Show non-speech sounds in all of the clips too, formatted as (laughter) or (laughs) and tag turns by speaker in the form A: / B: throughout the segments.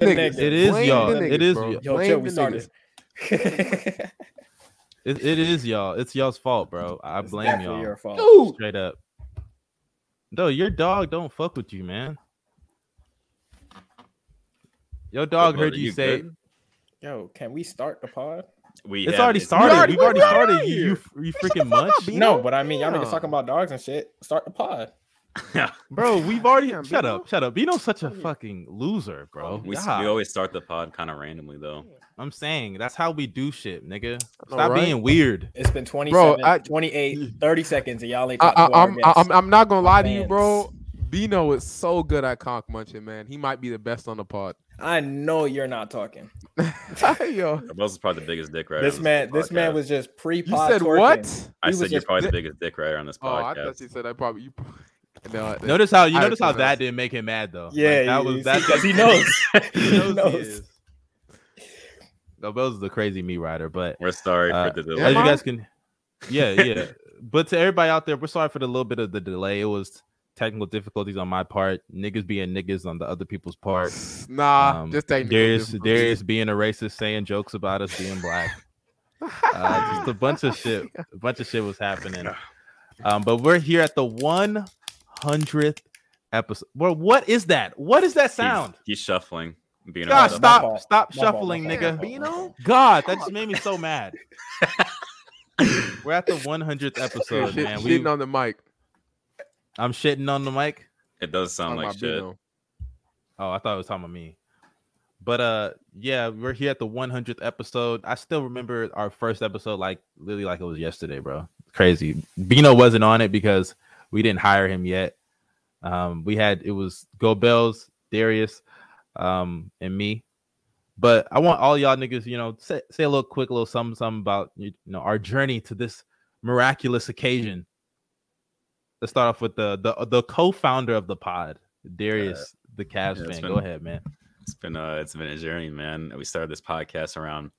A: niggas.
B: It is
A: Blame
B: y'all.
A: the
B: It
A: niggas,
B: is
A: bro.
B: y'all.
C: Yo,
A: Blame
C: chill. We
A: the
C: started.
B: It, it is y'all. It's y'all's fault, bro. I
C: It's
B: blame
C: definitely
B: y'all.
C: Your fault.
A: Dude,
B: Straight up. No, your dog don't fuck with you, man. Your dog
D: brother,
B: heard you,
D: you
B: say
D: good?
C: Yo, can we start the pod?
D: We
B: it's
D: have
B: already
D: it.
B: started.
A: already-
B: We've already
A: we
B: started.
A: already
B: You, you, f- you freaking munch,
C: No, but I mean, y'all
A: Damn.
C: niggas talking about dogs and shit. Start the pod.
B: bro. We've already
A: Damn,
B: shut
A: Beano.
B: up, shut up. Beano's such a fucking loser, bro.
D: We, s-
B: God.
D: we always start the pod kind of randomly though.
B: I'm saying that's how we do shit, nigga.
A: know,
B: Stop
A: right?
B: being weird.
C: It's been 27,
A: I-
C: 28, 30 seconds, and y'all ain't
A: I,
C: talking to
A: I,
C: our
A: I'm, I,
C: guests.
A: I'm, I'm not gonna lie to you,
C: fans.
A: bro. Bino is so good at conk munching, man. He might be the best on the
B: (laughs)
A: pod.
C: I know you're not talking.
A: Yo,
D: Russell's probably the biggest dick writer.
C: This
D: on
C: man, this man
D: podcast.
C: was just
A: you
C: pre-pod.
A: said
C: twerking.
A: what?
D: I
C: he was
D: said you're
C: just
D: probably the
A: di-
D: biggest dick writer on this
A: Oh, I
D: podcast.
A: thought you said I probably you. pro- (laughs) No, I-
B: Notice how you
A: I
B: notice how
A: confess.
B: that didn't make him mad though. Like,
C: Yeah,
B: that
C: you-
B: was
C: you
B: that
C: see, 'cause
B: (laughs)
C: (laughs) he knows.
B: he knows.
C: knows.
B: He is. No, Bell's the crazy me rider, but
D: We're sorry
B: Uh,
D: for
A: Yeah,
D: the
B: as
D: delay.
B: you
A: Mom?
B: guys can, yeah, yeah. but to everybody out there, we're sorry for the little bit of the delay. It was technical difficulties on my part, niggas being niggas on the other people's part.
A: Nah,
B: Um,
A: just technical.
B: Darius,
A: difficulties.
B: Darius being a racist, saying jokes about us being black. uh, just a bunch of shit. A bunch of shit was happening. Um, but we're here at the one hundredth episode. Well, what is that? What is that
D: He's-
B: sound?
D: He's, shuffling. Being a
B: God,
D: mother-
C: My
B: stop,
C: fault.
B: stop
C: My fault, my
B: shuffling,
C: fault,
B: nigga.
C: my fault, my
A: Bino?
C: fault.
B: God, that just made me so mad. We're at the 100th episode,
A: Shit-
B: uh, man. We,
A: shitting on the mic.
B: I'm shitting on the mic.
D: It does
A: talking
D: sound like
A: about
D: shit.
A: Bino.
B: Oh, I thought it was talking about me. But uh, yeah, we're here at the 100th episode. I still remember our first episode, like literally like it was yesterday, bro. Crazy. Bino wasn't on it because we didn't hire him yet. Um, we had it was Go Bells, Darius, um, and me. But I want all y'all niggas, you know, say, say a little quick little something, something about you know our journey to this miraculous occasion. Let's start off with the the, the co-founder of the pod, Darius, the Cavs
D: yeah, it's
B: fan.
D: been-
B: Go ahead, man.
D: It's been a it's been a journey, man. We started this podcast around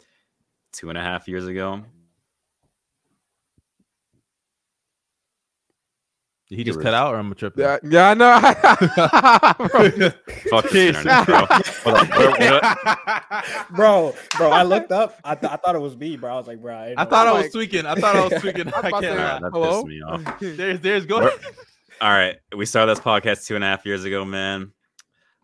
D: two and a half years ago.
B: Did he just
D: Darius.
B: cut out or I'm
A: (laughs)
B: tripping?
A: Yeah, yeah, I know.
B: (laughs)
A: (laughs) Bro,
D: Fuck the internet, bro. Hold on.
A: (laughs)
D: Where- where-
C: bro, bro. I looked up. I, th- I thought it was me, bro. I was like, bro. I, didn't
B: I
C: know
B: thought
C: it
B: I
C: was
B: was tweaking. I thought I was tweaking. I
A: I'm about to
D: Nah,
B: can't.
D: that
A: Hello?
D: pissed me off.
B: There's, there's, go
D: Where-
B: ahead.
D: All right, we started this podcast two and a half years ago, man.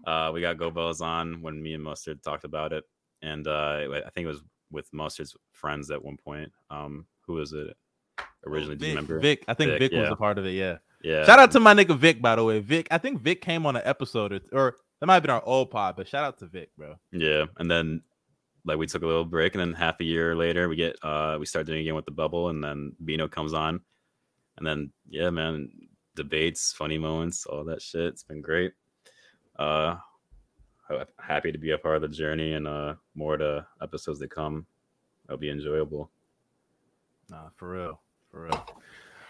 D: Uh, we got Go Bells on when me and Mustard talked about it, and uh, it wa- I think it was with Mustard's friends at one point. Um, who was it originally? do you
B: Oh, Vic,
D: remember?
B: Vic. I think Vic,
D: Vic,
B: was
D: yeah.
B: a part of it. Yeah.
D: Yeah.
B: Shout out to my nigga Vic, by the way. Vic, I think Vic came on an episode or, or that might have been our old pod, but shout out to Vic, bro.
D: Yeah, and then like we took a little break, and then half a year later, we get uh we start doing it again with the bubble, and then Bino comes on, and then yeah, man, debates, funny moments, all that shit. It's been great. Uh, I'm happy to be a part of the journey, and uh, more to episodes to come. It'll be enjoyable.
B: Nah, for real. For real.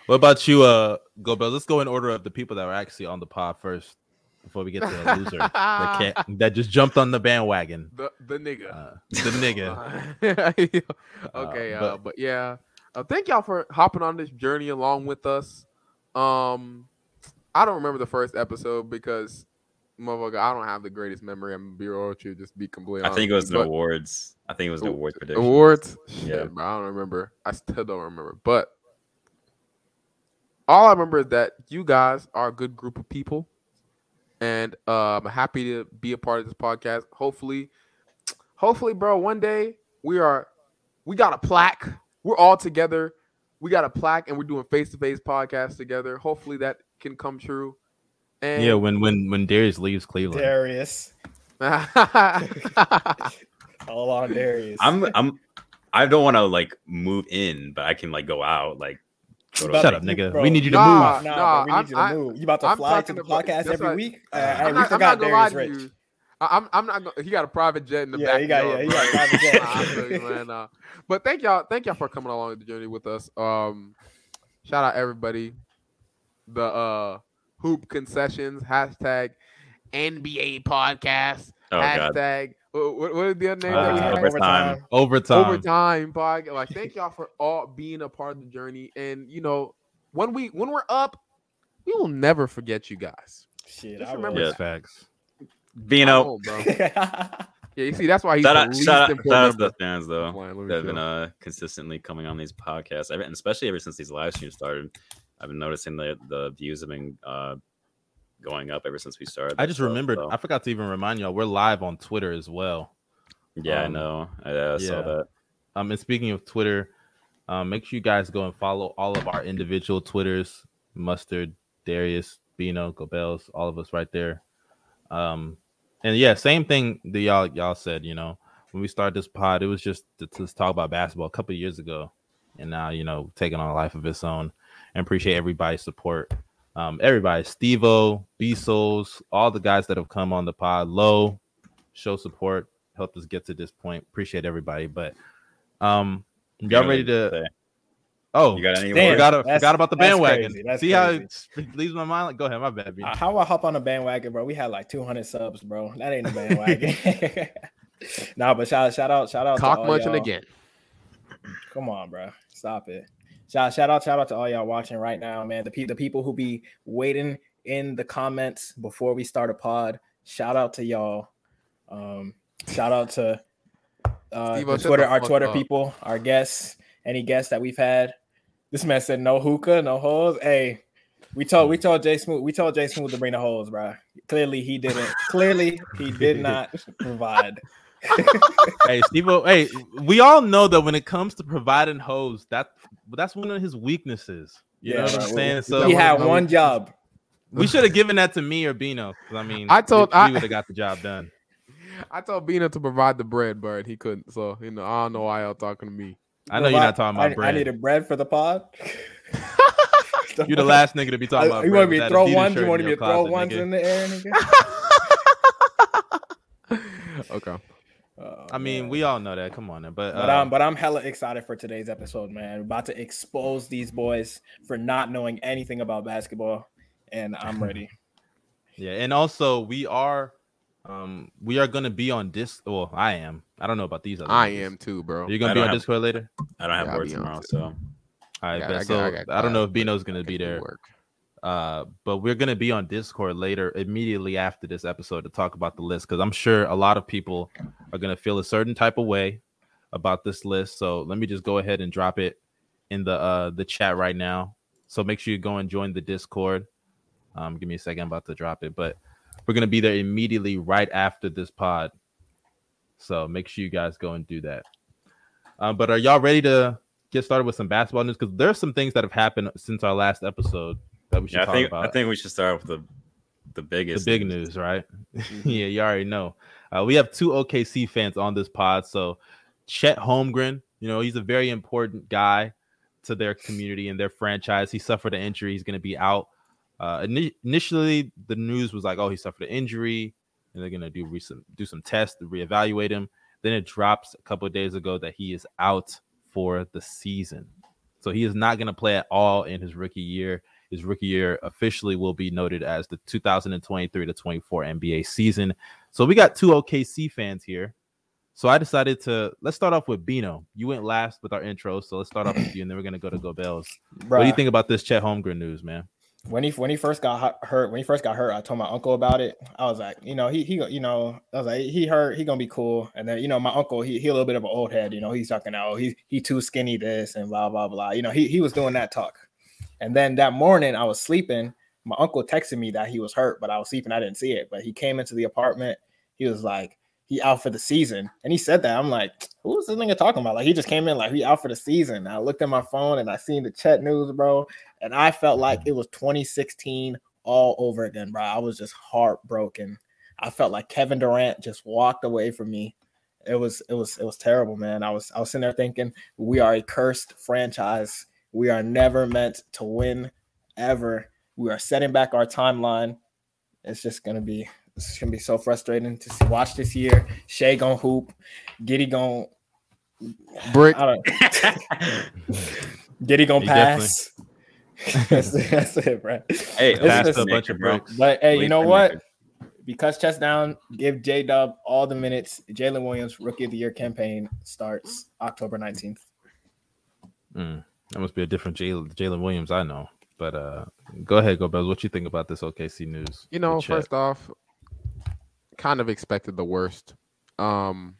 B: What about you, uh, Go Bells? Let's go in order of the people that were actually on the pod first before we get to the
A: (laughs)
B: loser that, can't, that just jumped on the bandwagon.
A: the, the nigga.
B: Uh, the nigga.
A: (laughs) nigga. okay, uh,
B: but-
A: but, yeah, uh, thank y'all for hopping on this journey along with us. Um, I don't remember the first episode because, motherfucker, I don't have the greatest memory. I'm gonna be real with you, just be completely.
D: I think it
A: honest
D: was
A: with you,
D: an
A: but
D: awards. I think it was an
A: Aw-
D: award prediction.
A: awards. Shit,
D: Yeah.
A: bro, I don't remember. I still don't remember, but. All I remember is that you guys are a good group of people, and uh, I'm happy to be a part of this podcast. Hopefully, hopefully, bro, one day we are we got a plaque. We're all together. We got a plaque and we're doing face to face podcasts together. Hopefully that can come true. And
B: Yeah, when when when Darius leaves Cleveland.
C: Darius.
A: (laughs)
C: All on Darius.
D: I'm I'm I don't want to like move in, but I can like go out like. go to,
B: Shut
D: like,
B: up, nigga.
C: Bro,
B: we need you to
A: nah.
B: move.
C: Nah, bro,
A: Uh, Nah,
C: we need you to
A: I'm-
C: move. You about to
A: I'm
C: fly to
A: talking
C: the
A: about-
C: podcast
A: that's
C: every
A: right.
C: week? Uh,
B: I'm
C: hey,
A: I'm
C: we
A: not, I'm
C: forgot
A: not gonna lie
C: Darius
A: to
C: Rich.
A: you. I- I'm, I'm not gonna, he got a private jet in the
C: Yeah,
A: back.
C: he got- yeah, he got a private
A: (laughs)
C: jet.
A: But thank y'all, thank y'all for coming along the journey with us. Um, shout out everybody. The uh hoop concessions hashtag NBA podcast
D: Oh god,
A: hashtag. wha- What, what is the other name?
B: Uh,
A: that we
C: Yeah,
A: had?
D: overtime.
C: Um,
B: Overtime.
A: overtime podcast. Like, thank y'all for all being a part of the journey. And you know, when we when we're up, we will never forget you guys.
C: Shit,
A: Just
C: I
A: remember
C: will.
D: Yeah.
B: Facts.
D: Bino.
A: (laughs) Come on, bro. Yeah, you see, that's why he's
D: Shout
A: the
D: out,
A: least
D: shout out,
A: important
D: shout out to
A: member
D: the fans
A: of
D: though.
A: Lion
D: that have
A: Liberty
D: been
A: Show.
D: uh, consistently coming on these podcasts, ever, and especially ever since these live streams started. I've been noticing that the views have been uh, going up ever since we started.
B: I
D: this
B: just
D: stuff,
B: remembered.
D: so-
B: I forgot to even remind y'all. We're live on Twitter as well.
D: yeah,
B: um,
D: I know. I uh,
B: yeah.
D: saw that.
B: Um, and speaking of Twitter, um, make sure you guys go and follow all of our individual Twitters: Mustard, Darius, Bino, Gobels, all of us right there. Um, and yeah, same thing that y'all y'all said. You know, when we started this pod, it was just to, to talk about basketball a couple of years ago, and now you know taking on a life of its own. And appreciate everybody's support. Um, everybody, Stevo, B Souls, all the guys that have come on the pod, low, show support, helped us get to this point. Appreciate everybody. But um,
D: You
B: y'all
D: know,
B: ready
D: they
B: to?
D: say,
B: Oh,
D: You got any
C: Damn.
D: words?
B: forgot,
C: That's-
B: forgot about the
C: that's
B: bandwagon.
C: crazy. That's
B: See how
C: crazy.
B: it leaves my mind? Like, go ahead, my bad. B.
C: Uh, (laughs) How I hop on the bandwagon, bro? We had like 200 subs, bro. That ain't a bandwagon. (laughs) nah, but shout shout out shout out
A: Cock
C: to all
A: munching
C: y'all.
A: again.
C: Come on, bro. Stop it. Shout shout out shout out to all y'all watching right now, man. The pe- the people who be waiting in the comments before we start a pod. Shout out to y'all. Um, shout out to uh,
A: Steve-O,
C: the
A: shut the
C: Twitter our
A: fuck
C: Twitter
A: up.
C: people, our guests, any guests that we've had. This man said no hookah, no holes. Hey, we told we told Jay Smooth we told Jay Smooth to bring the holes, bro. Clearly he didn't. Clearly he
A: (laughs)
C: did not provide.
B: hey, Steve. Hey, we all know that when it comes to providing hoes, that that's one of his weaknesses. You know
C: Yeah,
B: what I'm
C: right.
B: saying? So
C: He
A: one
C: had
A: of my
C: one job.
B: we should have given that to me or Bino. 'cause I mean,
A: I told-
B: we,
A: I-
B: would have got the job done.
A: I told Bina to provide the bread, but he couldn't. So you know, I don't know why y'all talking to me. (laughs)
B: I know you're not
C: Provide-
B: talking
C: I-
B: about bread.
C: I need a bread for the
B: (laughs)
C: pod.
B: you're
C: (laughs)
B: the last nigga to be talking
C: I-
B: about.
C: you
B: bread
C: want
B: with
C: me to
B: that
C: throw
B: Adidas
C: ones?
B: shirt
C: You
B: in
C: want me
B: your
C: to throw
B: closet,
C: ones
B: nigga.
C: in the air, nigga?
B: (laughs)
A: Okay.
C: Oh,
B: I mean,
C: man.
B: we all know that. Come on, now. but
C: But
B: uh,
C: um, but I'm hella excited for today's episode, man. About to expose these boys for not knowing anything about basketball, and I'm
B: (laughs)
C: ready.
B: Yeah, and also we are um we are gonna be on Dis. Well, I am. I don't know about these other
A: I
B: niggas.
A: am too, bro.
B: You're gonna
D: I
B: be
D: don't
B: on
D: have-
B: Discord later?
D: I don't have
A: Yeah, I'll
D: words
A: be on
D: tomorrow,
A: to it.
D: so
B: All right,
A: got-
B: bet.
A: I got-
B: so
A: I
B: I,
A: got
B: don't know if
A: class,
B: Bino's
A: I
B: gonna be
A: do
B: there.
A: work.
B: Uh, but we're gonna be on Discord later, immediately after this episode, to talk about the list because I'm sure a lot of people are gonna feel a certain type of way about this list. So let me just go ahead and drop it in the uh the chat right now. So make sure you go and join the Discord. Um, give me a second, I'm about to drop it, but we're gonna be there immediately right after this pod. So make sure you guys go and do that. Um, but are y'all ready to get started with some basketball news? Because there's some things that have happened since our last episode that we should
D: yeah, I
B: talk
D: think
B: about
D: I think we should start with the the
B: the
D: biggest
B: big news, right? (laughs) yeah, you already know. Uh, we have two OKC fans on this pod. So Chet Holmgren, you know, he's a very important guy to their community and their franchise. He suffered an injury. He's going to be out. Uh, ini- initially, the news was like, oh, he suffered an injury, and they're going to do re- some, do some tests to reevaluate him. Then it drops a couple of days ago that he is out for the season. So he is not going to play at all in his rookie year. His rookie year officially will be noted as the 2023 to 24 NBA season. So we got two OKC fans here. So I decided to let's start off with Bino. You went last with our intro, so let's start off with you, and then we're gonna go to Gobels.
C: Bro,
B: What do you think about this Chet Holmgren news, man?
C: when he when he first got hu- hurt? When he first got hurt, I told my uncle about it. I was like, you know, he he, you know, I was like, he hurt, he gonna be cool. And then you know, my uncle, he he a little bit of an old head. You know, he's talking out, oh, he he too skinny this and blah blah blah. You know, he he was doing that talk. And then that morning, I was sleeping. My uncle texted me that he was hurt, but I was sleeping. I didn't see it. But he came into the apartment. He was like, he out for the season. And he said that. I'm like, who's this nigga talking about? Like, he just came in like he out for the season. I looked at my phone and I seen the chat news, bro. And I felt like it was 2016 all over again, bro. I was just heartbroken. I felt like Kevin Durant just walked away from me. It was it was it was terrible, man. I was I was sitting there thinking we are a cursed franchise. We are never meant to win ever. We are setting back our timeline. It's just gonna be it's gonna be so frustrating to see, watch this year. Shea gonna hoop, Giddy gonna
A: Brick.
C: I don't
D: (laughs)
C: Giddy gonna
B: He
C: pass. (laughs) that's, it- that's it, bro.
D: Hey,
C: It's
B: Passed
C: just-
B: a bunch of
D: bro.
B: bricks.
C: But hey, you
D: Lead
C: know
D: playmaker.
C: what? Because chest down, give J Dub all the minutes. Jalen Williams Rookie of the Year campaign starts October 19th.
B: Mm, that must be a different Jalen Jalen Williams I know. But uh, go ahead, Gobels. What you think about this OKC news?
A: You know,
B: with Chet?
A: first off, kind of expected the worst. Um,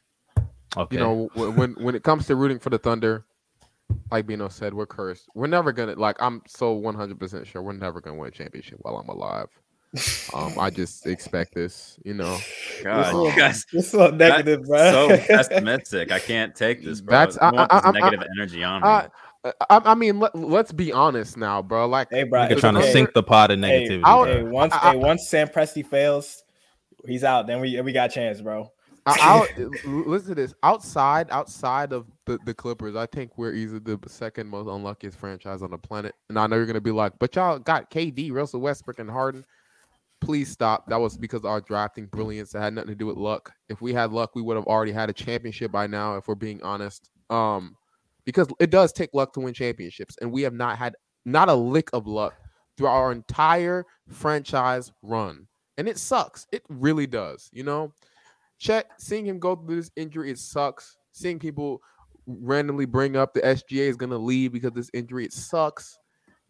B: Okay.
A: you know, wh- when when it comes to rooting for the Thunder, like Bino said, we're cursed. We're never gonna like. I'm so 100 percent sure we're never gonna win a championship while I'm alive. Um, I just expect this. You know,
D: God,
A: little-
D: you guys
C: It's so negative, bro. (laughs)
D: so pessimistic. I can't take this, bro.
A: That's-
D: I, want
A: I- I-
D: this
A: I-
D: negative energy on me.
A: I, I, I mean, let, let's be honest now, bro. Like,
C: hey, bro.
A: Nigga
B: You're
C: it's
B: trying to
A: Hey,
C: okay.
B: sink the pot of
C: Hey,
B: negativity.
A: I'll-
B: bro.
C: hey, once,
A: I- I-
C: hey, once Sam Presti fails, he's out. Then we we got a chance, bro.
A: I, I'll, listen to this. Outside, outside of the, the Clippers, I think we're easily the second most unluckiest franchise on the planet. And I know you're gonna be like, but y'all got KD, Russell Westbrook, and Harden. Please stop. That was because of our drafting brilliance. That had nothing to do with luck. If we had luck, we would have already had a championship by now. If we're being honest, um, because it does take luck to win championships, and we have not had not a lick of luck throughout our entire franchise run, and it sucks. It really does. You know. Chet, seeing him go through this injury, it sucks. Seeing people randomly bring up the SGA is gonna leave because this injury, it sucks.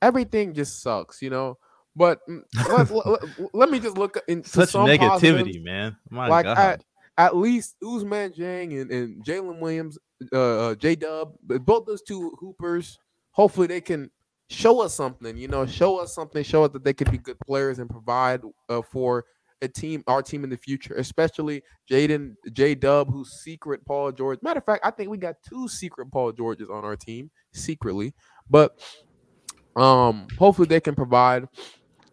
A: Everything just sucks, you know. But mm, let's, let, let- let me just look into
B: Such
A: some positives
B: negativity, man. My
A: like,
B: God.
A: I- at least Uzman Jang and, and Jalen Williams, uh, uh, J Dub, but both those two hoopers, hopefully they can show us something, you know, show us something, show us that they could be good players and provide uh, for a team, our team in the future, especially Jaden J Dub, who's secret Paul George. Matter of fact, I think we got two secret Paul Georges on our team secretly, but um, hopefully they can provide.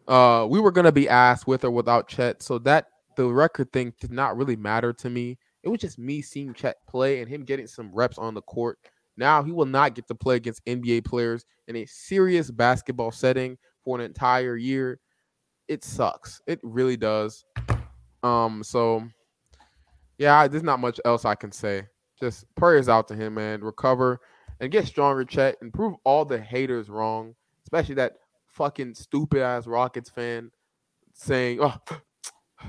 A: Uh, we were gonna be asked with or without Chet, so that the record thing did not really matter to me. It was just me seeing Chet play and him getting some reps on the court. Now he will not get to play against NBA players in a serious basketball setting for an entire year. It sucks. It really does. Um, so yeah, I- there's not much else I can say. Just prayers out to him, man. Recover and get stronger, Chet, and prove all the haters wrong, especially that fucking stupid ass Rockets fan saying, "Oh, (sighs) at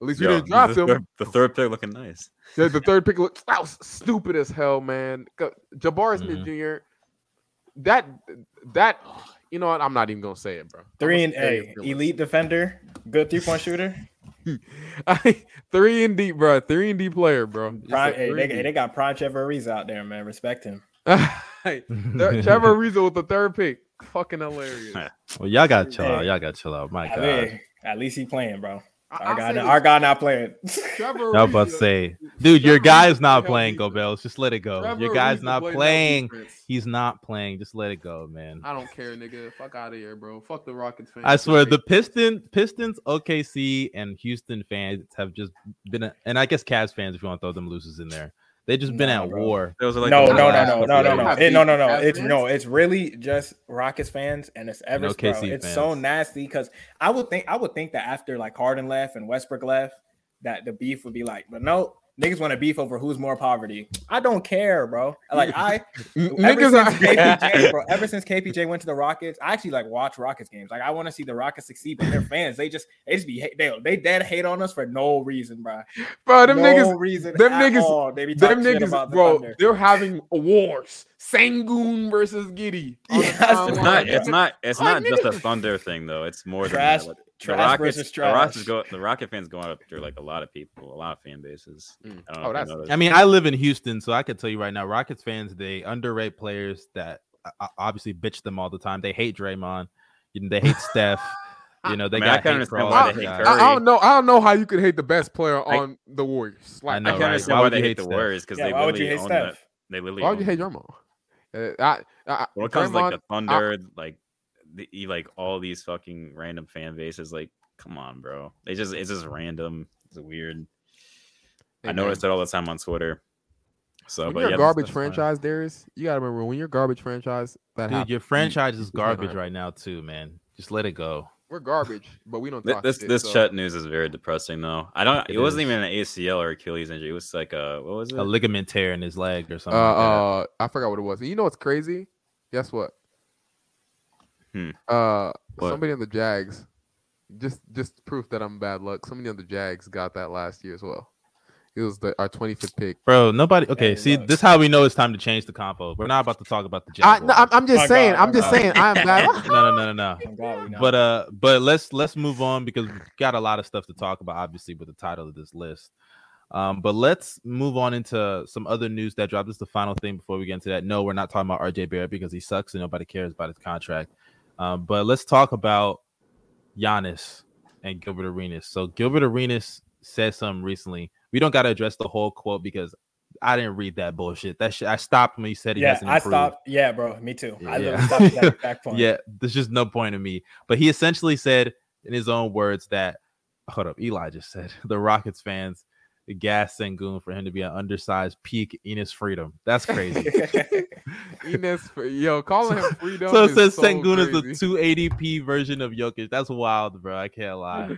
A: least we
D: Yo,
A: didn't draft
D: the,
A: him."
D: third, the third pick looking nice.
A: The, the third pick looked that was stupid as hell, man. Go- Jabari
B: Mm-hmm.
A: Smith Jr. That that you know what? I'm not even gonna say it, bro. I'm
C: Three and
A: gonna say
C: A,
A: it, bro. (laughs)
C: elite defender, good three point shooter.
A: three and D, bro. Three and D player, bro.
C: Prime, hey,
A: Three
C: they,
A: and D.
C: hey, they got prime Trevor Ariza out there, man. Respect him.
A: (laughs) Hey, Tre- Trevor
B: (laughs)
A: Ariza with the third pick, fucking hilarious. I,
B: well, y'all got to chill
C: Hey.
B: out. Y'all got to chill out. My
C: I
B: God.
C: mean, at least he playing, bro.
A: I'll
C: Our guy,
A: say
C: not, our
A: this,
C: guy not playing. (laughs)
A: Trevor
B: I was about to
A: Ariza-
B: say, dude, your
A: Trevor
B: guy's
A: Ariza
B: not
A: held
B: playing,
A: defense.
B: Gobels. Just let it go.
A: Trevor
B: your guy's
A: Ariza
B: not
A: played no
B: playing.
A: defense.
B: He's not playing. Just let it go, man.
A: I don't care, nigga. Fuck out of here, bro. Fuck the Rockets fans.
B: I swear, the Piston, Pistons, OKC, and Houston fans have just been, a, and I guess Cavs fans, if you want to throw them losers in there, they've just been
C: Nah,
B: at
C: bro.
B: war.
D: Those are like
C: no,
D: the
C: no, no,
D: last
C: no,
D: couple
C: no, no, no,
D: days.
A: Have
C: it, no, no, no.
A: Cavs
C: It's
A: fans?
C: no, it's really just Rockets fans, and it's ever.
B: And
C: bro,
B: OKC
C: It's so
B: fans.
C: nasty because I would think I would think that after like Harden left and Westbrook left, that the beef would be like, but no, niggas want to beef over who's more poverty. I don't care, bro. Like
A: (laughs)
C: I, ever
A: niggas
C: since
A: are. (laughs)
C: KPJ, bro, ever since KPJ went to the Rockets, I actually like watch Rockets games. Like I want to see the Rockets succeed, but their fans, they just they just be they they dead hate on us for no reason, bro.
A: Bro, them
C: no
A: niggas
C: reason.
A: them
C: at
A: niggas-
C: all. They be
A: Them
C: talking shit
A: niggas,
C: about the
A: bro,
C: Thunder.
A: they're having wars. Sangoon versus Giddy. on the
C: Yes,
A: timeline.
D: It's not.
C: bro.
D: It's not. It's
A: Like,
D: not just a
C: (laughs)
A: nigga-
D: Thunder thing though. It's more than
C: Trash-
D: that. Like, the
C: trash
D: Rockets,
C: versus
D: the Rockets
C: trash.
D: go. The Rocket fans go after like a lot of people, a lot of fan bases.
A: Mm. Oh,
D: I don't know if
A: that's-
D: you noticed.
B: I mean, I live in Houston, so I could tell you right now, Rockets fans, they underrate players that uh, obviously bitch them all the time. They hate Draymond, you know, they
A: (laughs)
B: hate Steph. You know, they
D: I mean, I
B: got
D: can
B: hate for
D: understand
B: all
A: why
B: that
A: they
B: guys.
A: I,
D: hate Curry.
A: I don't know. I don't know how you could hate the best player
D: I-
A: on the Warriors.
B: I
A: Like,
B: know,
D: I can
B: right?
D: understand
B: Why
D: why,
B: would
D: they
B: you
D: hate,
B: hate
D: the
B: Steph?
D: Warriors because
C: Yeah,
D: they
C: why would
D: literally
C: you hate
D: own
C: Steph?
D: that. They literally.
A: why would you
D: own
A: hate Ah, Draymond?
D: that.
A: Uh, I, I,
D: When it comes to, like
A: Draymond-
D: the Thunder, like the e- like all these fucking random fan bases, like come on, bro. They just it's just random. It's weird.
A: hey,
D: I
A: man,
D: notice it all the time on Twitter. So,
A: When
D: but
A: you're
D: yeah,
A: a garbage
D: that's fine.
A: franchise, Darius, you gotta remember when you're a garbage franchise. That
B: Dude,
A: happens.
B: your franchise is
A: he's not
B: garbage
A: hiring.
B: right now, too, man. Just let it go.
A: We're garbage, but we don't
D: Th-
A: talk
D: This
A: shit,
D: this
A: so.
D: Chet news is very depressing though. I don't.
B: It
D: It, wasn't
B: is.
D: even an ACL or Achilles injury. It was like a what was it?
B: A ligament tear in his leg or
A: Uh,
B: something. like that.
A: uh, I forgot what it was. And you know what's crazy? Guess what?
D: Hmm.
A: Uh,
D: What?
A: somebody on the Jags, just just proof that I'm bad luck. Somebody on the Jags got that last year as well. It was the our 25th pick.
B: Bro, nobody. Okay,
C: Hey,
B: see,
C: look.
B: this how we know it's time to change the compo. We're not about to talk about the
A: I,
B: Jaguars.
A: no, I'm, I'm just
C: My
A: saying.
C: God,
A: I'm
C: my
A: just
C: God.
A: saying. I'm
B: (laughs)
A: bad luck.
B: no, no, no, no, no.
C: I'm glad we know.
B: But uh, but let's let's move on because we've got a lot of stuff to talk about. Obviously, with the title of this list. Um, but let's move on into some other news that dropped. This is the final thing before we get into that. No, we're not talking about RJ Barrett because he sucks and nobody cares about his contract. Um, but let's talk about Giannis and Gilbert Arenas. So Gilbert Arenas said something recently. We don't got to address the whole quote because I didn't read that bullshit. That shit, I stopped when he said he
C: yeah,
B: hasn't
C: I
B: improved.
C: stopped. Yeah, bro, me too. I literally
B: Yeah.
C: stopped at that back point.
B: Yeah, there's just no point in me. But he essentially said in his own words that hold up, Eli just said (laughs) the Rockets fans gas Sengun for him to be an undersized peak Enos Freedom.
A: (laughs)
B: That's crazy.
A: Enes, Fre- yo,
B: (laughs)
A: calling him freedom.
B: so it
A: is
B: says
A: so
B: Sengun is the
A: crazy.
B: 280p version of Jokic. That's wild, bro. I
A: (laughs)
B: can't lie.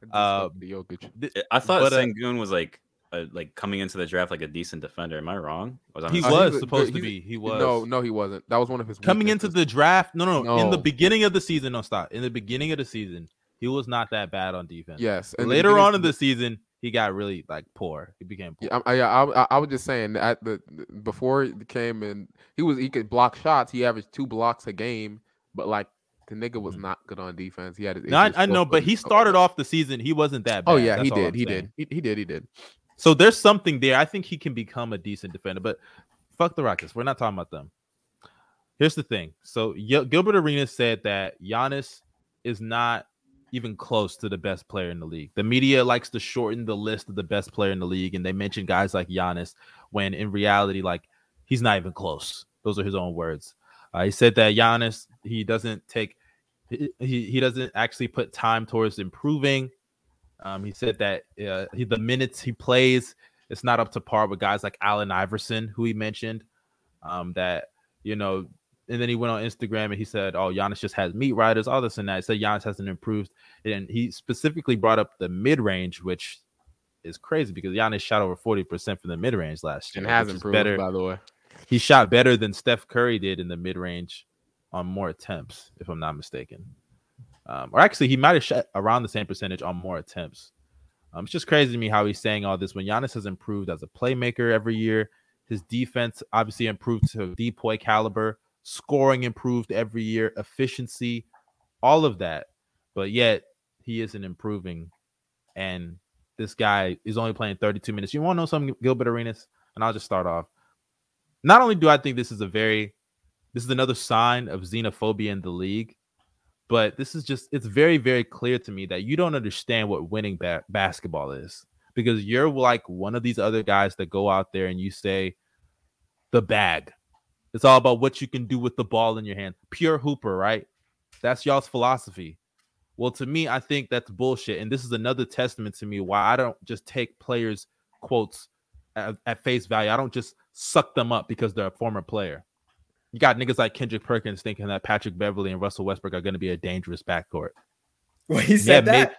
A: Just
B: uh,
A: fuck the Jokic.
B: Th-
D: I thought
B: But, uh,
D: Sengun was like uh, like coming into the draft like a decent defender. Am I wrong? Was I
B: He
A: Uh,
D: mistaken?
A: he's
B: was
A: a-
B: supposed to
A: he's-
B: be. He was.
A: No, no, he wasn't. That was one of his
B: coming into
A: weaknesses.
B: the draft. No, no, no. In the
A: No.
B: beginning of the season, no stop. In the beginning of the season, he was not that bad on defense.
A: yes. and the
B: Later
A: beginning-
B: on in the season, he got really like poor. He became poor.
A: Yeah, I, I, I, I was just saying at the before he came and he was he could block shots. He averaged two blocks a game, but like the nigga was
B: Mhm.
A: not good on defense. He had his
B: No, I,
A: issues
B: I
A: still
B: know, but
A: putting-
B: he started off the season. He wasn't that bad.
A: Oh yeah, he
B: That's all
A: did,
B: I'm
A: he
B: saying.
A: did, he he did, he did.
B: So there's something there. I think he can become a decent defender, but fuck the Rockets. We're not talking about them. Here's the thing. So Yo- Gilbert Arenas said that Giannis is not even close to the best player in the league. The media likes to shorten the list of the best player in the league, and they mention guys like Giannis when in reality, like he's not even close. Those are his own words. Uh, he said that Giannis he doesn't take he, he he doesn't actually put time towards improving. Um, he said that uh, he, the minutes he plays, it's not up to par with guys like Allen Iverson, who he mentioned. Um, that you know, and then he went on Instagram and he said, "Oh, Giannis just has meat riders, all this and that." He said Giannis hasn't improved, and he specifically brought up the mid range, which is crazy because Giannis shot over forty percent from the mid range last year,
A: And
B: which
A: has
B: is
A: improved
B: better
A: by the way.
B: he shot better than Steph Curry did in the mid range on more attempts, if I'm not mistaken. Um, or actually, he might have shot around the same percentage on more attempts. Um, it's just crazy to me how he's saying all this when Giannis has improved as a playmaker every year. His defense obviously improved to depoy caliber, scoring improved every year, efficiency, all of that. But yet he isn't improving. And this guy is only playing 32 minutes. You want to know something, Gilbert Arenas? And I'll just start off not only do I think this is a very this is another sign of xenophobia in the league, but this is just it's very very clear to me that you don't understand what winning ba- basketball is because you're like one of these other guys that go out there and you say the bag. It's all about what you can do with the ball in your hand. Pure hooper, right? That's y'all's philosophy. Well, to me, I think that's bullshit. And this is another testament to me why I don't just take players' quotes at, at face value. I don't just suck them up because they're a former player. You got niggas like Kendrick Perkins thinking that Patrick Beverly and Russell Westbrook are going to be a dangerous
D: (laughs)
B: backcourt
C: (laughs) When he said
B: Yeah,
C: that,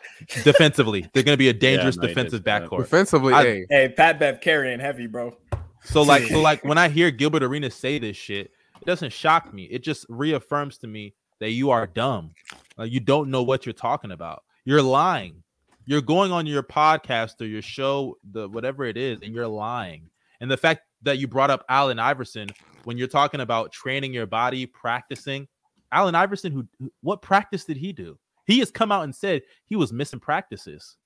B: defensively. They're going to be a dangerous
D: no, he did
B: defensive
D: say that.
B: backcourt.
A: Defensively,
B: I-
A: hey,
C: hey, Pat Bev carrying heavy, bro.
B: So like, so like, when I hear Gilbert Arenas say this shit, it doesn't shock me. It just reaffirms to me that you are dumb. Like, you don't know what you're talking about. You're lying. You're going on your podcast or your show, the whatever it is, and you're lying. And the fact that you brought up Allen Iverson when you're talking about training your body, practicing, Allen Iverson, who who- what practice did he do? He has come out and said he was missing practices.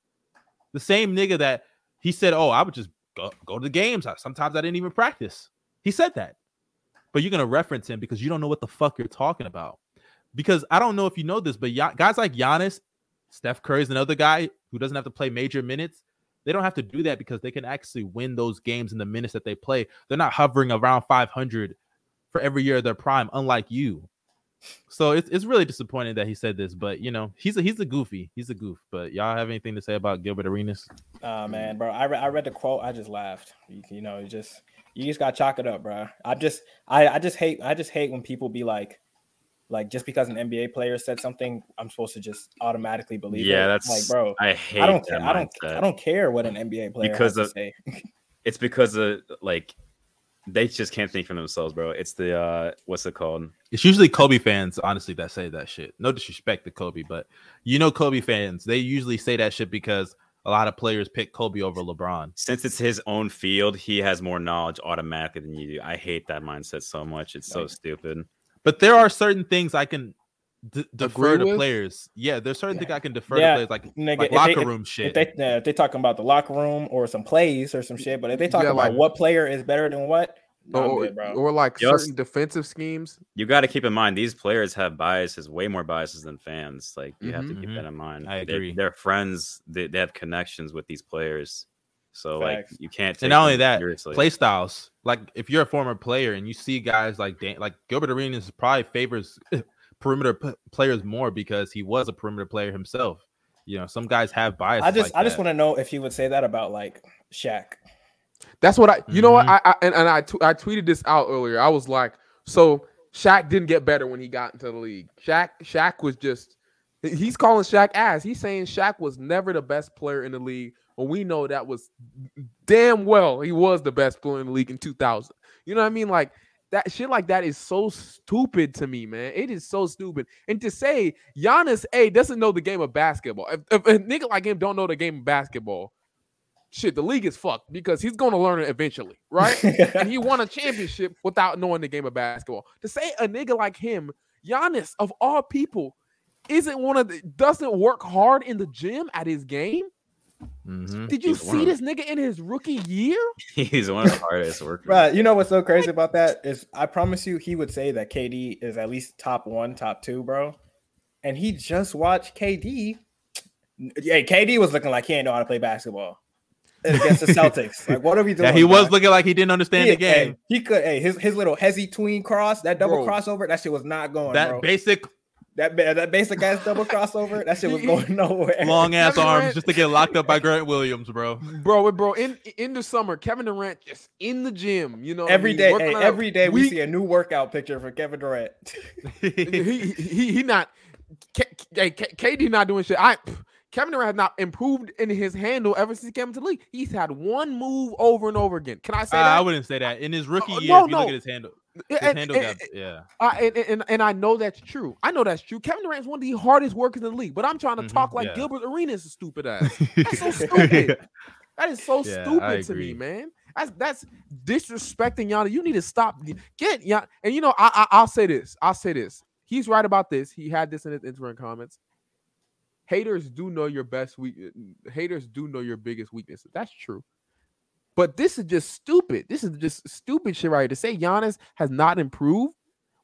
B: The same nigga that he said, "Oh, I would just go, go to the games. I- Sometimes I didn't even practice." He said that, but you're gonna reference him because you don't know what the fuck you're talking about. Because I don't know if you know this, but Ya- guys like Giannis, Steph Curry's another guy who doesn't have to play major minutes. They don't have to do that because they can actually win those games in the minutes that they play. They're not hovering around 500 for every year of their prime, unlike you. So it's, it's really disappointing that he said this, but you know he's a he's a goofy, he's a goof. But y'all have anything to say about Gilbert Arenas?
C: Oh man, bro, I, re- I read the quote, I just laughed. You, you know, you just you just gotta chalk it up, bro. I just I, I just hate I just hate when people be like, like just because an NBA player said something, I'm supposed to just automatically believe.
D: yeah,
C: it.
D: that's
C: like, bro,
D: I hate.
C: I don't
D: that
C: care. I don't
D: mindset.
C: I don't care what an NBA player
D: Because
C: because has
D: of-
C: to say.
D: It's because of like they just can't think for themselves, bro. It's the uh what's it called?
B: It's usually Kobe fans, honestly, that say that shit. No disrespect to Kobe, but you know, Kobe fans, they usually say that shit because a lot of players pick Kobe over LeBron.
D: Since it's his own field, he has more knowledge automatically than you do. I hate that mindset so much. It's so
C: Like-
D: stupid.
B: But there are certain things I can d- defer to
A: with?
B: players. Yeah, there's certain
C: Yeah.
B: things I can defer
C: Yeah.
B: to players, like
C: Nigga,
B: like
C: if
B: locker
C: they, if-
B: room
C: If
B: shit.
C: they uh, if they talking about the locker room or some plays or some shit, but if they talk
A: Yeah,
C: about
A: like-
C: what player is better than what, no, I'm
A: or,
C: good, bro.
A: oh, or like
D: Yes.
A: certain defensive schemes.
D: You got to keep in mind these players have biases, way more biases than fans. Like you have to
B: Mhm.
D: keep that in mind.
B: I
D: They-
B: agree.
D: They're friends. They, they have connections with these players, so
C: Facts.
D: like you can't.
B: And not only
D: them
B: that,
D: seriously.
B: play styles. Like if you're a former player and you see guys like Dan, like Gilbert Arenas probably favors (laughs) perimeter p- players more because he was a perimeter player himself. You know, some guys have bias.
C: I just I just want to know if you would say that about like Shaq.
A: That's what I. You know what I, I and, and I tw- I tweeted this out earlier. I was like, so Shaq didn't get better when he got into the league. Shaq Shaq was just he's calling Shaq ass. He's saying Shaq was never the best player in the league. Well, we know that was damn well he was the best player in the league in 2000. You know what I mean? Like that shit like that is so stupid to me, man. It is so stupid. And to say Giannis A doesn't know the game of basketball. If, if a nigga like him don't know the game of basketball, shit, the league is fucked because he's gonna learn it eventually, right?
D: (laughs)
C: (laughs)
A: and he won a championship without knowing the game of basketball. To say a nigga like him, Giannis of all people, isn't one of the doesn't work hard in the gym at his game.
B: hmm
A: Did you
D: He's one
A: see
D: of
A: this nigga in his rookie year?
D: (laughs) he's one of the hardest workers.
C: Right. You know what's so crazy about that is I promise you he would say that KD is at least top one, top two, bro. And he just watched KD. Hey, KD was looking like he ain't know how to play
B: (laughs)
C: basketball against the Celtics. Like, what are we doing?
B: Yeah, he
C: bro?
B: was looking like he didn't understand the
C: He- hey,
B: game.
C: he could. Hey, his his little hezzy tween cross, that double
A: Bro.
C: crossover, that shit was not going.
B: that
C: bro.
B: basic
A: (laughs)
C: that ba- that basic ass double crossover, that shit
B: (laughs)
C: was going nowhere.
B: long ass
A: Kevin
B: arms
A: Durant-
B: just to get locked up by Grant Williams,
A: (laughs)
B: bro.
A: Bro, bro, in in the summer, Kevin Durant just in the gym, you know, what
C: (laughs)
A: I
C: every
A: mean,
C: day,
A: working
C: hey,
A: on that
C: every day we
A: weak-
C: see a new workout picture for Kevin Durant. (laughs)
B: (laughs)
A: (laughs) he he he not K, K, K, KD not doing shit. I pff, Kevin Durant has not improved in his handle ever since he came to the league. He's had one move over and over again. Can I say
B: Uh,
C: Ah,
A: that?
B: I wouldn't say that. In his rookie
A: Oh,
B: year,
A: no,
B: if you
A: no.
B: look at his handle,
A: And-
B: his
A: and-
B: handle
A: and-
B: got yeah.
A: I- and, and, and I know that's true. I know that's true. Kevin Durant is one of the hardest workers in the league, but I'm trying to
C: Mm-hmm.
B: Mhm,
A: talk like
B: yeah.
A: Gilbert Arenas is stupid ass. (laughs) That's
B: (laughs)
A: so stupid. That is so
B: Yeah, I
A: stupid to me,
B: agree.
A: man. That's that's disrespecting Yana. You need to stop. Get Yana. And you know, I, I I'll say this. I'll say this. He's right about this. He had this in his Instagram comments. Haters do know your best weak. Haters do know your biggest weaknesses. That's true. But this is just stupid. This is just stupid shit right here. To say Giannis has not improved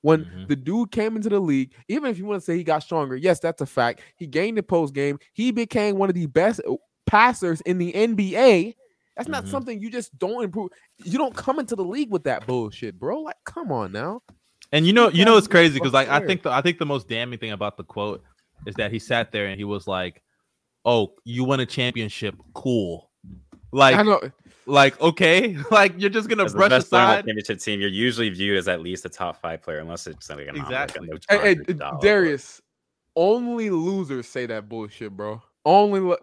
A: when
B: Mhm.
A: the dude came into the league, even if you want to say he got stronger, yes, that's a fact. He gained the post game. He became one of the best uh, passers in the NBA. That's not
B: Mhm.
A: something you just don't improve. You don't come into the league with that bullshit, bro. Like, come on now.
B: And you know, you know,
A: guys
B: it's crazy
A: look
B: because like I
A: scared.
B: think the, I think the most damning thing about the quote is that he sat there and he was like, "Oh, you won a championship, cool."
A: I
B: Like,
A: know.
B: like okay, (laughs) like you're just gonna
D: As the
B: brush
D: best player on the
B: aside.
D: championship team, you're usually viewed as at least a top five player, unless it's like an
B: Exactly.
A: Hey, hey, d- Darius, only losers say that bullshit, bro. Only, lo-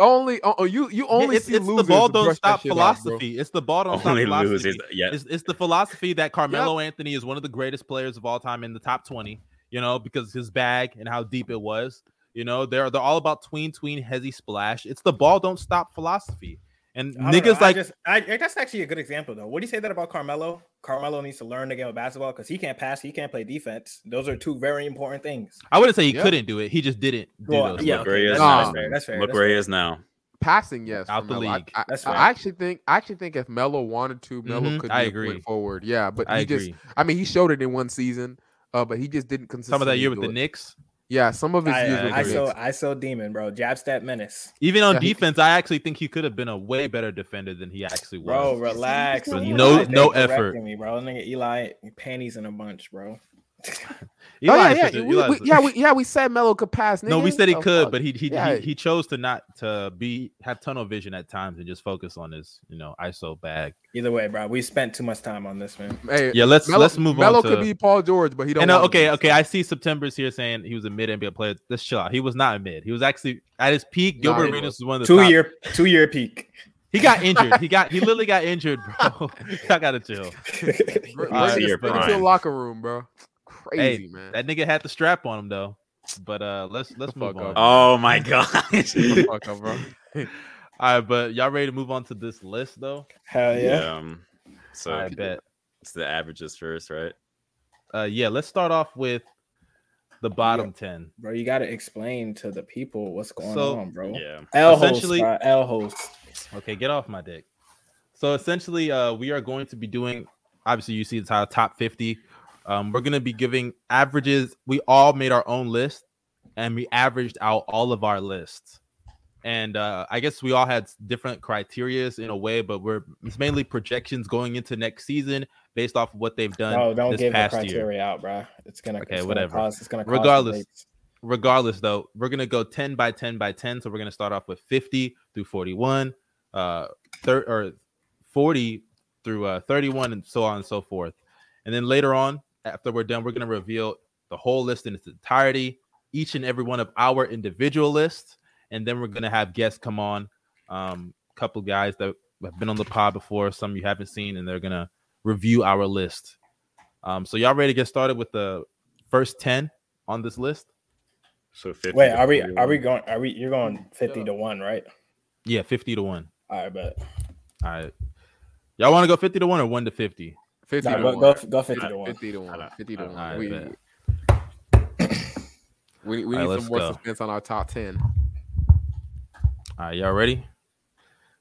A: only, oh, oh, you, you only
B: it's
A: see
B: it's the
A: losers
B: ball
A: to
B: don't
A: brush that
B: stop
A: shit off, bro.
B: philosophy. it's the ball don't stop
D: only
B: philosophy.
D: lose. is- Yeah,
B: It's, it's the philosophy that Carmelo Anthony is one of the greatest players of all time in the top 20, you know, because his bag and how deep it was. You know, they're they're all about tween tween hezzy splash. It's the ball don't stop philosophy. And
C: I don't know,
B: niggas
C: I
B: like
C: just, I, I- that's actually a good example though. Would you say that about Carmelo? Carmelo needs to learn the game of basketball because he can't pass, he can't play defense. Those are two very important things.
B: I wouldn't say he
A: Yeah.
B: couldn't do it. He just didn't do
C: Well,
B: those.
C: yeah,
B: things.
D: look where he is
A: that's
D: now.
A: fair,
D: man.
C: that's fair,
D: Look
C: that's
D: where he is now.
A: passing yes
B: Out
A: for
B: the
A: Melo. I-
B: league.
A: I,
C: That's
A: I
C: fair.
A: actually think I actually think if Melo wanted to, Melo
B: Mhm,
A: could
B: I
A: have
B: agree.
A: went forward. Yeah, but
B: I
A: he
B: agree.
A: just I mean he showed it in one season, uh, but he just didn't consistently.
B: Some of that year with
A: do
B: the
A: it.
B: Knicks.
A: Yeah, some of his
C: I,
A: years
B: uh,
A: with
C: I,
A: the
C: so
A: Knicks.
C: I so demon, bro. Jab stat menace.
B: Even on
A: Yeah, he-
B: defense, I actually think he could have been a way better defender than he actually
C: Bro,
B: was.
C: relax.
B: With
C: Eli
B: no-
C: Dave
B: no
C: corrected
B: effort.
C: Me, bro. Nigga, Eli panties in a bunch, bro.
A: Oh,
B: Eli's
A: yeah,
B: such a-
A: yeah, we, we-
B: Eli's- (laughs)
A: yeah, we, yeah, we said Melo could pass.
B: No, we
A: nigga.
B: said he
A: Oh,
B: could,
A: fuck.
B: but he he,
A: Yeah.
B: he he chose to not to be have tunnel vision at times and just focus on his you know ISO bag.
C: Either way, bro, we spent too much time on this, man.
A: hey,
B: Yeah, let's
A: Melo,
B: let's move
A: Melo
B: on. To,
A: could be Paul George, but he don't.
B: and uh,
A: wanna
B: okay,
A: be.
B: okay, I see September's here saying he was a mid NBA player. Let's chill out. He was not a mid. He was actually at his peak.
A: Nah,
B: Gilbert
A: he
B: Arenas was one of the
C: Two
B: top-
C: year, two year
B: (laughs)
C: peak.
B: He got injured. He
A: (laughs)
B: got he literally got injured, bro. (laughs) I gotta chill.
A: Br-
B: All
C: Uh,
B: right,
A: Bring
B: you're
A: this bring this to the
D: fine.
A: locker room, bro. Crazy man. (laughs)
B: That nigga had the strap on him though. But uh, let's let's
A: The
B: move
A: fuck
B: on.
A: up.
D: Oh my (laughs) gosh.
A: Shut the fuck up, bro.
B: All right, but y'all ready to move on to this list though?
C: Hell yeah.
D: Um, so
B: I bet.
D: it's the averages first, right?
B: uh yeah let's start off with the bottom ten.
C: bro. You gotta explain to the people what's going
B: So-
C: on, bro.
D: Yeah.
C: L
B: Essentially-
C: host, bro. L host.
B: Okay, get off my dick. So essentially, uh, we are going to be doing. Obviously, you see the title top fifty. Um, we're gonna be giving averages. We all made our own list, and we averaged out all of our lists. And uh, I guess we all had s- different criterias in a way, but we're it's mainly projections going into next season based off of what they've done
C: No, don't
B: this
C: give the
B: past year.
C: criteria out, bro. It's gonna
B: Okay,
C: it's gonna
B: whatever.
C: Cause, it's gonna cause
B: Regardless.
C: debates.
B: regardless though we're going to go 10 by 10 by 10 so we're going to start off with 50 through 41 uh thir- or 40 through uh 31 and so on and so forth and then later on after we're done we're going to reveal the whole list in its entirety each and every one of our individual lists and then we're going to have guests come on um couple guys that have been on the pod before some you haven't seen and they're going to review our list um so y'all ready to get started with the first 10 on this list
D: So 50
C: Wait,
D: to
C: are we are
D: 41.
C: we going? Are we? You're going fifty to one, right?
B: Yeah, 50 to 1.
C: All right, but
B: All right. Y'all want to go 50 to 1 or 1 to 50?
A: 50
C: nah,
A: to
C: go,
A: 1.
C: go go fifty to one.
A: 50 to 1. 50 to 1.
B: I
A: we,
B: bet.
A: (coughs) we, we
B: All right,
A: need
B: let's
A: some more
B: go.
A: suspense on our top 10.
B: All right, y'all ready?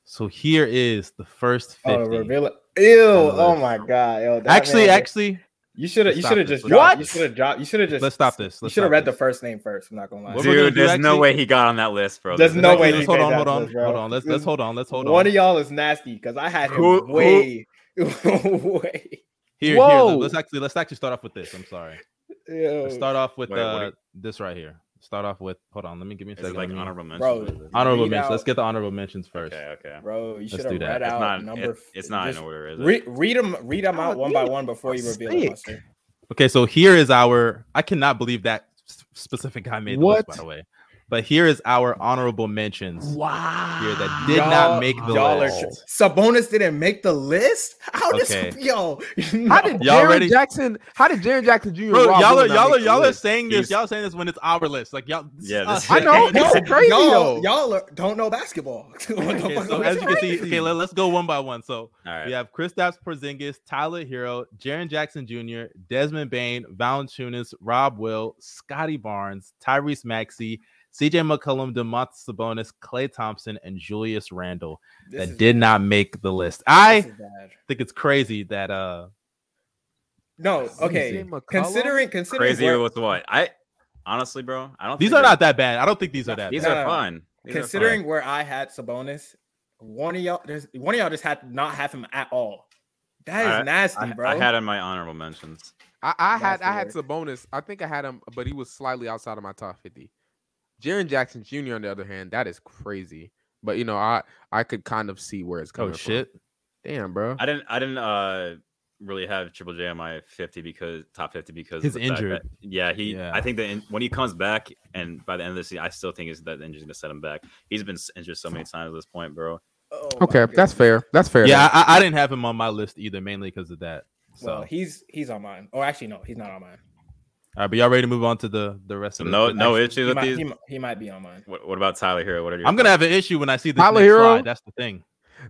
B: So here is the first 50.
C: Oh, reveal it. Ew! Oh my god! Yo, that
B: actually,
C: man-
B: actually,
C: you should have you
B: Let's
C: should have
B: stop this.
C: just dropped. You
B: What?
C: should have dropped. You should have just
B: let's stop this.
C: You
B: Let's
C: should have
B: stop
C: read the
B: this.
C: first name first. I'm not gonna lie.
B: What we're gonna
D: Dude,
B: do
D: there's no
B: actually-
D: way he got on that list, bro.
C: There's no
B: Actually,
C: way
B: let's
C: he
B: hold
C: made
B: on,
C: that
B: hold on,
C: list, bro.
B: hold on. Let's let's hold on. Let's hold
C: One
B: on.
C: of y'all is nasty because I had him
D: Who- who-
C: way, (laughs) way.
B: Here,
A: Whoa.
B: here. Let's actually let's actually start off with this. I'm sorry.
C: Ew.
B: Let's start off with
D: Wait, what
B: uh,
D: do
B: this right here. Start off with. Hold on. Let me give me a
D: Is it
B: second.
D: like
B: let me-
D: honorable mention.
C: Bro,
B: honorable
C: Read
B: mentions.
C: out-
B: Let's get the honorable mentions first.
D: Okay, okay.
C: bro. You
B: Let's
C: should
B: do
C: have
B: that.
C: read
D: It's
C: out
D: not.
C: number.
D: it- it's not in
C: just
D: order, is it?
C: Re- read them. Read them out
B: Oh,
C: one by
B: yeah.
C: one before you reveal
B: Sick.
C: them. Buster.
B: Okay, so here is our. I cannot believe that s- specific guy made the
A: What?
B: list, by the way. But here is our honorable mentions.
A: Wow.
B: here that did not make the
C: y'all
B: list.
C: Are Sabonis didn't make the list. How does
B: Okay.
C: (laughs) yo?
A: How did
B: Y'all
A: Jaron
B: ready?
A: Jackson? How did Jaron Jackson Jr.
B: Bro,
A: Rob
B: y'all are
A: Williams not
B: y'all are
A: make the
B: y'all are
A: list?
B: saying
D: He
B: this.
D: was-
B: Y'all are saying this when it's our list. Like y'all. this is
D: Yeah, this-
B: us.
C: (laughs)
A: I know.
B: Okay,
A: This is crazy
C: y'all,
A: though.
C: y'all are, don't know basketball. (laughs) What the fuck
B: so
C: are we
B: as you can see,
A: crazy.
B: okay, let, us go one by one. So
D: All right.
B: we have Kristaps Porzingis, Tyler Hero, Jaron Jackson Jr., Desmond Bain, Valanciunas, Rob Will, Scotty Barnes, Tyrese Maxey, C.J. McCollum, Demontis Sabonis, Clay Thompson, and Julius Randle
C: This
B: that
C: is-
B: did not make the list.
C: this
B: I
C: is bad.
B: think it's crazy that uh
C: No,
B: This is
C: okay.
A: CJ McCollum?
C: Considering considering
D: Crazy
C: where-
D: with what? I honestly, bro, I don't.
B: these
D: think
B: are
D: they're-
B: not that bad. I don't think these are that
D: These
B: bad.
C: No,
D: are
C: no.
D: fun. These are fun.
C: considering where I had Sabonis, one of y'all, there's one of y'all just had not have him at all. That is
D: I-
C: nasty,
D: I,
C: bro.
D: I had in my honorable mentions.
A: I, I had
C: That's
A: I had
C: weird.
A: Sabonis. I think I had him, but he was slightly outside of my top fifty. Jaron Jackson Jr. on the other hand, that is crazy. But you know, I I could kind of see where it's
B: Oh
A: coming from.
B: shit.
A: Damn, bro.
D: I didn't. I didn't. Uh, really have Triple J on my fifty because top fifty because of
B: He's
D: the fact
B: injured.
D: that- yeah, he.
B: Yeah.
D: I think that in- when he comes back and by the end of the season, I still think is that the injury's gonna set him back. He's been s- injured so many times at this point, bro.
C: Oh my
A: okay, that's
C: goodness.
A: fair. That's fair.
B: Yeah, I, I- I didn't have him on my list either, mainly because of that. So,
C: Well, he's he's on mine. Oh, actually, no, he's not on mine.
B: all right, but y'all ready to move on to the the rest of
D: So
B: the
D: no,
B: the-
D: no
B: actually,
D: issues
C: He
D: with
C: might,
D: these.
C: he mi- he might be on mine.
D: What, what about Tyler here? What are your
B: I'm gonna have an issue when I see this
A: Tyler
B: next
A: Hero?
B: slide. That's the thing.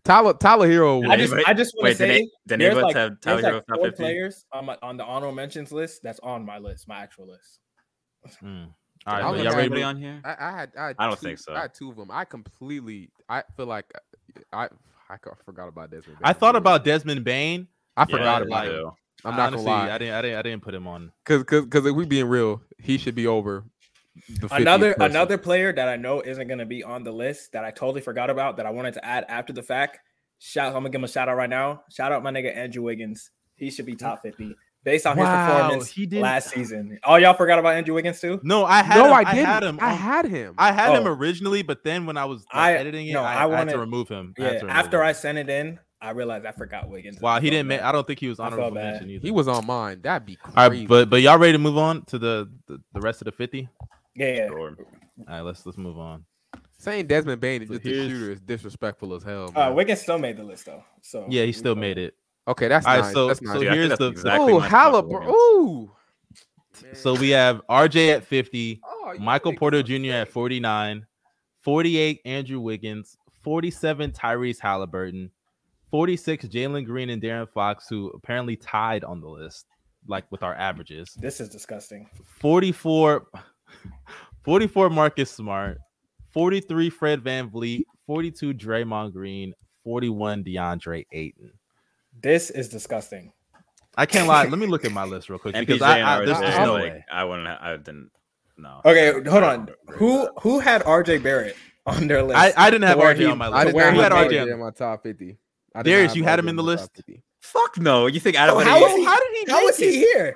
A: Tyler Tyler Hero.
D: Did
C: I just
D: anybody-
C: I just want to
D: Wait, did,
C: say
D: any- did
C: there's
D: anybody
C: like,
D: have Tyler
C: there's
D: Hero
C: like
D: top
C: four
D: fifty?
C: players on my on the honorable mentions list that's on my list, my actual list.
B: Mm. All
A: I
B: right, but
A: was
B: y'all
A: gonna
B: ready?
D: anybody
B: to-
A: have-
D: on here?
A: I, I had I, had
D: I don't
A: two-
D: think so.
A: I had two of them. I completely I feel like uh, I I, c- forgot about Desmond.
B: I
A: Bain.
B: thought about Desmond Bain.
A: I
D: Yeah,
A: forgot
D: I
A: about
D: do.
A: him. I'm
B: I
A: not
B: honestly,
A: gonna
B: I
A: lie,
B: didn't, I didn't, I didn't put him on.
A: because because because if we being real, he should be over. the 50th
C: Another
A: person.
C: another player that I know isn't gonna be on the list that I totally forgot about that I wanted to add after the fact. Shout! I'm gonna give him a shout out right now. Shout out my nigga Andrew Wiggins. He should be top 50 based on
A: Oh,
B: Wow,
C: his performance
B: he didn't-
C: last season. Oh, y'all forgot about Andrew Wiggins too?
B: No, I had.
A: no,
B: him,
A: I didn't.
B: had him.
A: I
B: on-
A: had him.
B: I had him
C: Oh.
B: originally, but then when I was like,
C: I-
B: editing it,
C: no,
B: I,
C: I
B: I had
C: wanted-
B: to remove him. I had
C: Yeah.
B: to remove
C: After
B: him.
C: I sent it in, I realized I forgot Wiggins.
B: wow, he
C: So
B: didn't make. I
C: bad.
B: don't think he was
C: I felt
B: honorable
C: bad.
B: mention either.
A: he was on mine. That'd be crazy.
B: All right, but but y'all ready to move on to the the, the rest of the fifty?
C: Yeah, yeah.
D: Sure.
B: All right, let's let's move on.
A: saying Desmond Bain is
B: So
A: just a
B: here's-
A: shooter is disrespectful as hell.
C: Uh,
A: man.
C: Wiggins still made the list though. So
A: Oh,
B: Yeah, he still made it.
A: okay, that's
B: All right,
A: nice.
B: so
A: that's
B: so
A: nice.
D: Dude, I think
B: here's
D: that's
B: the
D: exact-
B: the-
D: exactly
A: Ooh,
D: my top
A: Halliburton.
D: Wiggins.
A: Ooh.
B: So we have RJ at 50,
A: Oh, you
B: Michael
A: make
B: Porter
A: some
B: Jr. at
A: mistakes.
B: 49, 48 Andrew Wiggins, 47 Tyrese Halliburton, 46 Jalen Green and Darren Fox, who apparently tied on the list. like with our averages.
C: This is disgusting.
B: (laughs) 44, 44 Marcus Smart, 43 Fred Van Vliet, 42 Draymond Green, 41 DeAndre Ayton.
C: This is disgusting.
B: I can't lie. Let me look at my list real quick because
D: MPJ
B: I,
D: and
B: I-
D: RJ,
B: there's, there's no
D: like,
B: way.
D: I wouldn't. I didn't. No.
C: Okay,
D: I-
C: hold
D: I
C: on.
D: wouldn't agree
C: Who
D: with that.
C: who had RJ Barrett on their list?
B: I, I didn't have
C: where
B: RJ
C: he-
B: on my
C: to
A: I
B: list.
A: did
B: Who
C: where
A: not
C: he
B: had
A: have
B: RJ?
A: RJ in
B: on-
A: my top fifty. I did not
B: Darius,
A: have
B: you had him
A: RJ
B: in the
A: my top
B: list?
A: 50.
D: Fuck no. You think
C: How,
D: Adam?
C: how,
D: How
C: was, how did he? How was he here?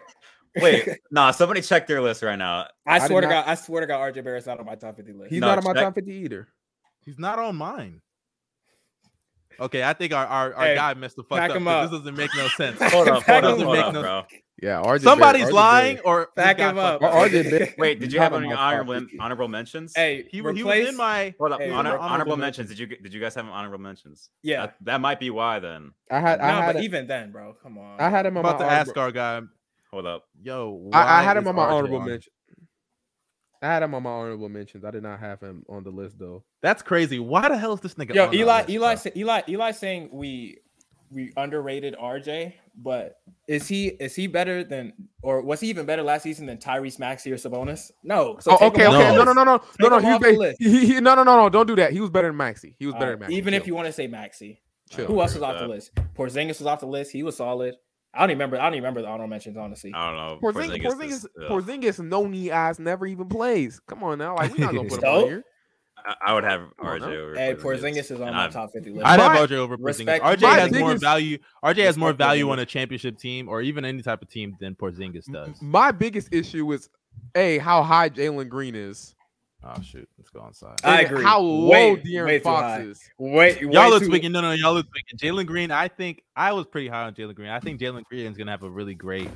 D: Wait, nah. Somebody check their list right now.
C: I,
A: I
C: swear
A: did
C: to
A: not-
C: God, I swear to God, RJ Barrett's not on my top 50 list.
A: He's
D: No,
A: not in my
D: check-
A: top fifty either.
B: (laughs) He's not on mine. Okay, I think our our, our
C: Hey,
B: guy messed the fuck
C: pack
B: up.
C: him
B: 'cause
C: up.
B: This doesn't make no sense.
C: (laughs)
D: Hold up, hold
B: Doesn't
D: up, hold
B: make
D: up,
B: no-
D: bro.
A: Yeah, RJ.
B: Somebody's
A: RJ
B: lying or this
C: Back
B: guy
C: him
B: fucked
C: up.
A: Or RJ Barrett.
D: Wait, did
A: He's
D: you have
A: not
D: on
A: on
D: your
A: my top
D: honorable
A: 50.
D: honorable mentions?
C: Hey,
B: He, wa-
C: replace,
B: he was in my.
D: Hold up,
C: Hey,
D: honor,
B: honorable
D: honorable,
B: mentions.
D: mentions. Did you get- did you guys have honorable mentions?
C: yeah.
D: that, that might be why. Then
A: I had
C: No,
A: I had
C: but
A: a-
C: even then, bro, come on.
A: I had him
B: I'm
A: on
B: about
A: my
B: to ask
A: honorable-
B: our guy.
D: hold up.
B: Yo,
A: I, I
B: why
A: had him
B: is
A: on my
B: RJ
A: honorable
B: on?
A: mention. I had him on my honorable mentions. I did not have him on the list though.
B: That's crazy. Why the hell is this nigga?
C: Yo,
B: on our
C: Eli,
B: list,
C: Eli,
B: bro?
C: sa- Eli, Eli saying we we underrated RJ, but is he is he better than or was he even better last season than Tyrese Maxey or Sabonis? No. So
A: oh,
C: take
A: okay,
C: him off
A: okay.
C: the
A: No,
B: No.
A: no,
C: list.
A: no,
C: Take
A: no, no, no.
C: him
A: He,
C: off the
A: ba-
C: list.
A: he, he, no, no, no, no. Don't do that. He was better than Maxi. He was better
C: Alright,
A: than Maxi.
C: Uh, even if
A: Chill.
C: you want to say Maxey,
A: Chill.
C: who else
D: agree
C: was off
D: with
A: uh,
C: the list? Porzingis was off the list. He was solid. I don't even remember. I don't even remember the honorable mentions. Honestly,
D: I don't know.
A: Porzingis,
D: Porzingis
A: Porzingis,
D: is- ugh.
A: Porzingis, no knee ass, never even plays. Come on now, like we're not gonna put him
C: So?
A: on here.
D: I, I would have
A: on,
D: RJ
A: huh?
D: over.
C: hey, Porzingis is on
D: and
C: my
D: I'm-
C: top fifty list.
B: I'd
A: My-
B: have RJ over Porzingis.
C: respect-
B: RJ
A: my
B: has more
A: biggest-
B: value. RJ has more
C: Respect
B: value
C: Porzingis.
B: on a championship team or even any type of team than Porzingis does.
A: My biggest issue is a how high Jalen Green is.
B: Oh shoot, let's go inside.
C: I
A: and
C: agree.
A: How low
C: Way-
A: De'Aaron
C: way too
A: Fox
C: high.
A: is.
C: Wait, way
B: Y'all are
C: too-
B: speaking. No, no, y'all are speaking. Jalen Green. I think I was pretty high on Jalen Green. I think Jalen Green is gonna have a really great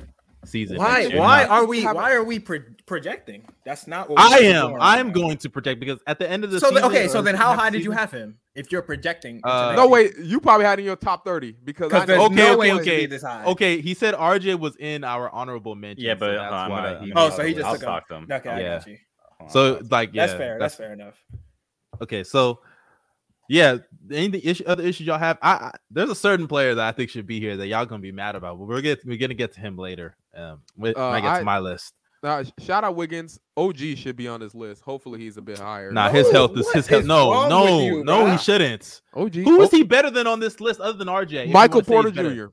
B: season.
C: Why?
B: next year.
C: Why
A: Not-
C: are we? Why are we pro- projecting? That's not what
B: I
C: we're
B: am.
C: doing.
B: I am going to project because at the end of the
C: So then,
B: season-
C: okay, so
B: or
C: then how
B: half
C: high did you
B: season-
C: have him? If you're projecting,
B: Uh,
A: No, wait, you probably had in your top 30 because I
C: because there's
A: know-
B: Okay,
C: no way
B: okay,
C: he could be
B: okay,
C: this high.
B: Okay, he said RJ was in our honorable mention.
D: Yeah,
B: so
D: but hold
B: that's
D: on, I'm
B: why
D: gonna-
B: he
D: I'm
B: got
C: Oh, so
B: on
C: he
B: the
C: just
D: I'll
B: list.
C: took him.
D: stalk them.
C: Okay, I
B: Yeah.
C: got you.
B: So like, yeah,
C: That's fair. That's, fair enough.
B: Okay, so yeah, any of the issue, other issues y'all have? I, I there's a certain player that I think should be here that y'all gonna be mad about. But we're get we're gonna get to him later. Um, when
A: Uh,
B: I get
A: I-
B: to my list.
A: Nah, sh- shout out Wiggins. OG should be on this list. Hopefully he's a bit higher.
B: Nah, his
C: No,
B: health is
C: what
B: his health.
C: is
B: No,
C: wrong
B: no,
C: with you,
B: no,
C: bro?
B: he shouldn't.
A: OG.
B: Who is
A: oh,
B: he better than on this list other than RJ? If you
A: Michael
B: wanna say he's
A: Porter
B: better-
A: Jr.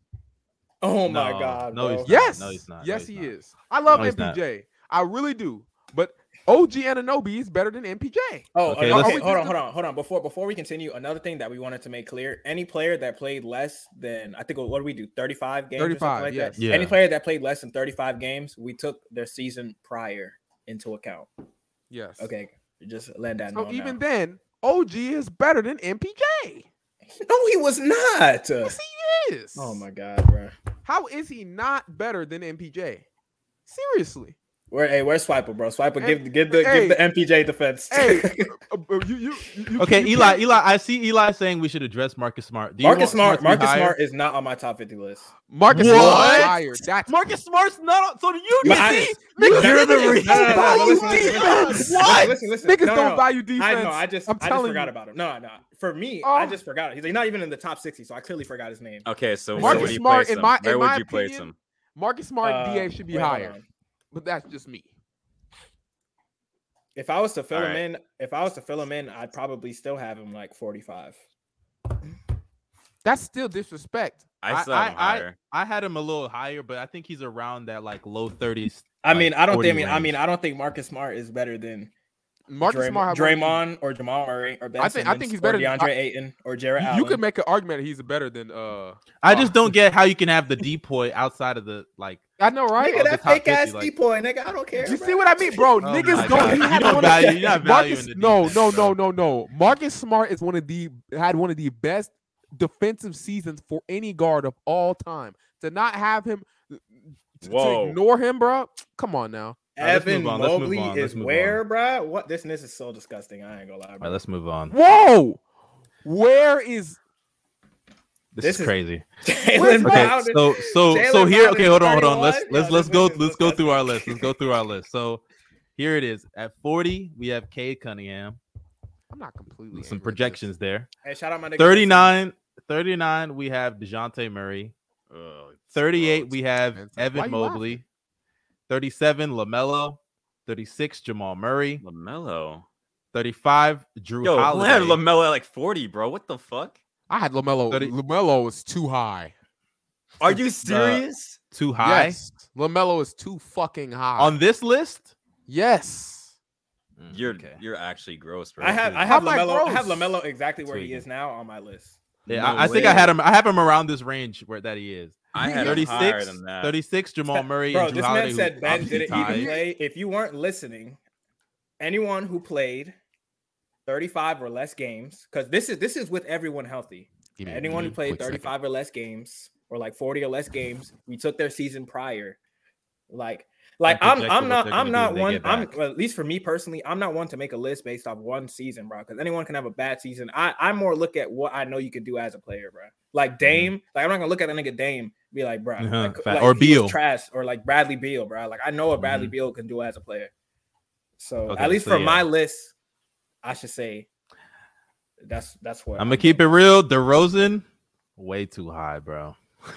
C: Oh my
B: No,
C: God.
B: no,
C: bro.
B: he's not.
A: Yes.
B: No, he's not. No,
A: Yes,
B: he's
A: he
B: not.
A: is. I love
B: No, he's not.
A: MPJ. I really do. But OG Ananobi is better than MPJ.
C: Oh,
B: Okay,
C: ano-
B: let's-
C: okay, hold on, hold on, hold on. Before before we continue, another thing that we wanted to make clear: any player that played less than I think what do we do, thirty five games, thirty
A: 35,
C: five, like
A: yes.
C: that.
B: Yeah.
C: Any player that played less than thirty five games, we took their season prior into account.
A: Yes.
C: Okay, just land that.
A: So
C: know
A: even
C: now.
A: then, OG is better than MPJ.
C: no, he was not.
A: Yes, he is.
C: Oh my god, bro.
A: How is he not better than MPJ?
C: (laughs)
A: Seriously.
C: Where hey, where's Swiper, bro? Swiper,
A: Hey,
C: give give the
A: hey.
C: give the MPJ defense. (laughs)
A: Hey, uh, uh, you, you, you- you-
B: Okay,
A: you
B: Eli,
A: can't-
B: Eli, I see Eli saying we should address Marcus Smart. Do you
C: Marcus
B: want
C: Smart, Marcus
B: to be
C: Smart is not on my top fifty list.
A: Marcus
B: What?
A: Smart is higher.
B: higher?
A: That's
B: Marcus Smart's not. On, so do you
C: But
B: you
C: I-
B: see?
A: (laughs) You're
B: Niggas,
A: the
B: niggas-
A: reason.
C: No, no, no,
A: Buy
C: no,
A: you
C: listen, listen, listen,
A: defense.
C: listen,
A: What?
C: Listen, listen,
A: niggas
C: no, no,
A: don't
C: no.
A: buy you defense.
C: I know. I just
A: I'm
C: i just
A: telling
C: forgot
A: you.
C: about him. No, no. For me,
A: Oh.
C: I just forgot. He's like not even in the top sixty, so I clearly forgot his name.
D: Okay, so where
A: Marcus
D: would you
A: Smart,
D: place
A: in
D: him?
A: my-
D: Where
A: in
D: would
A: my
D: you place
A: opinion,
D: him?
A: Marcus Smart
C: Uh,
A: and DA should be
C: wait, hold
A: higher,
C: on.
A: but that's just me.
C: If I was to fill
D: All
C: him
D: right.
C: in, if I was to fill him in, I'd probably still have him like forty-five.
A: That's still disrespect.
D: I still
B: I-
D: have him
B: I-
D: higher.
B: I had him a little higher, but I think he's around that like low thirties.
C: I mean, I don't think. I mean, I mean, I don't think Marcus Smart is better than
A: Marcus
C: Draymond,
A: Smart, had one-
C: Draymond or Jamal Murray or Ben
A: I think- I think
C: Simmons
A: he's better
C: or
A: than-
C: DeAndre
A: I-
C: Ayton or Jared
A: you,
C: Allen.
A: you could make an argument that he's better than. uh
B: I just don't get how you can have the depoy outside of the like.
A: I know, right?
B: Nigga, of the that top fake 50, ass like-
C: boy, nigga. I don't care.
A: You see what I mean, bro?
B: Oh
A: Niggas
B: my
A: don't.
B: God.
A: He
B: You
A: had
B: don't
A: one of
B: value-
A: the-
B: you're not
A: Marcus,
B: valuing the
A: no, no,
B: defense,
A: no,
B: bro.
A: no, no. Marcus Smart is one of the had one of the best defensive seasons for any guard of all time. To not have him, to- to
D: Whoa.
A: ignore him, bro. Come on now.
B: Alright, let's
C: Evan
B: move on, let's move
C: Mobley
B: on, let's
C: is
B: move
C: where, bruh? What this this is so disgusting. I ain't gonna lie,
B: All right,
C: bro.
B: let's move on.
A: Whoa, where is
B: This,
C: This
B: is,
C: is-
B: crazy.
A: Where's
C: (laughs) Jalen
A: Bro,
B: Okay,
C: Brown is-
B: so so
C: Jalen
B: so here.
C: Brown
B: Okay,
C: is
B: hold on, hold on. Let's
C: 31?
B: let's
C: Yo,
B: let's
C: this
B: go
C: is
B: let's go through our list.
C: disgusting.
B: Let's go through our list. So here it is. At forty, we have Cade Cunningham.
A: I'm not completely angry
B: Some
A: at this.
B: projections there.
C: Hey, shout out my nigga.
B: 39, 39 we have Dejounte Murray.
D: Ugh, it's- oh,
B: 38,
D: it's-
B: we have
A: expensive. Why
B: Evan
A: you
B: Mobley. 37, LaMelo. 36, Jamal Murray.
D: Lamelo.
B: 35, Drew
D: Yo, (laughs) who had
B: Holiday.
D: Lamelo at like forty, bro? What the fuck?
A: I had Lamelo.
B: Thirty-
A: Lamelo is too high.
D: Are (laughs) you serious?
B: too high.
A: Yes, Lamelo is too fucking high.
B: On this list?
A: yes,
B: Mm,
D: You're
B: okay.
D: you're actually gross, bro.
C: I have I
A: How
C: have
A: am I
C: Lamelo. I have
A: gross?
C: Lamelo exactly where he
D: Tweaking.
C: is now on my list.
B: Yeah,
D: No
B: I, I think I
D: way.
B: had him. I have him around this range where that he is.
D: I had him
B: 36,
D: higher than that.
B: 36, Jamal Murray.
C: Bro,
B: and Drew
C: this
B: Holiday,
C: man
B: who's
C: said Ben
B: obviously
C: didn't
B: tied.
C: even play. If you weren't listening, anyone who played 35 or less games, because this is this is with everyone healthy.
A: Give me a
C: Anyone who
A: really
C: played
A: quick second.
C: 35 or less games or like 40 or less games, we took their season prior. Like like
B: And
C: I'm
B: projected
C: I'm
B: what
C: not
B: they're
C: I'm
B: gonna do
C: not
B: when they
C: one
B: get
C: I'm
B: back.
C: well, at least for me personally, I'm not one to make a list based off one season, bro, because anyone can have a bad season. I I more look at what I know you can do as a player, bro. Like Dame, like I'm not gonna look at a nigga Dame be like, bro,
B: Mm-hmm. Uh-huh,
C: like,
B: fact.
C: like,
B: Or
C: he was
B: Beal. Mm-hmm.
C: trash, or like Bradley Beal, bro. Like I know what Bradley Beal can do as a player. So
B: Okay,
C: at least
B: so
C: for
B: yeah.
C: my list, I should say that's that's what
B: I'm gonna keep it real. DeRozan, way too high, bro. (laughs)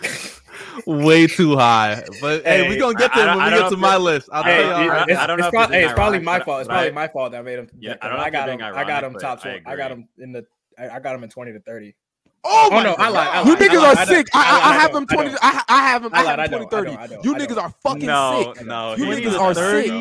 B: way too high. But hey,
C: Hey,
B: we're gonna get to
D: I- I
B: it
D: don't-
B: when we
D: I don't
B: get to
D: know
B: my
D: if-
B: list. I'll
D: Hey,
B: tell y'all.
D: you-
B: right
D: I-
B: now.
C: it's,
D: I don't
C: it's
D: know if
C: prob-
D: it's being
C: hey, it's probably
D: ironic,
C: my
D: but-
C: fault. It's
D: but
C: probably
D: I-
C: my fault that I made him.
D: Yeah,
C: that-
D: I don't know
C: I
D: if you're
C: got him.
D: being
C: I got him
D: ironic,
C: top.
D: but I
C: 20 I got
D: agree.
C: him in the. I I got him in twenty to thirty.
A: Oh,
C: Oh,
A: my
C: no,
A: god!
C: I lied, I
A: you
C: lied, I
A: niggas
C: lied,
A: are
C: I
A: sick.
C: don't-
A: I, I,
C: I
A: I,
C: don't-
A: have them
C: I
A: twenty.
C: don't.
A: I, I have them. I,
C: I
A: have
C: lied, I
A: them
C: don't,
A: twenty
C: I
A: thirty.
C: don't, I don't,
A: You
C: I
A: niggas
C: don't.
A: are fucking
D: no,
A: sick.
D: no,
A: You
D: he's
A: niggas
D: not
A: are
D: that
A: sick.
D: bro.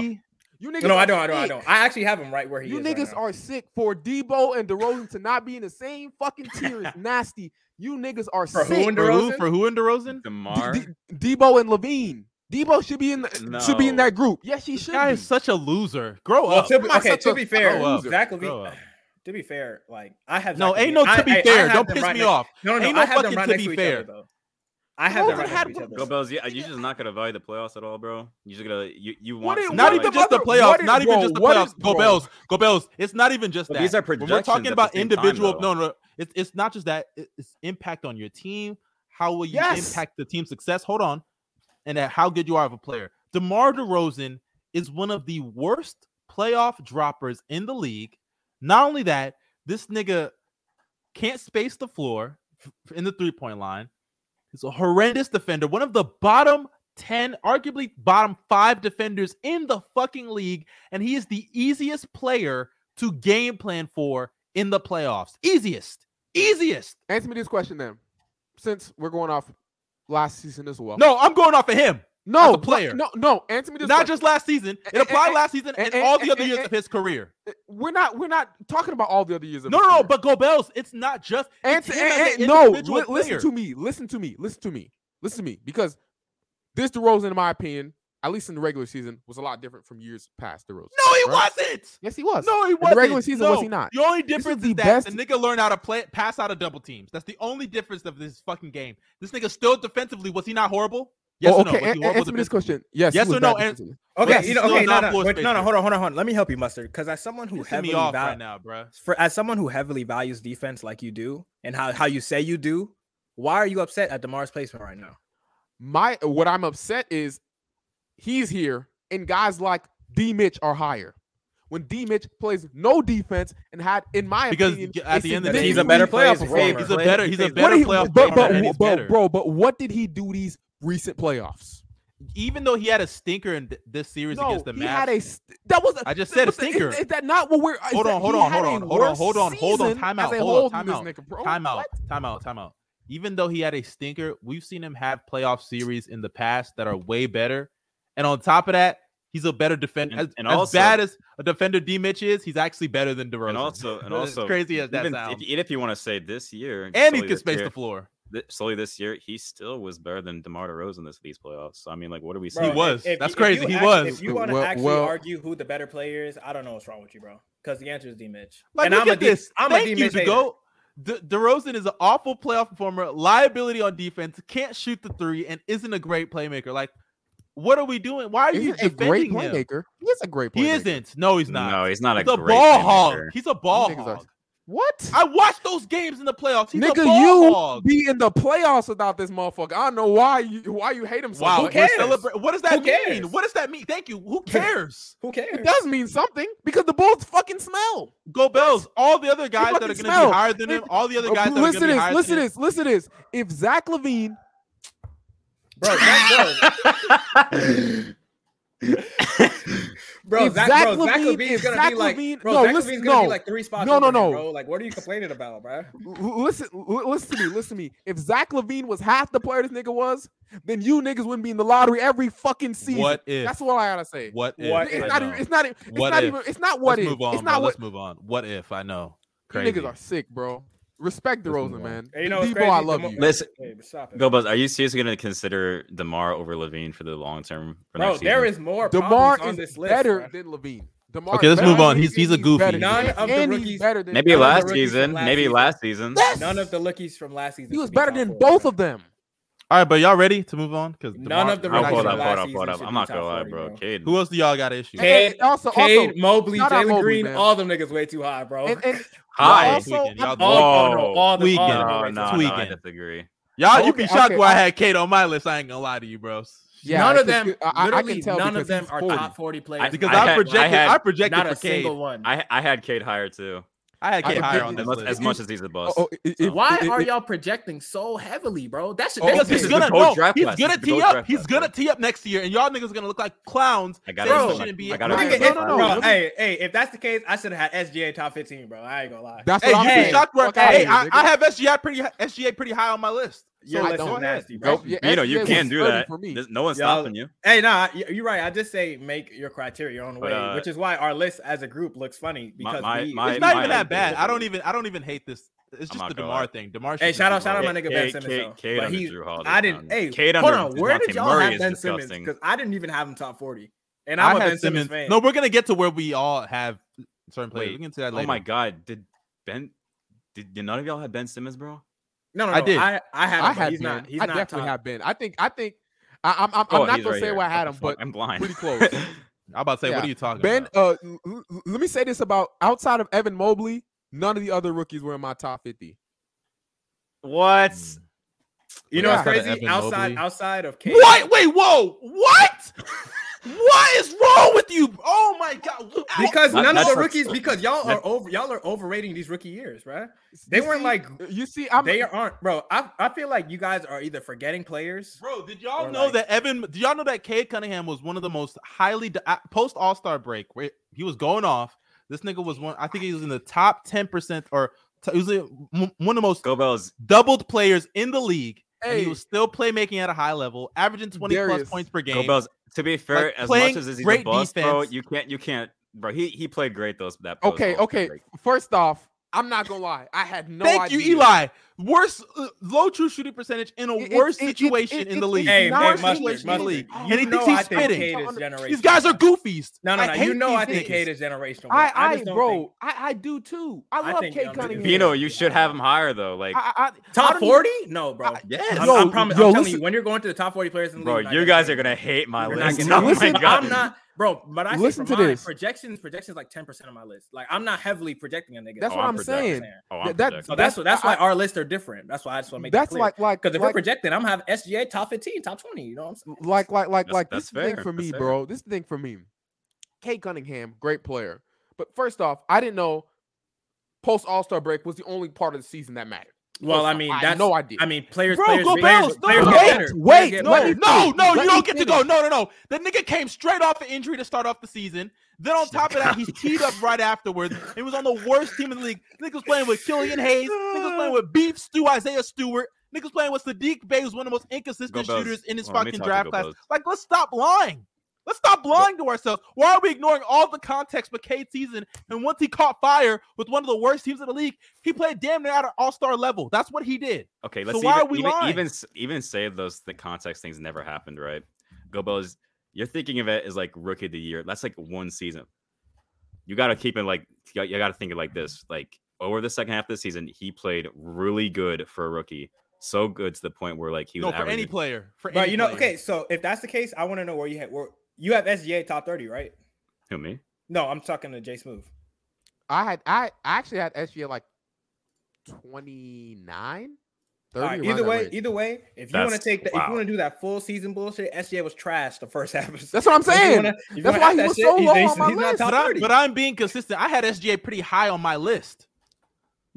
A: You niggas
C: No,
A: are
C: I don't. I don't. I
A: sick.
C: don't. I actually have him right where he
A: You
C: is. right
A: niggas
C: now.
A: are sick for Debo and DeRozan to not be in the same fucking tier
C: (laughs)
A: is nasty. You niggas are
C: For who
A: sick.
C: and
B: For who?
C: DeRozan?
B: For who and DeRozan?
D: Demar.
A: D- D- Debo and Levine. Debo should be in the, should be in
D: No.
A: that group. Yes, he
B: This
A: should.
B: guy
A: be.
B: is such a loser. Grow
C: Well,
B: up.
C: to be,
A: Am I
C: okay.
A: such
C: To
A: a
C: be fair,
B: grow up,
C: Zach Levine.
B: grow up.
C: To be fair, like I have.
B: No,
C: Zach
B: ain't no
C: Levine-
B: to be
C: I- I- I
B: fair.
C: have
B: Don't
C: them
B: piss
C: right
B: me
C: next-
B: off.
C: No, no,
B: Ain't
C: no.
B: no
C: I have them
B: fucking
C: right
B: to
C: next
B: be
C: to each
B: fair.
C: other though. I have them
A: Rosen
C: right next
A: had
C: to each
A: one-
D: Go
C: other.
D: Bills, yeah, you're just not gonna value the playoffs at all, bro. You're just gonna you you
A: What
D: want
A: is-
D: to
B: Not
A: What
B: even
A: is-
B: just the
A: what is-
B: playoffs. Not even
A: bro,
B: just the
A: what is-
B: playoffs. Go
A: bro.
B: Bells. Go Bells. It's not even just
D: But
B: that.
D: these are
B: When we're
D: projections
B: talking
D: at
B: about
D: the same time,
B: individual.
D: though.
B: no, no, it's it's not just that. It- It's impact on your team. How will you
A: Yes.
B: impact the team's success? Hold on, and at how good you are of a player. DeMar DeRozan is one of the worst playoff droppers in the league. Not only that, this nigga can't space the floor in the three point line. He's a horrendous defender, one of the bottom 10, arguably bottom five defenders in the fucking league. And he is the easiest player to game plan for in the playoffs. Easiest. Easiest.
A: Answer me this question then, since we're going off last season as well.
B: No, I'm going off of him.
A: no,
B: as a player.
A: No, no. Answer me this.
B: Not
A: question.
B: just last season.
A: And-
B: It applied
A: and-
B: last season and,
A: and- and-
B: all the
A: and-
B: other
A: and-
B: years
A: and-
B: of his career.
A: we're not we're not talking about all the other years of
B: No,
A: his
B: no, no.
A: career.
B: But Gobels, it's not just it's
A: Answer,
B: him as an
A: and- and- no,
B: individual
A: li- listen
B: player.
A: to me. Listen to me. Listen to me. Listen to me. Because this DeRozan, in my opinion, at least in the regular season, was a lot different from years past DeRozan.
B: No, he
A: right?
B: wasn't.
A: Yes, he was.
B: No, he
A: the
B: wasn't.
A: regular season, was
B: No,
A: he not?
B: The only
A: is
B: difference
A: the
B: is, that
A: best-
B: the nigga learned how to play pass out of double teams. That's the only difference of this fucking game. This nigga still defensively was he not horrible? Yes
A: Oh,
B: or no? Was
A: okay,
B: he
A: an- an-
B: horrible
A: answer me this
B: defensively?
A: question. Yes. he
B: Yes
A: was
B: or
A: bad
B: no, an-
A: defensively.
C: Okay,
B: Yes,
C: you know,
B: he's
C: okay,
B: still
C: no,
B: not
C: no,
B: full
C: wait, no, no,
B: spacer.
C: hold on, hold on, hold on. Let me help you, mustard, because as someone who
B: Pissing
C: heavily
B: me off
C: val-
B: right now, bro.
C: for as someone who heavily values defense like you do, and how how you say you do, why are you upset at Demar's placement right now?
A: My what I'm upset is he's here and guys like D Mitch are higher. When D Mitch plays no defense and had, in my
B: Because
A: opinion,
B: y- at the end of the
C: day, he's a
A: significantly
C: better playoff
A: worse-
C: performer.
B: He's a better. He's a
C: What
A: What
B: better
A: he, but,
B: playoff
A: but,
B: player, and
A: but-
B: he's
A: but-
B: better.
A: bro, but what did he do these recent playoffs?
B: Even though he had a stinker in th- this series
A: No,
B: against the
A: he had
B: Mavs,
A: a. st- That was. A,
B: I just
A: that
B: said a
A: was a-
B: stinker.
A: Is, is that not what we're? is
B: Hold
A: that
B: on, hold
A: he
B: on,
A: had
B: hold
A: a
B: on, hold on,
A: worse
B: hold on, hold on,
A: season
B: time
A: as
B: out,
A: a
B: hold on,
A: whole
B: time
A: than this
B: out,
A: nigga, bro.
B: time out,
A: What?
B: time out, time out. Even though he had a stinker, we've seen him have playoff series in the past that are way better. And on top of that, he's a better defender.
D: And-
B: as,
D: and
B: as
D: also-
B: bad as a defender D Mitch is, he's actually better than DeRozan.
D: and also and
B: As
D: also
B: crazy as that
D: even,
B: sounds.
D: If, even if you want to say this year,
B: and he
D: solely
B: can
D: this
B: space
D: year-
B: the floor.
D: thi- solely this year, he still was better than DeMar DeRozan this these playoffs. So I mean, like, what are we
B: He
D: saying?
B: was. That's
C: you-
B: crazy.
C: you
B: He
C: actually-
B: was.
C: If you want to
A: Well-
C: actually
A: well-
C: argue who the better player is, I don't know what's wrong with you, bro. Because the answer is D Mitch.
B: Like,
C: and
B: look
C: I'm
B: at
C: a D,
B: this.
C: I'm
B: Thank
C: a D
B: you,
C: Mitch. hater.
B: Dugo. De- DeRozan is an awful playoff performer, liability on defense, can't shoot the three, and isn't a great playmaker. Like, what are we doing? Why are
A: He's
B: you
A: a
B: defending
A: great
B: him?
A: playmaker. He is a great playmaker.
B: He isn't. No, he's not.
D: No, he's not a
B: he's a,
D: great
B: ball hog.
D: playmaker.
B: He's a ball
A: niggas are-
B: hog.
A: What?
B: I watched those games in the playoffs. He's a
A: Nigga,
B: ball
A: you
B: hog.
A: be in the playoffs without this motherfucker. I don't know why you why you hate him so
B: Wow,
A: much.
B: we're
C: cares?
B: celebra- What does that
C: Who
B: mean?
C: cares?
B: What does that mean? Thank you. Who cares?
C: Who cares?
A: It does mean something because the Bulls fucking smell.
B: Go Bells. All the other guys that
A: fucking
B: are going to be
A: smell.
B: higher than him. All the other guys that are going
A: listen to
B: to be
A: this.
B: higher
A: Listen
B: than
A: to
B: him.
A: this. Listen to this. If Zach Levine
C: bro. Zach, bro,
B: (laughs)
C: bro,
A: If
C: Zach,
A: Zach
C: bro, Zach
A: Levine-
C: Levine is
A: if
C: gonna
A: Zach
C: be like,
A: Levine-
C: bro,
A: no,
C: Zach
A: listen-
C: Levine's gonna
A: no.
C: be like three spots.
A: No, no,
C: over there,
A: no.
C: bro. Like, what are you complaining about, bro?
A: L- l- Listen, l- listen to me, listen to me. If Zach Levine was half the player this nigga was, then you niggas wouldn't be in the lottery every fucking season.
B: What if?
A: That's what I gotta say.
B: what if?
C: What
A: It's
C: if?
A: not.
B: I know.
A: Even, it's not. It's
B: What
A: not
B: if?
A: even. It's not what
B: Let's
A: if.
B: move on.
A: it's
B: bro.
A: not what
B: Let's move on. What if? I know.
A: you
B: Crazy.
A: niggas are sick, bro. Respect
B: Let's
A: DeRozan,
B: move on.
A: man.
C: Hey, you know what's
A: Debo,
C: crazy?
A: I love
C: Demo-
A: you.
D: Listen,
C: Hey, stop it.
D: Gobos, are you seriously going to consider Demar over Levine for the long term? for
C: bro.
D: next season?
C: There is more
A: DeMar
C: problems on
A: is
C: this list.
A: better
C: bro.
A: than Levine. DeMar
B: Okay,
A: is
B: let's
A: better
B: move
A: than
B: on. He's-
A: Levine.
B: he's a goofy.
A: better.
C: None of the
A: And he's
C: rookies-
A: better than
D: maybe
C: None of the
D: last
C: rookies from
D: season,
C: last
D: maybe
C: season.
D: last season.
A: Yes!
C: None of the lookies from last season.
A: He was
C: should be
A: better
C: top
A: than
C: four,
A: both
C: bro.
A: of them.
B: All right, but y'all ready to move on? Because
C: None of the
D: I'll
C: rookies
D: pull it
C: from
D: up,
C: last
D: pull it up,
C: season
D: pull it up.
C: should
D: I'm
C: be
D: not
C: top
D: gonna lie,
C: 40,
D: bro.
C: bro.
D: Caden.
B: Who else do y'all got issues?
A: Hey,
C: Cade,
A: also-
C: Cade,
A: also,
C: Mobley,
A: shout out
C: Jalen
A: Mobley,
C: Green,
A: man.
C: all them niggas way too high, bro.
A: And, and
D: Hi.
A: also,
B: Tweaking. Y'all
A: I'm-
B: all-
C: all, no, no, all,
D: Whoa.
C: the, all,
B: Weekend.
C: them way
D: No, no,
C: too
D: no,
C: high.
D: I
B: Tweaking.
D: disagree.
B: Y'all, you
A: okay,
B: be shocked
A: okay,
B: where I
A: I-
B: had Kate on my list. I ain't gonna lie to you, bro.
A: yeah,
C: none of
A: because
C: them,
A: you- I, I
C: literally
A: can tell
C: none of
A: because
C: them
A: he's
C: are
A: 40.
C: top 40 players.
B: Because
D: I
B: I,
D: had- I
B: projected, I,
D: had-
B: projected
C: not
B: for
C: a
B: Cade.
C: single one.
D: I I had Cade higher too,
B: I had
A: I
B: Cade higher
A: projected-
B: on
D: as
B: this
D: much,
B: list.
D: as, much as these are
A: Oh,
D: bus.
A: oh, it- it-
E: Why
A: it-
E: are
A: it-
E: y'all projecting so heavily, bro? That should
A: Oh,
E: that should
A: okay.
B: Because he's
A: This is
B: gonna
D: the whole
B: no,
D: draft
B: he's
D: class.
B: gonna
D: This is the
B: tee
D: whole
B: up.
D: draft
B: He's
D: class,
B: gonna
D: bro.
B: tee up next year, and y'all niggas gonna look like cowns.
D: I gotta
B: saying
D: respect-
B: he shouldn't be-
D: I gotta
B: No,
C: Nigga,
D: respect
B: no,
C: if,
B: no,
D: that.
B: no,
C: bro,
B: no.
C: hey, hey, if that's the case, I should have had SGA top 15, bro. I ain't gonna lie.
A: That's
B: Hey,
A: what I'm
B: you
A: saying.
B: be shocked where?
A: Fuck outta
B: Hey,
A: here,
B: I,
A: nigga.
B: I have SGA pretty SGA pretty high on my list.
C: Your
A: I
C: list
A: don't.
C: is nasty, bro.
A: Go- yeah,
D: You know you
A: SGA
D: can
A: was
D: do
A: 30
D: that.
A: for me.
D: There's- No one's
C: Y'all-
D: stopping you.
C: Hey, nah, y- you're right. I just say make your criteria your own way,
D: But, uh,
C: which is why our list as a group looks funny because
D: my-
C: we,
D: my-
B: It's not
D: my
B: even that
D: idea
B: bad.
D: is-
B: I don't even I don't even hate this. It's just
D: not
B: the
D: gonna
B: Demar
D: lie.
B: thing. Demar.
C: Hey,
B: should
C: shout
B: be
C: out, shout out
B: lower.
C: my nigga Ben
D: Cade,
C: Simmons.
D: Cade,
C: though.
D: Cade
C: But
D: under
C: he-
D: Drew Holiday.
C: I didn't. Hey,
D: Cade
C: hold
D: under
C: on. Where
D: Dejounte
C: did y'all
D: Murray
C: have
D: is
C: Ben Simmons?
D: disgusting.
C: Because I didn't even have him top forty, and
B: I
C: I'm a
B: had
C: Ben Simmons, fan.
B: No, we're gonna get to where we all have certain players.
D: Wait.
B: we can see that
D: Oh
B: later.
D: my God, did Ben? Did, did none of y'all have Ben Simmons, bro?
C: no, no, no.
B: I did.
C: I, I had. Him,
A: I
C: but
A: had
C: he's
A: Ben.
C: not. He's
A: I
C: not
A: definitely
C: top.
A: have Ben. I think. I think. I, I'm. I'm,
D: Oh,
A: I'm not
D: he's
A: gonna
D: right
A: say
D: here.
A: where I had
D: What
A: him,
D: the
A: but
D: fuck? I'm blind.
A: pretty
D: (laughs)
A: close.
B: I'm about to say,
A: Yeah.
B: what are you talking
A: Ben,
B: about?
A: uh, l- l- l- let me say this about outside of Evan Mobley, none of the other rookies were in my top 50.
D: what?
B: Mm.
C: You know
A: Yeah.
C: what's
B: Outside of
C: crazy?
B: Evan
C: Outside,
B: Mobley.
C: outside of Cade.
B: What? Wait, whoa, what? what is wrong with you? Oh my god!
C: Because
D: That-
C: none of the
D: that's-
C: rookies. Because y'all are
D: that-
C: over. Y'all are overrating these rookie years, right? They
A: You
C: weren't
A: see-
C: like.
A: you see. I'm.
C: They aren't, bro. I, I feel like you guys are either forgetting players.
B: Bro, did y'all
C: Or
B: know
C: like-
B: that Evan? Did y'all know that Cade Cunningham was one of the most highly uh, post All Star break where he was going off? This nigga was one. I think he was in the top ten percent or t- he was in m- one of the most
D: Go Bells.
B: doubled players in the league. and
A: Hey.
B: he was still playmaking at a high level, averaging twenty
A: Darius,
B: plus points per
D: Go
B: game.
D: Bells. To be fair, as much
B: playing
D: as he's a
B: great
D: bust, bro,
B: defense.
D: you can't. You can't, bro. He he played great those that. post
A: Okay.
D: All-Star
A: Okay.
D: break.
A: First off, I'm not gonna lie. I had no.
B: Thank
A: idea.
B: you, Eli. Worst uh, low true shooting percentage in a
A: It- it-
B: worse
A: it- it-
B: situation
A: it-
B: in the
A: it-
B: league.
A: it's
C: Hey,
A: not
C: hey,
A: a
C: mustard,
A: situation
C: mustard.
B: league.
A: You
B: And he
A: know
B: thinks
A: I
B: he's
A: think
B: fitting.
A: Cade
C: Cade
A: is
C: is generational.
B: These guys are goofies.
C: No, no,
B: I
C: no.
B: hate
C: You know,
B: these
C: I think
B: niggas.
C: Cade is generational.
A: I,
C: but
A: I,
C: just don't
A: bro,
C: think-
A: I, I do too. I
C: I
A: love
C: think
A: Cade
C: y'all niggas-
A: Cunningham.
D: Vino, you should have him higher though. Like,
A: I, I, I, I
C: Top
A: don't
C: forty? No, bro.
A: I-
B: Yes.
C: I'm,
A: Yo,
C: I'm, promi-
A: yo,
C: I'm telling
A: listen-
C: you, when you're going to the top 40 players in the
D: bro,
C: league, you're not
D: you
C: gonna
D: guys
C: say
D: are gonna
C: that.
D: hate my
C: You're not
D: list. (laughs) Oh
C: gonna-
D: my
A: Listen,
D: God.
C: I'm not, bro. But I
A: Listen
C: listen
A: to
C: to my
A: this.
C: projections. Projections like 10 percent of my list. Like I'm not heavily projecting a nigga.
A: That's
D: Oh, what I'm I'm
A: saying.
D: Oh, I'm
A: That- that-
D: projecting.
C: So that's
A: That's-
C: what. That's why
A: I-
C: our lists are different. That's why I just want to make
A: that's
C: that clear.
A: like like
C: because if we're
A: like,
C: projecting, I'm gonna have SGA top 15, top 20. You know what I'm saying?
A: like like like
D: That's-
A: like
D: that's
A: this thing
D: fair.
A: for me,
D: That's fair.
A: bro. This thing for me. Kate Cunningham, great player, but first off, I didn't know post All Star break was the only part of the season that mattered.
C: Well,
A: First
C: I
A: off,
C: mean,
A: I had
C: that's
A: no idea.
C: I mean, players,
B: Bro,
C: players,
B: go
C: players,
B: Bells. No,
C: players get
B: wait,
C: better. Players
A: wait,
C: get
A: no,
B: No,
C: better.
A: Let me
B: no,
A: finish.
B: no,
A: Let
B: you
A: me
B: don't get to go.
A: finish.
B: No, no, no. That nigga came straight off an injury to start off the season. Then on top of that, he's teed up right afterwards. He was on the worst team in the league. Nigga was playing with Killian Hayes. Nigga was playing with Beef Stew Isaiah Stewart. Nigga was playing with Sadiq Bay, who's one of the most
D: Go
B: inconsistent
D: Bells.
B: shooters in his
D: Well, let me
B: fucking
D: talk to
B: draft
D: Go
B: class.
D: Bells.
B: Like, let's stop lying. Let's stop lying to ourselves. Why are we ignoring all the context for Cade's season? And once he caught fire with one of the worst teams in the league, he played damn near at an all-star level. That's what he did.
D: Okay, let's
B: why
D: even,
B: are we
D: even,
B: lying?
D: even s- even say those the context things never happened, right? Gobos, you're thinking of it as like rookie of the year. That's like one season. You got to keep it like you got- you got to think of it like this. Like over the second half of the season, he played really good for a rookie. So good to the point where like he
B: no,
D: was
B: for any
D: averaging-
B: player. For
C: But
B: any
C: you know,
B: player.
C: okay. So if that's the case, I want to know where you had where you have SGA top 30, right?
D: Who me?
C: No, I'm talking to Jay Smooth.
A: I had I I actually had SGA like 29, 30.
C: All right,
A: around
C: either
A: that
C: way,
A: range.
C: either way, if you want to
D: That's-
C: take that, if
D: wow.
C: you want to do that full season bullshit, SGA was trash the first (laughs) half. Of
A: that's what I'm saying. That's why he was so low on my list.
B: but, I, am being consistent. I had SGA pretty high on my list.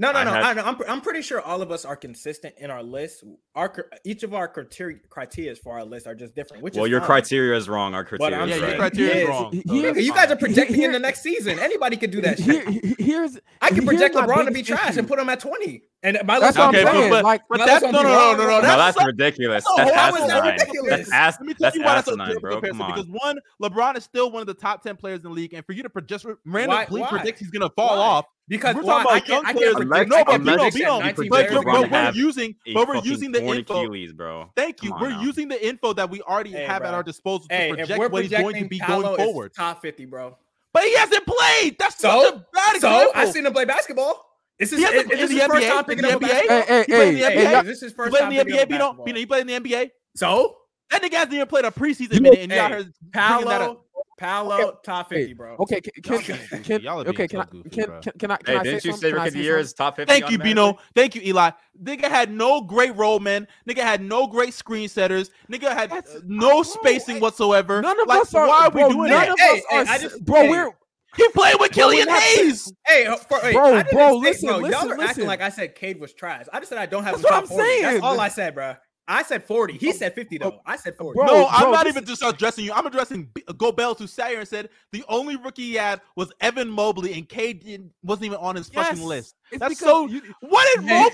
C: No, no,
D: I
C: no.
D: had-
C: I know. I'm, pre- I'm pretty sure all of us are consistent in our list. Our cr- each of our criteria criteria for our list are just different. Which
D: well,
C: is
D: your
C: fine.
D: criteria is wrong. Our criteria
C: I'm saying-
B: yeah,
D: is
B: your
D: right.
B: criteria
C: Yes,
B: is wrong.
A: he-
B: so
A: he-
B: that's
C: Nigga, you
B: fine.
C: guys are projecting
A: (laughs)
C: in the next season. Anybody could do that.
A: Here,
C: Shit.
A: he- here's
C: I can
A: here's
C: project
A: my
C: LeBron to
A: big
C: be trash
A: issue.
C: and put him at 20. And my
A: That's
C: list
A: what
D: Okay,
A: I'm
D: but-
A: saying.
D: but-
A: like,
B: But
C: Now
B: that's no,
C: that's
B: no,
C: on
B: no,
C: Jerome,
B: no,
C: bro.
B: no.
D: No,
B: Oh, That's,
D: that's
B: that's
D: ridiculous.
C: No,
D: That's
C: how is that
D: asinine.
C: ridiculous?
D: That's ass.
B: Let me tell
D: That's
B: you why that's a
D: asinine,
B: terrible
D: bro. Come
B: comparison.
D: on.
B: Because one, LeBron is still one of the top ten players in the league, and for you to pro- just re- randomly
C: Why?
B: predict he's gonna fall
C: Why?
B: off,
C: because
B: we're
C: why?
B: talking about
C: I can't,
B: young
C: I
B: players.
C: can't
B: Like,
C: predict.
B: no,
C: I
B: but
C: can't
B: you know,
D: unless-
C: predict
B: be
C: that
B: on.
D: you
C: 19 players are
B: But, you're, but
D: project LeBron to
B: we're
C: gonna
D: have
B: using,
D: A
B: but we're
D: fucking
B: using the
D: torn
B: info.
D: Achilles, bro.
B: Thank you.
D: E. Come on
B: We're
D: now.
B: using the info that we already
C: Hey,
B: have at
C: bro.
B: our disposal
C: Hey,
B: to
C: if we're
B: project what he's going
C: projecting
B: to be
C: Paolo
B: going
C: is
B: forward.
C: top 50, bro.
B: But he hasn't played. That's
C: So-
B: such a bad
C: So
B: example.
C: I seen him play basketball. This is
B: He hasn't
C: is-
B: played
C: is
B: in
C: his
B: the
C: first
B: NBA,
C: time picking
B: in the
C: up a
B: NBA.
C: basketball.
A: Hey, hey,
B: He played in
A: hey,
B: the
A: hey,
B: NBA.
A: y'all-
C: Hey, this is his
B: he
C: first
B: played in
C: time
B: the
C: picking up
B: NBA.
C: a
B: Bino, Bino,
C: basketball.
B: he played in the NBA.
C: So
B: That nigga hasn't even played a preseason
A: You-
B: minute, and y'all
C: Hey,
B: heard bringing that up.
C: Paolo, Paolo, top 50, bro.
A: Okay, can,
B: Y'all
A: can,
B: goofy.
A: can-
B: Y'all are being
A: okay, can,
B: so
A: I,
B: goofy,
A: can,
B: bro.
A: can, can I can
D: Hey,
A: I
D: didn't
A: say
D: you
A: something?
D: say
A: Can I
D: Rookie of the
A: say
D: Year
A: something?
D: is top 50?
B: Thank you, Bino. Thank you, Eli. Nigga had no great role men. Nigga had no great screen setters. Nigga had
A: That's-
B: uh, no
A: bro,
B: spacemaking
A: I-
B: whatsoever.
A: None of
B: like,
A: us are.
B: why are we
A: bro,
B: doing
A: none
B: that?
A: of
C: Hey,
A: us
C: hey,
A: are.
C: I
A: s-
C: just-
A: bro,
C: hey.
A: we're
B: He played with Killian
A: not-
B: Hayes.
C: Hey, ho- for, wait,
A: Bro,
C: I didn't
A: bro,
C: say-
A: listen,
C: no, y'all
A: listen,
C: are acting
A: listen.
C: like I said Cade was trash. I just said I don't have
A: That's
C: him
A: what
C: top
A: I'm
C: 40.
A: saying.
C: That's all I said, bro. I said 40. He said 50 though. I said 40.
A: Bro,
B: no, I'm
A: bro,
B: not
A: this-
B: even just addressing you. I'm addressing B- uh, Gobert, who sat here and said the only rookie he had was Evan Mobley, and Cade didn't- wasn't even on his fucking list.
A: It's
B: That's
A: because
B: so-
A: you-
B: What is
C: Hey,
B: wrong?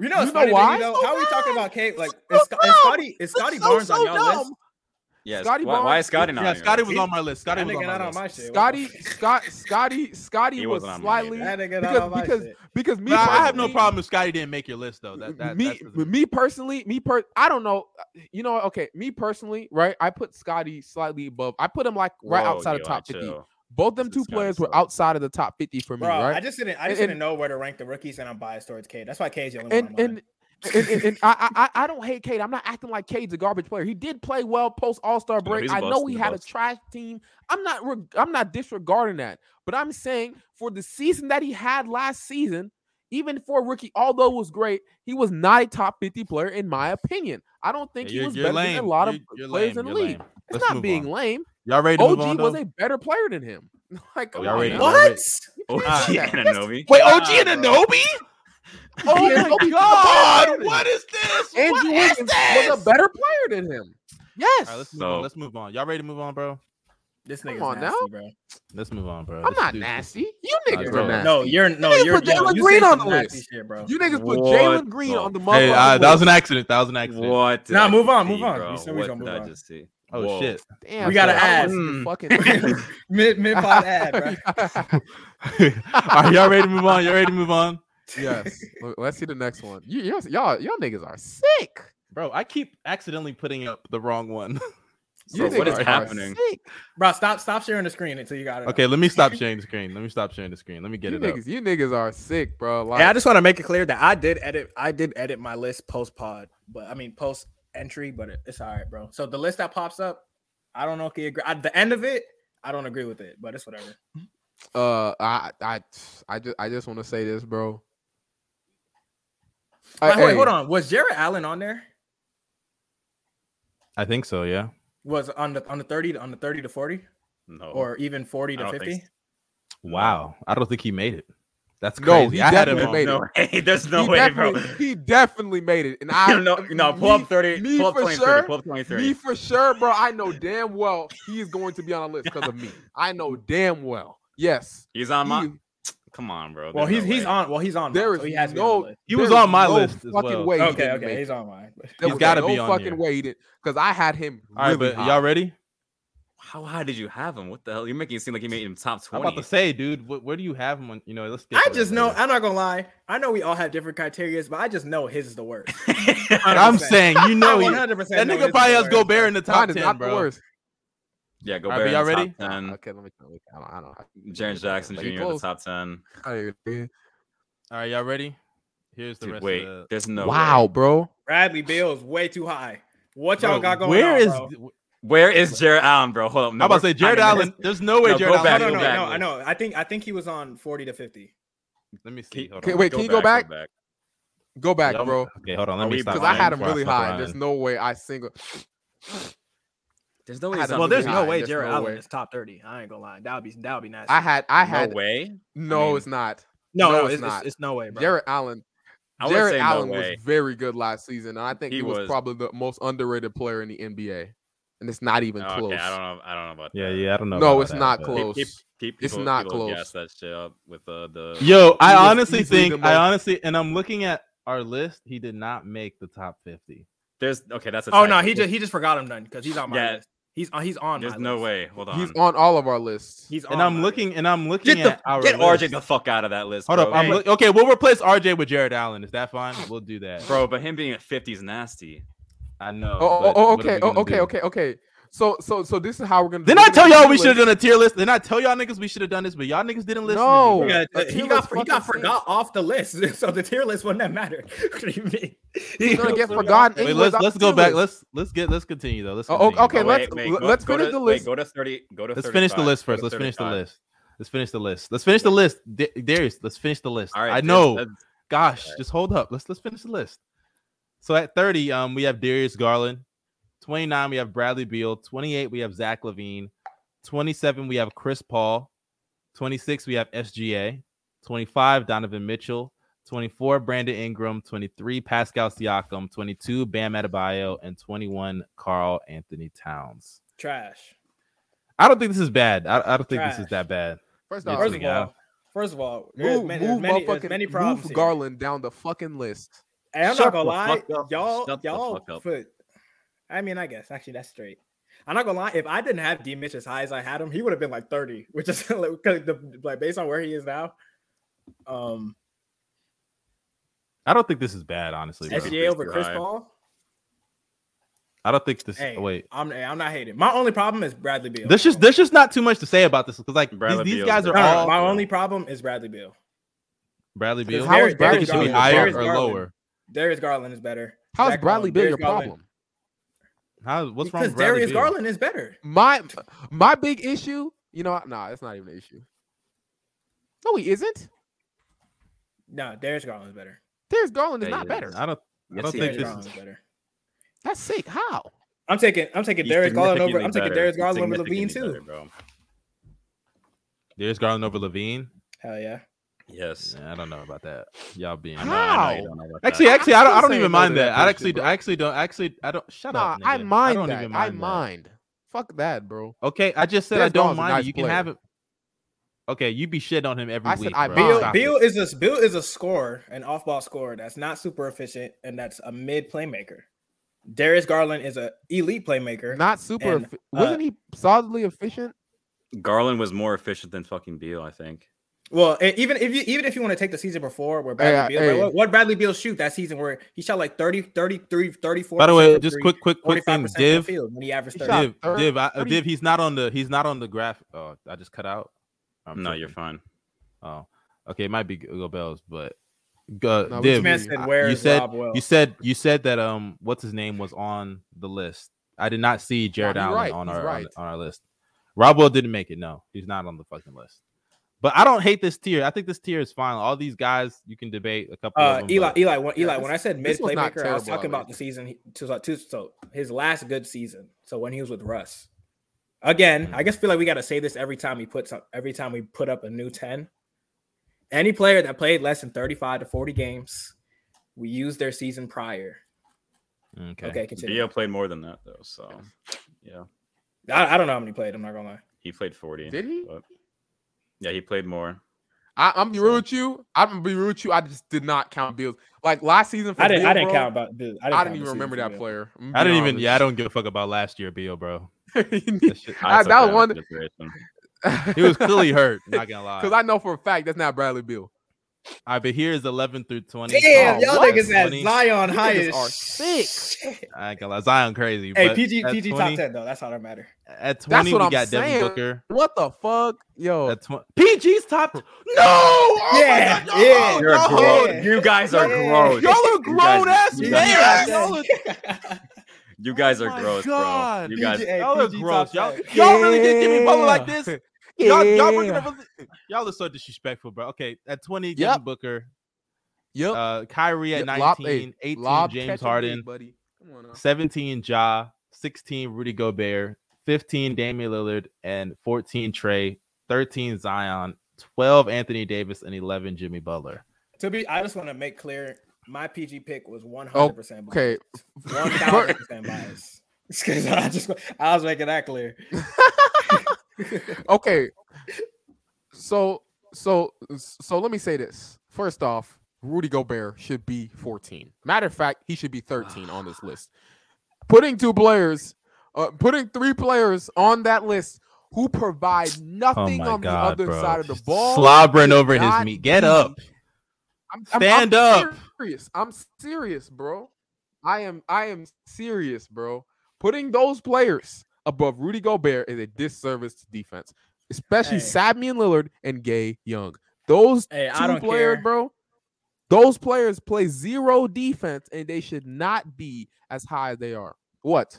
C: you know,
A: you
C: it's
A: know
C: funny
A: why?
C: why? Though,
B: So
C: how are we talking
B: dumb.
C: about Cade? Like,
B: So
C: is, Sc-
B: dumb.
C: is Scotty is Scotty
B: That's so,
C: Barnes
B: so
C: on y'all
B: dumb.
C: list?
D: Yes.
A: Scotty
D: why, why
A: Barnes-
D: is Scotty not
B: Yeah,
D: on your
B: Scotty
D: list?
B: was on my list. Scotty
C: That
B: was on
C: nigga not
B: my
C: on
B: list.
C: my shit. What the
A: Scotty,
C: fuck?
A: Scott, Scotty, Scotty
D: He
A: was
D: wasn't on mine
A: slightly
D: either.
C: That nigga not on
A: because
C: my
A: because
C: shit.
A: because me.
B: But I I have no
A: personally-
B: problem if Scotty didn't make your list though. That, that
A: me
B: that's the-
A: me personally, me per I don't know. You know, what, okay, me personally, right? I put Scotty slightly above. I put him like right
D: Whoa,
A: outside of
D: Eli,
A: top fifty.
D: chill.
A: Both them
D: This
A: two
D: is Scotty
A: players were
D: Barnes.
A: outside of the top fifty for me,
C: Bro,
A: right?
C: I just didn't. I just
A: And-
C: didn't know where to rank the rookies, and I'm biased towards Cade. That's why Cade's the only one. on
A: and
C: mine.
A: and and, and, and I, I I- I don't hate Cade. I'm not acting like Cade's a garbage player. He did play well post All Star
D: No,
A: break.
D: he's
A: I know
D: busted,
A: he
D: he's
A: had a
D: busted.
A: trash team. I'm not reg- I'm not disregarding that, but I'm saying for the season that he had last season, even for a rookie, although it was great, he was not a top 50 player in my opinion. I don't think he
B: you're-
A: was
B: you're
A: better than
B: lame.
A: a lot of
B: You're- you're
A: players
B: lame.
A: in the
B: You're
A: league.
B: lame.
A: It's
B: Let's
A: not
B: move
A: being
B: on.
A: lame.
B: Y'all ready to
A: OG
B: move on?
A: was
B: though? Oh,
A: a better player than him. (laughs) like come
D: y'all
A: on
D: ready
A: now.
D: to-
B: What?
D: OG
B: Yeah.
D: Ananobi.
B: Wait, OG
C: Nah,
B: and
C: bro.
B: Anobi?
A: (laughs) Yeah,
B: Oh
A: OG
B: my
A: was a
B: god!
A: better
B: What is this? What
A: Andrew
B: is
A: Wiggins
B: this?
A: was a better player than him. Yes.
B: All right, let's move
D: So-
B: on. Let's move on. Y'all ready to move on, bro?
C: this
A: come
C: nigga's
A: on
C: nasty,
A: now.
C: bro.
B: Let's move on, bro.
A: I'm
B: This
A: not
B: dude-
A: nasty. You
B: Nah,
A: niggas
B: bro.
A: are nasty.
C: No, you're no,
A: You
C: you're
A: put Jalen
C: yo, you
A: Green
C: say
A: on
C: some
A: the
C: nasty
A: list.
C: Shit, bro.
A: You niggas put
D: What
A: Jalen Green
D: the-
A: on the motherfucking
B: Hey, uh, that was an
A: list.
B: accident. That was an accident.
D: What? did
C: Nah,
D: I
C: move
D: just
C: on, move
D: see,
C: on.
D: bro?
C: You said we
D: What
C: gonna
D: did
C: move
D: I
C: on.
D: just see?
B: Oh
D: Whoa.
B: shit!
A: Damn,
C: We gotta
A: son, I
C: add.
A: wanna see your
C: (laughs)
D: Mm.
A: Fucking
C: Mid mid pod ad, bro.
B: (laughs)
A: (laughs)
B: All right, y'all ready to move on? Y'all ready to move on,
A: yes. Let- Let's see the next one. You, y'all, y'all, y'all niggas are sick.
B: bro? I keep accidentally putting up the
A: (laughs)
B: wrong one.
A: You
D: Bro, what
A: niggas
D: is
A: are
D: happening?
A: sick.
C: Bro, stop stop sharing the screen until you got it.
B: Okay, let me stop sharing the screen. Let me stop sharing the screen. Let me get
A: You
B: it up.
A: niggas, you niggas are sick, bro. Like,
C: Yeah, I just want to make it clear that I did edit. I did edit my list post pod, but I mean post entry. But it, it's all right, bro. So the list that pops up, I don't know if you agree. At the end of it, I don't agree with it, but it's whatever.
A: uh, I, I, I just, I just want to say this, bro.
C: Like,
A: Hey,
C: wait, hold on. Was Jared Allen on there?
B: I think so. Yeah.
C: Was on the on the thirty to- on the thirty to forty,
D: No.
C: or even forty
D: Oh. I
C: to
D: don't think
C: fifty?
B: Wow. I don't think he made it. That's crazy.
A: No, he
B: I had him
A: definitely
B: on.
A: made it.
D: no way. There's no
A: he
D: way, bro.
A: definitely, he definitely made it,
C: (laughs)
A: and I
D: no, no, pull
A: me-
D: up 30,
A: me
D: pull up
A: for
D: 20,
A: sure,
D: 30, pull up 20, 30.
A: Me for sure, bro. I know damn well he is going to be on the list because of me. I know damn well. Yes.
D: He's on my.
A: he-
D: Come on, bro.
C: Well, he's
D: There's no
C: he's
D: way.
C: on. Well, he's on.
A: There
C: mine,
A: is
C: so he has to be
A: no-
C: the list.
B: He was
A: there's
B: on my
A: no
B: list as
A: fucking
B: well.
A: way he
C: Okay,
A: didn't make
C: okay,
A: it.
C: he's on mine.
A: There
B: He's
A: was
B: gotta
A: no
B: be on
A: fucking
B: there.
A: way he didn't because I had him.
B: All right,
A: really
B: but
A: high.
B: y'all ready?
D: How high did you have him? What the hell? You're making it seem like he made him top
B: I'm
D: 20.
B: about to say, dude, wh- where do you have him on? You know, let's get.
C: I
B: to that
C: just know.
B: later.
C: I'm not gonna lie. I know we all have different criteria, but I just know his is the worst.
B: I'm saying, you know,
C: I
B: he,
C: 100%
B: that
C: know
B: nigga
C: this
B: probably
C: is
B: has
C: the worst.
B: Gobert in the top
A: Mine is
B: ten,
A: not the
B: bro.
A: worst.
D: yeah, go
B: All right, but
D: Bear
B: y'all
D: in the
B: ready?
D: top 10.
A: Okay, let me. Let me I don't. I don't
D: Jaren Jackson Jr.
A: But
D: in
A: he
D: the
A: close.
D: top 10.
A: I don't even-
B: All right, y'all ready? Here's the
D: Dude,
B: rest.
D: wait,
B: of the...
D: there's no.
A: wow,
D: Way.
A: bro.
C: Bradley Beal is way too high. What y'all
B: Bro,
C: got going
B: where
C: on?
B: is-
C: bro?
D: Where is Jared Allen, bro? Hold up.
B: I'm about to say Jared Allen. There's no way
D: No,
B: Jared
D: go
B: Allen.
D: back,
B: is
C: no,
D: go
C: no, no,
B: on
D: back.
B: that
C: no,
B: list.
C: I know. I think I think he was on forty to fifty.
B: Let me see. Hold
A: Okay,
B: on.
A: wait, can you go back? Go back,
B: Y'all-
A: bro.
B: Okay, hold on. Let
D: Are
B: me
D: we-
B: stop.
A: Because I had him
B: before
A: really
B: stop
A: high. There's
B: lying.
A: no way I single.
D: There's no
A: I
D: way.
A: had
D: he's
A: him
D: on
C: Well,
D: the
C: there's
D: list.
A: high.
C: no way
A: There's
C: Jared
A: no
C: Allen
A: way.
C: is top thirty. I ain't gonna lie. That would be that would be nasty.
A: I had. I
D: no
A: had.
D: way.
A: No,
D: mean-
A: it's not.
C: No,
A: No,
C: no,
A: it's
C: it's, it's,
A: not.
C: it's no way, bro.
A: Jared Allen.
D: I would
A: Jared
D: say no
A: Allen
D: way.
A: was very good last season, and I think he,
D: He
A: was,
D: was.
A: probably the most underrated player in the NBA. And it's not even
D: Oh, okay,
A: close.
D: I don't know. I don't know about
B: Yeah,
D: that.
B: yeah, I don't know.
A: No,
B: about
A: it's
B: that,
A: not
B: but-
A: close.
D: Keep, keep, keep
A: It's
D: people,
A: not
D: people
A: close.
D: Gas that shit up with uh, the.
B: Yo,
A: He was
B: I honestly
A: easily
B: think
A: the
B: I
A: most-
B: honestly, and I'm looking at our list. He did not make the top fifty.
D: There's okay. That's a
C: Oh
D: typo.
C: no, he just he just forgot him done because he's on my
D: Yeah.
C: list. He's on he's on.
D: There's
C: my
D: no
C: list.
D: way. Hold on.
A: He's on all of our lists.
C: He's on
B: And I'm
C: my
B: looking, and I'm looking
D: get
B: at
D: the
B: our
D: get
B: list.
D: RJ the fuck out of that list.
B: Hold
D: bro.
B: up, I'm
D: Hey,
B: look, okay. We'll replace RJ with Jared Allen. Is that fine? We'll do that,
D: bro. But him being at 50 is nasty.
B: I
A: oh, oh,
B: know. but
A: oh,
B: what are
A: okay,
B: we
A: oh,
B: gonna
A: okay,
B: do?
A: okay, okay. So, so, so this is how we're gonna.
B: Didn't
A: we're
B: I
A: gonna
B: tell
A: do
B: y'all
A: the
B: we should have
A: list.
B: done a tier list? Didn't I tell y'all niggas we should have done this? But y'all niggas didn't listen.
A: No.
B: to me, bro.
A: Yeah,
E: Yeah,
A: a
E: he got he
A: tier list
E: got
A: fucking
E: forgot off the
C: (laughs)
E: list, so the tier list wouldn't have mattered. what do you
A: (laughs)
E: mean? He
A: gonna
E: got
C: (laughs)
E: forgot.
A: get forgotten
B: Wait,
A: England's
B: let's
A: on
B: let's
A: the
B: go
A: tier
B: back.
A: list.
B: Let's let's get let's continue though. Let's
A: Oh, o-
B: continue.
A: okay, let's-
D: go-
A: let's
D: go
A: finish
D: to-
A: the
D: wait,
A: list.
D: go to 30. Go to.
B: Let's finish the
D: 35,
B: list
D: go
B: first.
D: to
B: Let's finish the
D: 35.
B: list. Let's finish the list. Let's finish the list. Da- Darius, let's finish the list.
D: All right.
B: I
D: dude,
B: know.
D: that's-
B: Gosh,
D: Alright.
B: just hold up. Let's let's finish the list. So at 30, um, we have Darius Garland. 29, we have Bradley Beal. 28, we have Zach Levine. 27, we have Chris Paul. 26, we have SGA. 25, Donovan Mitchell. 24, Brandon Ingram. 23, Pascal Siakam. 22, Bam Adebayo. And 21, Carl Anthony Towns.
C: trash.
B: I don't think this is bad. I, I don't think this is
C: Trash.
B: that bad.
A: First
B: Me
A: off,
C: First
B: too.
C: of
B: yeah.
C: all, first of all, there's
A: move,
C: many,
A: move,
C: there's many,
B: uh,
C: there's
A: motherfucking-
C: many problems.
A: move
C: here.
A: Garland down the fucking list.
C: Hey, I'm not
D: Shut
C: gonna
D: the
C: lie,
D: fuck up.
C: y'all,
D: Shut the
C: y'all
D: fuck up.
C: put. I mean, I guess actually that's straight. I'm not gonna lie. If I didn't have D Mitch as high as I had him, he would have been like 30, (laughs) which is like, 'cause the, like based on where he is now. Um,
B: I don't think this is bad, honestly. bro.
D: Actually-
C: SGA over
D: Pretty
C: Chris
D: high.
C: Paul.
B: I don't think this. oh,
C: Hey,
B: wait,
C: I'm hey, I'm not hating. My only problem is Bradley Beal.
B: There's just
C: bro.
B: there's just not too much to say about this because like these,
D: Bradley
B: these
D: Beal's
B: guys are
D: the-
C: No, no, no,
B: all
C: my only problem is Bradley Beal.
B: Bradley Beal.
A: How
C: Darius-
A: is Bradley
B: It
C: Darius
B: should be
A: Beal
C: Garland-
B: higher
C: Darius
B: or
C: Garland-
B: lower.
C: Darius Garland is better.
A: How's
C: Zach
A: Bradley
C: Garland,
A: Beal
C: Darius
A: your
C: Garland.
A: problem?
B: How, what's wrong
C: Because
B: with Bradley
C: Darius
B: Beal?
C: Garland is better.
A: My my big issue, you know, nah, it's not even an issue. No, he isn't.
C: No, Darius Garland is better.
A: Darius Garland is
D: Yeah,
A: not
D: he
A: better.
B: I don't. I
D: Yes,
B: don't
D: he
B: think
C: Darius
B: this
C: Garland
B: is.
C: is better.
A: That's sick. How?
C: I'm taking I'm taking
D: he's
C: Darius Garland over I'm
D: significantly
C: taking
D: better.
C: Darius
D: He's
C: Garland over Levine
D: significantly better,
C: too.
D: bro.
B: Darius Garland over Levine.
C: Hell yeah.
D: Yes.
B: Yeah, I don't know about that. Y'all being.
D: I know, I know
A: How?
D: you don't know about that.
B: Actually, actually,
A: I'm
B: I don't. I
A: still
B: don't
A: saying
B: even
A: no to
B: mind
A: that
B: that. I
A: bullshit,
B: actually,
A: bro.
B: I actually don't. Actually, I don't. Shut
A: Nah,
B: up.
A: I
B: nigga.
A: mind
B: don't
A: that.
B: even
A: I
B: that.
A: mind. Fuck that, bro.
B: Okay, I just said
A: Darius
B: I don't
A: Garland's a
B: mind
A: nice
B: it. You can have
A: player.
B: it. Okay, you be shit on him every
A: I said
B: week.
A: I
B: bro.
A: mind.
C: Bill
B: Stop
C: Bill
B: it.
C: is a Bill is a scorer, an off-ball scorer that's not super efficient and that's a mid playmaker. Darius Garland is an elite playmaker.
A: Not super.
C: And,
A: effi-
B: uh,
A: wasn't he solidly efficient?
D: Garland was more efficient than fucking Beal, I think.
C: Well, e- even if you even if you want to take the season before where
A: Hey,
C: Bradley
A: I-
C: Beal,
A: hey.
C: what, what Bradley Beal shoot that season where he shot like 30, 33, 34.
B: By the way, just quick, quick, quick thing. Div,
C: field when he averaged
A: He
C: 30.
A: shot
B: Div,
A: third-
B: Div, I,
A: thirty-
B: Div. He's not on the. He's not on the graph. Oh, I just cut out. I'm
D: no,
B: tripping.
D: you're fine.
B: Oh, okay. It might be Go Bells, but uh,
A: No, we
C: This
B: Div,
C: man
A: I-
C: said, "Where
B: you
C: is
B: said
C: Rob Wells?"
B: you said you said that um, what's his name was on the list. I did not see Jared
A: he's
B: Allen
A: right,
B: on
A: he's
B: our on-
A: right.
B: on, our list. Robwell didn't make it. No, he's not on the fucking list. But I don't hate this tier. I think this tier is fine. All these guys, you can debate a couple.
C: uh,
B: of them,
C: Eli,
B: but-
C: Eli, when,
A: Yeah,
C: Eli,
A: this-
C: when I said mid
A: this was not
C: playmaker, I was
A: terrible, I
C: talking about
A: would-
C: the season he- to, to so his last good season. So when he was with Russ, again, I guess feel like we got to say this every time we put some, every time we put up a new ten. Any player that played less than thirty-five to forty games, we use their season prior.
B: okay.
C: Okay, continue.
D: Beal played more than that though, so yeah,
C: I, I don't know how many played. I'm not gonna lie.
D: he played 40.
A: Did he?
D: but- Yeah, he played more.
A: I, I'm be real with you. I'm gonna be real with you. I just did not count Bills. Like last season for
C: I didn't.
A: Beal,
C: I didn't
A: bro,
C: count about. Dude, I
A: I
C: didn't,
A: didn't,
C: count the
A: even
C: season
A: remember
C: for
A: that
C: Beal.
A: player. I'm
B: I
A: being
B: didn't even.
A: honest.
B: Yeah, I don't give a fuck about last year, Beal, bro. That shit-
A: I-
D: took
A: that
D: into
A: one-
D: consideration.
A: (laughs)
B: he was clearly hurt. Not gonna lie.
A: because I know for a fact that's not Bradley Bill.
B: All right, but here's 11 through 20.
C: Damn,
A: Oh,
C: y'all
A: what?
C: niggas had
B: 20.
C: Zion
A: You
C: high
A: niggas
C: as
A: are
C: shit.
B: I ain't gonna lie, Zion crazy.
C: Hey,
B: but
C: PG,
B: at
C: PG top
B: 20
C: ten though. That's all that matter.
B: At 20,
A: That's what
B: we
A: I'm
B: got
A: saying. Oh.
B: Devin Booker.
A: What the fuck, yo?
B: At 20,
A: (laughs)
B: PG's top. No! Oh my
C: Yeah,
B: God,
A: Oh,
C: yeah,
D: You're
B: no!
D: a grown.
C: Yeah.
D: You guys are
C: Yeah.
D: gross.
B: Y'all are
D: You
B: grown ass men.
D: you guys-
C: guys-
B: Y'all are,
C: (laughs)
D: You guys
B: Oh
D: are
B: my
D: gross, bro.
B: God.
D: You guys,
C: PG, hey,
B: y'all are
C: PG
B: gross.
C: top
B: Y'all,
C: (laughs) ten.
B: y'all really did give me Butler like
A: Yeah.
B: this. Y'all, y'all, bringing
A: Yeah.
B: up, y'all are so disrespectful, bro. Okay, at 20, Devin
A: Yep.
B: Booker.
A: Yep.
B: Uh, Kyrie at
A: Yeah,
B: 19,
A: lob- hey,
B: 18,
A: Lob
B: James
A: catch and
B: Harden.
A: leave, buddy. Come on now.
B: 17 Ja, 16 Rudy Gobert, 15 Damian Lillard, and 14 Trey, 13 Zion, 12 Anthony Davis, and 11 Jimmy Butler.
C: To be, I just want to make clear, my PG pick was one hundred percent.
A: Oh, Okay.
C: one thousand percent
A: (laughs)
C: biased. (laughs) 'Cause I just, I was making that clear.
A: okay. So so so let me say this. First off, Rudy Gobert should be 14. Matter of fact, he should be 13 on this list. Putting two players, uh, putting three players on that list who provide
B: Oh
A: nothing on the other side of the ball.
B: Slobbering over his
A: God
B: meat. Get
A: be-
B: up.
A: I'm,
B: Stand
A: I'm
B: up.
A: Serious. I'm serious, bro. I am I am serious, bro. Putting those players above Rudy Gobert is a disservice to defense, especially
C: Hey.
A: Sadman Lillard and Gay Young. Those two
C: Hey, I don't
A: players,
C: care.
A: bro. Those players play zero defense, and they should not be as high as they are. What?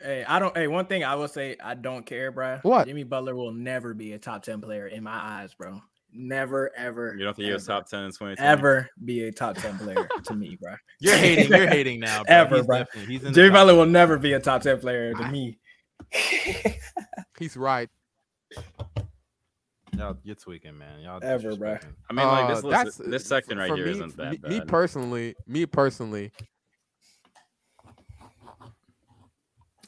C: Hey, I don't. Hey, one thing I will say, I don't care, bro.
A: What?
C: Jimmy Butler will never be a top ten player in my eyes, bro. Never, ever.
D: You don't think he was
C: ever,
D: top ten in twenty
C: ever be a top ten
A: (laughs)
C: player to me, bro.
B: (laughs) You're hating. You're hating now. Bro.
C: Ever,
B: he's
C: bro.
B: definitely- He's in the
C: Jimmy
B: top
C: Butler will never be a top ten player to
A: (laughs)
C: me.
A: He's right.
B: Y'all, you're tweaking, man. Y'all
C: Ever, bruh.
B: disrespecting.
D: I mean, like this
A: Uh,
D: list,
A: that's-
D: this section right
A: for
D: here
A: me-
D: not that
A: me,
D: bad.
A: Me personally, me personally,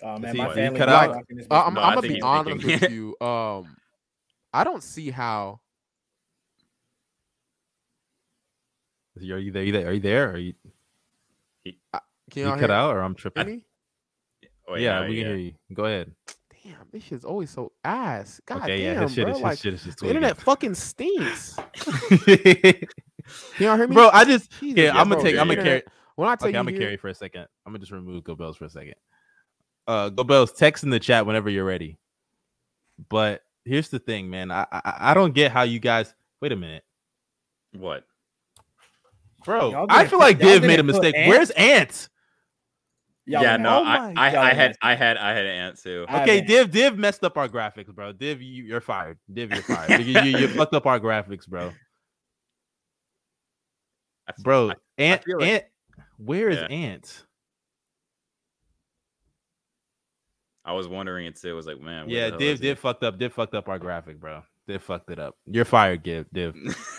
C: Oh man,
B: See,
C: my
B: you
C: family
B: cut
C: is
B: out.
C: rocking this
A: Uh, I'm,
D: No, I
A: I'm gonna
D: think
A: be
D: he's
A: honest
B: (laughs)
D: thinking.
A: with you. Um, I don't see how.
B: Are you there? You there? Are you there? Are you,
A: Can
B: you,
A: y'all
B: cut
A: hear
B: out or I'm tripping?
A: me?
D: Wait,
B: yeah,
D: no,
B: we can hear you. Go ahead.
A: Damn, this shit's always so ass. God
B: okay,
A: damn,
B: yeah, his shit,
A: bro.
B: is,
A: like
B: his shit is just
A: the internet fucking stinks.
B: tweaking.
A: Can y'all (laughs) hear me,
B: (laughs) bro, I just
A: Jesus,
B: yeah. I'm gonna
A: bro,
B: take.
A: the
B: I'm gonna
A: internet-
B: carry.
A: When I tell
B: Okay,
A: you,
B: I'm gonna
A: here-
B: carry for a second. I'm gonna just remove Gobels for a second. Uh, Gobels, text in the chat whenever you're ready. But here's the thing, man. I I, I don't get how you guys. Wait a minute,
D: What?
B: bro.
C: Y'all
B: I
C: didn't
B: feel
C: put-
B: like
C: y'all
B: Div made a
C: didn't put
B: mistake.
C: Ant-
B: Where's Ant?
C: Y'all
D: yeah,
C: know.
A: Oh
D: no, I,
A: my
D: I, I
C: God.
D: had, I had, I had an ant too.
C: I-
B: Okay,
C: man.
B: Div, Div messed up our graphics, bro. Div, you, you're fired. Div, you're fired. you, you, you fucked up our graphics, bro.
D: I f-
B: Bro,
D: I-
B: Ant,
D: feel like-
B: Ant, where is
D: Yeah.
B: Ant?
D: I was wondering it too. I was like, man, where
B: Yeah,
D: the hell
B: Div,
D: is
B: Div
D: it?
B: fucked up. Div fucked up our graphic, bro. Div fucked it up. You're fired, Div. Div.
D: (laughs)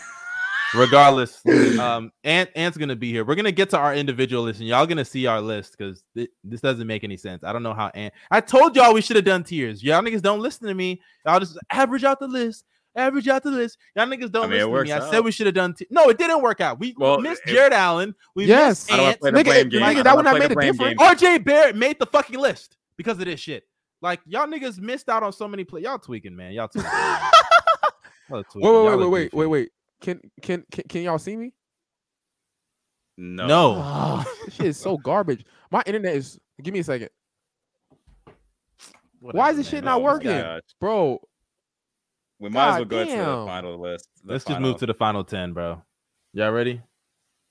B: Regardless, um, Ant, Ant's gonna be here. We're gonna get to our individual list, and y'all gonna see our list because this doesn't make any sense. I don't know how Ant. I told y'all we should have done tiers. Y'all niggas don't listen to me. Y'all just average out the list. Average out the list. Y'all niggas don't
D: I mean, it
B: listen to
D: works
B: me. I
D: out.
B: said we should have done. T- no, it didn't work out. We
D: Well,
B: missed
D: it-
B: Jared Allen. We
A: Yes.
B: missed
D: I don't wanna
B: Ant.
D: play the
A: Nigga,
D: blame game.
A: nigga,
D: I don't
A: that
D: wanna
A: would have
D: play
A: made
D: the
A: a
D: blame
B: (laughs)
A: difference.
D: game.
B: RJ Barrett made the fucking list because of this shit. Like y'all niggas missed out on so many play. Y'all tweaking, man. Y'all tweaking. man. Y'all tweaking.
A: Wait, wait,
B: Y'all
A: wait,
B: are
A: wait, wait,
B: goofy.
A: wait, wait. Can can can, can y'all see me?
D: No,
B: No.
A: Oh, this shit is so garbage. My internet is. Give me a second, Why is this shit
B: man.
A: not
D: Oh my
A: working?
D: gosh.
A: bro.
D: We might as well
A: God
D: go to
A: damn.
D: the final list. the
B: Let's just move
D: final-
B: to the final ten, bro. Y'all ready?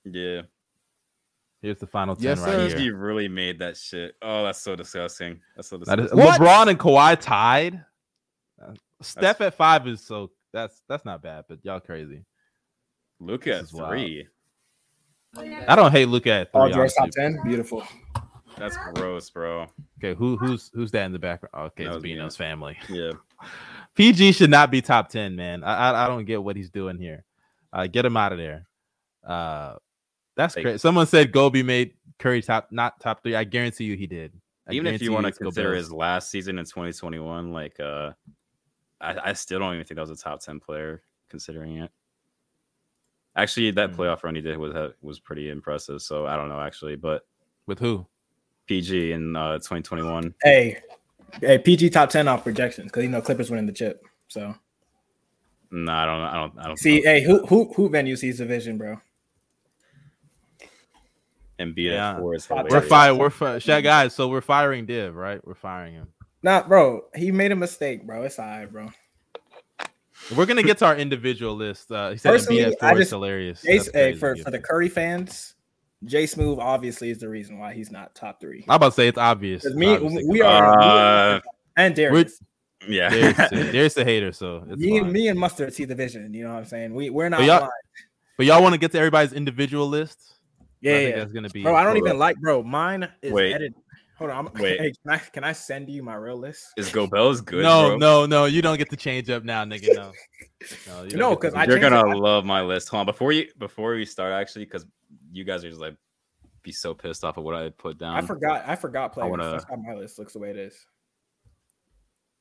D: yeah.
B: Here's the final ten
A: Yes,
B: right
A: sir.
D: He
B: here.
D: really made that shit. Oh, that's so disgusting. That's so
B: That
D: disgusting.
B: is,
A: What?
B: (laughs) LeBron and Kawhi tied. Uh, Steph at five is so that's that's not bad, but y'all crazy.
D: Luca at
B: This is wild.
D: three.
B: I don't hate Luca at three.
C: Paul George top
B: honestly.
C: ten, beautiful.
D: That's gross, bro.
B: Okay, who who's who's that in the background? Oh, Okay,
D: That
B: it's
D: was
B: Bino's family.
D: Yeah.
B: PG should not be top 10, man. I I, I don't get what he's doing here. Uh, get him out of there. Uh, that's
D: Like-
B: crazy. Someone said Gobi made Curry top not top three. I guarantee you he did. I
D: even if
B: guarantee
D: you want to
B: it's Go
D: consider
B: Bills.
D: his last season in 2021, like uh I, I still don't even think that was a top 10 player considering it. Actually, that
B: Hmm.
D: playoff run he did was was pretty impressive. So I don't know actually, but
B: with who?
D: PG in uh 2021.
C: Hey, hey, PG top ten off projections because you know Clippers winning the chip. So
D: No, I don't I don't I don't
C: see,
D: know.
C: hey, who who who venue sees division, bro?
D: and beat
B: Yeah.
D: at four is
C: We're
B: We're
D: hilarious.
B: fired. We're fi- Shaq guys. So we're firing Div, right? We're firing him.
C: Nah, bro, he made a mistake, bro. It's all right, bro.
B: We're gonna get to our individual list. Uh, he said
C: Personally,
B: MB at
C: I
B: four is
C: just-
B: hilarious.
C: Jay,
B: That's
C: hey,
B: crazy,
C: for,
B: Div.
C: for the Curry fans, Jay Smooth obviously is the reason why he's not top three.
B: I'm about to say it's obvious.
C: 'Cause
B: It's
C: me,
B: obviously
C: we
B: Go Bills.
C: are
D: Uh,
C: and Darius.
D: Yeah.
B: (laughs)
C: (laughs)
B: There's
D: (laughs)
B: a, there's a hater, so it's
C: Me,
B: fine.
C: me and Mustard see division. You know what I'm saying? We we're not.
B: But y'all-
C: blind.
B: But y'all want to get to everybody's individual list?
C: Yeah,
B: I think
C: yeah.
B: that's gonna be.
C: bro. I don't
D: Hold
C: even
D: up.
C: like, bro. Mine is
D: Wait.
C: edited. Hold on. I'm, (laughs)
D: Wait.
C: Hey, can I can I send you my real list?
D: Is Gobel's good?
B: no,
D: bro?
B: no, no. You don't get to change up now, nigga. No, no, you don't
C: No, 'cause
B: get to do
C: I
B: that.
D: You're
C: changed
D: gonna
C: it.
D: love my list. Hold on, before you before we start actually, because you guys are just like be so pissed off at what I put down.
B: um,
C: I forgot. I forgot players.
D: wanna-
C: That's why my list looks the way it is.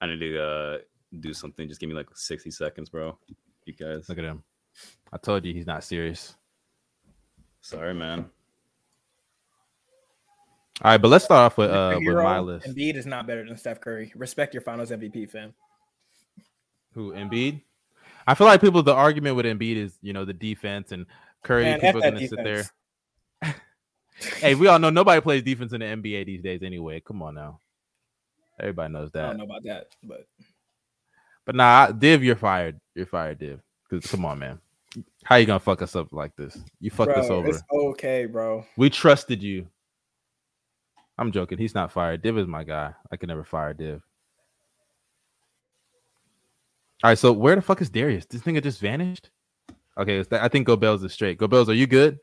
D: I need to uh, do something. Just give me like 60 seconds, bro. You guys,
B: Look at him. I told you he's not serious.
D: sorry, man.
B: All right, but let's start off with
C: Your
B: uh with
C: hero,
B: my list.
C: Embiid is not better than Steph Curry. Respect your Finals MVP, fam.
B: Who Embiid? I feel like people the argument with Embiid is you know the defense and Curry.
C: Man, F
B: people are
C: that
B: gonna sit there.
C: defense.
B: (laughs) Hey, we all know nobody plays defense in the NBA these days anyway. Come on now, everybody knows
C: I
B: that.
C: don't know about that, but
B: But nah, I- Div, you're fired. You're fired, Div. 'Cause come on, man. How you gonna fuck us up like this? You fucked us
C: Bro,
B: over.
C: It's okay, bro.
B: We trusted you. I'm joking. He's not fired. Div is my guy. I can never fire Div. All right. So where the fuck is Darius? This nigga just vanished. Okay. it's that- I think Gobels is straight. Gobels, are you good?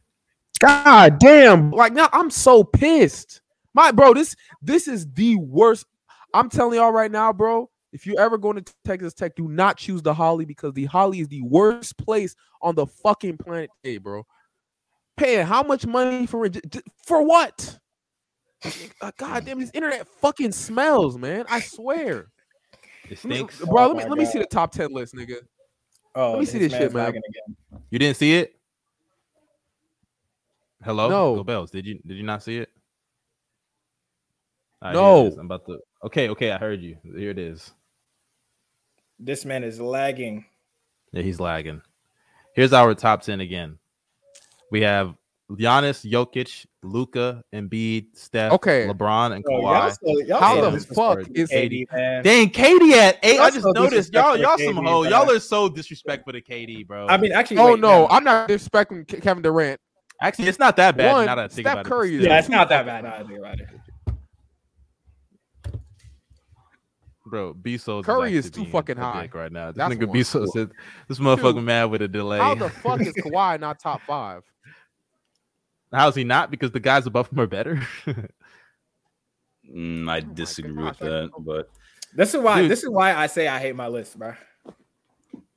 A: God damn! Like now, I'm so pissed. My bro, this this is the worst. I'm telling y'all right now, bro. If you're ever going to Texas Tech, do not choose the Holly because the Holly is the worst place on the fucking planet. Hey, bro, paying how much money for it? J- j- for what? Uh, God damn, this internet fucking smells, man. I swear.
B: It
A: Let me-
B: stinks.
A: bro.
C: Oh
A: Let me
C: my
A: let me
C: God.
A: see the top ten list, nigga.
C: Oh,
A: Let me see
C: his
A: this shit,
C: man's
A: man.
C: lagging again.
B: You didn't see it? Hello?
A: No.
B: Gobels, did you did you not see it? All right, here
A: No.
B: it is. I'm about to Okay, okay, I heard you. Here it is.
C: This man is lagging.
B: Yeah, he's lagging. Here's our top 10 again. We have Giannis, Jokic, Luca, Embiid, Steph,
A: Okay.
B: LeBron, and
C: Bro,
B: Kawhi.
C: y'all still- y'all
A: How
C: still
B: yeah,
A: the
B: this
A: fuck
B: crazy.
A: is
C: KD, man.
B: Dang, KD at eight. I
C: Y'all
B: just
C: so
B: noticed y'all. Y'all
C: disrespectful
B: some
C: to
B: hoe.
C: KD,
B: Y'all
C: bro.
B: are so disrespectful to KD, bro.
C: I mean, actually,
A: Oh
C: wait,
A: no, I'm not disrespecting Ke- Kevin Durant.
B: actually, it's not that bad.
A: One,
B: now that I think
A: Steph
B: about
A: Curry
B: it.
A: is-
B: Still.
C: yeah, it's not that bad. Nah, dude, right.
B: bro. Bezos
A: Curry
B: actually
A: is too
B: being
A: fucking
B: a
A: high.
B: dick right now. This
A: That's
B: nigga
A: one.
B: Bezos is- this motherfucker
A: Two,
B: mad with a delay.
A: How the
B: (laughs)
A: fuck (laughs) is Kawhi not top five?
B: How's he not? Because the guys above him are better. (laughs)
D: Mm, I
A: Oh my
D: disagree
A: gosh,
D: with
A: I-
D: that, but (laughs)
C: This is why.
B: Dude.
C: This is why I say I hate my list, bro.
B: you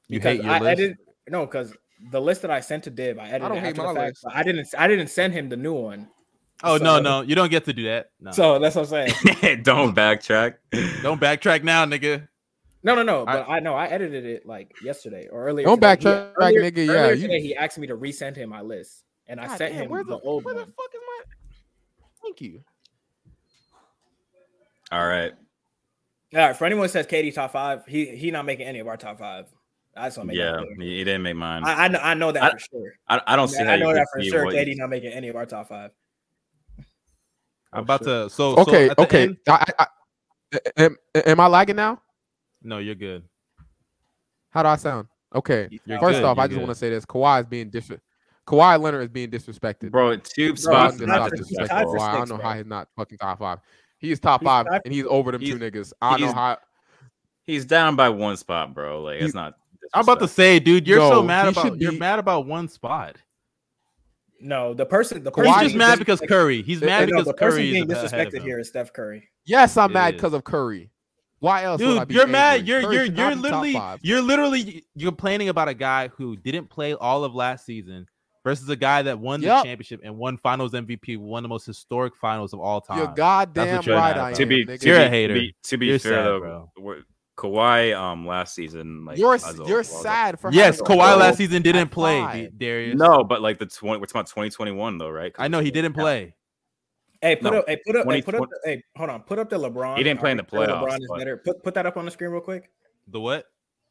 C: because
B: hate your
C: I
B: list.
C: edited no because the list that I sent to Dib, I edited
A: don't hate
C: after
A: my
C: the fact.
A: list.
C: but I didn't I didn't send him the new one.
B: oh no,
C: so-
B: no, you don't get to do that. No.
C: So that's what I'm saying.
D: don't backtrack.
B: don't backtrack now, nigga.
C: No, no,
A: (laughs)
C: no.
B: I-
C: But I know I edited it like yesterday or earlier.
A: Don't
C: today. He-
A: backtrack,
C: earlier-
A: nigga,
C: earlier
A: yeah, you-
C: today he asked me to resend him my list, and I
A: God
C: sent
A: damn,
C: him
A: where
C: the,
A: the,
C: old
A: where the
C: one.
A: fuck is my? Thank you.
D: (laughs) All right,
C: All right. For anyone who says KD top five, he he not making any of our top five. I just want to make
D: yeah,
C: that clear.
D: he, he didn't make mine.
C: I,
D: I,
C: I know I know that
D: I-
C: for sure.
D: I, don't see how
C: I know
D: you
C: that
D: could
C: for
D: see
C: sure.
D: what-
C: KD not making any of our top five.
B: I'm about to. So so
A: Okay,
B: at the
A: okay.
B: end-
A: I, I, I- am, am I lagging now?
B: no, you're good.
A: How do I sound? Okay.
B: You're
A: First
B: good,
A: off, I
B: you're
A: just want to
B: good.
A: say this: Kawhi is being dis. Kawhi Leonard is being disrespected.
D: bro. Two
C: Bro,
A: Kawhi
D: spots
A: is
D: is
C: he's
A: not
D: not
C: tied for- he's
A: disrespectful.
C: tied for
D: disrespectful.
A: Kawhi, I don't know
C: six,
A: how
C: bro.
A: he's not fucking top five. He's top
C: He's
A: five,
C: tied-
A: and he's over them two niggas. I don't know
D: he's-
A: how.
D: He's down by one spot, bro. Like
B: You-
D: it's not.
B: I'm about to
D: disrespectful.
B: say, dude, you're
A: No,
B: so
A: he
B: mad about
A: should
B: you're
A: be-
B: mad about one spot.
C: No, the person the
A: Kawhi
C: person
B: He's
A: is
B: just
C: being
B: mad because
C: disrespected-
B: Curry. He's
A: No,
B: mad
C: no,
B: because
C: the person
B: Curry is
C: being
B: ahead of
C: disrespected
B: him.
C: here is Steph Curry.
A: Yes, I'm
B: It
A: mad
B: is.
A: because of Curry. Why else? would I
B: Dude,
A: be
B: you're
A: angry?
B: mad. You're
A: Curry
B: you're
A: should not
B: you're
A: be top
B: literally
A: five.
B: you're literally you're complaining about a guy who didn't play all of last season versus a guy that won
A: Yup.
B: the championship and won Finals MVP, one of the most historic Finals of all time.
A: You're goddamn
B: what you're
A: right.
B: mad
A: I
B: about.
A: am.
D: to be
A: nigga.
D: to
B: You're a
D: be- to
B: hater.
D: be- To be
B: You're
D: fair
B: sad,
D: though,
B: bro.
D: we're- Kawhi um last season like
A: you're
D: as a-
A: you're
D: as a-
A: sad for
B: yes,
A: having
B: Kawhi
A: Joel
B: last season didn't
A: at
B: play,
A: five.
B: D- Darius.
D: No, but like the twenty. We're talking about twenty twenty one though, right? 'Cause
B: I know he didn't play.
C: Hey, put
D: No,
C: up, hey, put up, hey,
D: 20
C: put up, the- hey, hold on, put up the LeBron.
D: He didn't
C: Are
D: play in
C: we
D: the
C: sure
D: playoffs,
C: LeBron is
D: but-
C: better. Put put that up on the screen real quick.
B: The what?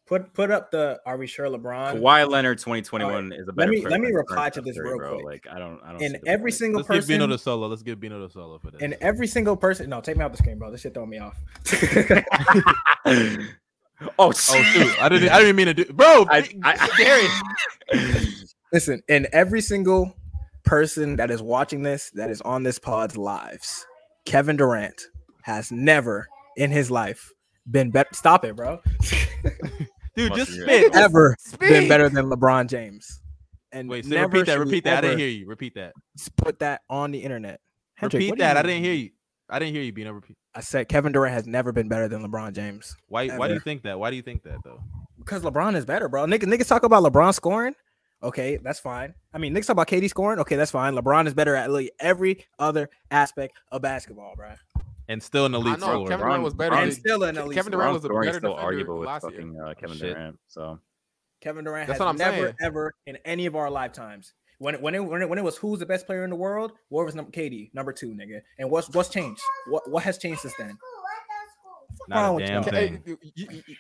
C: Put put up the. Are we sure LeBron?
D: Kawhi Leonard 2021 is a better.
C: me-
D: player
C: let me
D: than
C: reply
D: current
C: to this
D: Curry,
C: real
D: bro.
C: quick.
D: Like I don't, I don't.
C: And
D: see the
C: every
D: point.
C: single
B: Let's give Bino
C: person.
B: the solo. Let's give Bino the solo for this.
C: And every single person. No, take me off the screen, bro. This shit throw me off. (laughs)
D: (laughs) oh, (laughs)
B: oh shoot, I didn't. I didn't mean to do, bro.
D: I-
B: Bi-
D: I- (laughs)
B: Darius,
C: Listen, and every single person that is watching this, that is on this pod's lives, Kevin Durant has never in his life been better. Stop it, bro.
B: dude,
D: Must
B: just
D: be right.
B: spit.
C: Ever been
A: Speak.
C: better than LeBron James. And
B: Wait, say,
C: never
B: repeat that.
C: should we
B: Repeat that. I
C: ever
B: didn't hear you. Repeat that.
C: put that on the internet. Hendrick,
B: Repeat
C: what do
B: that. I didn't hear you. I didn't hear you, Bino. Repeat.
C: I said Kevin Durant has never been better than LeBron James
B: Why? Why do you
C: Ever.
B: think that? Why do you think that though?
C: because LeBron is better, bro. Niggas, niggas talk about LeBron scoring. Okay, that's fine. I mean, niggas talk about KD scoring. Okay, that's fine. LeBron is better at literally every other aspect of basketball, bro.
B: And still an
A: I
B: elite
A: know
B: scorer.
A: Kevin
D: LeBron-
A: Durant was better.
D: LeBron-
A: Than,
C: And still an elite
A: Kevin
C: Kevin Durant.
A: Durant
D: Brown's
A: was a
D: scoring is
A: better
D: still
A: defender
D: arguable with
A: last year.
D: fucking uh, Kevin
B: Shit.
D: Durant.
C: (laughs)
D: So
C: Kevin Durant
A: That's
C: has
A: what I'm
C: never
A: saying.
C: ever in any of our lifetimes. When it, when it, when it, when it was who's the best player in the world, what was number KD number two, nigga? And what's what's changed? What what has changed since then?
B: Not
C: wrong
B: a
C: with
B: damn
C: you?
A: Hey,
B: thing.
A: you, you- you-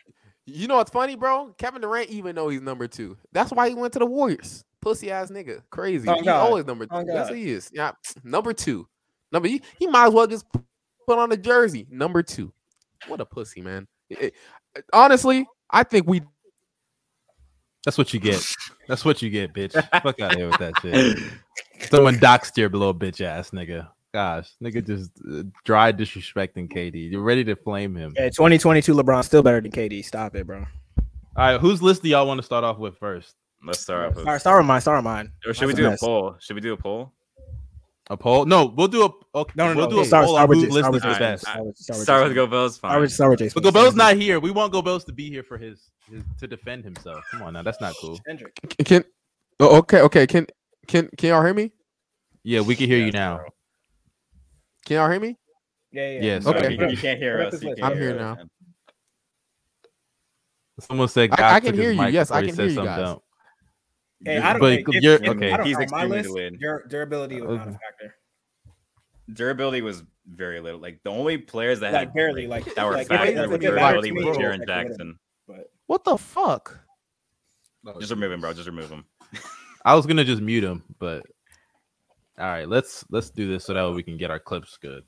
A: you know what's funny, bro? Kevin Durant even though he's number two. That's why he went to the Warriors. Pussy ass nigga, crazy.
C: Oh,
A: he's
C: God.
A: always number two.
C: Oh,
A: That's
C: God.
A: what he is. Yeah, number two. Number he, he might as well just put on a jersey. Number two. What a pussy, man. Eh, eh, honestly, I think we
B: That's what you get. That's what you get, bitch. Fuck out of here with that
D: (laughs)
B: shit. Someone doxed your little bitch ass nigga. Gosh, nigga just uh, dry disrespecting KD. You're ready to flame him.
C: Yeah, 2022 LeBron still better than KD. Stop it, bro.
B: All right, whose list do y'all want to start off with first?
D: let's start off with.
C: All right, start with mine. Start with mine.
D: Or should we
C: Mine's
D: do a
C: mess.
D: poll? Should we do a poll?
B: A poll? No, we'll do a okay,
C: No, no,
B: we'll
C: no.
B: do a
C: start,
B: poll
C: start
B: on
C: with Jason.
B: whose list
C: Start
B: is
C: with Jason.
B: best.
C: Start with-
D: Start with
C: Jason.
D: Go Bills.
C: Start
D: Fine.
C: with, start with Jason.
B: But Gobel's
C: Start
B: not here. We want Gobel's to be here for his, his to defend himself. Come on now, that's not cool.
C: with Kendrick.
A: can oh, okay, okay. Can can can y'all hear me?
B: Yeah, we can hear you now.
A: Can y'all hear me?
C: Yeah, yeah.
B: Yes.
A: Okay.
D: Sorry, you can't hear
C: Put up
D: us.
C: his
D: you
C: list.
D: can't
A: I'm
D: hear
A: here
D: us,
A: now.
B: Someone said
A: I-
B: God
A: I can
B: took his
A: hear you.
B: mic
A: Yes, I
B: before he
A: can
B: said
A: hear you
B: something
A: guys.
B: dumb.
C: Hey, I don't.
B: But
C: But
B: you're- okay.
C: okay. I don't,
D: He's
C: on my
D: extremely
C: list,
D: delayed.
C: dur- durability was not a
B: Okay.
C: factor.
D: Durability was very little. Like the only players that
C: Like
D: had
C: barely. Like
D: that were
C: like, if
A: factors
C: it-
D: factor
C: if
D: with
C: it mattered
D: durability
C: to
A: matters
D: was
C: me,
A: bro.
D: Jaron
C: like, I would've-
D: Jackson.
C: But
A: What the fuck?
D: Just remove him, bro. Just remove him.
B: I was gonna just mute him, but all right, let's let's do this so that way we can get our clips good.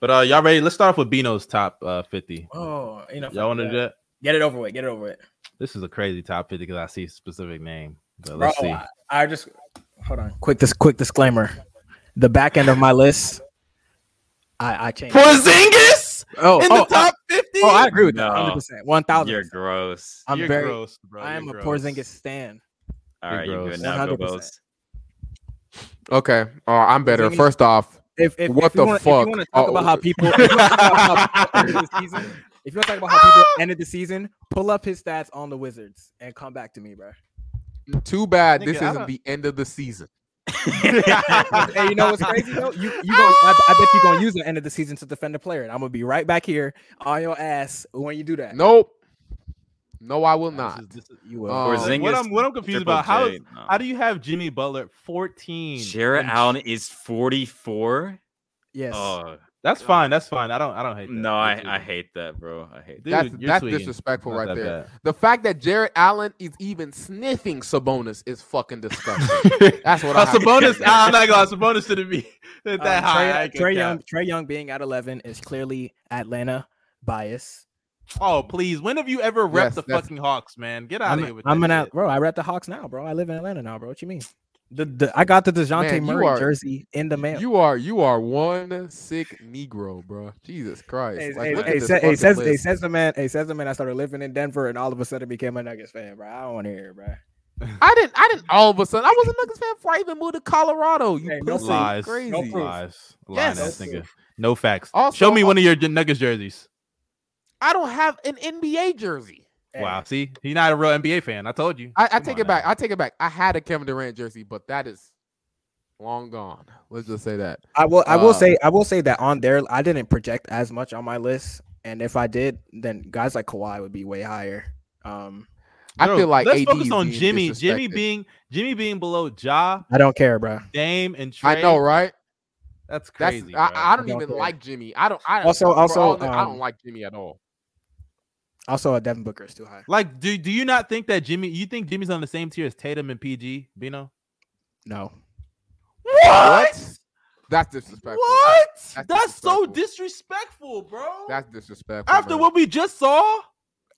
B: But uh, y'all ready? Let's start off with Bino's top uh, fifty.
C: oh, you know,
B: Y'all want to
C: yeah.
B: do that?
C: get it over with. Get it over with.
B: This is a crazy top fifty because I see a specific name. But
C: Bro,
B: let's see.
C: I, I just hold on. Quick this quick disclaimer. The back end of my list, I I changed.
B: Porzingis
C: Oh,
B: in
C: oh,
B: the top fifty.
C: oh, I agree with that.
D: No.
C: 100. percent 1,000.
D: You're
C: percent.
D: gross.
C: I'm
B: You're
C: very.
B: gross, bro.
C: I
B: You're
C: am a
B: gross.
C: Porzingis stan.
D: All
B: You're
D: right, you're
B: gross.
D: good now, Go
C: 100%.
D: Bills.
A: Okay. Uh, I'm better.
C: Porzingis-
A: First off,
C: If if,
A: What
C: if you
A: the
C: wanna, If you
A: fuck?
C: want to talk
A: Oh,
C: about how people. If you want to talk about how people ended the season, if you wanna talk about how
B: (laughs)
C: people ended the season, pull up his stats on the Wizards and come back to me, bro.
A: too bad this
B: Nigga, I
A: isn't
B: don't-
A: the end of the season.
C: (laughs) hey, you know what's crazy though? You you gonna, I, I bet you're gonna use the end of the season to defend a player, and I'm gonna be right back here on your ass when you do that.
A: Nope. No, I will
B: This
A: not.
B: is- this is-
C: you will.
A: Uh,
D: Porzingis.
B: what I'm- what I'm confused
D: Triple
B: about, how
D: J,
B: is-
D: no.
B: How do you have Jimmy Butler at 14?
D: Jared
B: And-
D: Allen is 44?
C: yes.
D: Oh,
B: That's fine. That's fine. I don't. I don't hate. That.
D: no, I,
B: Dude,
D: I hate that, bro. I hate that.
A: that's
B: you're
A: that's
B: tweaking.
A: disrespectful
B: Not
A: right
B: that
A: there.
B: bad.
A: The fact that Jared Allen is even sniffing Sabonis is fucking disgusting. (laughs)
B: (laughs)
A: that's what
B: Uh,
A: I have to
B: Sabonis,
A: say.
B: I'm not gonna. Sabonis shouldn't be (laughs) that
C: Um,
B: high.
C: Trey,
B: I can
C: Trey
B: cap.
C: Young, Trey Young being at 11 is clearly Atlanta bias.
B: Oh please, when have you ever repped
A: Yes,
B: the
A: that's-
B: fucking Hawks, man? Get out
C: I'm,
B: of here with
C: I'm
B: that
C: gonna,
B: shit.
C: bro. I rep the Hawks now, bro. I live in Atlanta now, bro. What you mean? The, the I got the Dejounte
A: Man, you
C: Murray
A: are-
C: jersey in the mail.
A: You are you are one sick Negro, bro. Jesus Christ!
C: Hey,
A: Like,
C: hey,
A: look at
C: hey,
A: this
C: sa- hey,
A: fucking
C: says, hey,
A: list.
C: says the man. Hey, says the man. I started living in Denver, and all of a sudden became a Nuggets fan, bro. I don't want to hear, it, bro.
A: I didn't I didn't all of a sudden I was a Nuggets fan before I even moved to Colorado. You
C: Hey, no
A: pussy,
C: proof.
B: lies,
A: crazy.
C: No proof.
B: lies,
A: Yes.
B: lying ass nigga. No facts.
A: Also- uh,
B: Show me one of your J- Nuggets jerseys.
A: I don't have an NBA jersey.
C: Hey,
B: Wow, see, he's not a real NBA fan. I told you.
A: I, I
B: Come
A: take
B: on
A: it back.
B: now.
A: I take it back. I had a Kevin Durant jersey, but that is long gone. Let's just say that.
C: I will. I will
A: Uh,
C: say. I will say that on there, I didn't project as much on my list, and if I did, then guys like Kawhi would be way higher. Um,
A: I
B: Bro,
A: feel like
B: let's
A: AD
B: focus
A: is
B: on
A: being
B: Jimmy. Jimmy
A: disrespected.
B: being Jimmy being below Ja,
C: I don't care, bro.
B: Dame, and Trey.
A: I know, right?
B: That's
A: That's
B: crazy.
A: I,
B: bro.
A: I don't
C: Don't
A: even
C: care.
A: like Jimmy. I don't. I
C: Also-
A: for all
C: also,
A: that, I don't
C: um,
A: like Jimmy at all.
C: Also, a Devin Booker is too high.
B: Like, do do you not think that Jimmy? You think Jimmy's on the same tier as Tatum and PG? Bino?
C: No,
A: What? That's disrespectful.
B: What?
A: That's
B: That's, so disrespectful, bro.
A: That's disrespectful.
B: After
A: bro.
B: what we just saw.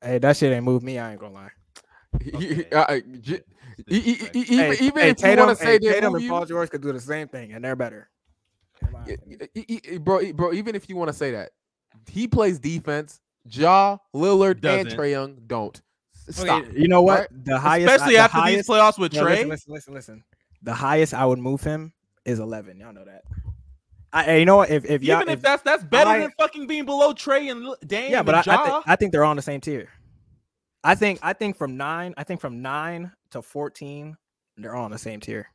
C: hey, that shit ain't moved me. I ain't gonna lie.
A: He-
B: Okay.
A: uh, uh, J- e- e- e- e- even
C: Hey, hey,
A: even if you
C: Tatum,
A: want to say
C: hey,
A: they
C: Tatum
A: move
C: and
A: you,
C: Paul George could do the same thing, and they're better. in my
A: e-
C: opinion.
A: e- e- e- bro, e- bro, even if you want to say that, he plays defense. Ja, Lillard,
B: Doesn't.
A: and Trae Young don't. S-
C: Okay,
A: Stop.
C: you know what? The highest,
B: Especially
C: the
B: after
C: highest,
B: these playoffs with
C: No,
B: Trey.
C: Listen, listen, listen, listen. The highest I would move him is eleven. Y'all know that. I, hey, you know what? If if y'all,
B: Even if
C: if-
B: that's that's better
C: I-
B: than fucking being below Trey and L- Dame.
C: yeah, but I,
B: and
C: I, thi-
B: Ja.
C: I think they're all on the same tier. I think I think from nine, I think from nine to fourteen, they're all on the same tier.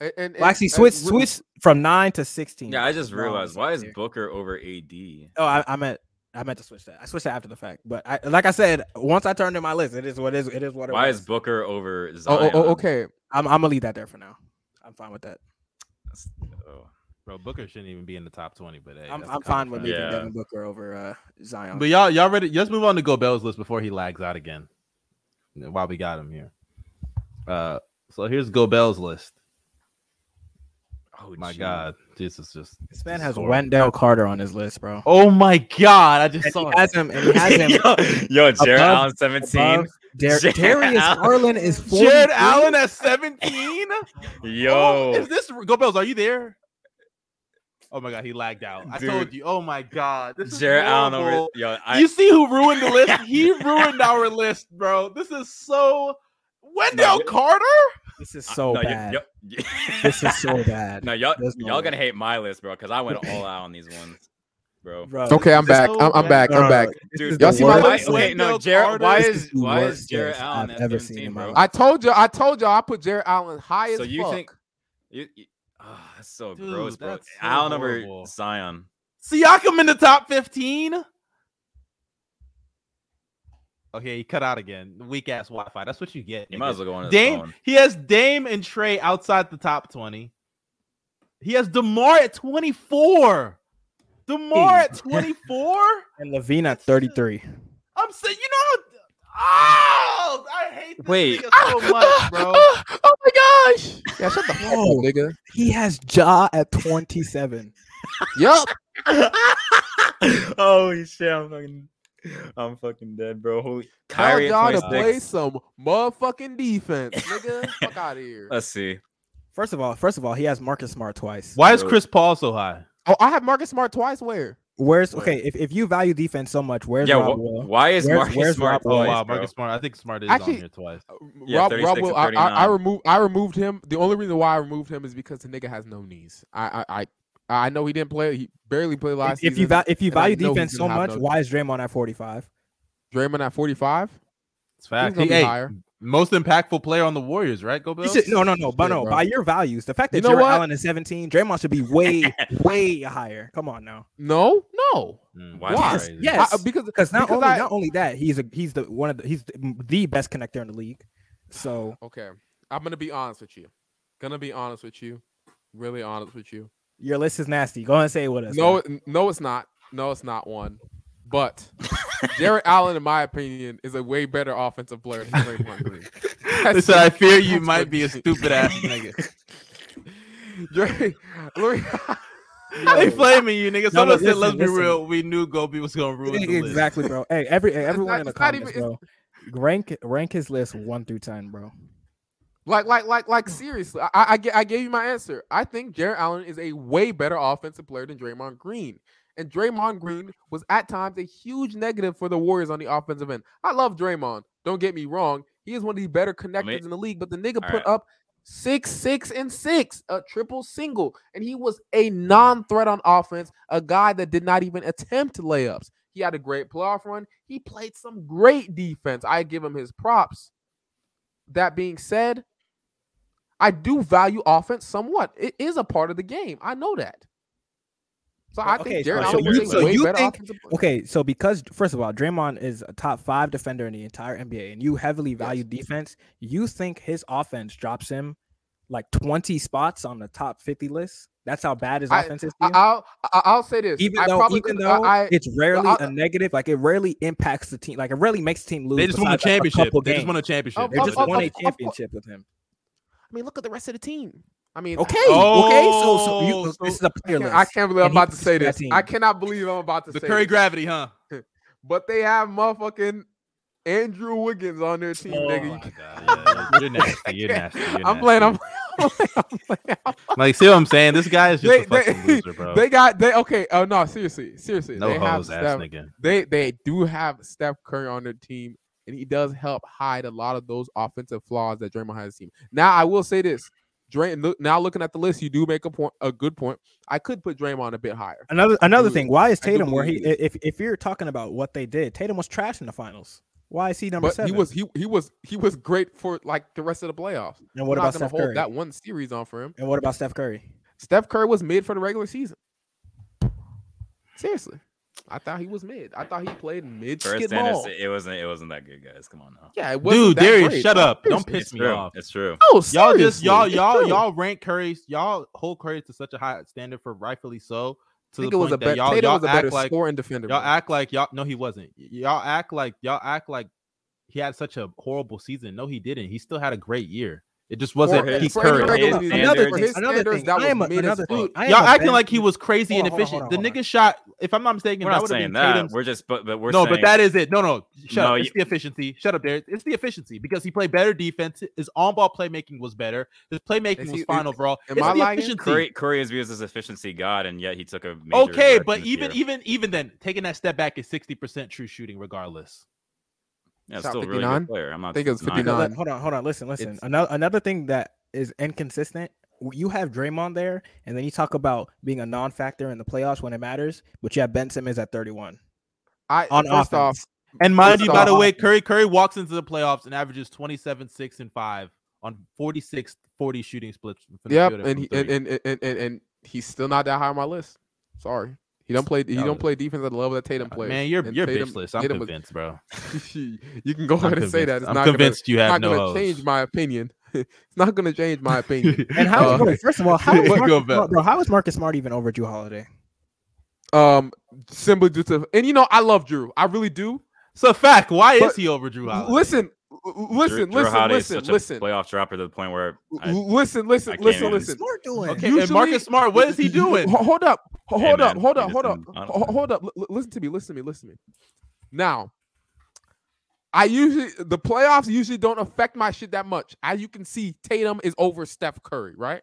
A: And, and,
C: Well,
A: and-
C: actually,
A: and
C: switch
A: re-
C: switch from nine to sixteen.
D: Yeah, I just
C: They're all on the
D: realized
C: same
D: why is
C: tier.
D: Booker over AD?
C: Oh, I, I meant I meant to switch that. I switched that after the fact. But I like I said, once I turned in my list, it is what it is. It is what it
D: Why
C: was.
D: is Booker over
A: Oh,
D: Zion?
A: oh, oh, okay.
C: I'm, I'm gonna leave that there for now. I'm fine with that.
D: That's- oh.
B: Bro, Booker shouldn't even be in the top twenty, but hey,
C: I'm,
B: that's a
C: I'm fine with
B: contract.
C: leaving
D: Yeah.
C: Devin Booker over uh, Zion.
B: But y'all, y'all ready? Let's move on to Gobel's list before he lags out again. While we got him here, uh, so here's Gobel's list.
D: Oh,
B: My
D: jeez.
B: God, this is just
C: this man
B: is
C: has
B: horrible.
C: Wendell Carter on his list, bro.
B: Oh my God, I just
C: and he
B: saw
C: has
B: it.
C: him. And he
D: (laughs)
C: has him.
D: yo, yo Jared
C: Above-
D: Allen, seventeen.
C: above Dar-
D: Jared
C: Darius
D: Allen.
C: Garland is 43.
B: Jared Allen at
D: (laughs)
B: seventeen.
D: Yo,
B: Oh, is this Gobel's? Are you there? Oh my God, he lagged out. I
D: Dude.
B: told you. Oh my God, this is
D: Jared Allen over.
B: horrible.
D: Yo, I,
B: you see who ruined the
D: (laughs)
B: list? He ruined our list, bro. This is so Wendell
D: you-
B: Carter.
C: This is
D: I-
C: so
D: no, you-
C: bad.
D: yo-
C: (laughs) This is so bad.
D: (laughs) No, y'all,
C: There's no
D: y'all
C: way.
D: gonna hate my list, bro, because I went
C: (laughs)
D: all out on these ones, bro.
C: Bro,
A: Okay, I'm
B: This is
A: back.
B: so
A: I'm, I'm back.
C: No, no,
A: I'm
C: no,
A: back.
C: this
D: Dude,
C: is
A: y'all
C: the
A: see my
C: worst
D: Why,
A: list?
D: wait, no,
B: Wendell
D: Jared.
B: Carter
D: Why
B: is
D: is
C: the
D: why is
C: worst
D: Jared
C: list
D: Allen
C: I've
D: at
C: ever seen in
D: seventeen,
C: my
D: bro?
C: life.
A: I told you. I told you. I put Jared Allen high
D: So
A: as
D: you
A: fuck. (laughs)
D: think- You, you, ah, that's so
B: Dude,
D: gross, bro.
B: that's so
D: Allen over
B: horrible.
D: Zion.
B: Siakam in the top 15. Okay, he cut out again. Weak ass Wi Fi. That's what you get.
D: You
B: nigga.
D: might as well go on his
B: Dame,
D: phone.
B: he has Dame and Trey outside the top 20. He has DeMar at 24. DeMar at
D: (laughs)
B: 24?
C: and Levine at 33.
B: I'm saying, you know how. Oh, I hate this
D: Wait.
B: nigga so
D: (laughs)
B: much, (laughs) bro.
A: oh my gosh. Yeah, shut the fuck up,
C: Yo.
A: nigga.
C: He has Ja at 27.
A: Yup.
D: (laughs) Holy shit, I'm fucking, I'm fucking dead, bro. Holy
A: Tell
D: (laughs) Kyrie
A: y'all
D: at
A: to play
D: 26.
A: some motherfucking defense, nigga.
D: (laughs)
A: fuck out of here.
D: Let's see.
C: First of all, first of all, he has Marcus Smart twice.
B: Why is
D: Bro.
B: Chris Paul so high?
A: Oh, I have Marcus Smart twice. Where?
C: Where's
D: Where?
C: okay? If, if you value defense so much, where's
D: yeah,
C: Rob
D: wh-
C: Will?
D: why is
C: Where's-
D: Marcus
C: where's
D: Smart?
C: Rob Will?
B: Oh,
D: twice,
B: wow.
D: bro?
B: Marcus Smart. I think Smart is
A: Actually-
B: on here twice.
D: Yeah,
A: Rob,
D: 36
A: Rob
D: and
A: Will, I, I, I
D: 39.
A: removed I removed him. The only reason why I removed him is because the nigga has no knees. I I I, I know he didn't play. He barely played last
C: If, if you
A: season.
C: va- if you
A: and I
C: value
A: know he's
C: defense so
A: gonna
C: much,
A: have no-
C: why is Draymond at 45?
A: Draymond at forty five.
B: It's fact.
A: gonna
B: He,
A: be
B: hey,
A: higher.
B: most impactful player on the Warriors, right? Go
C: You
B: Bill.
C: should, no, no, no, but
A: Yeah,
C: no.
A: bro.
C: By your values, the fact that
A: You know
C: Jared
A: what?
C: Allen is 17, Draymond should be
A: (laughs)
C: way, way higher. Come on now,
A: No, no.
D: Mm, Why?
A: Why?
B: Crazy.
C: Yeah.
A: I-
C: Yes.
A: because
C: because not
A: Because
C: only
A: I-
C: not only that, he's a he's the one of the he's the, the best connector in the league. So
A: okay, I'm gonna be honest with you. Gonna be honest with you. Really honest with you.
C: your list is nasty. Go ahead and say it with us.
A: no,
C: man.
A: it- no, it's not. No, it's not one. But Jared Allen, in my opinion, is a way better offensive player than Draymond
B: (laughs)
A: Green.
B: They
A: That's-
B: said, I fear you
A: that's
B: might
A: what-
B: be a stupid
D: (laughs)
B: ass nigga.
A: (laughs) Dray, Lori-
B: they flaming you, nigga.
C: No,
B: Someone
C: no,
B: said,
C: listen,
B: let's be
C: listen.
B: real. We knew Gobi was going to ruin the list.
C: exactly, bro. Hey, every hey, everyone
A: not-
C: in the
A: it's not
C: comments,
A: even-
C: bro. Rank rank his list one through ten, bro.
A: Like, like, like, like, seriously, I, I, I ga- I gave you my answer. I think Jared Allen is a way better offensive player than Draymond Green. And Draymond Green was at times a huge negative for the Warriors on the offensive end. I love Draymond. Don't get me wrong. He is one of the better connectors
D: me-
A: in the league, but the nigga put
D: Alright.
A: up six, six, and six, a triple single. And he was a non threat on offense, a guy that did not even attempt layups. He had a great playoff run. He played some great defense. I give him his props. That being said, I do value offense somewhat. It is a part of the game. I know that. So I
C: Okay,
A: think Jared
D: so
A: Allen
D: you-
A: was a
D: so
A: way
C: you
A: better
C: think-
A: offensive player.
C: Okay, so because first of all, Draymond is a top five defender in the entire NBA, and you heavily value defense, you think his offense drops him like twenty spots on the top fifty list? That's how bad his offense is. to
A: I,
C: you?
A: I'll I- I'll say this.
C: even
A: I
C: though,
A: probably
C: even
A: could-
C: though
A: I, I-
C: it's rarely
A: I'll-
C: a negative, like it rarely impacts the team, like it rarely makes the team lose.
B: They just won a
C: besides, like,
B: championship.
C: couple
B: They just
C: games.
B: won a championship.
A: Of-
C: They
A: of-
C: just
A: of-
C: won
A: of-
C: a
A: of-
C: championship with him.
A: I mean, look at the rest of the team. I mean,
C: Okay, okay. So, so
B: Oh,
C: you, this is
B: so-
C: a player
A: (laughs) I
C: list.
A: can't, I can't believe I'm
C: And he
A: about to
C: plays
A: say
C: for that
A: this.
C: team.
A: I cannot believe I'm about to
B: The
A: say
B: Curry
A: this.
B: gravity, huh?
A: But they have motherfucking Andrew Wiggins on their team,
F: Oh
A: nigga. You
F: my
A: can't-
B: You're nasty. (laughs) You're
A: (laughs)
B: nasty. You're
A: I'm
B: nasty.
A: playing. I'm playing. I'm
B: (laughs)
A: playing. I'm
B: like, see what I'm saying? This guy is just
A: They-
B: a fucking
A: they-
B: loser, bro. (laughs)
A: playing. They got they okay. Oh no, seriously, seriously.
B: no
A: they have
B: hoes ass
A: Steph,
B: nigga.
A: they they do have Steph Curry on their team, and he does help hide a lot of those offensive flaws that Draymond has on his team. Now I will say this: Drain look, now looking at the list, you do make a point, a good point. I could put Draymond a bit higher.
G: Another another
A: do-
G: thing, why is
A: I do
G: Tatum where he?
A: believe it.
G: If if you're talking about what they did, Tatum was trash in the finals. Why is he number
A: But
G: seven?
A: he was he he was he was great for like the rest of the playoffs.
G: and what about
A: I'm not gonna
G: Steph
A: hold
G: Curry?
A: that one series on for him?
G: And what about Steph Curry?
A: Steph Curry was mid for the regular season. Seriously. I thought he was mid. I thought he played mid
D: First
A: skid
D: Dennis,
A: ball.
D: it wasn't it wasn't that good, guys. Come on now.
A: Yeah, it wasn't
B: Dude,
A: that
B: Darius,
A: great.
B: shut up!
A: Seriously.
B: Don't piss
D: It's
B: me
D: true.
B: off.
D: It's true.
A: Oh,
B: Y'all just
A: seriously,
B: y'all
A: it's
B: y'all
A: true.
B: y'all rank Curry's y'all hold Curry to such a high standard for rightfully so.
A: I
B: To
A: think
B: the
A: it was
B: point
A: a
B: that
A: better.
B: y'all,
A: Tatum
B: y'all
A: was a better
B: act like
A: scoring defender.
B: y'all
A: bro.
B: act like y'all no he wasn't Y- y'all act like y'all act like he had such a horrible season no he didn't he still had a great year it just wasn't
D: his-
B: peak
D: for
B: curry
D: his
B: y'all
D: regular
A: Another-
D: standards-
A: for his
G: another
A: standards,
G: thing,
A: that
G: I am a-
A: was mid as
G: another
A: fuck.
G: thing, I am a
B: acting
G: bad-
B: like he was crazy
G: Hold on, hold on,
B: inefficient
G: hold
B: the
G: on, hold
B: nigga shot if i'm not mistaken
D: We're
B: that
D: not
B: would have been
D: saying that.
B: Tatum's
D: We're just but but we're
B: no,
D: saying,
B: but that is it. No, no, shut
D: No,
B: up. It's
D: you-
B: the efficiency. Shut up, Derek. It's the efficiency because he played better defense. His on-ball playmaking was better. His playmaking
A: Is
B: was
A: he- is-
B: fine overall.
A: am
B: it's
A: I
B: the
A: lying?
B: efficiency.
D: Curry Curry is viewed as this efficiency god, and yet he took a major
B: okay,
D: regression
B: but
D: this
B: even
D: year.
B: even even then, taking that step back is sixty percent true shooting, regardless.
D: yeah,
A: Shot
D: still a really
A: 59?
D: good player. I'm not.
A: I think it was
D: denying
G: No,
D: that.
G: let- hold on, hold on. Listen, listen.
A: It's-
G: Another another thing that is inconsistent. w- You have Draymond there, and then you talk about being a non-factor in the playoffs when it matters, but you have Ben Simmons at 31
A: I
G: on
A: first
G: offense.
A: off,
B: And mind
A: First
B: you, by the
A: off-
B: way, Curry Curry walks into the playoffs and averages 27, 6, and 5 on 46, 40 shooting splits. from the
A: yep,
B: field
A: and
B: from
A: he, and,
B: three.
A: and, and and and and he's still not that high on my list. Sorry, he don't play. He
B: That
A: don't
B: was-
A: play defense at the level that Tatum plays.
B: Uh, man, you're
A: And
B: you're
A: Tatum-
B: bitchless. I'm
A: Tatum was-
B: convinced, bro.
A: (laughs) you can go
B: I'm
A: ahead and say
B: convinced.
A: that. It's
B: I'm
A: not
B: convinced you
A: Gonna,
B: have
A: it's not
B: no
A: gonna change
B: (laughs) hoes.
A: my opinion. (laughs) it's not gonna change
B: (laughs)
A: my opinion.
G: And how?
A: Uh,
G: wait, first of all,
A: (laughs)
G: how is,
B: Go
G: Marcus,
B: back.
G: Smart- bro, how is Marcus Smart even over Drew Holiday?
A: um, simply due to and you know I love Drew. I really do.
B: so fact, why
A: But-
B: is he over Drew Holiday?
A: Listen, l- l-
D: Drew-
A: listen,
D: Drew
A: listen,
D: Holiday is
A: listen,
D: such a
A: listen,
D: playoff dropper to the point where I,
A: L- listen, listen,
D: I can't
A: listen,
D: even-
A: listen.
G: Smart doing?
B: okay, and
A: usually-
B: Marcus Smart, what is he
A: (laughs)
B: doing?
A: Ho- Hold up. Ho-
D: Hey,
A: Hold
D: man,
A: up. Hold
D: you
A: up.
D: just
A: Hold up.
D: didn't- I don't
A: Ho-
D: know.
A: Hold up. L- l- listen to me. Listen to me. Listen to me. Now, I usually the playoffs usually don't affect my shit that much. As you can see, Tatum is over Steph Curry, right?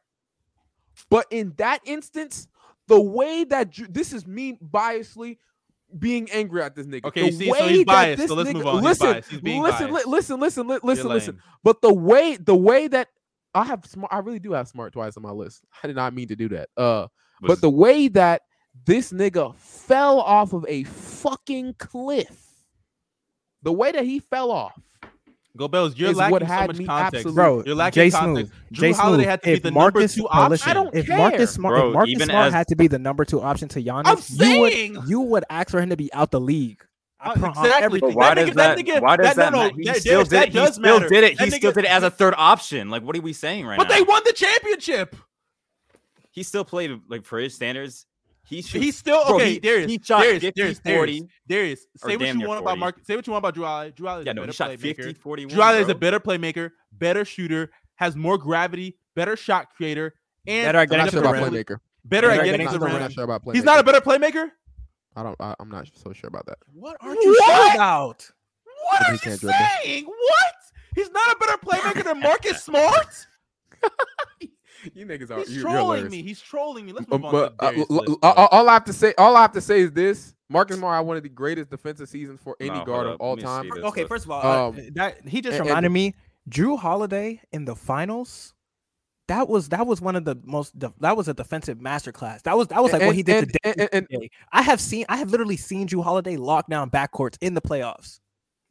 A: But in that instance, the way that Drew, this is me biasly being angry at this nigga.
B: Okay,
A: the
B: you see, so
A: way
B: he's
A: that
B: biased,
A: this
B: so let's
A: nigga-
B: move on. He's
A: Listen,
B: biased. He's being
A: listen, li-
B: biased.
A: listen, listen, li-
B: You're
A: listen, listen.
B: lame.
A: But the way the way that I have smart, I really do have smart twice on my list. I did not mean to do that. Uh,
D: was-
A: but the way that this nigga fell off of a fucking cliff, the way that he fell off,
B: Go Bells, you're
A: is
B: lacking
A: what
B: so
A: had
B: much
A: me
B: context,
A: absolute-
G: Bro,
B: You're lacking
G: Jay
B: context.
G: Smooth.
B: Drew
G: Jay
B: Holiday
G: Smooth.
B: had to be
G: if
B: the number
G: Marcus,
B: two
G: bro,
B: option.
G: listen,
A: I don't
G: if
A: care.
G: Marcus Smart,
D: Bro,
G: if Marcus
D: even
G: Smart
D: as-
G: had to be the number two option to Giannis,
A: I'm
G: you would
A: saying.
G: you would ask for him to be out the league. I
B: Uh,
G: pro- on
B: exactly.
G: everything.
D: But why
B: That
D: does
B: nigga-
D: that?
B: that nigga-
D: why does
B: that-
D: that?
B: no, no,
D: matter? he
B: that-
D: still
B: Derek,
D: did
B: that
D: it.
B: does
D: he still
B: matter.
D: did it.
B: That
D: He still
B: nigga-
D: did it as a third option. Like, what are we saying right
B: But
D: now?
B: they won the championship.
D: he still played like for his standards. He shoots.
B: He's still (laughs)
D: Bro,
B: okay.
D: he-
B: Darius,
D: he shot
B: Darius,
D: 50,
B: Darius,
D: 40,
B: Darius, Darius.
D: or
B: Say what
D: damn
B: you
D: near
B: want about
D: 40.
B: Mark. Say what you want about Drew Holiday. Drew Holiday is a
D: yeah, no, he
B: better
D: shot
B: playmaker.
D: 50, 41.
B: Drew Holiday is a
D: bro.
B: better playmaker, better shooter, has more gravity, better shot creator, and
G: Better at
A: I'm
G: getting
A: not
G: to
A: sure
B: better
G: the
A: about
B: defensively-
A: playmaker.
B: Better
G: Better
B: at
G: at
B: getting
G: getting
B: to
A: I'm
B: the
A: not, I'm
B: rim.
A: not sure about playmaker.
B: He's not a better playmaker.
A: I don't. I, I'm not so sure about that.
G: What aren't you sure
B: What?
G: about?
B: What
A: He
B: are you
A: can't dribble.
B: saying? What? He's not a better playmaker than Marcus Smart.
A: (laughs) You niggas are.
B: He's
A: you,
B: trolling me. He's trolling me. Let's
A: Um,
B: move on.
A: but,
B: to
A: uh,
B: Darius'
A: l-
B: list,
A: l-
B: bro.
A: all all I have to say, all I have to say is this: Marcus Smart had one of the greatest defensive seasons for any
D: No, hold
A: guard of
D: up,
A: all
D: let me see
A: time.
D: this
G: Okay,
D: list.
G: first of all, uh,
A: Um,
G: that he just
A: and-
G: reminded me Drew Holiday in the finals. That was that was one of the most de- that was a defensive masterclass. That was that was like what
A: And-
G: he did to
A: and- and- and-
G: Denver. I have seen I have literally seen Drew Holiday lock down backcourts in the playoffs.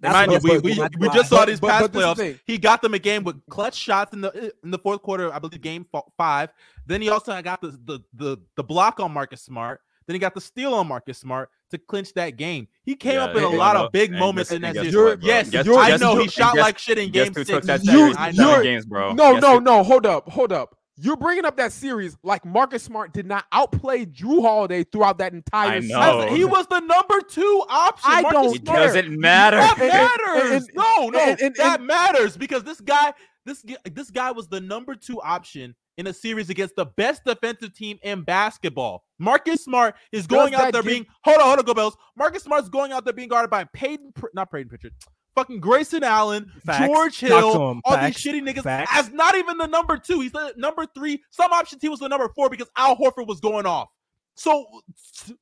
B: And
G: That's
B: mind you,
G: what-
B: we, we,
G: that's
B: we
G: why.
B: just saw these
A: But-
B: past
A: but this is the
B: playoffs.
A: thing.
B: He got them a game with clutch shots in the in the fourth quarter, I believe, game fo- five. Then he also got the the the, the block on Marcus Smart. Then he got the steal on Marcus Smart to clinch that game. He came
D: Yeah,
B: up in a
A: and-
B: lot
D: and-
B: of big
D: and
B: moments
D: guess-
B: in that
D: and guess
B: series.
A: what,
D: bro?
B: yes,
D: Guess-
B: you're, I
D: guess
B: know
D: who-
B: he shot
D: guess-
B: like shit in
D: Guess
B: game
D: who
B: six.
D: took that
A: You-
D: series?
B: I
D: in
B: know.
D: seven
A: you're-
D: games, bro.
A: No,
D: Guess
A: no,
D: who-
A: no. Hold up, hold up. You're bringing up that series like Marcus Smart did not outplay Drew Holiday throughout that entire
D: I
A: season.
D: know.
B: He was the number two option.
A: I
B: Marcus
A: don't
D: It
B: Smart.
D: doesn't matter.
B: That
A: And-
B: matters.
A: and-
B: no, no,
A: and- and-
B: that matters because this guy, this g- this guy was the number two option in a series against the best defensive team in basketball. Marcus Smart is going
A: Does
B: out
A: that
B: there
A: give-
B: being hold on, hold on, go bells. Marcus Smart's going out there being guarded by Peyton, Pr- not Peyton Pritchard, fucking Grayson Allen,
G: Facts.
B: George
G: Talk to
B: Hill,
G: him.
B: all
G: Facts.
B: these shitty niggas
G: Facts.
B: as not even the number two. He's the number three. Some options he was the number four because Al Horford was going off. So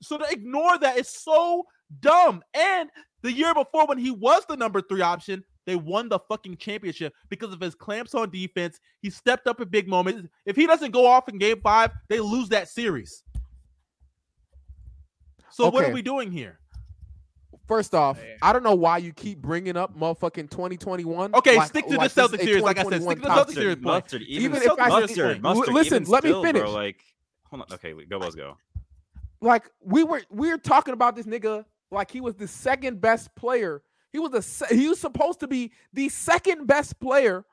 B: so to ignore that is so dumb. And the year before when he was the number three option, They won the fucking championship because of his clamps on defense. He stepped up in big moments. If he doesn't go off in game five, they lose that series. So what are
A: Okay.
B: we doing here?
A: First off,
H: Man.
A: I don't know why you keep bringing up motherfucking 2021.
B: Okay,
A: like-
B: stick to
A: like
B: the
A: this is
B: Celtics
A: a
B: series. Like I said,
A: 2021
B: stick to the
A: top
B: Celtics
A: series.
B: series, bro.
D: mustard, even,
A: Even if
D: if
A: I-
D: mustard, mustard.
A: Listen,
D: even
A: let me
D: still,
A: finish.
D: Bro, like, hold on. Okay, go, Buzz, go.
A: Like we were we were talking about this nigga like he was the second best player. He was the se- he was supposed to be the second best player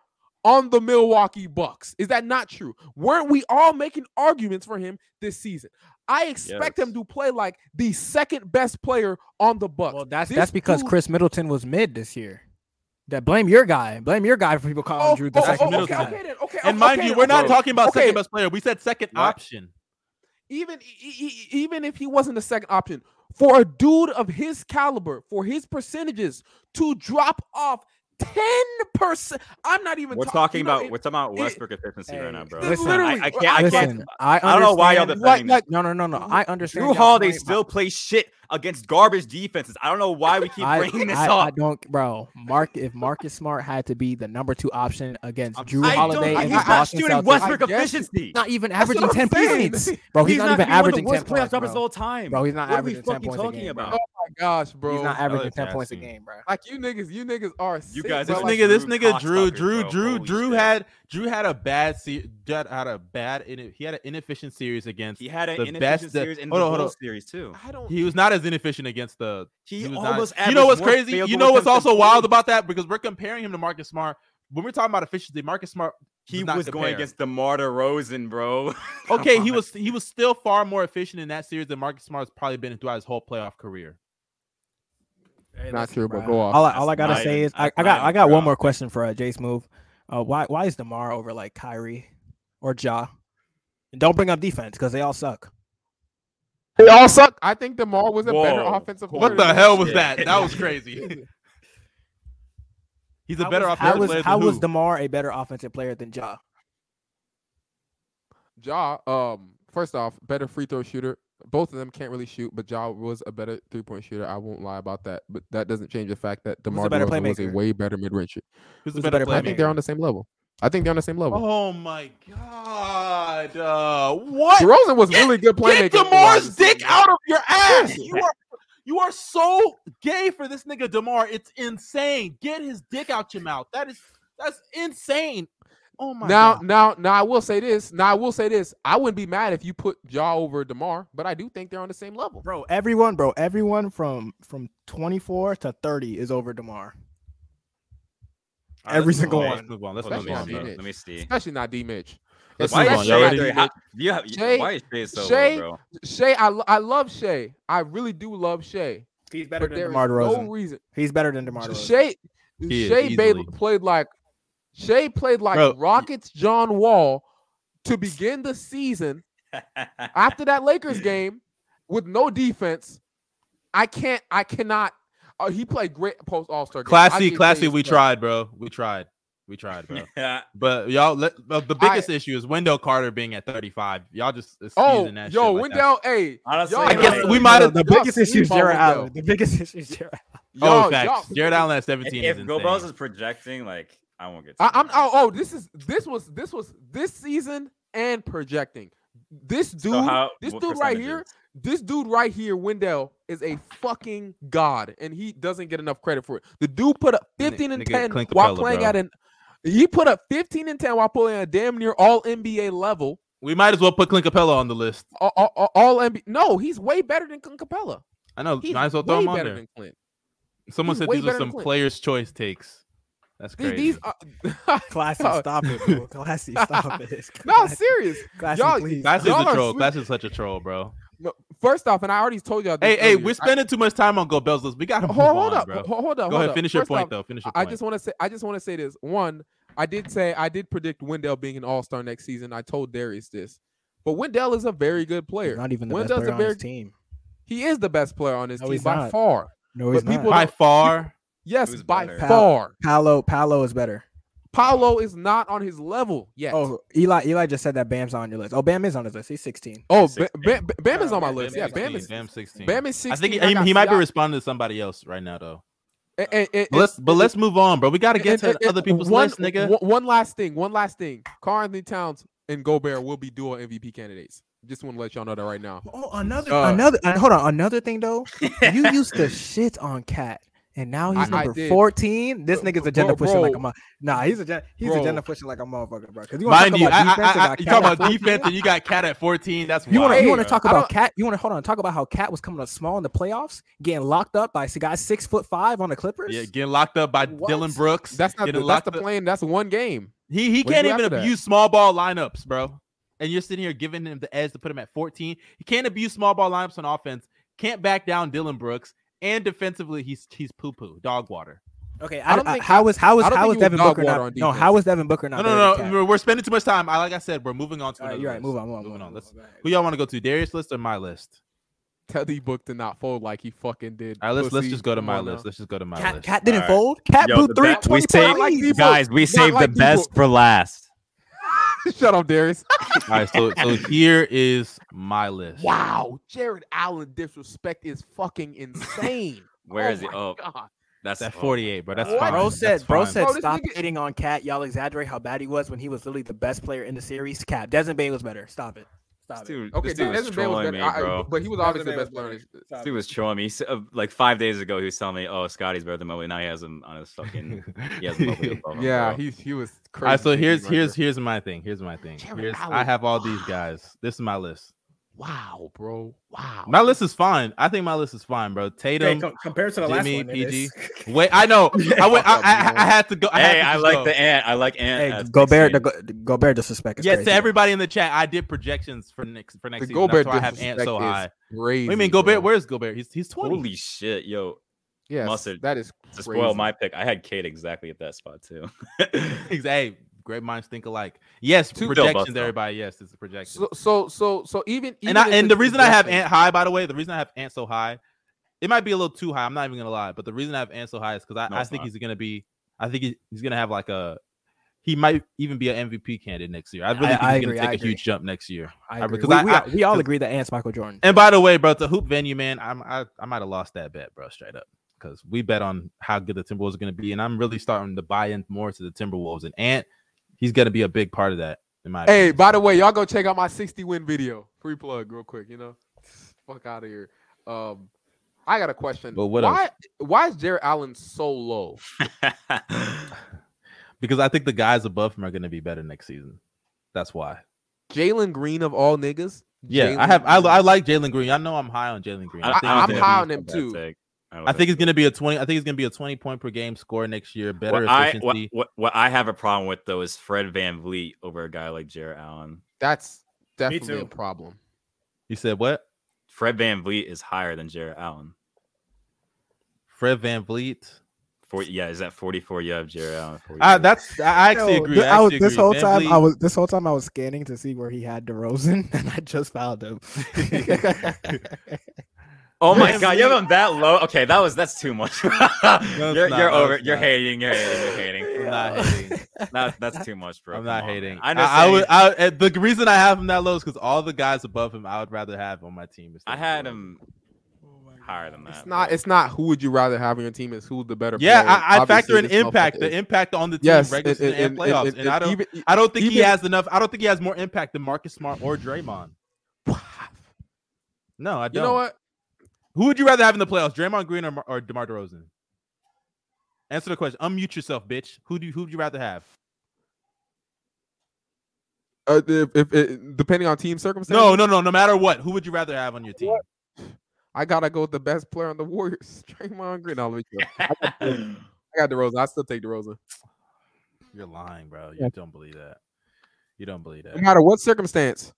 A: on the Milwaukee Bucks. Is that not true? Weren't we all making arguments for him this season? I expect him
D: Yes.
A: to play like the second best player on the Bucks.
C: Well, that's
A: This
C: that's because
A: dude-
C: Chris Middleton was mid this year. That blame your guy. Blame your guy for people calling
A: Oh,
C: Drew the
A: oh,
C: second
A: oh, okay,
C: Middleton.
A: okay, then, okay,
B: And
A: o-
B: mind
A: okay,
B: you,
A: then,
B: we're not
A: okay.
B: talking about
A: Okay.
B: second best player. We said second
D: What?
B: option.
A: even e- e- e- even if he wasn't the second option for a dude of his caliber for his percentages to drop off 10% i'm not even
D: We're
A: ta-
D: talking
A: you know,
D: about
A: it-
D: we're talking about
A: it-
D: Westbrook efficiency
C: Hey,
D: right now, bro.
A: listen,
D: I, I
A: literally,
D: can't. I
C: Listen,
D: can't.
C: I,
D: I don't know why y'all
C: understand-
D: defending
A: like-
D: this.
C: No, no, no, no. I understand.
D: Drew
C: y'all's
D: Holiday
C: point, but
D: still plays shit against garbage defenses. I don't know why we keep
C: I,
D: bringing this
C: I, I
D: up.
C: don't, bro. Mark, if Marcus Smart had to be the number two option against
B: I'm-
C: Drew
D: I don't.
C: Holiday
D: he's
C: and the
D: not
C: Boston
D: shooting
C: Celtics,
D: Westbrook
A: I guess-
D: efficiency.
C: not even
A: That's
C: averaging
A: what
C: ten
A: I'm saying.
C: points, bro. He's, not even
D: gonna be
C: averaging
D: one
C: ten
D: of the worst
C: points,
D: playoff numbers of
C: bro.
D: all time.
C: Bro, he's not
D: what
C: averaging
D: are we
C: 10
D: fucking
C: points a
D: talking
C: game,
D: about?
A: oh my gosh bro
C: He's not
B: I
C: averaging
B: like
C: ten points a
B: Jackson.
C: game, bro.
A: like you niggas you niggas are sick,
D: guys,
A: bro.
B: This
D: Well,
A: Like,
B: nigga, this
D: Drew
B: nigga, Drew,
D: cocksucker,
B: Drew,
D: bro.
B: Drew,
D: Holy
B: Drew
D: shit.
B: had Drew had a bad se- Drew had a bad in- he had an inefficient series against.
D: He had an
B: The
D: inefficient
B: best- the-
D: series in
B: hold
D: the
B: on, hold
D: whole
B: on.
D: series too.
A: i don't
B: He was not as inefficient against the.
D: He,
B: he was not-
D: almost.
B: you know
D: averaged
B: what's
D: more
B: crazy?
D: field
B: You
D: goal
B: know what's
D: attempts
B: also
D: than
B: wild
D: Drew.
B: about that because we're comparing him to Marcus Smart. When we're talking about efficiency, Marcus Smart.
D: He
B: does not
D: was going
B: compare.
D: against the Marta Rosen, bro.
B: Okay, he was he was still far more efficient in that series than Marcus Smart's probably been throughout his whole playoff career.
C: Hey,
A: not
C: listen,
A: true but
C: bruh.
A: go off
C: All I, all
D: That's
C: I gotta
D: not
C: say
D: even-
C: is I,
D: that's
C: I
D: not
C: got I
D: even
C: got one
D: true.
C: more question for uh, Jace move. Uh, why why is Demar over like Kyrie or Ja? And Don't bring up defense because they all suck.
A: they all suck i think demar was a better
D: Whoa.
A: offensive
B: What
A: player
B: the
A: than-
B: hell was
D: shit.
B: that? That
D: (laughs)
B: was
A: (laughs)
B: crazy. He's a
C: How
B: better
C: was-
B: offensive
C: How
B: player
C: was how
B: than
C: was
B: who?
C: Demar a better offensive player than Ja?
A: Ja, um, first off, better free throw shooter. Both of them can't really shoot, but Ja was a better three point shooter. I won't lie about that, but that doesn't change the fact that
C: Who's
A: DeMar
C: the better
A: DeRozan was a
C: playmaker?
A: way better mid range shooter.
C: who's
B: Who's a
C: the
B: better
C: better
B: player?
A: I think they're on the same level. I think they're on the same level.
B: Oh my god! Uh, what?
A: DeRozan was really good playmaker.
B: Get Demar's dick out of your ass! You are you are so gay for this nigga Demar. It's insane. Get his dick out your mouth. That is that's insane. Oh my
A: Now,
B: god!
A: now, now, I will say this. Now, I will say this. I wouldn't be mad if you put Jaw over Demar, but I do think they're on the same level.
C: Bro, everyone, bro, everyone from from 24 to 30 is over Demar.
D: All right,
C: Every
D: let's
C: single
D: move
C: one.
B: Let's move on. Let's
D: Hold on,
B: move on,
D: Let
A: Especially on
B: bro.
D: me see.
A: Jay.
D: Let me see.
A: Especially not D Mitch.
B: Let's
D: Why
B: move
D: is
B: on.
A: Especially
B: Y'all
D: Shea
A: not
B: ready?
D: three
A: D-Mitch.
D: hot? Do you have,
A: Shea-
D: why is Shea so
A: Shea-
D: low, bro?
A: Shay, I, lo- I love Shay. I really do love Shay.
H: He's better
A: But
H: than
A: there is
C: DeMar
A: no
C: DeRozan.
A: reason.
C: He's better than Demar. DeRozan.
A: Shay
B: He is,
A: Shay Bay
B: easily.
A: played like Shay played like
B: Bro, y-
A: Rockets John Wall to begin the season after that Lakers game with no defense. I can't. I cannot. Uh, he played great post All Star.
B: Classy, classy. We tried, bro. We tried. We tried, (laughs) bro. But y'all, let, uh, the
A: I-
B: biggest issue is Wendell Carter being at 35. Y'all just excusing
A: Oh,
B: that. shit
A: yo,
B: like that.
A: Wendell. Hey,
D: Honestly,
A: Y'all-
B: I guess
A: Hey,
B: we might have. (laughs)
C: the
A: y'all
C: biggest issue is
A: sleep on
C: Jared
A: Wendell.
C: Allen. The biggest issue is Jared.
B: Oh,
A: y'all-
B: facts.
A: y'all-
B: Jared Allen at 17
D: if,
B: is
D: if
B: insane.
D: Gobert is projecting, like I won't get.
A: I,
D: to
A: I'm.
D: that.
A: Oh, oh, this is this was this was this season and projecting. This dude,
D: So how-
A: this
D: what
A: dude right here, this
D: percentages?
A: dude right here, Wendell, is a fucking god, and he doesn't get enough credit for it. The dude put up
B: Ni-
A: 15 and
B: nigga
A: 10
B: Clint
A: while
B: Capella,
A: playing
B: bro.
A: at an he put up 15 and 10 while playing at a damn near all NBA level.
B: we might as well put Clint Capella on the list.
A: All, all, all- all NBA. No, he's way better than Clint Capella.
B: I know.
A: He's
B: Might as well throw
A: way
B: him on
A: better
B: there.
A: than Clint.
B: Someone
A: he's
B: said
A: way
B: these
A: better
B: are
A: than
B: some
A: Clint.
B: players' choice takes. That's
A: These,
B: crazy.
A: these are, (laughs)
C: Classy,
A: Yo.
C: stop it, bro. Classy, stop it.
A: no, serious.
C: Classy,
A: y'all-
C: please.
B: Class is
A: y'all
B: a
A: are
B: troll.
A: sweet-
B: Class is such a troll, bro.
A: First off, and I already told y'all. This
B: Hey, hey,
A: earlier,
B: we're
A: I-
B: spending too much time on Gobel's list. We gotta move
A: hold, hold
B: on,
A: up,
B: bro.
A: ho- hold up.
B: Go
A: hold
B: ahead,
A: up.
B: finish your
A: First
B: point
A: off,
B: though. Finish your
A: I
B: point.
A: I just want to say, I just want to say this. One, I did say, I did predict Wendell being an All Star next season. I told Darius this, but Wendell is a very good player.
C: He's not even the best
A: Wendell's
C: player
A: a
C: on
A: very,
C: his team.
A: He is the best player on this
C: No,
A: team
C: he's
A: by
C: not.
A: far.
C: No,
A: But
C: he's
A: people
C: not.
B: by far,
A: Yes,
D: Who's
A: by
D: better?
C: Pal-
A: far.
C: Paolo, Paolo is better.
A: Paolo is not on his level yet.
C: Oh, Eli, Eli just said that Bam's on your list. Oh, Bam is on his list. He's 16.
A: oh, Ba-
D: 16.
A: Ba- Ba- Bam is
C: Yeah,
A: on my
C: Bam
A: list.
C: is
A: Yeah,
C: 16.
A: Bam is
B: Bam 16.
A: Bam is sixteen.
B: I think he,
A: I
B: he,
A: got
B: he might be
A: Siak-
B: responding to somebody else right now though.
A: And- and- and-
B: But let's but let's move on, bro. We got to get
A: and-
B: to
A: and-
B: other
A: and
B: people's
A: one,
B: list, nigga.
A: One, one last thing. One last thing. Carl Anthony Towns and Gobert will be dual MVP candidates. Just want to let y'all know that right now.
G: Oh, another
A: Uh,
G: another and hold on, another thing
A: (laughs)
G: though. you used to shit on Cat, and now he's
A: I- I
G: number
A: did.
G: 14. This
A: Bro-
G: nigga nigga's agenda
A: bro-
G: pushing like a
A: bro.
G: mo- nah, he's agenda he's
A: Bro.
G: agenda pushing like a motherfucker, bro. Because you want to
B: Mind
G: talk
B: you, I,
G: about
B: I,
G: defense
B: I, I, you
G: and about
B: talk
G: Cat.
B: about defense and you got Cat at 14. That's
G: You want to
A: Hey,
G: you
B: wild,
G: want to
B: bro.
G: talk
A: I
G: about
A: don't-
G: Cat? You want to hold on talk about how Cat was coming up small in the playoffs, getting locked up by guys six foot five on the Clippers.
B: Yeah, getting locked up by
G: What?
B: Dylan Brooks.
A: That's not.
B: getting
A: The, that's
B: locked
A: the
B: up-
A: plan. That's one game.
B: He he
A: What do
B: can't
A: you
B: even
A: after that?
B: abuse small ball lineups, bro. And you're sitting here giving him the edge to put him at 14. He can't abuse small ball lineups on offense. Can't back down Dylan Brooks. And defensively, he's he's poo poo, dog water.
G: Okay, I,
A: I
G: don't
A: don't
G: I,
A: think-
G: how was how was
A: I don't
G: how
A: think
G: was
A: he was
G: Devin
A: dog
G: Booker
A: water
G: not?
A: on
G: No,
A: defense.
G: how was Devin Booker
B: No,
G: not? better
B: no,
G: than
B: no.
G: Cat?
B: We're, we're spending too much time. I like I said, we're moving on to
G: All right,
B: another
G: you're right.
B: list.
G: Move on. Move on.
B: Moving
G: Move
B: on,
G: on.
B: let's- Who y'all want to go to? Darius list or my list?
A: Tell D Book to not fold like he fucking did.
B: All right, let's let's
A: Pussy.
B: just go to
A: Come
B: my
A: on now.
B: list. Let's just go to my
G: Cat,
B: list.
G: cat didn't
D: All right.
G: food. Cat
D: Yo,
G: blew
D: the
G: three
D: bet- we
G: 20
D: saved-
A: Not like
G: points.
A: D-Book.
D: Guys, we
A: Not
D: saved
A: like
D: the
A: D-Book.
D: best for last.
A: (laughs) Shut up, Darius.
B: All right, so
G: (laughs)
B: so here is my list.
A: (laughs) Wow, Jared Allen disrespect is fucking
B: (laughs)
A: insane.
D: Where is he?
A: my
D: Oh,
A: God.
D: that's
B: That
D: oh,
B: 48, bro. That's
A: What?
B: fine.
G: Bro
B: That's
G: said, bro
B: fine. (laughs)
G: said,
A: Bro, this
G: stop
A: nigga-
G: hating on Cat. Y'all exaggerate how bad he was when he was literally the best player in the series. Cap, Desmond Bain was better. Stop it.
D: This
G: Stop it.
D: dude,
A: Okay,
D: this dude was
A: Desmond Bain was
D: trolling
A: better,
D: me,
A: I- I-
D: bro.
A: but he was
C: Desmond
A: obviously
C: Bain
A: the
C: was
A: best player. in this-
D: This dude was trolling me. He said, uh, Like five days ago, he was telling me, "Oh, Scotty's better than Mobley." Now he has him on his fucking. He
G: (laughs)
B: (laughs)
D: has Mobley above him.
A: Yeah,
D: bro.
A: he he was crazy.
B: Oh All right, so
A: big
B: here's
A: right
B: here's
A: there.
B: here's my thing. Here's my thing.
A: Jared
B: Here's I
A: Allen.
B: have all
A: (sighs)
B: these
A: Wow.
B: guys. This is my list.
A: wow, bro, wow.
B: My list is fine. I think my list is fine, bro.
E: Okay,
B: Tatum.
E: com- compared to the last
B: Jimmy,
E: one, it
B: PG.
E: is.
B: (laughs) Wait, I know.
A: (laughs)
B: I went. I,
A: Fuck up,
B: I, I
A: Debo.
B: had to go. I had
D: Hey,
B: to
D: I
B: just
D: like
B: go.
D: the ant. I like ant.
G: Hey,
D: at
G: Gobert, the
D: 16.
G: Go, the Gobert disrespect is
B: Yes,
G: crazy.
B: to everybody in the chat, I did projections for next for next
A: The
B: season.
A: Gobert
B: That's why I have ant
A: disrespect
B: so
A: is
B: high.
A: Crazy.
B: Wait a minute, Gobert.
A: bro.
B: Where's Gobert? He's he's twenty.
D: Holy shit, yo!
A: Yes,
D: Mustard,
A: that is
D: To
A: crazy.
D: spoil my pick, I had Kate exactly at that
B: (laughs)
D: spot too.
B: (laughs)
D: (laughs)
B: hey, great minds think alike. Yes,
D: Two-
B: projections,
D: Filibuster.
B: everybody. Yes, it's a projection.
A: So so so so even, even
B: and I,
A: if
B: and the
A: it's
B: reason I have
A: projections-
B: ant high, by the way, the reason I have ant so high, it might be a little too high. I'm not even gonna lie, but the reason I have ant so high is because I,
D: No,
B: I
D: it's
B: think
D: not.
B: he's gonna be. I think he- he's gonna have like a. He might even be an MVP candidate next year. I really
G: I-
B: think
G: I
B: he's
G: agree,
B: gonna
G: I
B: take a
G: agree.
B: huge jump next year.
G: I
B: I-
G: agree.
B: because
G: we,
B: I-
G: we,
B: I-
G: we all
B: because-
G: agree that Ant's Michael Jordan.
B: And by the way, bro, the hoop venue, man, I'm, I I might have lost that bet, bro, straight up, because we bet on how good the Timberwolves are gonna be, and I'm really starting to buy in more to the Timberwolves. And Ant, he's gonna be a big part of that. In my
A: Hey,
B: opinion.
A: by the way, y'all go check out my 60 win video. Free plug, real quick. You know, fuck out of here. Um, I got a question.
B: But what
A: why why is Jared Allen so low?
B: because I think the guys above him are gonna be better next season. That's why.
A: Jalen Green of all niggas.
B: Yeah, I
A: Jalen
B: have. I,
A: Green.
B: I like Jalen Green. I know I'm high on Jalen Green. I,
A: I-
B: think,
A: I'm
B: he's gonna
A: high on
B: be-
A: him, too.
B: I think it's gonna be a twenty. I think it's gonna be a twenty point per game score next year. Better
D: What I, what,
B: efficiency.
D: what, what I have a problem with though is Fred Van Vliet over a guy like Jared Allen.
A: That's definitely a
E: too.
A: problem.
B: you said what?
D: Fred Van Vliet is higher than Jared Allen.
B: Fred Van Vliet.
D: 40, yeah, is that 44? You have Jared Allen. at 48.
B: Ah, that's. I actually agree. I, actually
G: this
B: agree.
G: whole
B: Van
G: time
B: Vliet-
G: I was this whole time I was scanning to see where he had DeRozan, (laughs) and I just found
B: (laughs)
G: him. (laughs)
D: oh my
B: Van
D: god, you have him that low. Okay, that was that's too much. (laughs) you're you're
B: not, no,
D: over.
B: it's
D: You're
B: not.
D: hating. You're hating. You're hating.
B: I'm not hating.
D: That, that's too much, (laughs) bro.
B: I'm
D: Come
B: not
D: on,
B: hating.
D: man.
B: I,
D: I'm
B: know.
D: just
B: I,
D: saying-
B: would. I, eh, the reason I have him that low is because all the guys above him, I would rather have on my team. instead
D: I
B: of
D: had
B: Jordan.
D: him Oh higher than that.
A: It's not.
D: bro. (laughs)
A: It's not who would you rather have on your team. It's who's the better.
B: Yeah,
A: player.
B: I, I factor
A: Obviously,
B: in
A: this motherfucker
B: impact. The
A: is-
B: impact on the team,
A: yes,
B: regular season and, playoffs. and I don't.
A: even,
B: I don't think he
A: even-
B: has enough. I don't think he has more impact than Marcus Smart or Draymond. (sighs) No, I
A: you
B: don't.
A: know what?
B: Who would you rather have in the playoffs, Draymond Green or, Mar- or DeMar DeRozan? Answer the question. Unmute yourself, bitch. Who do you, who would you rather have?
A: Uh, if, if, it- depending on team circumstances,
B: No, no, no. No matter what, who would you rather have on your team?
A: I gotta go with the best player on the (laughs) Warriors, Draymond Green. No, let me chill. I got, I got DeRozan. I still take DeRozan.
B: You're lying, bro.
A: Yeah.
B: You don't believe that. You don't believe
A: No
B: that.
A: matter what circumstance,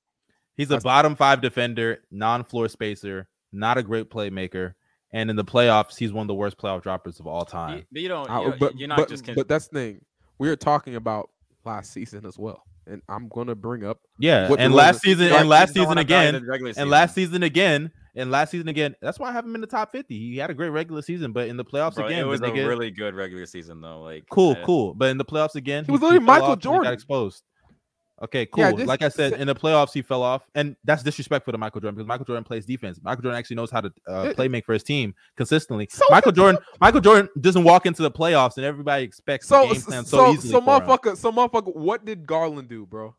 B: He's a bottom five defender, non-floor spacer, not a great playmaker, and in the playoffs, he's one of the worst playoff droppers of all
D: You-
B: time.
D: But you don't.
A: I-
D: you know,
A: but
D: you're not
A: but,
D: just.
A: but that's the thing. We are talking about last season as well, and I'm gonna bring up
B: Yeah,
A: What
B: and
A: DeRozan-
B: last season,
A: Right,
B: and last season again,
D: regular
B: and last season again, and last season again. That's why I have him in the top fifty. He had a great regular season, but in the playoffs
D: Bro,
B: again,
D: it
B: the
D: was a
B: nigga-
D: really good regular season though. Like
B: cool,
D: I-
B: cool. But in the playoffs again,
A: He was
B: fell
A: literally
B: off
A: Michael
B: and he got
A: Jordan.
B: exposed. Okay, cool.
A: Yeah, just
B: like I said,
A: say-
B: in the playoffs, he fell off, and that's disrespectful to Michael Jordan because Michael Jordan plays defense. Michael Jordan actually knows how to uh,
A: Yeah.
B: play make for his team consistently.
A: So-
B: Michael Jordan, Michael Jordan doesn't walk into the playoffs, and everybody expects the
A: So
B: game
A: so
B: plan so,
A: so,
B: easily. for him.
A: motherfucker, so motherfucker, what did Garland do, bro?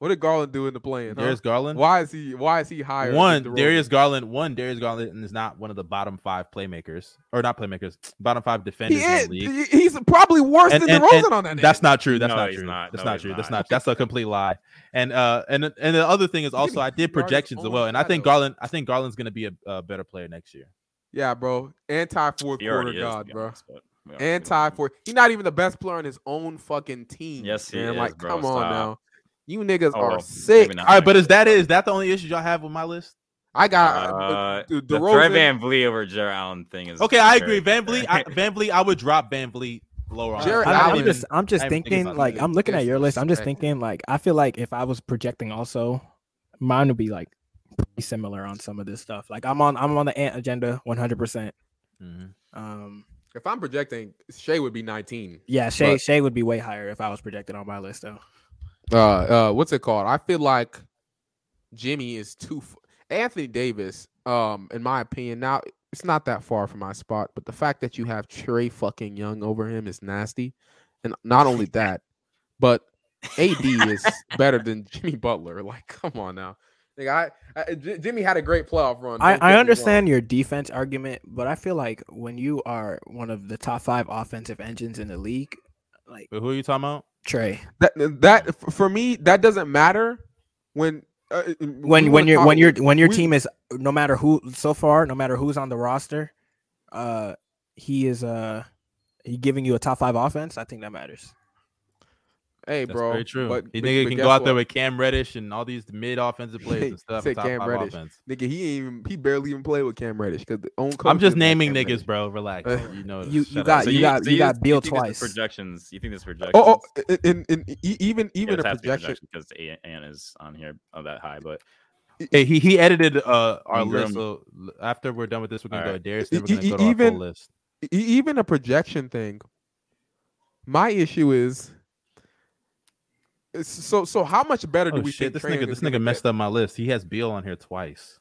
A: What did Garland do in the playing? Huh?
B: Darius Garland.
A: Why is he why is he higher? than
B: One
A: DeRozan?
B: Darius Garland, one Darius Garland is not one of the bottom five playmakers, or not playmakers, bottom five
A: He
B: defenders in
A: is.
B: the league.
A: he- He's probably worse
B: And-
A: than
B: and-
A: DeRozan
B: and
A: on that. nigga.
B: That's not true. That's
D: No,
B: not
D: he's
B: true.
D: not.
B: That's
D: No,
B: not
D: he's
B: true. That's
D: not.
B: not. That's a complete lie. And uh, and and the other thing is also I did
A: yards
B: projections as
A: on
B: well, and I think
A: shadow.
B: Garland, I think Garland's gonna be a, a better player next year.
A: yeah, bro. Anti fourth
D: He
A: quarter
D: already is, to
A: god,
D: be
A: bro.
D: honest, but we don't- we
A: Anti
D: don't-
A: fourth. He's not even the best player on his own fucking team.
D: Yes, he
A: man.
D: is,
A: Like,
D: bro.
A: come on
D: Stop.
A: now. You niggas
D: Oh,
A: are
D: well, maybe
A: sick.
D: not.
B: All right, but is that is that the only issue y'all have with my list?
A: I got
D: Uh,
A: dude,
D: the
A: DeRozan-
D: Fred Van Vliet over Jared Allen thing is
B: Okay, I
D: very
B: agree. Van Vliet,
D: (laughs)
B: I,
D: fair.
B: Van Vliet, I would drop Van Vliet lower. on
A: Jared
B: my
G: I'm,
B: list.
G: I'm
A: Allen-
G: just I'm just
B: I'm thinking
G: thinking
B: about
G: like
B: this.
G: I'm looking at your list. I'm just
A: Disrespect.
G: thinking like I feel like if I was projecting also, mine would be like pretty similar on some of this stuff. Like I'm on I'm on the ant agenda 100. percent
B: Mhm.
G: Um,
A: if I'm projecting, Shea would be 19.
G: yeah, Shay
A: But-
G: Shay would be way higher if I was projected on my list though.
A: uh, uh, what's it called? I feel like Jimmy is too. F- Anthony Davis, um, in my opinion, now it's not that far from my spot, but the fact that you have Trey fucking Young over him is nasty, and not only that, but AD
D: (laughs)
A: is better than Jimmy Butler. Like, come on now, like I, I J- Jimmy had a great playoff run. don't get
G: I,
A: me
G: I
A: wrong.
G: understand your defense argument, but I feel like when you are one of the top five offensive engines in the league, like
B: But who are you talking about?
G: Trey,
A: that. That f- for me, that doesn't matter when uh,
G: when when you're when
A: you're
G: you're when your
A: we-
G: team is no matter who so far, no matter who's on the roster, uh, he is uh, he giving you a top five offense. I think that
C: (laughs)
G: matters.
A: hey,
B: That's
A: bro,
B: very true.
A: But,
B: you
A: but-
B: think
A: but
B: he can
A: guess
B: go out there
A: what?
B: with Cam Reddish and all these
A: (laughs)
B: mid offensive players and stuff?
A: Say
B: and top
A: Cam
B: five
A: Reddish.
B: offense.
A: Nigga, he ain't even, he barely even played with Cam Reddish because the own coach.
B: I'm just
A: didn't like
B: naming
A: Cam
B: niggas,
A: Reddish.
B: bro. Relax.
A: Uh,
B: you know,
G: you-
B: shut
G: you
B: up.
G: got- you got- you got
D: think
G: Beal
D: this is
G: twice.
D: Projections. You think this projections?
A: Oh, oh, and- and, and e- even
D: Yeah,
A: even
D: it's
A: a
D: has to be
A: projection.
D: because Ant is on here on that high, but
B: Hey, he he edited uh our
D: Ingram.
B: list. So l- after we're done with this, we're gonna go to
D: All right.
B: Darius.
A: E-
B: Then we're gonna
A: e-
B: go to our
A: even-
B: full list.
A: e- even a projection thing. My issue is. it's- So so how much better do
B: Oh
A: we think
B: shit! This
A: Trae Young
B: nigga,
A: is
B: this
A: gonna
B: nigga
A: get?
B: messed up my list. He has Beal on here twice.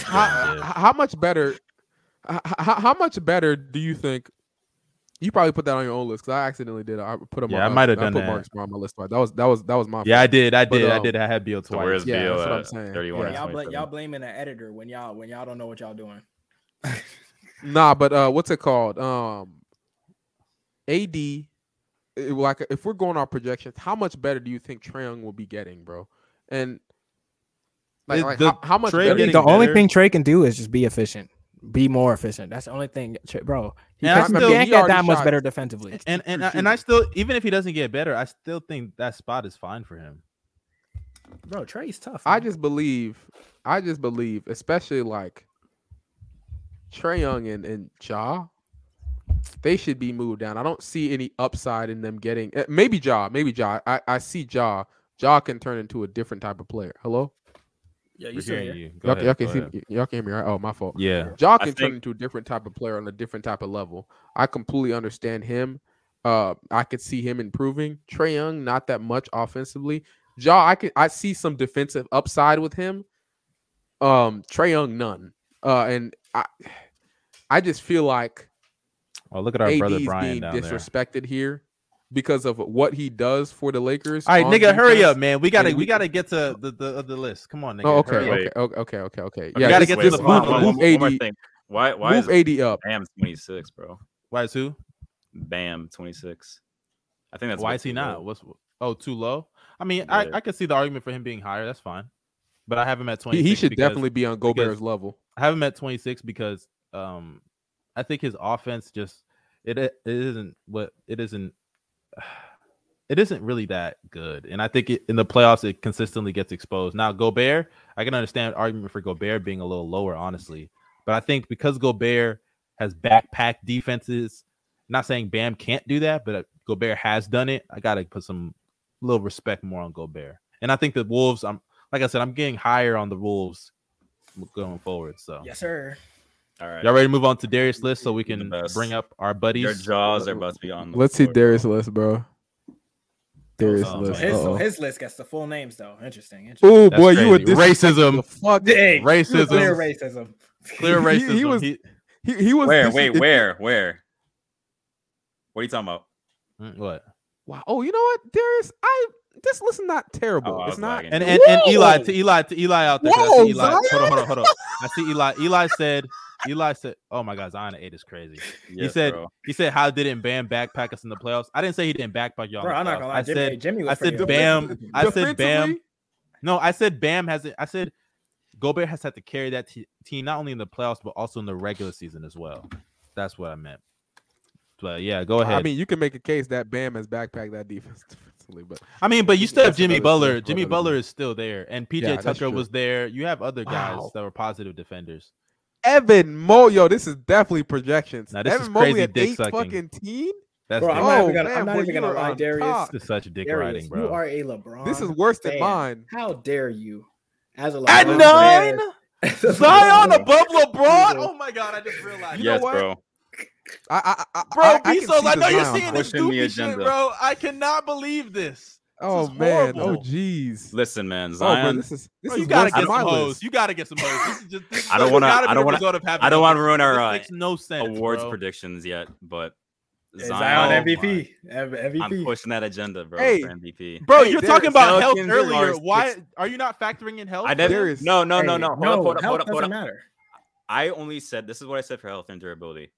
A: how,
B: Yeah.
A: h- how much better how, how much better do you think you probably put that on your own list because I accidentally did. I put him.
B: Yeah,
A: on
B: I
A: my-
B: might have done
A: put
B: that.
A: Marcus Smart on my list. twice. That was that was that was my.
B: Yeah, I did. I
A: But,
B: did. I
A: um,
B: did. I had Beal
D: so where's
B: twice.
A: Yeah,
D: Beal
A: that's what I'm
D: at
A: saying.
D: 31
A: Yeah.
D: and
A: Y'all
C: Y'all, bl-
D: 27?
C: y'all blaming the editor when y'all when y'all don't know what y'all doing.
A: fault. Nah, but uh, what's it called? Um, AD. eh, Like, if we're going our projections, how much better do you think Trae Young will be getting, bro? And like,
B: The-
A: like,
B: the
A: how, how much
B: Trae
A: better?
B: getting
G: the only
B: better.
G: thing Trey can do is just be efficient, be more efficient. That's the only thing, Trey- bro. He,
B: And I
G: can't, he
B: still-
G: can't
A: he
G: get
A: already
G: that much
A: shot-
G: better defensively.
B: And and
A: True
B: and I
A: shooter.
B: still, even if he doesn't get better, I still think that spot is fine for him.
G: Bro, Trey's tough.
A: I
G: man.
A: just believe, I just believe, especially like Trey Young and, and Ja, they should be moved down. I don't see any upside in them getting eh, maybe Ja, maybe Ja. I, I see Ja. Ja can turn into a different type of player. Hello,
E: Yeah, you
B: We're
E: still
B: hearing
E: here?
B: you. Go
A: y'all,
B: ahead,
A: y'all
B: go
A: can see,
B: ahead.
A: y- y'all can hear me, right? Oh, my fault.
B: Yeah.
A: Ja
D: I
A: can turn
D: think-
A: into a different type of player on a different type of level. I completely understand him. Uh, I could see him improving. Trey Young, not that much offensively. Ja, I could I see some defensive upside with him. Um, Trey Young, none. Uh, and I, I just feel like
B: Oh, look at our
A: AD
B: brother
A: is
B: Brian
A: being
B: down there.
A: disrespected here because of what he does for the Lakers.
B: All right,
A: on
B: nigga, hurry
A: defense.
B: up, man. We gotta
A: And
B: we,
A: we-
B: gotta get to the the, the list. Come on, nigga.
A: Oh, okay,
B: hurry up.
A: okay,
D: Wait.
A: okay, okay, okay, okay.
D: Okay,
A: Yeah,
B: gotta
A: just-
B: get to
A: just
B: the
A: move,
B: bottom line.
A: move
D: One- one more
A: AD,
D: thing. Why why
A: move
D: is
A: AD up.
D: Bam 26, bro?
B: Why is who?
D: Bam 26. I think that's
B: Why
D: way
B: is he
D: too
B: not?
D: low.
B: What's oh too low? I mean, I,
D: Yeah.
B: I could see the argument for him being higher. That's fine, but I have him at twenty.
A: He, he should definitely be on
B: because-
A: Gobert's level.
B: I have him at 26 because um I think his offense just it it isn't what it isn't (sighs) it isn't really that good. And I think it, in the playoffs it consistently gets exposed. Now Gobert, I can understand argument for Gobert being a little lower, honestly. But I think because Gobert has backpack defenses, not saying Bam can't do that, but uh, Gobert has done it. I gotta put some little respect more on Gobert. And I think the Wolves, I'm like I said, I'm getting higher on the Wolves going forward. So
C: Yes, sir.
D: All right.
B: Y'all ready to move on to Darius' list so we
D: The
B: can
D: best.
B: bring up our
D: Their
B: buddies?
D: jaws are about to be on. the
A: Let's see
D: floor.
A: Darius list, bro.
I: There is
B: Oh,
I: a
B: so
I: list.
C: His, so
I: Uh-oh.
C: his list gets the full names though. Interesting. interesting.
A: Oh
B: That's
A: boy, you were
B: crazy.
A: this
B: racism,
A: fuck.
C: Dang,
A: (laughs)
B: Racism.
C: Clear racism.
B: (laughs) clear
A: He-
B: racism.
A: he was-
B: He-
A: He, he was
D: Where?
A: this-
D: Wait,
A: it-
D: where? Where? What are you talking about?
B: Mm, what?
A: Wow. Oh, you know what? There is. I this list is not terrible.
D: Oh, I
A: it's
D: was
A: not.
D: lagging.
B: And and, and Eli
A: Whoa!
B: to Eli to Eli out there. 'cause I
A: Whoa,
B: see Eli. Hold on,
A: Zion!
B: hold on, hold on. I see Eli. Eli said. Eli said, "Oh my God, Zion eight is crazy."
D: Yeah,
B: said-
D: bro.
B: He said, "How didn't Bam backpack us in the playoffs?" I didn't say he didn't backpack y'all. in
C: Bro,
B: the
C: I'm not
B: playoffs.
C: gonna lie.
B: I
C: Jimmy,
B: said,
C: Jimmy was
B: I said
C: pretty
A: (laughs)
B: Bam.
C: overrated.
B: Um, I said Bam.
A: Defensively,
B: No, I said Bam has it. I said Gobert has had to carry that t- team not only in the playoffs but also in the regular season as well. That's what I meant. But yeah, go ahead.
A: I mean, you can make a case that Bam has backpacked that defense (laughs) defensively, but
B: but you still have
A: that's
B: Jimmy
A: another story
B: Butler.
A: for
B: Jimmy
A: another
B: Butler
A: day.
B: is still there, and PJ
A: Yeah, that's
B: Tucker
A: true.
B: was there. You have other guys
A: Wow.
B: that were positive defenders.
A: Evan Mo, yo, this is definitely projections.
B: Now, this
A: Evan
B: is
A: Mobley
B: crazy
A: at
B: dick
A: eight
B: sucking.
A: fucking teen.
B: That's
C: Bro, I'm
B: dick-
C: not
A: Oh,
C: even gonna.
A: man,
C: I'm not
A: boy,
C: even
A: you
C: gonna
A: are
C: lie,
A: on
C: Darius.
A: top.
B: this is such dick
C: Darius,
B: riding, bro.
C: You are a LeBron.
A: This is worse
C: fan.
A: than mine.
C: How dare you? As a LeBron
B: At
C: fan-
B: nine,
C: As a
B: Zion
C: LeBron-
B: above LeBron. Oh my God, I just realized.
A: You know
D: yes,
A: what?
D: bro.
A: I, I, I,
B: Bro,
A: I, I,
B: I,
A: can
B: so
A: see
B: I know
A: the
B: you're
A: Zion.
B: seeing this
D: Pushing the
B: goofy shit,
D: agenda.
B: bro. I cannot believe this.
A: Oh
B: is
A: man, oh
B: horrible.
A: jeez.
D: Listen, man,
A: Oh, bro,
D: Zion.
A: this is this
B: Bro,
A: is
B: you gotta
A: worse than
B: get
A: my
B: some hoes.
A: list.
B: You gotta get some hoes. This is just, this,
D: I don't
B: this
D: wanna-
B: gotta be
D: I don't
B: the
D: wanna-
B: result of having
D: I don't
B: a-
D: wanna ruin our,
B: this
D: uh,
B: makes no sense.
D: awards
B: bro.
D: predictions yet, but
C: Zion,
B: Oh,
C: MVP. Ev-
D: I'm
C: MVP.
D: pushing that agenda, bro.
A: Hey.
D: For MVP.
B: Bro,
A: Hey,
B: you're
A: there
B: talking
A: is
B: about health
A: Pelicans, there
B: earlier.
A: are
B: Why
A: six-
B: are you not factoring in health?
D: I never.
A: There is-
D: No, no, no,
C: Hey,
D: no. Hold
C: no,
D: up, hold up, hold
C: health
D: up, hold
C: doesn't
D: up.
C: matter.
D: I only said this is what I said for health and durability.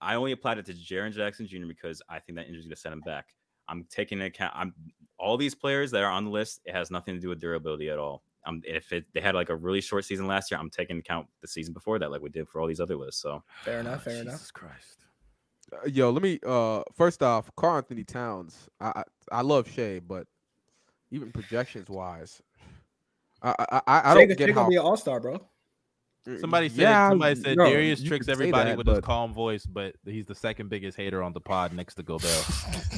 D: I only applied it to Jaron Jackson Jr. because I think that injury is going to set him back. I'm taking into account. I'm all these players that are on the list. It has nothing to do with durability at all. Um, if it, they had like a really short season last year, I'm taking into account the season before that, like we did for all these other lists. So
C: Fair enough. Fair enough.
B: Christ.
A: Uh, Yo, let me. Uh, first off, Carl Anthony Towns. I I, I love Shea, but even projections wise, I I I, I
C: Shea-
A: don't
C: Shea
A: get
C: gonna
A: how.
C: be an all star, bro.
B: Somebody said
A: Yeah,
B: somebody said
A: no,
B: Darius
A: you
B: tricks
A: can say
B: everybody
A: that,
B: with his
A: but
B: calm voice, but he's the second biggest hater on the pod next to Gobel.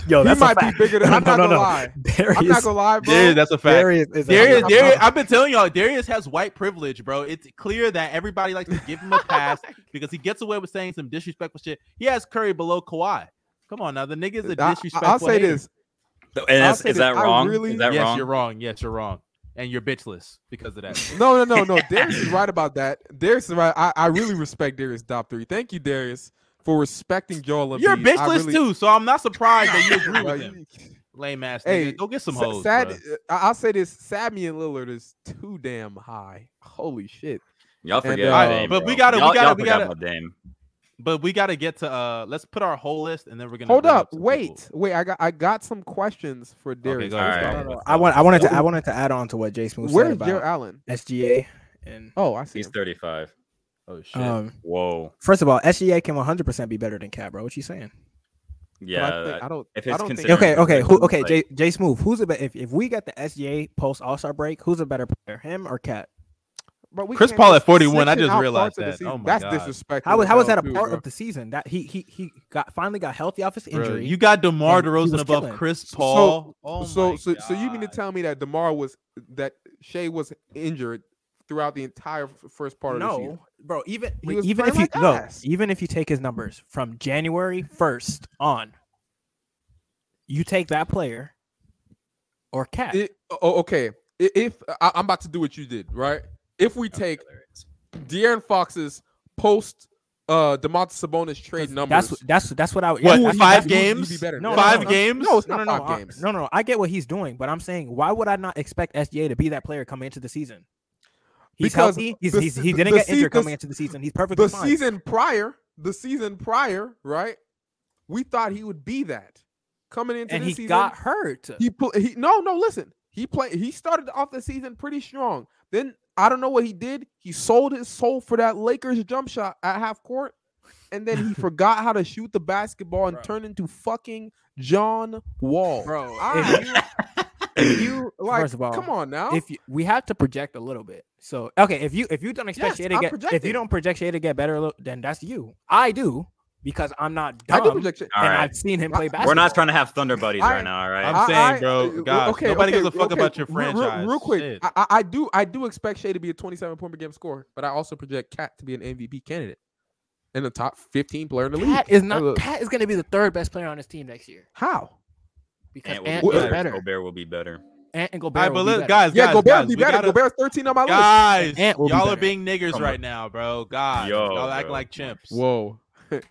I: Yo,
A: He
I: that's
A: might
I: a
A: be
I: fact.
A: bigger than. I'm not gonna lie.
I: Darius,
A: I'm not gonna lie, (laughs) bro.
B: Dude, that's a fact.
I: Darius is a-
B: Darius,
A: I'm
B: Darius,
A: not-
B: I've been telling y'all, Darius has white privilege, bro. It's clear that everybody likes to give
A: (laughs)
B: him a pass because he gets away with saying some disrespectful shit. He has Curry below Kawhi. Come on now, the nigga's a
A: I,
B: disrespectful.
A: will say
B: hater.
A: this.
D: Th- and
A: I'll
D: is,
A: say
D: is
A: this,
D: that
A: I
D: wrong?
A: really-
D: is that
B: yes,
D: wrong?
B: you're wrong. Yes, you're wrong, and you're bitchless because
A: (laughs)
B: of that.
A: No, no, no, no. Darius is right about that. Darius is right. I, I really respect Darius top three. Thank you, Darius, for respecting Joel Embiid.
B: you're
A: I
B: bitchless
A: really,
B: too, so I'm not surprised that you
A: (laughs)
B: agree
A: Bro,
B: with him.
A: you-
B: Lame ass nigga.
A: Hey,
B: Go get some
A: Sa-
B: hoes.
A: Sad,
B: bruh.
A: uh, I- I'll say this: Sammy and Lillard is too damn high. Holy shit!
D: Y'all
A: And,
D: forget
A: uh,
D: about
A: Alright,
D: Dame,
B: but we
D: bro.
B: gotta- we
D: Y'all-
B: gotta-
D: y'all
B: we
D: forgot
B: gotta-
D: about Dame.
B: But we gotta get to uh let's put our whole list and then we're gonna
A: Hold
B: bring
A: up,
B: some
A: wait,
B: people.
A: wait. I got I got some questions for Darius.
B: go
A: Let's
D: ahead.
A: go.
B: Alright.
I: No, no, I want. I wanted to. I wanted to add on to what Jay Smooth said
A: Where's
I: about
A: Jared Allen?
I: SGA. And
A: Oh, I see.
D: He's
A: Him.
D: 35.
B: Oh shit.
A: Uh,
I: um,
D: Whoa.
I: first of all, SGA can 100 percent be better than Cat, bro. What you saying?
A: But
D: Yeah.
A: I, think,
D: that-
A: I don't.
D: if
A: I
D: it's
A: don't think.
D: considered-
I: Okay,
D: Aaron
I: okay,
D: Gordon,
I: who, okay.
D: like-
I: Jay, Jay Smooth, who's a be- if if we got the SGA post All Star break, who's a better player, him or Cat?
A: But we
B: Chris
A: can't
B: Paul
A: go
B: at 41, I
A: section
B: just
A: out
B: realized
A: parts of the
B: that.
A: season.
B: Oh my
A: That's
B: God.
A: disrespectful.
I: How was
A: as
I: how was
A: hell,
I: that a
A: too,
I: part
A: bro.
I: of the season that he he he got finally got healthy off his
B: Bruh,
I: injury?
B: you got DeMar
I: and he was
B: DeRozan above
I: killing.
B: Chris
A: So-
B: Paul. oh
A: so
B: my
A: so so you mean to
B: God.
A: tell me that Demar was that Shea was injured throughout the entire f- first part of the season?
I: no, bro. Even
A: He
I: wait,
A: was
I: even
A: playing
I: if you
A: like
I: no,
A: ass.
I: even if you take his numbers from January first on, you take that player or Cat.
A: It- oh, okay. I- If I, I'm about to do what you did, right? If we take De'Aaron Fox's post uh Demontis Sabonis trade numbers,
I: That's what- that's that's what I yeah,
B: What,
I: that's-
B: five
I: that's-
A: you'd be
B: games?
A: better.
I: No,
B: five
I: no, no.
B: games?
A: No, it's
I: No,
A: not
I: no,
A: five
I: I-
A: games.
I: no, no. I get what he's doing, but I'm saying, why would I not expect SGA to be that player coming into the season? He's
A: Because
I: healthy. He's,
A: the
I: he's,
A: se-
I: he didn't
A: the
I: get
A: se-
I: injured
A: the
I: coming
A: se-
I: into the season. He's perfectly
A: the
I: fine.
A: season prior, the season prior, right? We thought he would be that coming into
I: and
A: this
I: he
A: season.
I: got hurt.
A: He pl- he no no listen. He played he started off the season pretty strong. Then I don't know what he did. He sold his soul for that Lakers jump shot at half court and then
I: (laughs)
A: he forgot how to shoot the basketball and
I: Bro.
A: turned into fucking John Wall.
I: Bro,
A: I- if
I: (laughs)
A: you like
I: First of all,
A: come on now.
I: if you, we have to project a little bit. So okay, if you if you don't
A: Yes,
I: expect Shea to
A: I'm
I: get if
A: projecting.
I: you don't project Shea to get better, a little- then that's you. I do because I'm not
A: I
I: dumb.
A: do projection.
D: All
I: and
D: right.
I: I've seen him
A: I-
I: play
A: we're
I: basketball.
D: We're not trying to have Thunder Buddies
A: I-
D: right now, all right?
B: I'm
A: I-
B: saying,
A: I-
B: bro,
A: uh,
B: gosh,
A: okay,
B: nobody
A: okay,
B: gives a fuck
A: okay,
B: about your
A: real- real-
B: franchise.
A: Real, quick,
B: Shit.
A: I, I I do, I do expect Shea to be a 27 point per game scorer, but I also project Cat to be an MVP candidate and the top 15 player in the league.
I: Cat is
A: Uh,
I: not. Cat is going to be the third best player on his team next year
A: How?
I: because
D: Ant will
I: Ant
D: be
A: Who-
I: is
D: better.
I: better.
D: Gobert will be better.
I: Ant and
B: All
I: Gobert
B: right, but
I: will
B: let,
I: be better.
B: guys,
A: Yeah,
B: guys,
A: Gobert
B: guys,
A: be
B: we
A: better.
B: gotta-
A: Gobert's 13 on my list.
B: guys,
I: Ant will be
B: y'all are
I: better.
B: being niggers
D: Come
B: right now, bro. God,
D: Yo,
B: y'all acting
D: bro.
B: like chimps. (laughs)
A: Whoa.
B: Let's,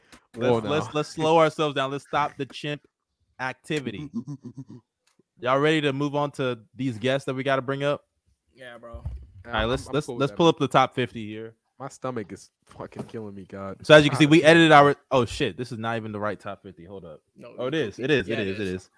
A: Whoa, now.
B: let's let's slow ourselves down. Let's stop the chimp
A: (laughs)
B: activity. Y'all ready to move on to these guests that we got to bring up?
E: Yeah, bro.
B: All right, let's let's let's pull up the top fifty here.
A: My stomach is fucking killing me, God.
B: So as you can see, we edited our. Oh shit, this is not even the right top fifty. Hold up.
E: No,
B: Oh, it is. It is.
E: Yeah,
B: it is. It is.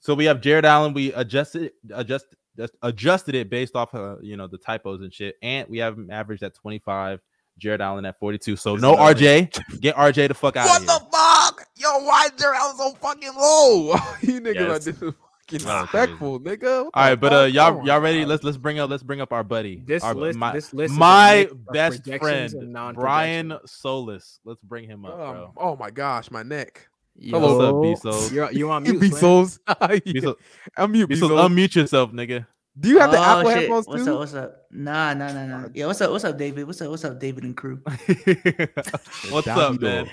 B: So we have Jared Allen. We adjusted adjust just adjusted it based off uh, you know the typos and shit. And we have him averaged at twenty five. Jared Allen at forty two. So
D: This
B: no
D: is ugly.
B: RJ. Get RJ the fuck out of
A: What
B: here.
A: the fuck? Yo, why is Jarrell so fucking low? (laughs) you niggas
D: Yes.
A: are just fucking
D: Wow,
A: respectful, nigga. What
B: All
A: the
B: right, but
A: fuck?
B: uh, y'all
A: Come
B: y'all
A: on,
B: ready?
A: God.
B: Let's let's bring up let's bring up our buddy.
I: This
B: our,
I: list,
B: my,
I: this list, is a
B: my
I: mix of
B: best
I: projections and
B: friend Brian
I: non-projections.
B: Solis. Let's bring him up,
A: Um, (laughs)
B: bro.
A: oh my gosh, my neck.
B: Hello,
I: Yo.
B: what's up, Bezos?
I: You're you
A: (laughs)
I: on
A: You
I: mute? Slim?
A: Bezos.
B: (laughs) Bezos,
A: I'm you,
B: Bezos,
A: Bezos.
B: unmute yourself, nigga.
A: Do you have the
J: Oh,
A: Apple
J: shit.
A: headphones
J: What's
A: too?
J: up? What's up? Nah, nah, nah, nah. Yeah, what's up? What's up, David? What's up? What's up, David
B: (laughs)
J: and crew?
A: (laughs)
B: What's
A: Down you
B: up,
A: go.
B: man?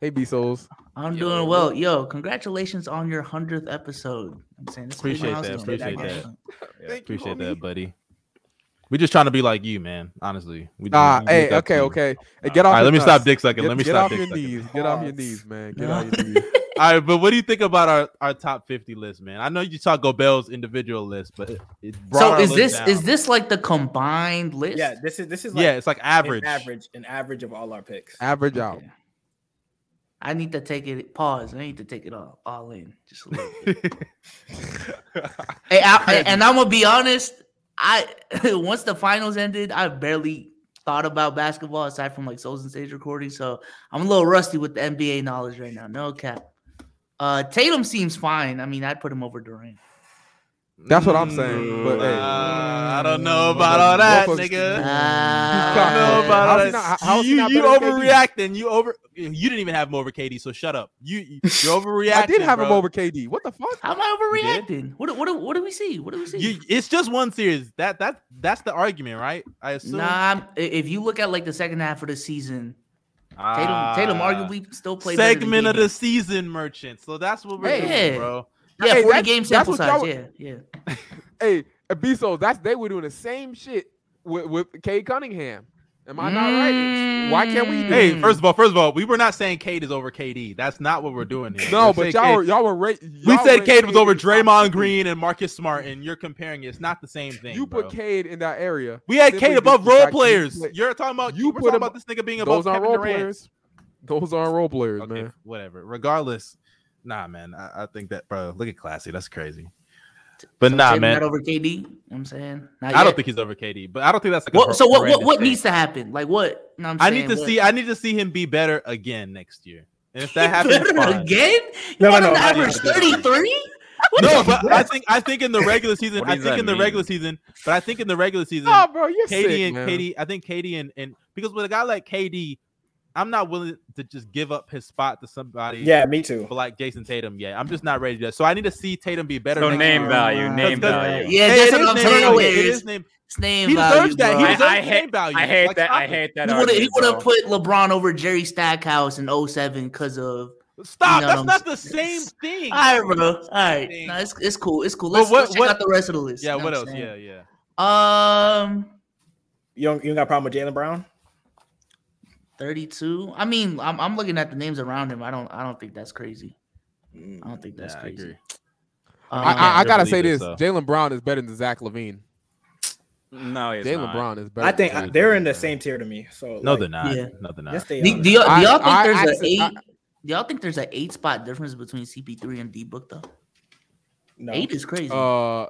A: Hey, Bezos.
J: I'm
E: Yo.
J: doing well. Yo, congratulations on your hundredth episode. I'm saying this is a big
B: Appreciate that,
J: milestone.
B: appreciate that.
J: milestone.
B: Appreciate that, buddy. We're just trying to be like you, man. Honestly,
A: Nah,
B: we we- we look
A: Ah, hey,
B: up to
A: okay,
B: you.
A: okay. Hey,
B: All
A: get off.
B: right,
A: your
B: let me
A: nuts.
B: stop dick sucking.
A: Get,
B: let me
A: get
B: stop
A: off
B: dick
A: your
B: sucking.
A: knees. Get off your knees, man. Get off your knees.
B: All right, but what do you think about our, our top fifty list, man? I know you talk Gobel's individual list, but it, it brought
J: So
B: our
J: is
B: list
J: this
B: down.
J: is this like the combined list?
E: Yeah, this is this is like
B: yeah? It's like
E: an
B: average.
E: average, an average of all our picks.
A: Average out.
J: Okay. I need to take it. Pause. I need to take it all all in. Just a little bit. hey, I, and I'm gonna be honest. I (laughs) once the finals ended, I barely thought about basketball aside from like Souls and Stage recording. So I'm a little rusty with the NBA knowledge right now. No cap. Uh, Tatum seems fine. I mean, I'd put him
B: (laughs)
J: over Durant.
A: That's what I'm saying, but, hey. Mm,
B: uh, I don't know about all that,
A: Motherfuckers-
B: nigga.
A: cock-
B: I
J: Uh,
B: don't know about
A: How's he
B: all that.
A: not- how- how's he
B: you
A: not
B: you
A: better than KD?
B: overreacting. You over. You didn't even have him over KD, so shut up. You you- you're
A: (laughs)
B: overreacting.
A: I did have
B: bro.
A: him over KD. What the fuck?
J: How am I overreacting? What, do- what, do- what do we see? What do we see?
B: You, it's just one series. That that that's the argument, right? I assume.
J: nah, I'm- i- if you look at like the second half of the season, Tatum,
B: Ah.
J: Tatum arguably still played better than
B: segment of
J: Gabe.
B: the season merchant. So that's what we're
J: Hey.
B: doing, bro.
J: Yeah,
A: Hey,
J: 40
A: that's-
J: game
A: that's
J: sample
A: what
J: size.
A: y'all-
J: Yeah, yeah.
A: Hey, Bezos, that's they were doing the same shit with with Cade Cunningham. Am I not right? Why can't we do?
J: Mm.
A: it?
B: Hey, first of all, first of all, we were not saying Cade is over KD. That's not what we're doing here.
A: No,
B: We're
A: but
B: saying
A: y'all
B: Cade-
A: were, y'all were right.
B: we
A: y'all
B: said
A: ranked
B: Cade was over
A: in the top
B: Draymond
A: 50.
B: Green and Marcus Smart, and you're comparing it. It's not the same thing.
A: You
B: bro.
A: put Cade in that area.
B: we had
A: simply
B: Cade above
A: because I
B: role
A: keep
B: players.
A: play-
B: You're talking about
A: You
B: you we're
A: put
B: talking
A: him-
B: about this nigga being above
A: Those aren't
B: Kevin
A: role
B: Durant.
A: players. Those aren't role players,
B: Okay,
A: man.
B: whatever. Regardless, nah, man. I, I think that, bro. Look at classy. That's crazy. But nah,
J: Tatum
B: man.
J: Not over KD. You know what I'm saying. Not
B: I don't
J: yet.
B: think he's over KD, but I don't think that's like a
J: What, so what? What,
B: horrendous
J: what
B: thing.
J: needs to happen? Like what? you know what
B: I
J: I'm
B: need
J: saying?
B: to
J: What-
B: see. I need to see him be better again next year. And if that happens,
J: Better
B: fine.
J: again.
C: No, no,
J: No, no,
C: no,
B: not
J: Average
B: yet.
J: 33.
B: No, but I think I think in the
J: (laughs)
B: regular season,
D: What
B: I
D: does
B: think
D: that
B: in the
D: mean?
B: regular season, but I think in the regular season,
J: Oh,
A: No, bro, you're
B: KD
A: sick,
B: and
A: man.
B: KD, I think KD and and because with a guy like KD, I'm not willing to just give up his spot to somebody.
C: Yeah, me too.
B: For like Jason Tatum, yeah, I'm just not ready to. So I need to see Tatum be better.
D: So
B: next
D: name
B: year.
D: value,
B: That's good.
D: name value.
J: Yeah,
B: Hey,
J: that's
B: it
J: what
B: is
J: I'm
B: name
J: saying.
B: value.
J: Wiz.
B: It is name.
J: It's name
B: He
J: value,
B: deserves that. He
J: bro.
B: deserves
E: I- I hate-
B: name value.
E: I hate
B: Like,
E: that.
B: stop
E: I
B: it.
E: hate that.
J: He would have
E: argument, bro.
J: put LeBron over Jerry Stackhouse in 07 because of.
B: Stop.
J: No,
B: That's
J: I'm-
B: not the
J: (laughs)
B: same thing.
J: All right, bro. All right,
B: Dang.
J: no, it's, it's cool. It's cool.
B: But
J: Let's,
B: what-
J: let's check
B: what-
J: out the rest of the list.
B: Yeah.
J: you know
B: What
J: I'm
B: else?
J: saying?
B: Yeah. Yeah.
J: Um,
C: You don't, you don't got a problem with Jalen Brown?
J: 32. I mean, I'm, I'm looking at the names around him. I don't I don't think that's crazy. I don't think that's
B: Yeah, I
J: crazy.
B: agree.
A: I,
J: Um,
A: I, I gotta
B: believe
A: say
B: it,
A: this:
B: so.
A: Jalen Brown is better than Zach Levine.
D: No, he's
A: Jalen
D: not.
A: Brown is better.
C: I think
A: than
C: I-
A: Jalen
C: they're in the
A: Brown.
C: same tier to me. So
B: No,
C: like,
B: they're not.
J: Yeah.
B: No, they're not.
C: Yes, they
J: do,
C: are.
J: do y'all, do y'all
A: I-
J: think
A: I
J: there's a
A: actually-
J: eight?
A: I-
J: do y'all think there's an eight spot difference between CP3 and D Book though?
C: No.
J: Eight is crazy.
A: Uh,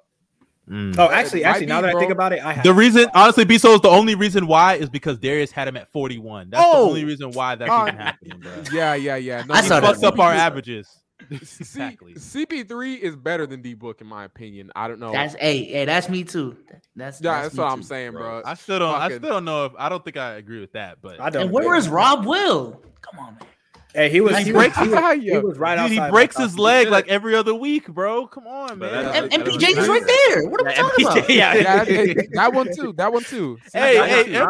B: Mm.
C: Oh, actually,
A: Might
C: actually, now
A: be,
C: that I
A: bro.
C: think about it, I have
B: (laughs) The reason, honestly, Biso is the only reason why is because Darius had him at 41. That's the only reason why that's
A: God.
B: even happening, bro.
A: yeah, yeah, yeah. No,
J: I
A: he
J: saw that
A: fucked
B: Fucks up (laughs)
J: movie.
B: our averages. (laughs) exactly.
A: C- CP3 is better than D Book in my opinion. I don't know.
J: that's hey, hey, that's me too. That's
A: yeah,
J: that's,
A: that's
J: me
A: what I'm
J: too.
A: saying, bro.
B: I still don't. I
A: Fucking-
B: still don't know if I don't think I agree with that, but
C: I don't.
J: And where
C: agree.
J: is Rob Will? Come on, man.
C: Hey, he was.
J: He
C: He was,
A: breaks
C: he
A: his eye,
C: was, he
J: (laughs)
A: yo.
C: was right
B: Dude, he
C: outside my
B: breaks
C: top
B: his
C: three.
B: leg like every other week, bro. Come on, man.
D: But that-
J: And,
D: think
J: and
D: that was
J: MPJ (laughs) is
D: nice.
J: right there. What are we
D: Yeah,
J: talking about?
D: MPJ, yeah.
A: yeah, that, hey, that one too. That one too.
B: Hey,
D: I-
B: hey,
D: I-
B: MPJ,
D: I-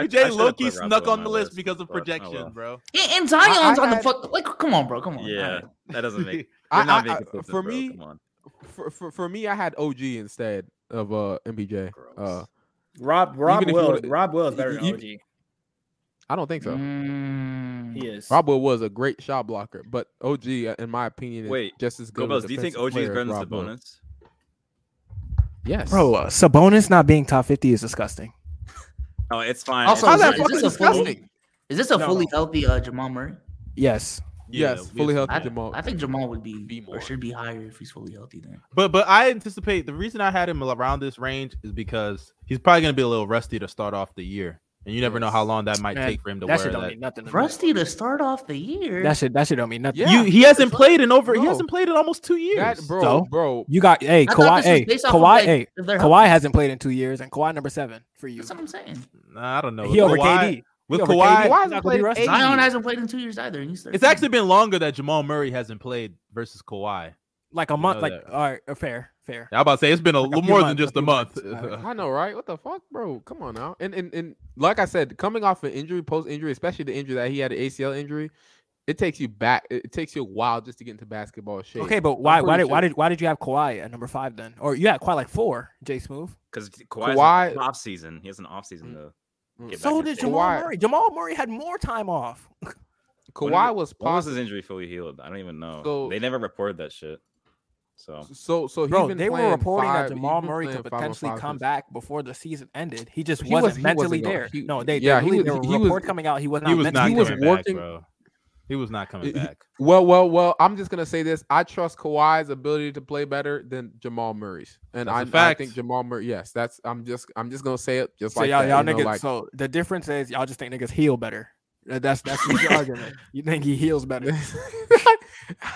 D: I
B: MPJ,
D: should've
B: Loki
D: put Rob
B: snuck
D: Will
B: on
D: on my
B: the list
D: list,
B: because of
D: but, oh well.
B: projection, bro.
J: And, and Zion's
A: I
J: on the
A: had-
J: fuck. Like, come on, bro. Come on.
D: Yeah,
J: Alright.
D: that doesn't make.
B: (laughs)
A: I-
D: you're not
A: I-
D: being
A: I-
D: consistent,
A: for
D: bro.
A: me,
D: come on.
A: for, for for me, I had OG instead of uh MPJ. Uh,
I: Rob Rob
A: if you
I: Will
A: wanna-
I: Rob Will is better than
A: you-
I: OG.
A: I don't think so.
J: Mm.
I: He is.
A: Rob Will was a great shot blocker, but OG, uh, in my opinion, is
D: Wait,
A: just as good. of a
D: Gobels, do you think
A: defensive
D: OG is
A: player
D: better
A: as
D: than
A: Rob Will.
D: Sabonis?
A: Yes,
C: Bro, uh, Sabonis not being top 50 is disgusting.
D: Oh, it's fine.
J: Also,
A: How's
D: it's
J: is
A: that
D: fine.
J: this
A: fucking
J: a full-
A: disgusting?
J: Is this a
I: No.
J: fully healthy uh, Jamal Murray?
C: Yes.
B: Yeah,
A: yes,
B: we-
A: fully healthy
J: I,
A: Jamal.
J: I think Jamal would be,
A: Be more.
J: or should be higher if he's fully healthy. Then
B: But but I anticipate the reason I had him around this range is because he's probably gonna be a little rusty to start off the year, and you never know how long that might
C: Man,
B: take for him to
C: That
B: wear
C: shit don't
B: that.
C: mean nothing. to me.
J: Rusty to start off the year.
C: That shit, that shit don't mean nothing.
A: Yeah,
B: You he hasn't
J: That's
B: played in over he
A: No.
B: hasn't played in almost two years.
A: that, bro,
C: So?
A: bro,
C: You got hey
J: I
C: Kawhi,
J: thought this was
C: hey
J: based off of,
C: Kawhi,
J: like,
C: hey
J: if they're
C: Kawhi
J: healthy.
C: hasn't played in two years, and Kawhi number seven for you.
J: That's what I'm saying.
B: Nah, I don't know.
C: He over
B: Kawhi-
C: KD.
B: With
C: over KD.
B: Kawhi,
A: Kawhi
C: He's
A: hasn't
C: not
A: played
C: gonna be rusty.
A: eight
J: Zion hasn't played in two years either. And he's 13.
B: it's actually been longer that Jamal Murray hasn't played versus Kawhi.
C: Like a
B: You
C: month,
B: know
C: like
B: that.
C: all right, uh, fair, fair.
B: I'm about to say it's been a
C: Like a
B: little
C: few
B: more than
C: months,
B: just
C: a
B: a
C: few
B: month.
C: months.
B: (laughs)
A: I know,
D: (laughs)
A: right? What the fuck, bro? Come on now. And and and like I said, coming off an injury, post injury, especially the injury that he had, an ACL injury, it takes you back. It it takes you a while just to get into basketball shape.
C: Okay, but why, why
A: pretty
C: did, why
A: sure.
C: did, why did you have Kawhi at number five then? Or you had Kawhi like four, Jay Smooth.
D: Because Kawhi's
A: Kawhi-
D: Kawhi... off season. He has an off season
A: Mm.
D: though.
A: Mm.
D: Get back
C: So
D: in
C: did
D: shape.
C: Jamal
A: Kawhi-
C: Murray. Jamal Murray had more time off.
D: When
A: Kawhi
D: did-
A: was
D: When was
A: positive.
D: his injury fully healed? I don't even know.
A: So-
D: they never reported that shit. So
A: So so he's
C: Bro,
A: been
C: they were
A: playing
C: reporting
A: five-
C: that
A: he's
C: Jamal
A: been
C: Murray
A: playing
C: could
A: five on
C: potentially
A: five
C: come
A: since-
C: back before the season ended. He just
A: He
C: wasn't
A: was- he wasn't
C: mentally
A: gonna-
C: there.
A: he-
C: no, they,
A: yeah,
C: they
A: he
C: literally-
A: was-
C: there were
A: he was-
C: report coming out. He was not.
B: he was
C: mentally
A: he
B: not
A: was
B: coming
A: working-
B: back, bro. He was not coming
A: He- he-
B: back.
A: Well, well, well. I'm just gonna say this. I trust Kawhi's ability to play better than Jamal Murray's, and
B: That's a
A: I, I
B: fact.
A: think Jamal Murray. Yes, that's. I'm just. I'm just gonna say it. Just
C: So
A: like
C: y'all,
A: that,
C: y'all
A: you know,
C: niggas.
A: like-
C: so the difference is y'all just think niggas heal better. Uh, That's that's your (laughs) argument. You think he heals better.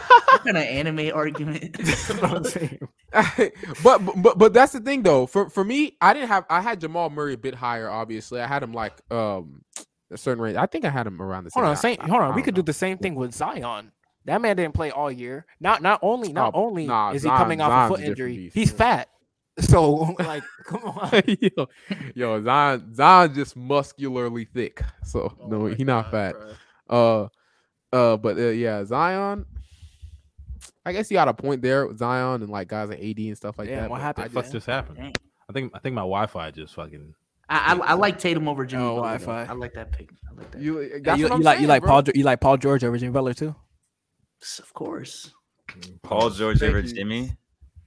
J: what kind of anime argument.
C: That's what I'm saying.
A: (laughs) but but but that's the thing though. For for me, I didn't have I had Jamal Murray a bit higher. Obviously, I had him like um a certain range. I think I had him around the same.
C: (laughs) Hold on,
A: I-
C: same,
A: I-
C: hold
A: I
C: on. We
A: don't
C: could
A: know.
C: do the same thing with Zion. That man didn't play all year. Not not only not
A: Oh,
C: only
A: nah,
C: is he
A: Zion-
C: coming off
A: Zion's
C: a
A: a
C: foot
A: different
C: injury,
A: beast.
C: he's fat. (laughs) So like, come (laughs) on.
A: yo, (laughs) yo, Zion, Zion just muscularly thick. So
I: Oh
A: no,
I: my
A: he not
I: God,
A: fat.
I: bruh.
A: Uh, uh, but uh, yeah, Zion. I guess you got a point there with Zion and like guys like AD and stuff like
C: Damn,
A: that.
C: what
A: but
C: happened,
A: I
C: man?
B: Fuck
A: just,
B: just happened.
J: Dang.
B: I think I think my Wi-Fi just fucking.
J: (laughs) I, I, I like Tatum over Jimmy.
C: Oh,
J: Butler, though.
C: Wi-Fi.
J: I like that pick. I like that.
A: you,
C: Yeah,
A: that's
C: you,
A: what I'm
C: you like you
A: saying,
C: like
A: bro.
C: Paul Ge- you like Paul George over Jimmy Butler too.
J: Of course.
D: Paul George
A: Thank
D: over
A: you.
D: Jimmy.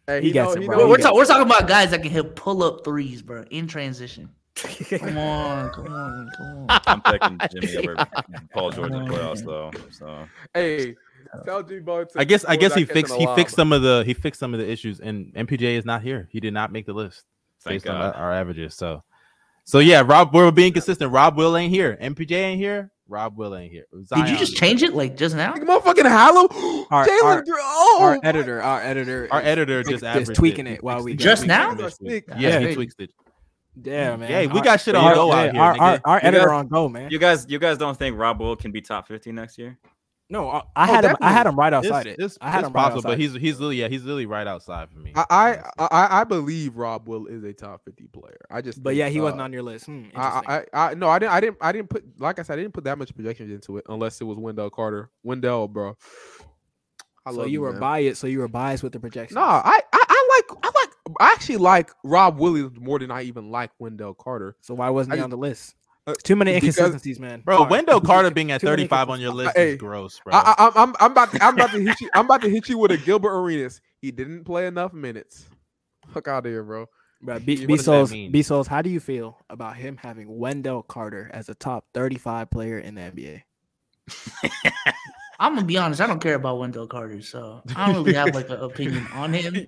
A: Hey,
C: He gets it, bro. He
J: We're,
A: what
J: we're,
C: got-
J: ta- we're talking about guys that can hit pull up threes, bro, in transition. Come on, come on, come on.
D: I'm picking Jimmy over Paul George in the playoffs though. So
A: Hey, tell G Bo.
B: I guess I guess he fixed he fixed some of the he fixed some of the issues, and MPJ is not here. He did not make the list
D: thank
B: based on our-
D: God.
B: our averages. So so yeah, Rob we're being consistent. Rob Will ain't here. MPJ ain't here. Rob Will ain't here.
J: Did you
B: Zion.
J: just change it like just now?
A: Motherfucking Hallow.
C: Our-
A: Jalen
C: our-
A: Gr- oh,
C: our
A: my
C: editor, our editor,
B: our
C: is-
B: editor just
C: is
B: averaged
C: tweaking
B: He
C: it while
B: fixed
C: we-
J: Just now?
B: He fixed it.
A: God
B: Yeah, he
A: dang.
B: tweaked it.
C: yeah, man.
B: Hey, we
C: Our-
B: got shit on
C: our,
B: go
C: yeah,
B: out
C: Our,
B: here.
C: our,
B: nigga.
C: our
D: You
C: editor
D: guys-
C: on go, man.
D: You guys, you guys don't think Rob Will can be top 15 next year?
C: No, I, I had him. I had him right outside
B: It's-
C: it.
B: it's-
C: I had
B: it's
C: him right
B: possible,
C: outside.
B: but he's he's literally yeah he's literally right outside for me.
A: I, I I I believe Rob Will is a top fifty player. I just
C: but
A: think,
C: yeah, he wasn't
A: uh,
C: on your list. Hmm, interesting.
A: I, I I no, I didn't I didn't I didn't put like I said I didn't put that much projections into it unless it was Wendell Carter. Wendell, bro. I
C: so
A: love
C: you were
A: man.
C: biased. So you were biased with the projections.
A: No, I, I I like I like I actually like Rob Williams more than I even like Wendell Carter.
C: So why wasn't
A: I
C: he
A: just-
C: on the list?
A: uh,
C: Too many
A: because-
C: inconsistencies, man.
B: Bro,
C: Sorry.
B: Wendell
C: Too
B: Carter
C: many-
B: being at
C: too many
B: 35 on your list
A: Hey,
B: is gross, bro.
A: I, I, I'm I'm I'm about to, I'm about to hit you I'm about to hit you with a Gilbert Arenas. He didn't play enough minutes. Fuck out of here, bro.
C: (laughs) Bro,
B: What
C: B, B
B: does that
C: Souls,
B: mean?
C: B Souls, how do you feel about him having Wendell Carter as a top 35 player in the NBA?
J: I'm gonna be honest. I don't care about Wendell Carter, so I don't really have
A: (laughs)
J: like an opinion on him.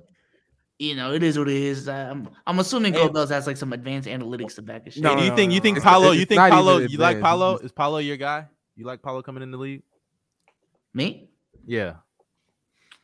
J: You know, it is what it is. I- I'm I'm assuming
C: Hey.
J: Gobels has like some advanced analytics to back his shit.
C: No,
B: Hey, do you think you think
A: no.
B: Paolo?
A: It's-
B: You
A: it's
B: think
A: not
B: Paolo?
A: even
B: You like
A: advanced.
B: Paolo? Is Paolo your guy? You like Paolo coming in the league?
J: Me?
B: Yeah.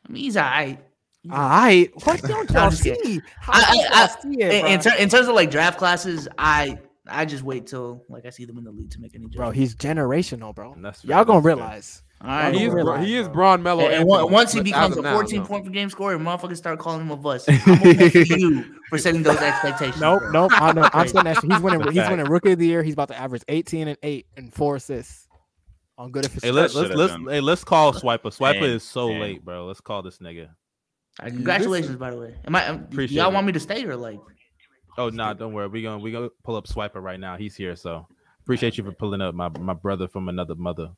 J: I mean, he's alright.
C: All right. What
B: (laughs)
C: don't y'all
J: I'm just
C: see?
J: kidding.
C: How
J: I-
C: don't
J: I-
C: y'all
J: I-
C: see it,
J: In, in,
C: bruh?
J: ter- in terms of like draft classes, I I just wait till like I see them in the league to make any judgment.
C: Bro, he's generational, bro.
B: And that's fair,
C: Y'all gonna
B: that's fair.
C: realize.
J: All
C: I
J: right.
A: He is
C: don't
A: Bro-
C: realize,
A: he is
C: bro.
A: Braun Mello.
J: and, and on- once he
A: but as
J: becomes a
A: of now,
J: 14
A: no.
J: point per game scorer, motherfuckers start calling him
A: (laughs)
J: a bust. (laughs) I'm gonna pay you for setting those expectations.
C: Nope,
J: bro.
C: nope. I know. I'm
I: (laughs)
C: saying that shit. he's winning.
B: That's
C: He's
B: fact.
C: winning Rookie of the Year. He's about to average 18 and eight and four assists on good
B: Hey,
C: efficiency.
B: let's
D: That
B: let's
D: should've
B: let's
D: been-
B: hey, let's call Swiper. Swiper
D: Dang,
B: is so
D: dang.
B: late, bro. Let's call this nigga.
J: right, congratulations, by the way. Am I? Am, do y'all
B: Appreciate
J: want me to stay
A: (laughs)
J: or like?
B: Oh no, nah, don't worry. We gonna we gonna pull up Swiper right now. He's here, so appreciate you for pulling up my my brother from another mother.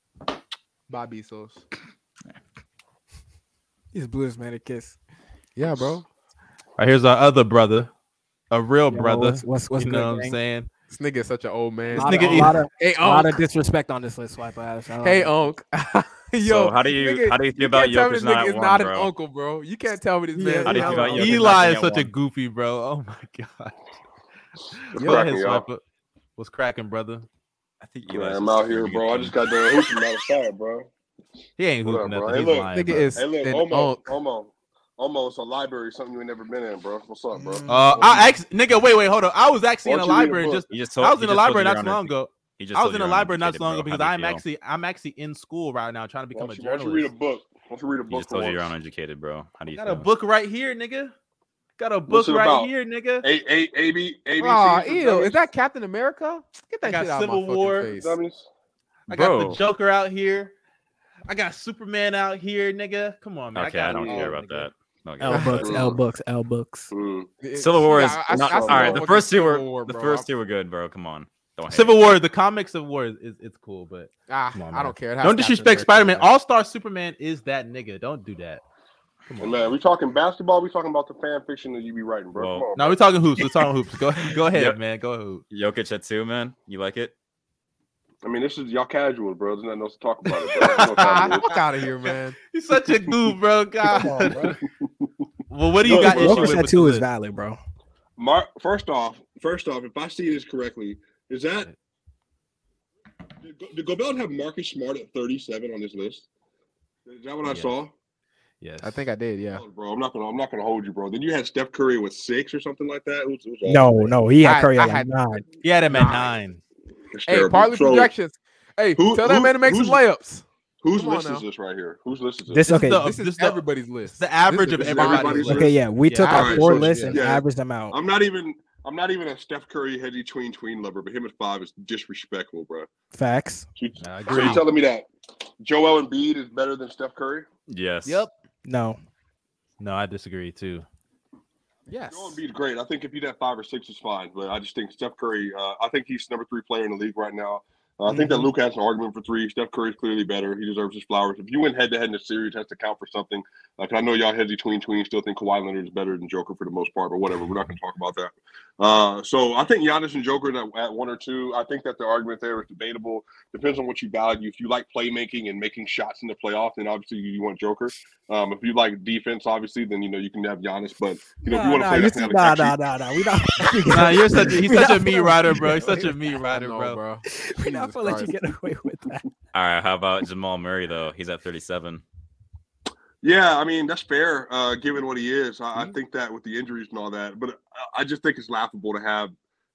A: Bobby Sos.
I: He's blew his man a kiss.
A: Yeah, bro.
B: All right, here's our other brother, a real
I: Yo,
B: Oh, brother.
I: what's what's, what's
B: you
I: good,
B: know what I'm
I: gang?
B: saying?
A: This nigga is such an old man.
I: Lot of-
B: nigga
I: a
B: eat-
I: lot of,
A: hey,
I: a lot
A: Unk.
I: of disrespect on this list, swipe ass. I love
A: Hey,
I: it.
A: Unk. (laughs) Yo,
D: so how do you
A: nigga,
D: how do you feel
A: you
D: about
A: can't tell me
D: Jokic
A: this nigga
D: not
A: is
D: one,
A: not an
D: bro?
A: uncle, bro. You can't tell me this man.
D: How do you feel about Jokic
B: Eli
D: not
B: is
D: being
B: such a
D: one?
B: goofy bro. Oh my (laughs) god.
K: What's
B: Go ahead,
K: cracking, y'all?
B: Swiper. What's cracking, brother?
D: I think
K: Man,
D: Eli's
K: I'm
D: just
K: out here,
D: really
K: bro. I
D: good.
K: just got done hooping outside, bro.
B: He ain't
K: What up,
B: hooping
K: bro?
B: nothing.
K: Hey,
B: He's
K: look,
B: lying.
A: Nigga
B: bro.
A: is
K: Hey, look,
A: an
K: Omo,
A: Unk.
K: Omo, Omo, it's a library, something you ain't never been in, bro. What's up, bro?
B: Uh, I actually, nigga, wait, wait, hold on. I was actually in
K: Why
B: the
K: don't you read a
B: library
K: book?
B: just.
D: He just told,
B: I was
D: he
B: in the
D: just told you
B: library
D: you're
B: not too
D: unedu-
B: long ago.
D: he just
B: I was
D: told
B: in
D: you
B: the
D: you're
B: library not
D: uneducated,
B: too long
D: bro.
B: ago because
D: How do you
B: I'm
D: feel?
B: actually, I'm actually in school right now trying to
K: Why
B: become a
K: don't you, why don't you read a
B: journalist.
K: book? Why don't you read a book?
D: He just
K: for
D: told you you're
K: once?
D: uneducated, bro. How do you
B: Got
D: feel?
B: a book right here, nigga. Got a book
K: What's it
B: right
K: about?
B: here, nigga.
K: A A A B A B
A: Aw,
K: C for
A: Ah, ew. Is
K: dummies?
A: that Captain America? Get that
B: got
A: shit out of my
B: Civil
A: fucking
B: War.
A: face.
K: dummies?
B: I got the
D: Bro.
B: Joker out here. I got Superman out here, nigga. Come on, man.
D: Okay,
B: got
D: I don't
B: it all,
D: care about
B: nigga.
D: that. No,
I: L
D: okay.
I: books, (laughs) L books, L books.
K: Mm.
A: It-
D: Civil War
A: yeah,
D: is
A: I- I-
D: not,
A: I
D: all right. The
A: fucking
D: first two were
A: Civil War,
D: the
A: bro.
D: first two were good, bro. Come on, don't hate.
B: Civil War, the comics of war is, is it's cool, but
A: Ah,
B: Come on,
A: I
B: man.
A: don't care. It has
B: don't
A: Captain
B: disrespect
A: America,
B: Spider Man.
A: man.
B: All Star Superman is that nigga. Don't do that. Come
K: Hey,
B: on.
K: man, we talking basketball? We talking about the fan fiction that you be writing, bro?
D: Well,
K: Come on,
B: No, we're talking hoops. We're talking hoops. Go, go ahead,
D: Yep.
B: man. Go hoop.
D: Jokic at two, man. You like it?
K: I mean, this is y'all casual, bro. There's nothing else to talk
A: (laughs)
K: about. It, bro. You know what time
A: Ah,
K: it is.
A: fuck out of here, man.
B: He's such a goof,
K: (laughs)
B: bro. God.
C: on, bro.
B: well, what do you
K: No,
B: got
K: bro.
B: issue
K: Jokic
B: with?
I: That
B: with the
I: too is
B: list?
I: valid, bro.
K: Mar- first off, first off, if I see this correctly, is that did Go- did Gobert have Marcus Smart at 37 on this list? Is that what I
B: Yes.
K: saw?
B: Yes.
A: I think I did, yeah.
K: Oh, bro, I'm not gonna, I'm not gonna hold you, bro. Then you had Steph Curry with six or something like that. It was- it was awful.
I: No, no, he had
A: I-
I: Curry
A: I
I: at like
A: had-
I: nine.
B: he had him at
A: Nah.
B: nine.
K: It's
A: Hey,
K: terrible.
A: partly
K: So,
A: projections. Hey,
K: Who-
A: tell that
K: who-
A: man to make some
K: who's-
A: layups.
K: Whose
A: Come on
K: list
A: now.
K: is this right here? Whose list is this?
I: This okay.
B: the-
A: This is
B: this the-
A: everybody's list.
B: the average
A: This
B: of
A: is
B: everybody's
K: list.
I: Okay, yeah, we
B: Yeah,
I: took
B: all
I: our
A: right,
I: four
A: so-
I: lists and
K: yeah.
I: averaged them out.
K: I'm not even, I'm not even a Steph Curry heady tween tween lover, but him at five is disrespectful, bro.
I: Facts.
K: So, you-
B: I
K: so
B: agree.
K: you're telling me that Joel Embiid is better than Steph Curry?
D: Yes.
B: Yep.
I: No,
B: No, I disagree too.
A: Yes.
K: Joel Embiid's great. I think if you'd have five or six, is fine. But I just think Steph Curry. Uh, I think he's number three player in the league right now. Uh, I think that Luke has an argument for three. Steph Curry's clearly better. He deserves his flowers. If you went head to head in the series, it has to count for something. Like I know y'all heads between tween still think Kawhi Leonard is better than Joker for the most part, but whatever. We're not going to talk about that. Uh, so I think Giannis and Joker at, at one or two. I think that the argument there is debatable. Depends on what you value. If you like playmaking and making shots in the playoffs, then obviously you, you want Joker. Um, if you like defense, obviously, then you know you can have Giannis. But you know if
I: Nah,
K: you want to
I: nah,
K: play
I: you
K: that
I: see-
K: kind of
I: nah,
K: action-
I: nah, nah, nah. We not.
B: Nah, you're
I: (laughs)
B: such.
C: (laughs)
B: A, he's
I: we
B: such a
I: not
B: me
I: feeling-
B: rider, bro. He's such a me rider, bro.
I: (laughs) We not gonna let you get away with
B: (laughs)
I: that.
D: All right. How about Jamal Murray though? He's at thirty-seven.
K: Yeah, I mean that's fair, uh, given what he is. I, I think that with the injuries and all that, but uh, I- I just think it's laughable to have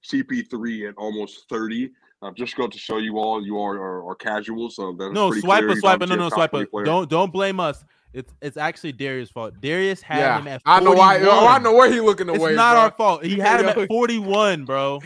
K: CP3 at almost thirty. I've just got to show you all you are are, are casual, so that's
B: No,
K: pretty
B: swiper,
K: clear.
B: swiper.
K: He's
B: No,
K: obviously a
B: no,
K: top 20
B: swiper.
K: player.
B: Don't don't blame us. It's it's actually Darius' fault. Darius had him
A: Yeah,
B: at 41.
A: I know why. yo, I know where he looking
B: It's
A: away.
B: not
A: bro.
B: our fault. He had him
A: Yo.
B: at 41, bro.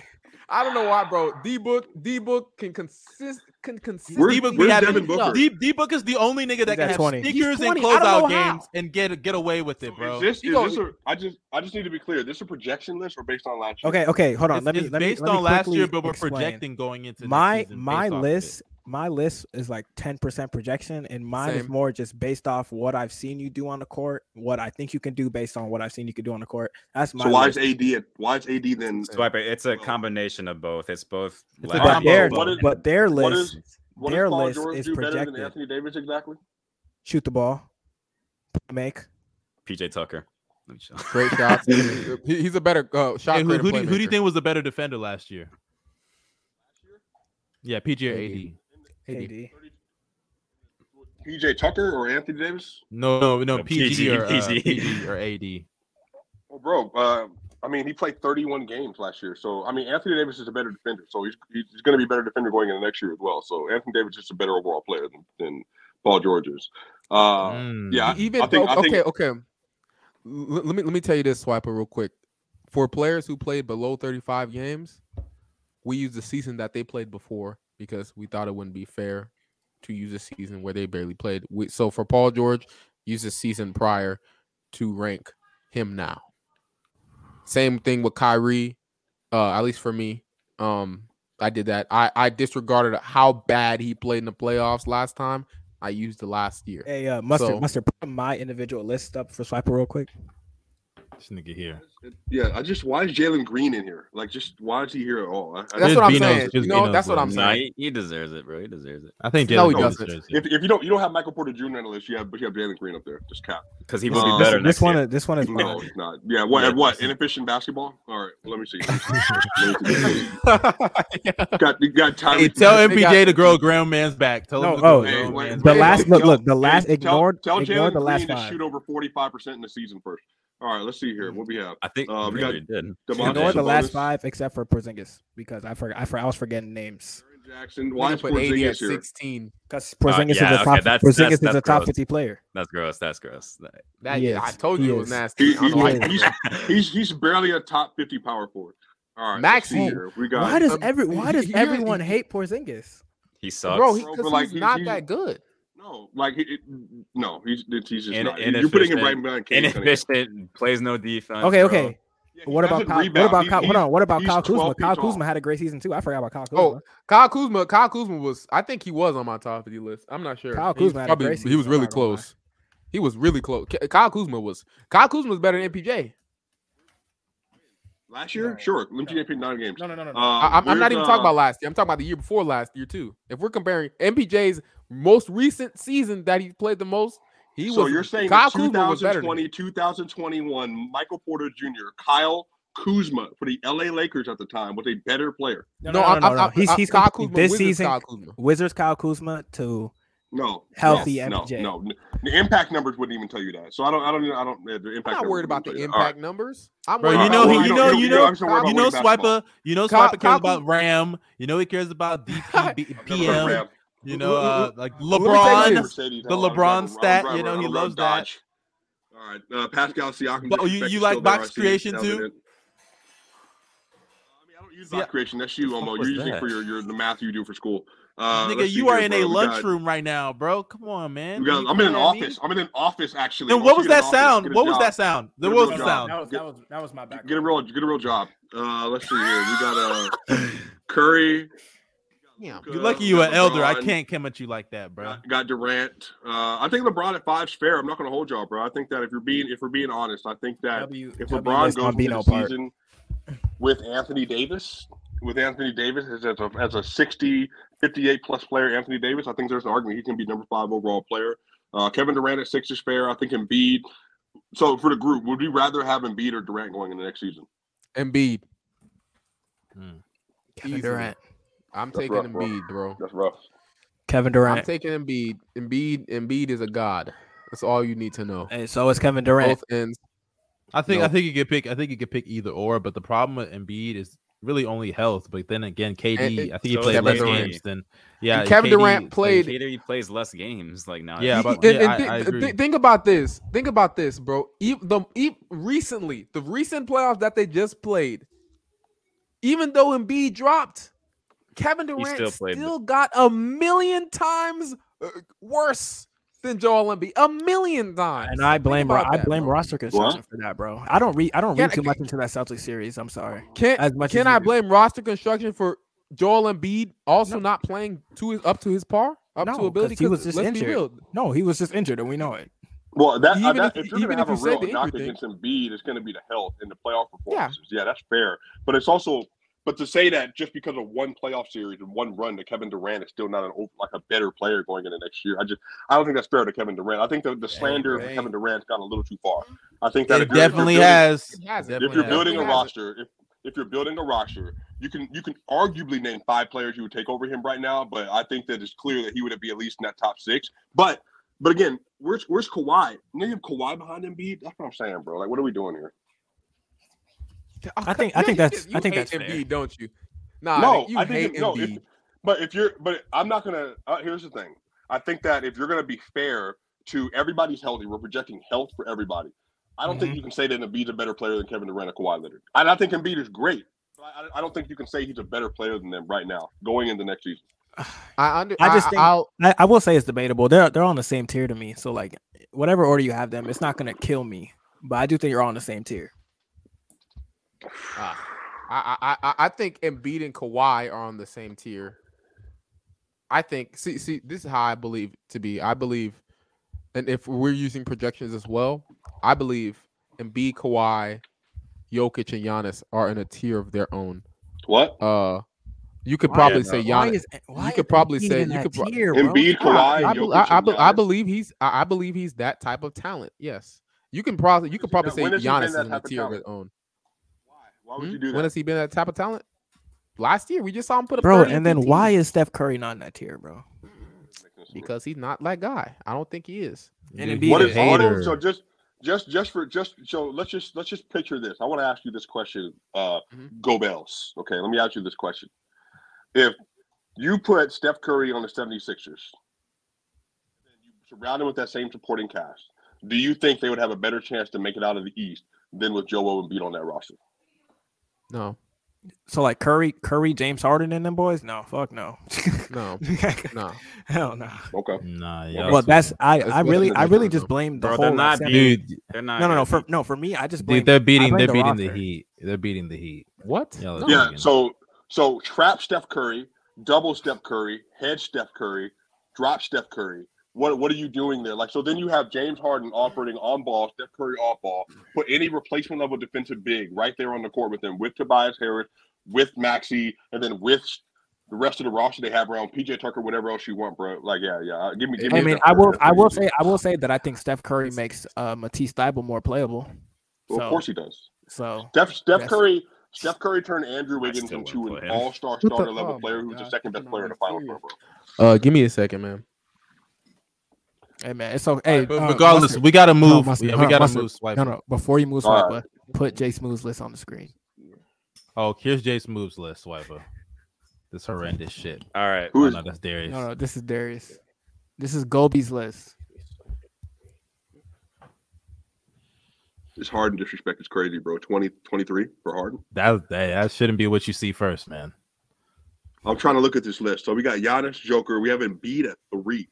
A: I don't know why, bro. D book, D book can consist can
K: Where's-
A: consistently.
B: D-Book,
K: where's
B: have
K: Devin Booker?
B: D, D Book is the only nigga that
I: He's
B: can
I: at
B: have
I: 20. He's
B: stickers and
I: 20. I don't know
B: closeout
I: how.
B: games and get get away with it, bro.
K: Is this,
A: He
K: is
A: gonna-
K: this a, I just I just need to be clear. This a projection list or based on last year?
I: Okay, okay, hold on.
B: It's,
I: let me
B: it's
I: let me,
B: based
I: let me
B: on last
I: quickly
B: year, but we're
I: explain.
B: projecting going into next
I: my
B: season
I: my
B: based off of
I: list my list is like 10% projection and mine is
A: Same.
I: more just based off what i've seen you do on the court what i think you can do based on what i've seen you can do on the court that's my
K: So why is
I: list.
K: AD at, why is AD then?
D: Swiper. It's a combination of both. It's both.
B: It's a
D: last
I: but
B: combo.
D: year-
I: their,
K: What is-
I: but their
K: what
I: list
K: What
I: their
K: does Paul
I: list
K: George
I: is
K: do better than
I: projected.
K: Anthony Davis exactly?
I: shoot the ball make
D: PJ Tucker. Let me show. (laughs)
A: Great shots. (laughs) He- He's a better uh,
B: it.
A: shot.
B: Hey, who,
A: creator
B: who, do, you- who do you
A: playmaker.
B: think was the better defender last year? Yeah, PG or AD.
A: AD.
I: AD.
K: PJ Tucker or Anthony Davis?
B: No, no, no,
D: No,
B: PG,
D: PG,
B: or uh,
D: PG.
B: PG or AD.
K: Well, bro, uh, I mean, he played 31 games last year. So, I mean, Anthony Davis is a better defender. So, he's, he's going to be a better defender going into next year as well. So, Anthony Davis is a better overall player than, than Paul George is. Uh,
B: Mm.
K: Yeah, I-
A: E-, Even
K: I think-
A: though-
K: I think-
A: okay, okay. L- let me let me tell you this, Swiper, real quick. For players who played below 35 games, we used the season that they played before because we thought it wouldn't be fair to use a season where they barely played. We, so for Paul George, use the season prior. to rank him now. Same thing with Kyrie, uh, at least for me. Um, I did that. I, I disregarded how bad he played in the playoffs last time. I used the last year.
G: Hey, uh, mustard,
A: So-
G: mustard, put my individual list up for Swiper real quick.
B: This nigga here.
K: Yeah, I just why is Jalen Green in here? Like, just why is he here at all? I, I-
A: That's
B: Just
A: what I'm
B: Beano's-
A: saying.
B: just
A: You know,
B: Beano's
A: that's what
B: low.
A: I'm
D: Nah,
A: saying.
D: he, he deserves it, bro. He deserves it
B: I think
A: No, he
B: Jalen Green
A: doesn't.
B: deserves it.
K: if, if you don't you don't have Michael Porter Jr. on the list, you have but you have Jalen Green up there. Just cap.
D: because he
K: This-
D: will
C: Um,
K: this-
D: be better
G: This
D: next
G: one,
D: year.
G: is- this (laughs) one is
K: No,
G: mine.
K: he's not. Yeah, what?
D: Yeah,
K: what?
D: that's-
K: Inefficient basketball. All right, well,
G: (laughs)
K: let me see. Let me see.
B: (laughs)
K: got you got time.
A: Hey,
B: Tell
A: They got-
B: MPJ to grow a grown man's back. Tell
G: No,
B: him to grow
G: oh,
B: a
K: Hey,
B: grown
K: wait,
B: man's
G: The
K: wait,
B: back.
G: last-
K: wait,
G: look,
K: tell-
G: look, the last-
K: hey, tell-
G: ignored-
K: Tell
G: ignore
K: Jalen
G: the last
K: Green to
G: five.
K: shoot over forty five percent in the season first. All right, let's see here. What we have?
D: I think
K: Uh, we
D: we
K: got
D: already did.
K: DeMar
D: Yeah,
G: Ignore
K: Demon's
G: the last
K: bonus.
G: five except for Porzingis because I forgot. I, for, I was forgetting names
K: Jaren Jackson. Why
A: Why
K: is
A: put 80
K: Porzingis
A: at
K: here?
A: 16?
G: because Porzingis
D: Uh, yeah,
G: is a
D: okay,
G: top.
D: that's-
G: Porzingis
D: that's-
G: is a
D: that's
G: top
D: gross.
G: fifty player.
D: That's gross. That's gross.
A: That,
G: He
A: I
G: is.
A: told
G: He
A: you it was
G: is.
A: nasty.
K: He,
A: I don't
K: he,
A: know why you
K: he, he's,
G: (laughs)
K: he's he's barely a top fifty power forward. All right,
A: Max
K: let's see
A: Holt.
K: here. We got
G: Why does
A: Um,
G: every Why
A: he-
G: does
K: (laughs)
A: he- he-
G: everyone hate Porzingis?
D: He sucks.
A: Bro, he,
K: Bro,
A: 'cause
K: but, like,
A: he's
K: he-
A: not
K: he's-
A: that good.
K: no, like it, it- no, he's it's- he's just
D: In-
K: not. You're putting him
D: inefficient.
K: right behind Cade Cunningham.
D: inefficient, plays no defense.
G: Okay,
D: bro.
G: okay.
K: Yeah, he
G: What about
K: doesn't
G: Kyle, what
K: rebound.
G: about
K: He-
G: Kyle, hold
K: he's-
G: on? What about
K: he's
G: Kyle
K: 12
G: Kuzma?
K: feet
G: Kyle
K: tall.
G: Kuzma had a great season too. I forgot about Kyle Kuzma.
A: Oh, Kyle Kuzma. Kyle Kuzma was. I think he was on my top fifty list. I'm not sure.
G: Kyle
A: He was
G: Kuzma had a
A: probably-
G: great
A: he was
G: season,
A: really
G: I'm not gonna lie.
A: close. He was really close. K- Kyle Kuzma was. Kyle Kuzma was better than MPJ.
K: Last year,
C: No.
K: sure. Limited pick nine games.
C: No, no, no, no. no.
K: Uh,
A: I, am I'm not
K: where's,
A: even talking
K: uh,
A: about last year. I'm talking about the year before last year too. If we're comparing MPJ's most recent season that he played the most, he
K: so
A: was.
K: you're saying
A: Kyle
K: that
A: Kuzma was better. Than
K: 2020, 2021, Michael Porter Jr., Kyle Kuzma for the LA Lakers at the time was a better player.
A: no,
G: no, no,
A: I'm,
G: no,
A: I'm,
G: no.
A: I'm,
G: He's-
A: I'm-
G: he's
A: Kyle
G: complete-
A: Kuzma.
G: this
A: Wizards
G: season-
A: Kyle Kuzma.
G: Wizards Kyle Kuzma to
K: No,
G: healthy
K: no,
G: MPJ.
K: No, no, the impact numbers wouldn't even tell you that. So I don't, I don't, I don't. yeah, the impact
A: I'm not
K: numbers
A: worried
K: wouldn't
A: about
K: tell
A: the
K: you that.
A: impact
K: All right.
A: numbers. I'm
B: Bro,
A: worried
B: you
A: about
B: know,
A: what
B: he-
A: I
B: you
A: do.
B: know, you know,
K: I'm just worried about
B: you know,
K: winning basketball.
B: Swiper. You know,
A: Kyle-
B: Swiper
A: Kyle
B: cares about Ram. You know, he cares about DP, B-
K: (laughs) I've never heard of
B: PM.
K: Ram.
B: You know, uh, like
A: me tell you
B: LeBron.
A: this.
K: Mercedes,
B: the
K: hold on,
B: LeBron
K: I'm driving- I'm
B: stat,
K: driving
B: you know,
K: around,
B: he
K: I'm
B: loves
K: driving
B: that.
K: Dodge. All right, uh, Pascal Siakam.
B: But you-
K: disrespect
B: you
K: is
B: like
K: still there,
B: box
K: I see.
B: creation
K: That was
B: too?
K: it. I mean, I don't use
B: Yeah.
K: box creation. That's you,
D: The fuck
K: Omo. You're
D: was
K: using
D: that?
K: for your, your the math you do for school.
B: Nigga,
K: Uh, let's see
B: you are
K: here,
B: in a
K: bro. We got-
B: lunchroom right now, bro. Come on, man.
K: We got,
B: You
K: I'm in
B: coming at
K: an
B: me?
K: office. I'm in an office actually.
B: Then
K: Once
B: what
K: you
B: was
K: get an
B: that
K: office,
B: sound?
K: get a
B: What was
K: job.
B: that sound? There
K: a
B: was
K: real
B: a
K: job.
B: sound.
C: That was that was that was my back.
K: Get a real get a real job. Uh, let's see here. We got uh,
B: (laughs)
K: Curry.
A: Yeah,
K: Luka,
B: You lucky
K: we
B: you
K: got
B: an elder. I
K: LeBron,
B: can't come at you like that, bro.
K: Got, got Durant. Uh, I think LeBron at five's fair. I'm not going to hold y'all, bro. I think that if you're being if we're being honest, I think that
C: W,
K: if
C: w
K: LeBron
G: list
K: goes
G: on
K: into the
G: Beano part.
K: season with Anthony Davis, with Anthony Davis as as a, as a 60, 58 plus player, Anthony Davis, I think there's an argument he can be number five overall player. Uh, Kevin Durant at six is fair. I think Embiid. So for the group, would we rather have Embiid or Durant going into next season?
A: Embiid.
G: Kevin
A: Easily.
G: Durant.
A: I'm
K: That's
A: taking
K: rough, bro.
A: Embiid, bro.
K: That's rough.
G: Kevin
A: I'm
G: Durant.
A: taking Embiid. Embiid. Embiid is a god. That's all you need to know.
G: Hey, so is Kevin Durant.
A: Both ends.
B: I think I
A: Nope.
B: think you could pick. I think you could pick either or. But the problem with Embiid is really only health. But then again, KD.
A: and-
B: I think he
D: so
B: played
A: Kevin
B: less
A: Durant.
B: games than. Yeah,
A: And Kevin
B: KD
A: Durant played.
D: Like, he plays less games. Like now,
B: Yeah,
A: He-
B: but-
A: and- and
B: I-
A: thi-
B: I
A: thi-
B: agree.
A: think about this. Think about this, bro. E- the e- recently, the recent playoffs that they just played, even though Embiid dropped, Kevin Durant still,
D: still played.
A: got a million times uh, worse than Joel Embiid. A million times.
G: And I blame ro-
A: about
G: I
A: that,
G: blame
A: bro.
G: roster construction for that, bro. I don't read I don't
A: Yeah,
G: read too
A: I-
G: much into that Celtics series. I'm sorry.
A: Can
G: As much
A: can
G: as you
A: I
G: do.
A: blame roster construction for Joel Embiid also not playing to his up to his par, up
G: No,
A: to
G: 'cause
A: ability?
G: he
A: 'Cause
G: was just
A: let's
G: injured.
A: Be real.
G: No, he was just injured, and we know it. (sighs)
K: Well, that, uh,
A: Even
K: that
A: if-
K: if, you're
A: even
K: gonna
A: if
K: have a
A: you say
K: real
A: the
K: knock
A: injury thing.
K: against Embiid, it's gonna be the health in the playoff performances. Yeah. that's fair. But it's also, but to say that just because of one playoff series and one run, that Kevin Durant is still not an o- like a better player going into next year. I just, I don't think that's fair to Kevin Durant. I think the, the slander of
A: right.
K: Kevin Durant's gone a little too far. I think that
B: It
K: if you're- if you're
B: definitely
K: building-
B: has.
A: It has it.
K: if
B: Definitely
K: you're
B: has.
K: building a
A: Yeah.
K: roster, if if you're building a roster, you can you can arguably name five players you would take over him right now, but I think that it's clear that he would be at least in that top six. But but again, where's where's Kawhi? Now you have Kawhi behind Embiid. That's what I'm saying, bro. Like, what are we doing here?
G: I think- I
A: Yeah,
G: think
A: you
G: that's-
A: did- you
G: I think
A: hate
G: that's fair.
A: Embiid, don't you? Nah, I
K: no,
A: think you
K: I think
A: hate
K: if, no. If,
A: Embiid.
K: but if you're, but I'm not gonna. Uh, here's the thing. I think that if you're gonna be fair to everybody's healthy, we're projecting health for everybody. I don't
A: Mm-hmm.
K: think you can say that Embiid's a better player than Kevin Durant or Kawhi Leonard. And I think Embiid is great. But I, I don't think you can say he's a better player than them right now, going into next season.
A: I under,
G: I just
A: I,
G: think-
A: I'll,
K: (sighs)
G: I, I will say it's debatable. They're they're on the same tier to me. So like whatever order you have them, it's not gonna kill me.
I: but I do think you're all on the same tier.
A: Ah, I, I I I think Embiid and Kawhi are on the same tier. I think see see this is how I believe to be. I believe, and if we're using projections as well, I believe Embiid, Kawhi, Jokic, and Giannis are in a tier of their own.
K: What?
A: Uh, you could
D: Why-
A: probably
D: yeah,
A: say
I: Why
A: Giannis.
I: is why
A: could
I: is
A: probably
I: Embiid
A: say-
I: in
A: you
I: that
A: could pro-
I: tier, bro?
K: Embiid, Kawhi,
A: I, I,
K: and
A: bel-
K: Jokic,
A: I, I,
K: and
A: bel- I
K: Giannis.
A: believe he's I, I believe he's that type of talent. Yes, you can probably you
K: When
A: could probably
K: has he been-
A: say
K: when has he been
A: Giannis is
K: that
A: in a
K: type of
A: tier of
K: talent?
A: his own.
K: Why? Why would
A: Hmm?
K: you do
A: When
K: that?
A: has he been that type of talent? Last year, we just saw him put up
I: bro,
A: 30
I: and then
A: 15.
I: why is Steph Curry not in that tier, bro?
A: Because he's not that guy. I don't think he is.
I: And
B: Dude,
I: Embiid
B: he's
K: What
B: a
K: is all those? So
B: hater.
K: just, just, just for just so let's just let's just picture this. I want to ask you this question, uh,
A: Mhm.
K: Go Bells. Okay, let me ask you this question. If you put Steph Curry on the 76ers and you surround him with that same supporting cast, do you think they would have a better chance to make it out of the East than with Joel Embiid on that roster?
A: No,
I: So like Curry, Curry, James Harden, and them boys? No, fuck no, (laughs)
A: no, no.
I: hell no.
K: Okay.
B: Nah,
K: Well,
B: y'all
I: Well, that's I,
A: That's
I: I really,
A: literally
I: I
A: what
I: really
A: it is,
I: just blame the
D: Bro,
I: whole.
D: they're not
I: December-
B: dude,
D: They're not.
I: no, no,
D: gonna
I: no. For
D: beat-
I: no, for me, I just blame.
B: dude, they're beating
I: blame
B: they're
I: the
B: beating the
I: roster.
B: Heat. They're beating the Heat.
A: What?
B: Yeah,
A: No.
B: that's
K: Yeah.
B: Oregon.
K: So so trap Steph Curry, double Steph Curry, head Steph Curry, drop Steph Curry. What what are you doing there? Like so, then you have James Harden operating on ball, Steph Curry off ball. Put any replacement level defensive big right there on the court with them, with Tobias Harris, with Maxi, and then with the rest of the roster they have around PJ Tucker, whatever else you want, bro. Like yeah, yeah. Give me give me.
I: I
K: a
I: mean,
K: Steph
I: I
K: Curry.
I: will,
K: That's
I: I
K: what
I: will
K: you do.
I: say, I will say that I think Steph Curry makes uh, Matisse Thybulle more playable.
K: Well,
I: So-
K: of course he does.
I: So
K: Steph Steph
I: Yes.
K: Curry Steph Curry turned Andrew
D: I
K: Wiggins
D: still
K: into
D: wouldn't
K: an
D: play him.
K: all star
A: the-
K: starter
A: oh
K: level
A: my
K: player who's the
A: God,
K: second
A: I'm
K: best player in the
A: not
K: finals, bro.
A: serious. Uh, give me a second, man.
I: hey man, it's okay. Hey,
B: But
I: uh,
B: regardless,
I: Mustard,
B: we gotta move.
I: Mustard,
B: yeah,
I: hold
B: we
I: on,
B: gotta
I: Mustard.
B: move. Swipe.
I: no, no. Before you move,
K: All
I: Swiper, put Jay Smooth's list on the screen.
B: Oh, here's Jace moves list. Swiper. This horrendous shit.
D: All right.
K: Who
B: Oh,
K: is
B: no, that's Darius.
I: No, no, this is Darius. This is Gobi's list.
K: It's Harden disrespect is crazy, bro. 20, 23 for Harden.
B: That, that that shouldn't be what you see first, man.
K: I'm trying to look at this list. So we got Giannis, Joker. We have Embiid at three.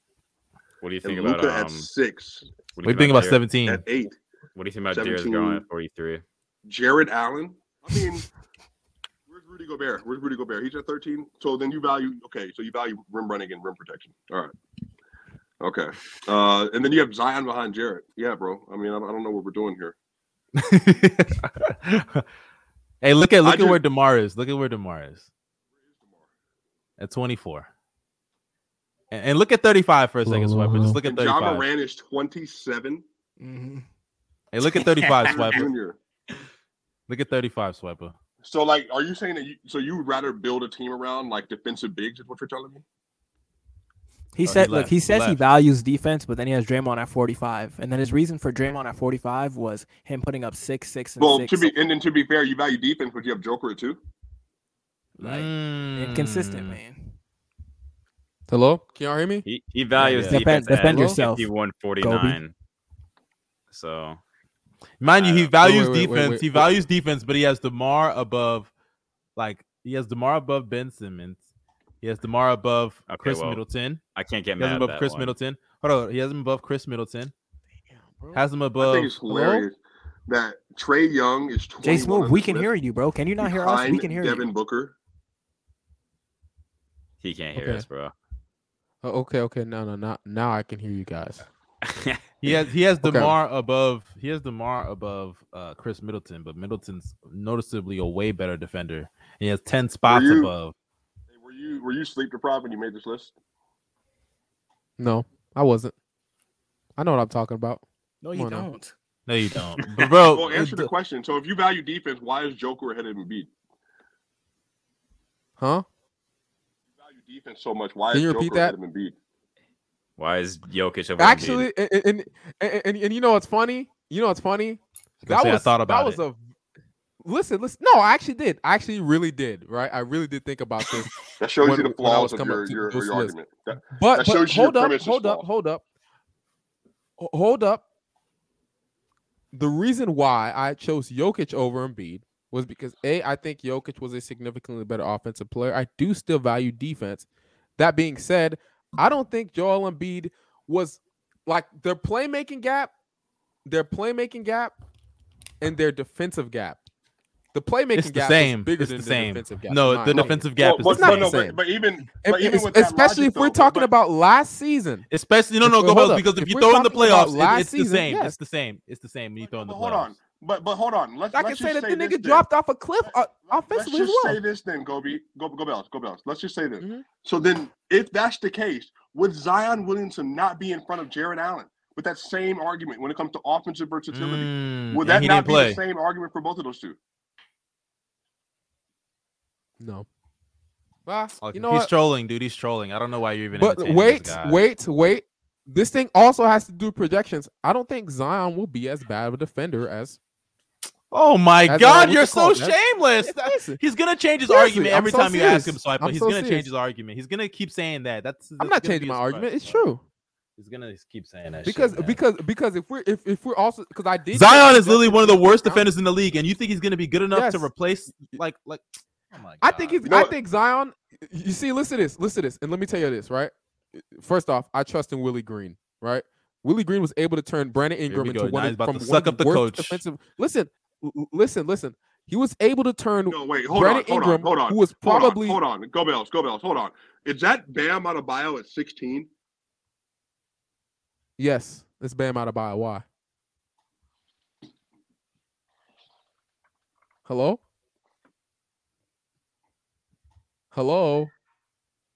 D: What do you
K: And
D: think about
K: Luca
D: um?
K: at six.
D: What do
B: We
D: you
B: think about
D: Darius-
B: seventeen.
K: At eight.
D: What do you think about Darius
K: 17.
D: going at forty three?
K: Jared Allen. I mean, where's Rudy Gobert? Where's Rudy Gobert? He's at 13. So then you value okay, so you value rim running and rim protection. All right. Okay. Uh, and then you have Zion behind Jared. Yeah, bro. I mean, I don't, I don't know what we're doing here.
B: (laughs) hey, look at
K: I
B: look at
K: just-
B: where Demar is. Look at where Demar is at twenty four, and, and look at thirty five for a second, Swiper. Just look at
K: And
B: thirty
K: John
B: five.
K: Moran is 27. Mm-hmm.
I: Mhm.
B: Hey, look at thirty
K: (laughs)
B: five,
K: Porter
B: Swiper.
K: Jr.
B: Look at thirty five, Swiper.
K: So, like, are you saying that you so you would rather build a team around like defensive bigs is what you're telling me?
I: He
L: Oh,
B: he
I: said, "Look,
B: left,
I: he
B: he
I: says he
B: left.
I: values defense, but then he has Draymond at 45, and then his reason for Draymond at 45 was him putting up six, six, and
K: Well,
I: six.
K: to be and then to be fair, you value defense, but you have Joker at two.
I: like,
B: Mm.
I: inconsistent,
L: Hmm.
I: man.
A: Hello, can y'all hear me?
D: He he values
B: Yeah.
D: defense
I: Defend- defend
D: at
I: yourself,
D: 51, 49. So
B: Mind you,
D: I
B: he
D: don't-
A: Wait,
B: values
A: wait, wait,
B: defense.
A: wait,
B: he
A: wait.
B: values defense, but he has Demar above, like he has Demar above Ben Simmons. He has Demar above
D: Okay,
B: Chris
D: well,
B: Middleton.
D: I can't get
B: He has him
D: mad at that
B: above Chris
D: one.
B: Middleton. Hold on, he has him above Chris Middleton.
A: bro.
B: Has him
K: I
B: above.
A: Uh,
K: think it's
B: Hello?
K: hilarious that Trey Young is 21.
I: Jay Smooth,
K: on
I: we
K: this
I: can
K: list
I: hear you, bro. Can you not hear us? We
K: behind
I: can hear
K: Devin
I: you.
K: Booker.
D: He can't hear
A: Okay.
D: us, bro.
A: Oh, okay, okay. No, no, not now. I can hear you guys.
B: He has he has
A: Okay.
B: Demar above. He has Demar above uh, Chris Middleton, but Middleton's noticeably a way better defender. He has ten spots
K: you-
B: above.
K: Hey, were you were you sleep deprived when you made this list?
A: No, I wasn't. I know what I'm talking about.
I: No,
A: you Come on now.
B: No, you
K: (laughs)
B: don't, But
A: Oh,
B: bro.
A: uh,
K: Well,
B: it's
K: answer the
B: the-
K: question. So, if you value defense, why is Joker ahead of Embiid? If
A: Huh?
K: you value defense so much, why
A: Can
K: is
A: you
K: Joker
A: repeat
K: ahead of Embiid?
D: (laughs) Why is Jokic over
A: Actually, and and, and and and you know what's funny? You know what's funny?
B: gonna say I thought about
A: that was
B: it.
A: a listen, listen. No, I actually did. I actually really did. Right? I really did think about this.
K: That shows
A: When-
K: you the
A: when I was
K: flaws of
A: coming
K: your
A: up to
K: your,
A: this list.
K: your argument. That-
A: But, but
K: shows you your
A: hold up,
K: premise is
A: hold up,
K: flawed.
A: hold up, Ho- hold up. The reason why I chose Jokic over Embiid was because a I think Jokic was a significantly better offensive player. I do still value defense. That being said, I don't think Joel Embiid was like their playmaking gap. Their playmaking gap in their defensive gap. The playmaking
B: It's the
A: gap
B: same.
A: is bigger
B: It's
A: than
B: the
A: the
B: same.
A: defensive gap. in
B: No,
A: my
B: the
A: opinion.
B: defensive gap
K: Well,
B: is
K: but,
B: the
K: no,
A: not
K: no,
B: same.
K: but, but even
A: And-
K: but
A: and
K: even
A: es-
K: with that
A: especially if
K: logic,
A: we're
K: though, but-
A: talking
K: but-
A: about last season.
B: Especially no
A: Wait,
B: no go
A: hold
B: Bills
A: up.
B: because if,
A: If
B: you
A: we're
B: throw in the
A: talking about
B: playoffs,
A: last
B: it, it's the
A: season,
B: same.
A: yes.
B: It's the same. It's the same when you throw in the
K: But
B: playoffs.
K: hold on, but but hold on. Let's
A: I
K: let's
A: can say
K: just
A: that the
K: this
A: nigga
K: then.
A: dropped off a cliff uh,
K: Let's
A: offensively as
K: just
A: well.
K: say this then, Gobi. Go go Bells, go Bells. Let's just say this.
A: Mhm.
K: So then, if that's the case, would Zion Williamson not be in front of Jared Allen with that same argument when it comes to offensive versatility?
B: Mm,
K: would
B: and
K: that
B: he
K: not
B: didn't
K: be
B: play.
K: the same argument for both of those two?
A: No. Ah,
B: Like,
A: you know
B: he's
A: what?
B: trolling, dude. He's trolling. I don't know why you're even.
A: But
B: entertaining
A: wait,
B: this guy.
A: wait, wait. This thing also has to do projections. I don't think Zion will be as bad of a defender (laughs) as.
B: Oh my
A: That's what I
B: God,
A: was
B: you're so
A: called, man.
B: shameless.
A: Listen,
B: He's gonna change his
A: Seriously,
B: argument
A: I'm
B: every
A: so
B: time you ask
A: serious.
B: him. Swipe,
A: I'm
B: but he's
A: so
B: gonna
A: serious.
B: change his argument. He's gonna keep saying that. That's.
A: I'm
B: that's
A: not
B: gonna be
A: changing my
B: his
A: argument.
B: fight,
A: It's
B: bro.
A: true
B: He's gonna keep saying that shit,
A: because
B: man.
A: because because if we're if, if we're also because I did
B: Zion
A: get
B: is literally
A: projections
B: one of the
A: for
B: worst
A: Zion.
B: defenders in the league, and you think he's gonna be good enough to
A: Yes.
B: replace like like. Oh my God.
A: I think he's,
K: You know
A: I
K: what?
A: think Zion. You see, listen to this. Listen to this. And let me tell you this, right? First off, I trust in Willie Green, right? Willie Green was able to turn Brandon Ingram
B: we go.
A: into
B: Now
A: one
B: he's
A: of,
B: about
A: from
B: to
A: one
B: suck
A: of
B: up the
A: worst
B: coach.
A: defensive. Listen, l- l- listen, listen. He was able to turn
K: No, wait, hold
A: Brandon
K: on, hold
A: Ingram,
K: on, hold on,
A: who was probably
K: hold on, hold on. Go Bells, go Bells, hold on. Is that Bam out of bio at sixteen?
A: yes, it's Bam out of by why? Hello, hello.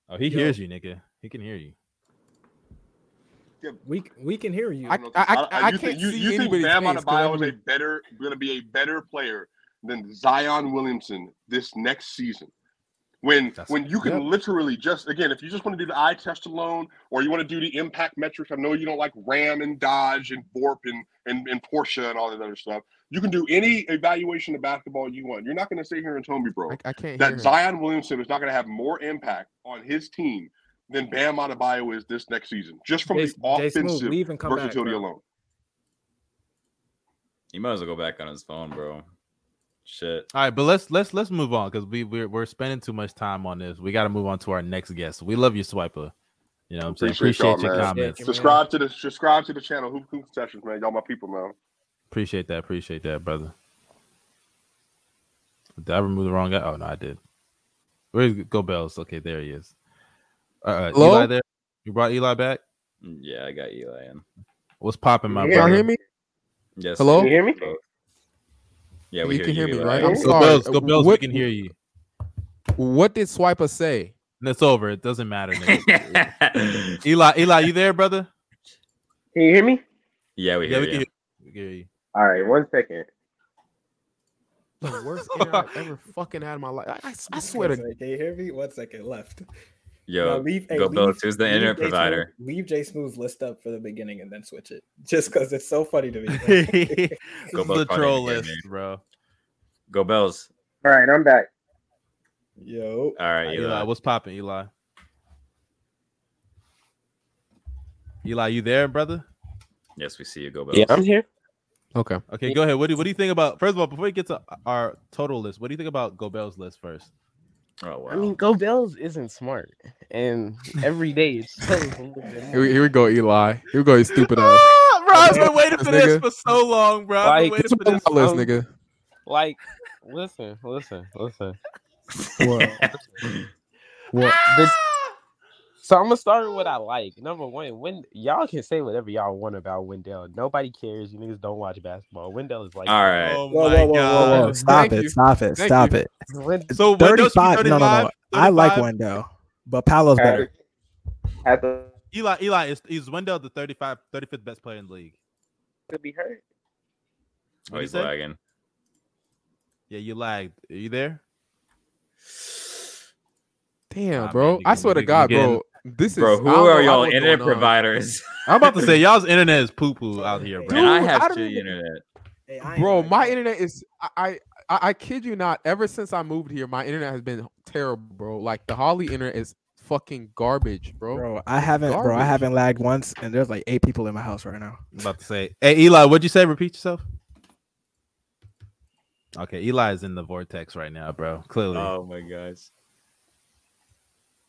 B: Oh, he
I: Yo.
B: hears you, nigga. He can hear you.
I: We c- we can hear you.
A: I-
K: don't know.
A: I can't
K: you think, you,
A: see
K: you think
A: anybody's
K: Bam
A: face, 'cause I
K: Adebayo is a
A: believe-
K: better, going to be a better player than Zion Williamson this next season? When
B: That's-
K: when you can
A: Yep.
K: literally just again, if you just want to do the eye test alone, or you want to do the impact metrics, I know you don't like Ram and Dodge and Borp and and, and Porsche and all that other stuff. You can do any evaluation of basketball you want. You're not going to sit here and tell me, bro,
A: I, I can't hear.
K: that
A: him.
K: Zion Williamson is not going to have more impact on his team than Bam Adebayo is this next season, just from
I: Jace-
K: the
I: Jace, move,
K: offensive
I: leave and come back.
K: versatility
I: bro.
K: alone.
D: He might as well go back on his phone, bro. Shit.
B: All right, but let's let's let's move on because we we're, we're spending too much time on this. We got to move on to our next guest. We love you, Swiper. You know, what I'm saying
K: Appreciate
B: appreciate, your
K: y'all, man.
B: comments.
I: Yeah,
K: Subscribe to the subscribe to the channel. Hoop Hoop Sessions, man. Y'all my people, man.
B: Appreciate that. Appreciate that, brother. Did I remove the wrong guy? Oh no, I did. Where's Go Bells? Okay, there he is. Uh, uh,
A: Hello?
B: Eli, there. You brought Eli back.
D: Yeah, I got Eli in.
B: What's popping, my
A: Y'all
B: brother?
A: hear me?
D: Yes.
A: Hello?
D: we
A: Can you
D: hear both. Yeah, we
A: you can hear me,
D: Eli.
A: right?
B: Go
D: (laughs)
A: I'm sorry.
B: Bells. Go Bells.
A: What-
B: we can hear you.
A: What did Swiper say?
B: And it's over. It doesn't matter.
D: (laughs)
B: nigga. Eli, Eli, you there, brother?
M: Can you hear me?
D: yeah, we
B: Yeah,
D: hear
B: we can
D: you.
B: hear, we can hear you.
M: All right, one second.
A: The
B: (laughs)
A: worst air I've ever fucking had in my life. I, I, I swear to
C: Can you hear me? One second left.
D: Yo,
C: No, leave, hey,
D: go
C: leave-
D: Bills. Who's the
C: leave
D: internet
C: J Smooth-
D: provider?
C: leave J Smooth's list up for the beginning and then switch it, just because it's so funny to me.
B: this
D: Go
B: is
D: Bells
B: the
D: probably
B: troll
D: didn't
B: list,
D: hear
B: bro.
D: Go Bells.
M: All right, I'm back.
C: Yo,
D: All right,
B: Eli,
D: Eli.
B: what's popping, Eli? Eli, you there, brother?
D: Yes, we see you. Go Bells.
M: Yeah, I'm here.
A: Okay.
B: Okay, go ahead. What do, what do you think about? First of all, before we get to our total list, what do you think about Gobel's list first?
D: Oh wow.
M: I mean, Go Bells isn't smart, and every day
A: (laughs)
M: it's so little bit
A: Here,
M: more.
A: we- here we go, Eli. Here we go, you
B: (laughs)
A: stupid ass.
B: Ah, bro, I've been waiting
A: for this Nigga.
B: for so long, bro.
M: I've been Like,
A: Get you on my list, nigga.
M: Like, listen, listen, listen.
A: What?
M: The- so I'm gonna start with what I like. Number one, when y'all can say whatever y'all want about Wendell, nobody cares. You niggas don't watch basketball. Wendell is like,
D: All right.
B: Oh
C: Whoa,
B: my
C: whoa, whoa, whoa,
B: god.
I: Whoa,
A: Thank
I: stop
A: you.
I: it! Stop it!
A: Thank
I: Stop
A: you.
I: it!
M: (laughs) Wend-
B: So Wendell's
I: 35. No, no, no.
B: 35,
I: I like
B: 35.
I: Wendo, but Paolo's
M: All right.
I: better.
M: had to
B: Eli, Eli is, is Wendell the 35, 35th best player in the league?
M: be hurt.
D: Oh,
B: What'd you
D: he's
B: say?
D: lagging.
B: Yeah, you lagged. Are you there?
A: Damn,
B: Nah,
A: bro.
B: man,
A: I
B: nigga,
A: swear to
B: nigga,
A: God,
B: again.
A: bro. This
D: Bro,
A: is.
D: who
A: I don't know- I
D: are
A: don't know
D: y'all
A: what's
D: internet
A: going on.
D: providers? (laughs)
B: I'm about to (laughs) say y'all's internet is poo poo out here,
D: Man,
B: bro.
A: Dude,
D: I
A: I
D: have
A: don't
D: shitty
A: even-
D: internet.
I: Hey, I ain't
A: Bro,
I: like
A: my
I: that.
A: internet is. I, I I I kid you not. Ever since I moved here, my internet has been terrible, bro. Like the Holly internet is fucking garbage, bro.
I: Bro, I haven't, bro, I
A: Garbage.
I: haven't lagged once, and there's like eight people in my house right now.
B: I'm about to say, hey Eli, what'd you say? Repeat yourself. Okay, Eli is in the vortex right now, bro. Clearly,
D: Oh my gosh.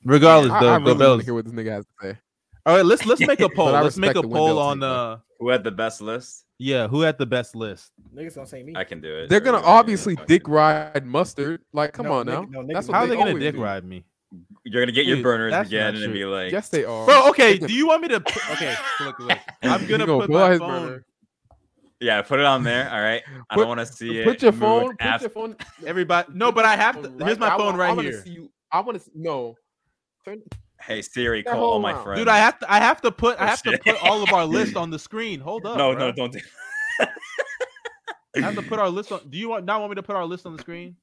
B: regardless,
A: I,
B: though,
A: I really
B: Gobel's-
A: want to hear what this nigga has to say.
B: All right, let's let's make (laughs) a poll.
D: But I
B: Let's make a
D: respect the
B: poll
D: Wendell
B: on
D: take,
B: uh
D: Who had the best list?
B: yeah, who had the best list?
C: Niggas gonna say me.
D: I can do it.
A: They're gonna obviously dick ride mustard. Like, come
C: No,
A: on now.
C: nigga- no, nigga-
A: That's what
B: How are they gonna
A: always
B: dick
A: do.
B: ride me?
D: You're gonna get your
B: Dude,
D: burners
B: that's
D: again
B: not
D: and be
B: true.
D: like,
A: Yes, they are.
B: Bro, (laughs) okay, do you want me to put, okay, look, look. I'm
A: You
B: gonna
A: gonna
B: put
A: blow
B: my
A: his
B: phone.
A: burner.
D: yeah, put it on there. All right. I
A: Put-
D: don't want to see it.
A: Put your
D: move
A: phone. Put
D: after-
A: your phone.
B: Everybody No, but I have to here's my
A: I
B: phone
A: wanna- I
B: right
A: wanna
B: here.
A: See you. I want to no. Turn-
D: Hey Siri,
A: that
D: call all
A: whole
D: my
A: round.
D: friends.
B: Dude, I have to I have to put I
D: Oh,
B: have to
D: shit.
B: put all of our list on the screen. Hold up.
D: No,
B: bro.
D: no, don't do.
B: I have to put our list on. Do you want not want me to put our list on the screen?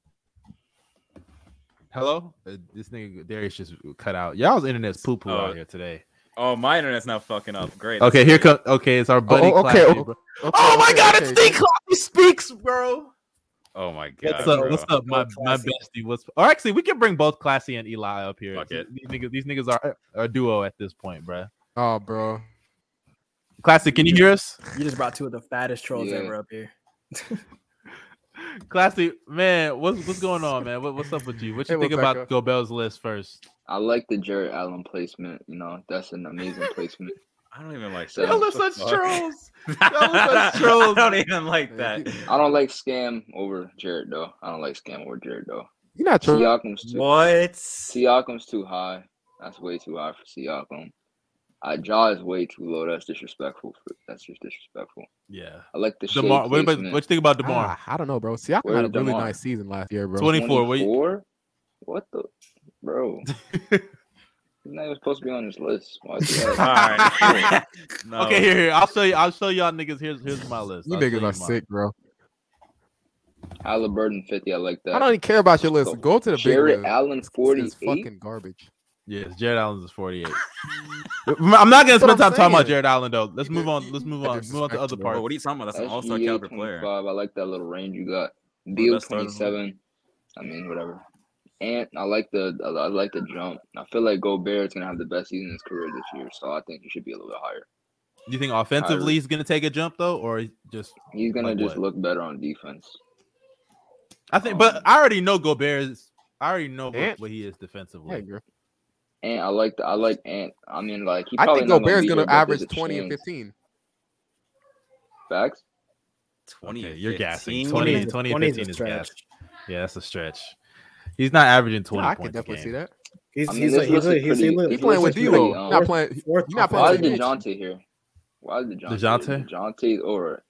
B: Hello, uh, this nigga Darius just cut out. Y'all's internet's poo poo
D: Oh.
B: out here today.
D: Oh, my internet's not fucking up. Great.
B: Okay, here comes. Okay, it's our buddy.
A: oh, okay,
B: Clappy,
A: oh,
B: bro.
A: okay,
B: oh my
A: okay,
B: God,
A: okay.
B: it's D Clappy speaks, bro.
D: Oh my god.
B: What's up?
D: bro.
B: What's up, my, my
C: Classy.
B: bestie? What's or actually, we can bring both Classy and Eli up here.
D: Fuck
B: These,
D: it.
B: these niggas, these niggas are a duo at this point, bro.
A: Oh, bro.
B: Classy, can you hear us?
G: You just brought two of the fattest trolls
K: Yeah.
G: ever up here.
B: Classy, man, what's what's going on, man? What, what's up with you? What you
A: Hey,
B: think
A: what's
B: about
A: up,
B: Gobel's list first?
L: I like the Jared Allen placement. You know, that's an amazing placement.
D: I don't even like
L: So-
D: that.
B: Y'all are
D: What the
B: such
D: fuck?
B: trolls.
D: (laughs) I
B: such trolls.
D: don't even like
A: Yeah,
D: that.
L: I don't like Scam over Jared though. I don't like Scam over Jared though.
A: You're not true.
L: Siakam's too,
D: What?
L: Siakam's too high. That's way too high for Siakam. Uh, Jaw is way too low. That's disrespectful. For, that's just disrespectful.
B: Yeah.
L: I like the shade
B: Demar, what, about,
L: placement.
B: what you think about Demar?
A: Ah, I don't know, bro. See, I
L: Where's
A: had a really
L: Demar?
A: nice season last year, bro.
B: 20 24, what you-
L: 24? What the, bro? He's not even supposed to be on this list. Why is he on it?
D: All right. (laughs) No.
B: Okay, here, here, I'll show you. I'll show y'all niggas. Here's here's my list.
A: You
B: I'll show
A: niggas are
B: mine.
A: sick, bro.
L: Halliburton 50. I like that.
A: I don't even care about your list.
L: So,
A: Go to the big
L: Jared
A: list.
L: Allen
A: It's
L: 48.
A: fucking garbage.
B: Yes, Jared Allen's is 48. (laughs) I'm not gonna
A: That's what
B: spend
A: I'm
B: time talking about
A: saying.
B: Jared Allen though. Let's move on. Let's move on. Move on to other
A: Disrespectful.
B: parts.
D: Bro, what are you talking about? That's an
L: SGA
D: all-star caliber player.
L: 25. I like that little range you got.
D: the
L: Beal
D: best starters in the
L: 27. I mean, whatever. And I like the I I like the jump. I feel like Gobert's gonna have the best season in his career this year, so I think he should be a little bit higher.
B: Do you think offensively he's gonna take a jump though, or just?
L: He's gonna
B: Like
L: just
B: what?
L: look better on defense. Um,
B: I think, but I already know Gobert is. I already know what,
A: Ant?
B: what he is
A: Hey,
B: defensively.
A: bro.
L: And I like the I like Ant. I mean, like he.
A: I
L: Probably
A: think
L: not gonna
A: Gobert's
L: be
A: gonna
L: here, but there's
A: average
L: a
A: 20 and
L: chance.
A: 15.
L: Facts.
D: Twenty.
B: Okay, you're gassing. 20, 20, 20,
D: 20.
C: 20 is a
B: 15 is
C: stretch.
B: gas. Yeah, that's a stretch. He's not averaging 20
A: Nah, I can
B: points.
A: definitely see that.
C: He's
L: I mean,
C: he's
L: this
C: a, he's
L: list
C: a,
L: is
C: he's a,
L: pretty-
C: he's
A: He's
L: He
A: playing
L: looks like
A: with D-Lo.
L: pretty, um,
A: Not playing.
C: Fourth,
A: You're not
C: fourth-
L: Why is
A: playing with Mitch.
L: Dejounte here? Why is Dejounte?
B: DeJounte?
L: Dejounte over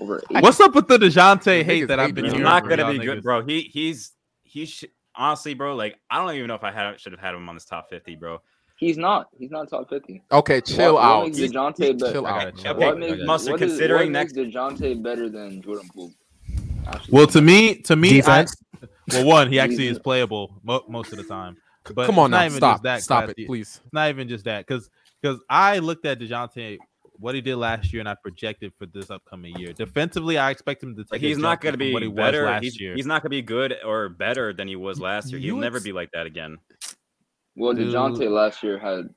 L: over eight.
B: What's up with the Dejounte
A: Niggas
B: hate that I've
A: hate
B: been
A: Bro,
D: He's
B: hearing?
A: you're
D: not
B: from
D: gonna
B: y'all
D: be good,
B: niggas?
D: bro. He he's he should honestly, bro. Like I don't even know if I had should have had him on this top fifty, bro.
L: He's not. He's not top fifty.
A: Okay, chill
L: what,
A: out.
L: What makes Dejounte better?
A: Chill
B: I got
A: out.
B: it,
A: bro.
B: chill
D: Okay,
L: what makes,
D: Mustard,
L: what is-
D: considering
L: what
D: next-
L: makes Dejounte better than Jordan Poole?
B: Well, to me, to me, I,
G: Defense.
B: well, one, he actually is playable mo- most of the time. But
A: Come on
B: it's not
A: now.
B: even
A: Stop.
B: just that
A: Stop
B: classy.
A: it, please.
B: It's not even just that, because because I looked at Dejounte what he did last year, and I projected for this upcoming year. Defensively, I expect him to take.
D: Like
B: a
D: he's
B: jump
D: not gonna
B: from
D: be
B: what he was
D: better.
B: last
D: He's,
B: year.
D: he's not gonna be good or better than he was last year. He'll
B: You
D: never
B: ex-
D: be like that again.
L: Well,
B: Dude.
L: Dejounte last year had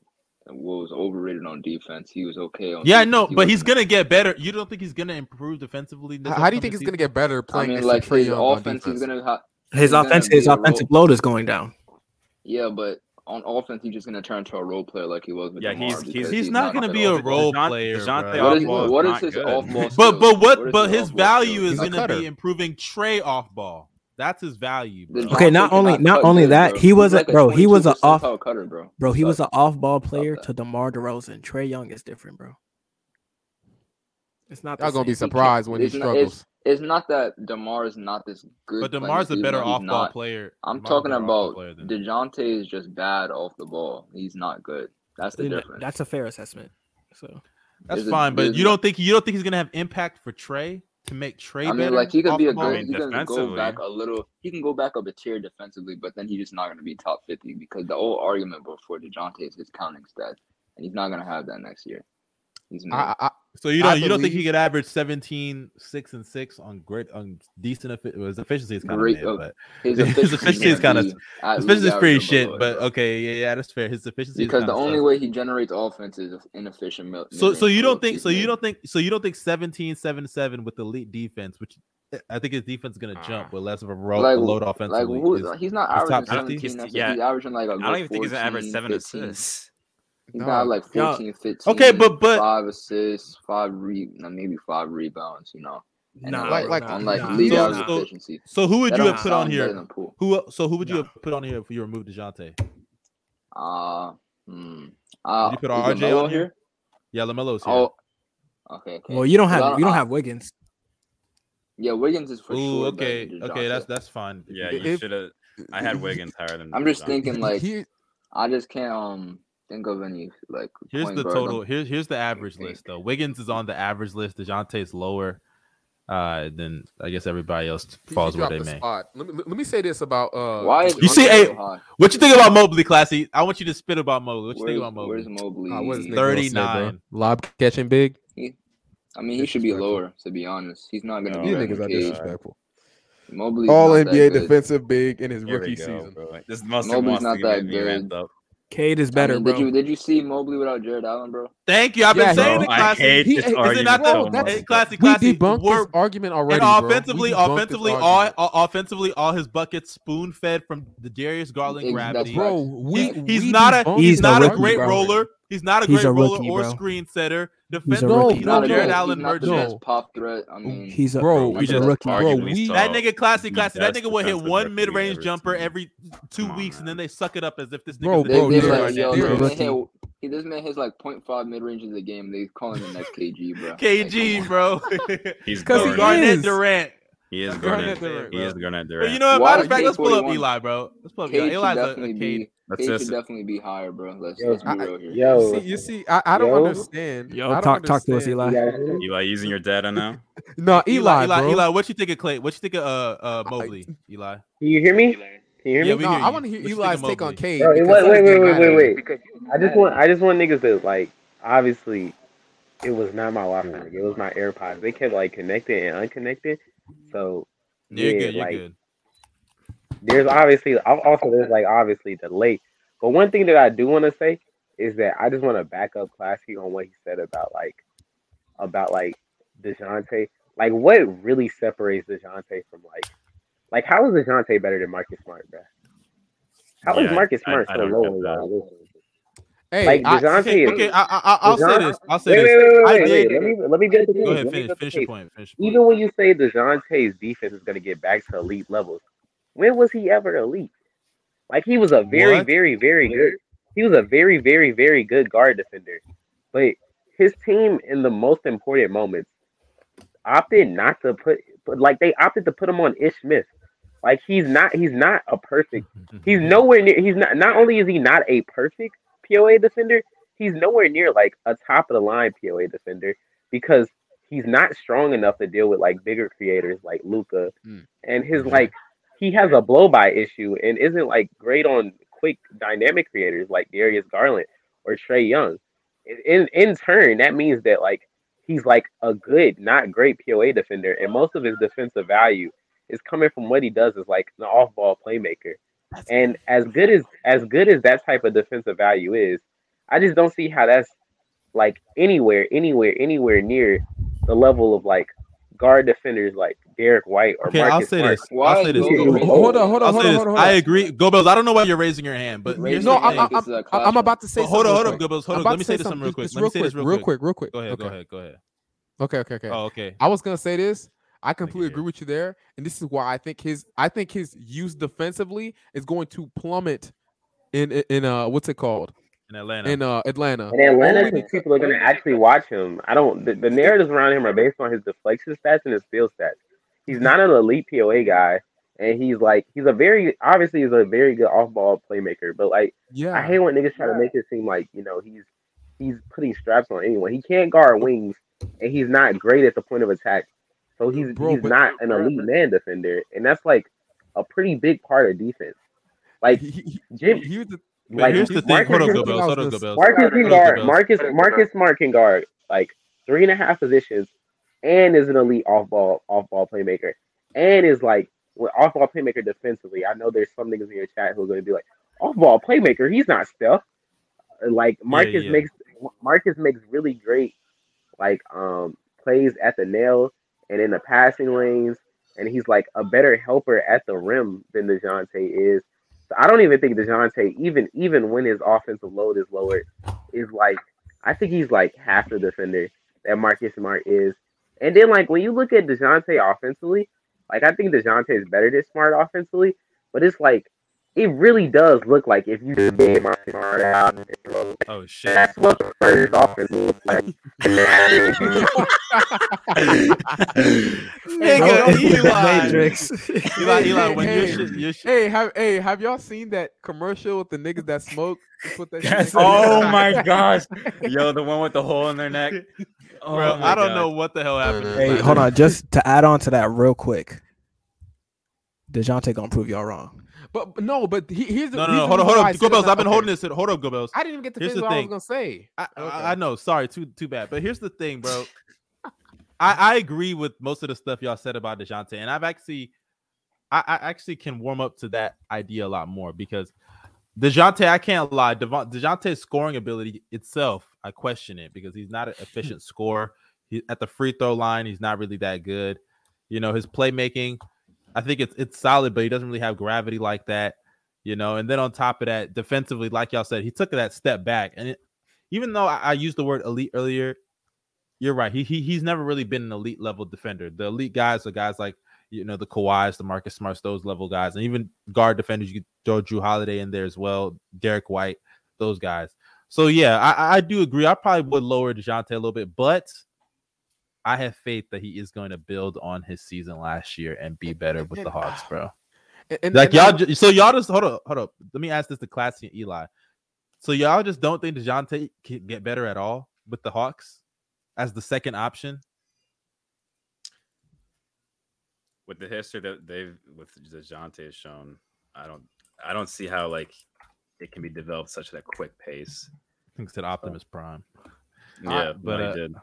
L: was overrated on defense. He was okay on.
B: yeah, I
L: defense.
B: know,
L: He
B: but he's
L: wasn't-
B: gonna get better. You don't think he's gonna improve defensively? This
A: How do you think
B: upcoming
A: he's gonna get better playing
L: I mean,
A: next
L: like
A: to Trae
L: his
A: Young on
L: offense, he's
A: defense?
L: gonna. Ha-
I: His
L: He's gonna
I: offense,
L: be
I: his
L: a role-
I: offensive load is going down.
L: yeah, but on offense, he's just gonna turn into a role player like he was. With
D: Yeah,
L: Lamar
D: he's- he's-
L: because
B: He's not gonna
L: good
B: be a
L: off-
B: role
D: DeJounte-
B: player, bro.
D: DeJounte
L: What is,
D: off-ball
L: what is
D: not
L: his
D: good.
L: off
B: (laughs)
L: ball?
B: season? But but what? But his value is
A: He's a
B: gonna
A: cutter.
B: be improving Trey off ball. That's his value, bro.
L: Dejounte
I: Okay, not only-
L: cannot
I: not
L: cut
I: only
L: good,
I: that,
L: bro.
I: he
L: He's
I: was a-
L: like
I: bro, he was a
L: 22
I: off-
L: percentile cutter, bro.
I: Bro, he was
L: Sucks.
I: an off-ball player
L: that.
I: to DeMar DeRozan. Trey Young is different, bro. It's not.
A: Y'all
I: The
A: gonna be
I: same.
A: surprised when he
L: It's not- it's-
A: struggles.
L: It's not that Demar is not this good.
B: But
L: player,
B: Demar's a
L: even
B: better
L: though he's
B: off ball
L: not.
B: player.
L: I'm
B: DeMar's a
L: talking
B: better off-ball
L: about
B: player than-
L: Dejounte is just bad off the ball. He's not good. That's the
I: And that-
L: difference.
I: That's a fair assessment. So
B: That's
L: There's a-
B: fine, but
L: there's
B: you
L: a-
B: don't think you don't think he's gonna have impact for Trey to make Trey
L: I mean,
B: better?
L: like he could
B: off
L: be
B: the
L: a
B: ball?
L: good. He can go
D: defensively.
L: back a little. He can go back up a tier defensively, but then he's just not going to be top fifty because the old argument before Dejounte is his counting stats, and he's not going to have that next year. He's
A: I,
L: not.
A: I,
B: So you
A: I
B: don't you don't think he
A: believe-
B: could average 17, 6, and 6 on great on decent effi- well, his efficiency is kind of
L: Great,
B: mid,
L: uh,
B: but
L: His
B: (laughs) his efficiency is
L: gonna
B: kinda-
L: be at
B: his
L: league
B: efficiency is pretty
L: average or
B: shit.
L: below,
B: But
L: bro.
B: okay, yeah, yeah, that's fair. His efficiency
L: because
B: is
L: the
B: kinda
L: only
B: sus.
L: way he generates offense is inefficient. mid-
B: So so
L: mid-range
B: you don't
L: throws.
B: think so
L: He's
B: you
L: mid.
B: don't think so you don't think 17, 7, 7 with elite defense, which I think his defense is gonna jump with less of a ro-
L: Like-
B: a load
L: Like
B: offensively.
L: who,
B: is-
L: he's not
B: he's top
L: averaging
B: 50?
L: seventeen. That's
D: Yeah.
L: he's averaging like a
D: I don't even think he's gonna average seven
L: 15.
D: assists.
L: He's
A: No.
L: got like
A: Yeah.
L: 14, 15.
A: Okay, but- but-
L: five assists, five re, no, maybe five rebounds. You know, And
B: Nah,
L: then,
B: like- like-
L: on like
B: nah.
L: lead
B: So-
L: average
B: so-
L: efficiency.
B: So who would
L: That
B: you
L: don't
B: have put on
L: sound better
B: here?
L: than Poole.
B: Who el- so who would you have put on here if you removed Dejounte?
L: Uh, hmm. Uh,
B: Would you put
L: is
B: RJ
L: LaMelo
B: on here? Yeah, Lamelo's here.
L: Oh, okay, okay.
G: Well, you don't
L: 'Cause I
G: have you don't
L: I-
G: have Wiggins.
L: Yeah, Wiggins is for
B: Ooh,
L: sure. better
B: okay,
L: than
B: okay,
L: DeJounte.
B: that's that's fine.
D: Yeah, you
L: If-
D: should have. I had Wiggins higher than.
L: I'm just
D: DeJounte.
L: thinking like I just can't um think of any like.
B: Here's
L: point
B: the
L: guard
B: total.
L: on-
B: Here's here's the average list though. Wiggins is on the average list. Dejounte's lower. Uh, then I guess everybody else falls where
A: dropped
B: they
A: the
B: may.
A: spot. Let me, let me say this about uh
L: Why is
B: You see,
L: Andre
B: hey,
L: so high?
B: what you think about Mobley, Classy? I want you to spit about Mobley. What you
L: Where's-
B: think about Mobley?
L: where's Mobley?
I: Uh,
A: Ah, what is Nick Wilson, bro?
B: 39.
A: lob catching big.
L: He, I mean, he should be lower. To be honest, he's not gonna.
A: No,
L: be
A: you
L: that
A: niggas are
L: engaged.
A: disrespectful.
L: Mobley's
A: All
L: not that
A: NBA
L: good.
A: defensive big in his
L: There
A: rookie
L: we go,
A: season.
D: bro. This mustard
L: Mobley's
D: wants
L: not
D: to
L: that
D: get me ramped
L: good.
D: up.
G: Cade is
L: I
G: better,
L: mean,
G: bro.
L: Did you did you see Mobley without Jared Allen, bro?
B: Thank you. I've been
A: Yeah,
B: saying
A: bro,
B: it,
A: I
B: Classy.
A: hate this
B: Is it
A: argument
B: not
A: so
B: the
A: much.
B: hey, Classy,
A: We
B: Classy?
A: debunked
B: we're-
A: this argument already, bro.
B: And
A: We
B: offensively,
A: debunked this
B: offensively, all,
A: argument.
B: all- offensively, all his buckets spoon fed from the Darius Garland
A: Ex- that's facts.
B: gravity.
A: Bro, we-
B: He- he's
A: we
B: not a
A: debunked
B: he's
A: this
B: not a
A: argument.
B: great roller. He's not a
G: He's
B: great
G: a
B: roller
G: rookie,
B: or
G: bro.
B: screen setter.
G: He's a
B: Defensively,
G: rookie.
B: he's
L: Not
B: a
L: the
B: Jared
L: best-
B: Allen
L: he's not the
B: merchant.
L: best pop threat. I mean,
G: He's a
C: Oh,
A: Bro,
G: He's
A: we
G: a
A: just-
G: rookie.
A: bro, we-
B: That nigga classy
D: the
B: classy. That
D: best
B: nigga will hit
D: defensive
B: one
D: rookie
B: mid range
D: ever
B: jumper
D: seen.
B: every two
D: Come on,
B: weeks, and then they suck it up as if this
A: Bro,
B: nigga's
L: They,
A: bro,
L: they
A: they're
L: like,
A: like-
L: yo,
A: they're
L: this man
A: rookie.
L: hit, he, this man hits like 0.5 mid ranges a game. They call him the
M: (laughs)
L: next KG, bro.
B: KG, bro.
D: He's
B: Because
D: Garnett.
B: Garnett Durant.
D: He is
A: Garnett
D: Garnett.
A: Durant,
D: He
A: bro.
D: is Garnett
B: But
D: Durant.
B: you know what?
L: Why
B: Matter of
L: does
B: fact,
L: Cade
B: let's pull up
L: 41?
B: Eli, bro. Let's pull up
L: Cade
B: Eli.
L: should
B: Eli's a,
L: definitely
B: a
L: be.
B: Cade.
D: That's
L: Cade
D: just
L: should
D: it.
L: definitely be higher, bro. Let's,
M: Yo,
L: let's be
A: I-
L: real here.
A: You
M: Yo,
A: see, you see, I, I don't
M: Yo.
A: understand.
G: Yo,
A: I don't
G: talk- talk to us,
A: understand.
G: Eli.
M: yo.
D: Eli using your data now.
A: No, Eli,
B: Eli,
A: bro.
B: Eli, what you think of Clay? What you think of uh, uh Mobley? Eli.
M: Can you hear me? Can you hear me?
B: Yeah, we
A: no,
B: hear
A: I
B: you.
A: want to hear
B: What you think
A: Eli's
B: of
A: take on
B: Mobley?
A: Cade.
M: Bro, wait,
A: because
M: wait,
A: he was
M: wait,
A: getting
M: wait,
A: mad
M: wait,
A: at him.
M: wait, wait. I just want, I just want niggas to like. Obviously, it was not my Wi-Fi. nigga. It was my AirPods. They kept like connected and unconnected. So
B: You're
M: yeah,
B: good. You're
M: like
B: good.
M: there's obviously al- also there's like obviously the late. But one thing that I do want to say is that I just want to back up Classy on what he said about like about like Dejounte. Like what really separates Dejounte from like like how is Dejounte better than Marcus Smart, bro? How is
D: Yeah,
M: Marcus
D: I-
M: Smart
D: I
M: so
D: don't
M: low
D: get
M: in
D: that.
M: y'all list?
A: Hey,
M: Like
A: I-
M: Dejounte
B: Okay,
M: is
B: okay. I, I, I- I'll say
M: Dejounte-
B: this. I'll say
M: Wait, wait,
B: this.
M: wait,
B: I
M: wait,
B: did.
M: wait. Let me let me get the
B: Go
M: case.
B: ahead.
M: Let me
B: Finish.
M: get the
B: Finish your
M: case.
B: point. Finish your point.
M: Even when you say Dejounte's defense is going to get back to elite levels, when was he ever elite? Like he was a very,
B: What?
M: very, very good. He was a very, very, very good guard defender, but his team in the most important moments opted not to put, but like they opted to put him on Ish Smith. Like he's not, he's not a perfect. He's nowhere near. He's not. Not only is he not a perfect POA defender, he's nowhere near like a top of the line POA defender because he's not strong enough to deal with like bigger creators like Luca,
A: Mm.
M: and his
B: Mhm.
M: like he has a blow by issue and isn't like great on quick dynamic creators like Darius Garland or Trey Young. In- In in turn, that means that like he's like a good, not great POA defender, and most of his defensive value is coming from what he does is like an off ball playmaker. And as good as as good as that type of defensive value is, I just don't see how that's like anywhere, anywhere, anywhere near the level of like guard defenders like Derek White or
B: Okay, I'll
M: Marcus
B: say
M: Smart.
B: this.
L: Why
B: I'll say
L: is
B: this.
M: Gold
B: Go-
M: Ring-
B: go-
A: Hold on, hold on,
B: I'll say
A: hold on,
B: this.
A: hold on.
B: I agree. Go Bills. I don't know why you're raising your hand, but
L: Raising
B: here's
A: No,
B: the
L: your
A: I'm,
L: hand
A: I'm,
B: thing.
L: because
A: I'm,
L: it's a
A: I'm
L: classroom.
A: about to say
B: But hold
A: something
B: on,
A: real
B: hold up,
A: quick. I'm
B: Gobbles. Hold up.
A: about
B: Let
A: to
B: me
A: say
B: say this something
A: something
B: real
A: just,
B: quick.
A: just
B: Let me
A: real
B: say
A: quick,
B: this
A: real quick, real quick.
B: Go ahead. Go
A: Okay.
B: ahead. Go ahead.
A: Okay, okay, okay.
B: Oh, okay.
A: I was gonna say this. I completely
B: hear
A: agree with you there, and this is why I think his I think his use defensively is going to plummet in in, in uh what's it called
B: In Atlanta.
A: in uh Atlanta.
M: And Atlanta,
A: Only
M: because
A: because-
M: people are going to actually watch him. I don't. The, the narratives around him are based on his deflection stats and his steal stats. He's not an elite POA guy, and he's like he's a very obviously he's a very good off ball playmaker. But like I
A: yeah,
M: hate when niggas try to make it seem like you know he's he's putting straps on anyone. He can't guard wings, and he's not great at the point of attack. So he's
A: Bro,
M: he's
A: but-
M: not an elite man defender, and that's like a pretty big part of defense. Like
A: he, he,
M: Jim,
A: he was the,
B: But
M: like
B: here's the thing.
M: Marcus
B: Hold on,
A: here's the
B: Gobels.
A: thing I
B: Hold
A: was
B: on,
A: gonna
B: Gobels.
M: Marcus
B: Hold
M: can
B: on,
M: guard.
B: Gobels.
M: Marcus Marcus Smart can guard like three and a half positions, and is an elite off ball off ball playmaker, and is like off ball playmaker defensively. I know there's some niggas in your chat who are going to be like off ball playmaker. He's not Steph. Like Marcus
B: yeah.
M: makes Marcus makes really great like um plays at the nail and in the passing lanes, and he's like a better helper at the rim than Dejounte is. So I don't even think Dejounte even even when his offensive load is lower, is like I think he's like half the defender that Marcus Smart is. And then like when you look at DeJounte offensively, like I think DeJounte is better than Smart offensively, but it's like it really does look like if you just get Marcus Smart out. and throw, like,
B: Oh shit!
M: That's what the first offense
E: (laughs)
M: looks like.
A: Nigga,
I: (laughs)
A: Eli.
I: Matrix.
B: Eli, Eli, when
A: hey,
B: your shit, your shit,
A: hey, have hey, have y'all seen that commercial with the niggas that smoke? They put that shit
E: That's-
A: in-
E: oh
D: (laughs)
E: my gosh.
D: Yo, the one with the hole in their neck. Oh
B: bro,
D: my
B: I don't
D: God.
B: know what the hell happened.
I: Hey, hold on. Just to add on to that real quick. DeJounte gonna prove y'all wrong.
A: But, but no, but he, here's the
B: No, no,
A: reason
B: no. Hold on, hold
A: why I
B: on.
A: said
B: Gobels,
A: that-
B: I've been
A: okay.
B: holding this. in- Hold up, Gobels.
A: I didn't even get to
B: Here's
A: finish what I
B: the
A: was gonna
B: thing.
A: say.
B: I, I-
A: Okay.
B: I know. Sorry, too too bad. But here's the
A: (laughs)
B: thing, bro. I, I agree with most of the stuff y'all said about Dejounte, and I've actually, I, I actually can warm up to that idea a lot more because Dejounte, I can't lie, Devon, Dejounte's scoring ability itself, I question it because he's not an
A: (laughs)
B: efficient scorer. He, at the free throw line, he's not really that good. You know, his playmaking, I think it's it's solid, but he doesn't really have gravity like that. You know, and then on top of that, defensively, like y'all said, he took that step back, and it, even though I, I used the word elite earlier, you're right. He, he he's never really been an elite level defender. The elite guys are guys like you know the Kawhis, the Marcus Smarts, those level guys, and even guard defenders. You could throw Drew Holiday in there as well, Derek White, those guys. So yeah, I- I I do agree. I probably would lower Dejounte a little bit, but I have faith that he is going to build on his season last year and be better with the Hawks, bro.
A: And- and-
B: Like
A: and I'm-
B: y'all, ju- so y'all just hold up, hold up. Let me ask this to Classy and Eli. So y'all just don't think Dejounte can get better at all with the Hawks as the second option?
D: with the history that they've with Dejounte has shown. I don't I don't see how like it can be developed such at a quick pace.
B: Thinks that Optimus Prime.
D: Yeah,
B: but,
D: but
B: uh,
D: he did.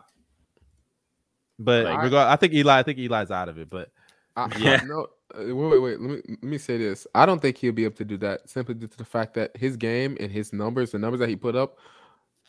B: But
A: Like-
B: regard, I think Eli, I think Eli's out of it. But
A: I,
D: Yeah.
A: I, no, uh, wait, wait, wait. Let me let me say this. I don't think he'll be able to do that simply due to the fact that his game and his numbers, the numbers that he put up,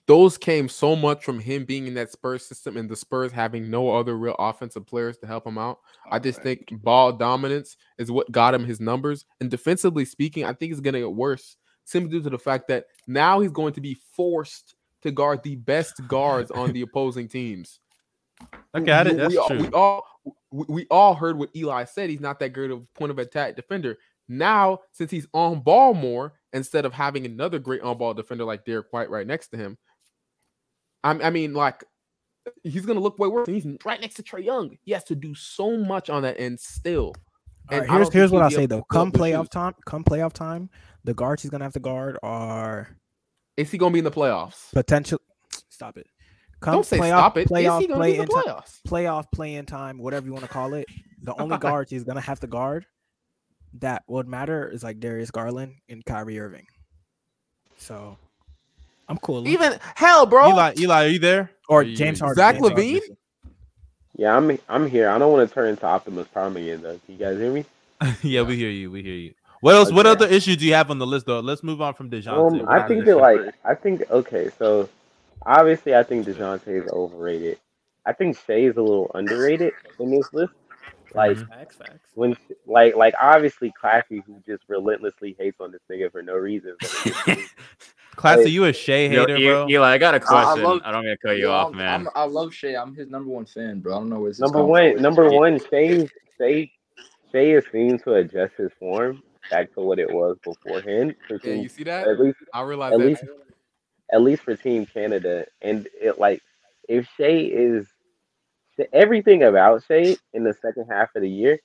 A: those came so much from him being in that Spurs system and the Spurs having no other real offensive players to help him out.
K: Oh,
A: I just think ball dominance is what got him his numbers. And defensively speaking, I think it's going to get worse simply due to the fact that now he's going to be forced to guard the best guards on the opposing teams.
B: okay, I did,
A: We-
B: that's
A: we, all-
B: true.
A: We all we, we all heard what Eli said. He's not that great of a point of attack defender. Now, since he's on ball more instead of having another great on ball defender like Derek White right next to him, I, I mean, like he's gonna look way worse. He's right next to Trey Young. He has to do so much on that end still.
I: All right,
A: I
I: here's
A: don't
I: here's
A: think
I: what I'll
A: he'll
I: say
A: be able
I: though.
A: to fill
I: Come
A: those
I: playoff
A: shoes.
I: time, come playoff time, the guards he's gonna have to guard are
A: Is he gonna be in the playoffs?
I: potential. Stop it. Come
A: Don't say
I: playoff,
A: stop it. Is he
I: Playoff
A: gonna
I: play
A: be in
I: in
A: the
I: time,
A: playoffs?
I: playoff play in time, whatever you want to call it. The only guards he's gonna have to guard that would matter is like Darius Garland and Kyrie Irving. So I'm cool.
A: Even hell, bro.
B: Eli, Eli, are you there?
I: or
B: you-
I: James Harden.
A: Zach
I: James Harden.
A: Levine.
M: yeah, I'm I'm here. I don't want to turn into Optimus Prime again though. Can you guys hear me?
B: (laughs) yeah, we hear you. We hear you. What else? What
M: Okay.
B: other issue do you have on the list, though? Let's move on from Dejounte.
M: Um,
B: What
M: I
B: other
M: think
B: issue?
M: that like I think okay, so obviously I think Dejounte is overrated. I think Shea is a little underrated in this list. Like
E: Facts, facts.
M: when like like obviously Classy who just relentlessly hates on this nigga for no reason.
B: Classy, you a Shea
D: Yo,
B: hater,
D: E-
B: bro?
D: Eli, I got a question. I,
L: love-
D: don't mean to cut you
L: Yo,
D: off,
L: I'm-
D: man.
L: I'm- i love Shay. I'm his number one fan, bro. I don't know where this
M: number
L: is
M: one, number
D: Yeah.
M: one, Shea Shea Shea is seen to adjust his form back to what it was beforehand. For
A: Yeah,
M: team-
A: you see that?
M: at least
A: I realize
M: at
A: that.
M: least at least for Team Canada. And it like if Shea is everything about Shea in the second half of the year,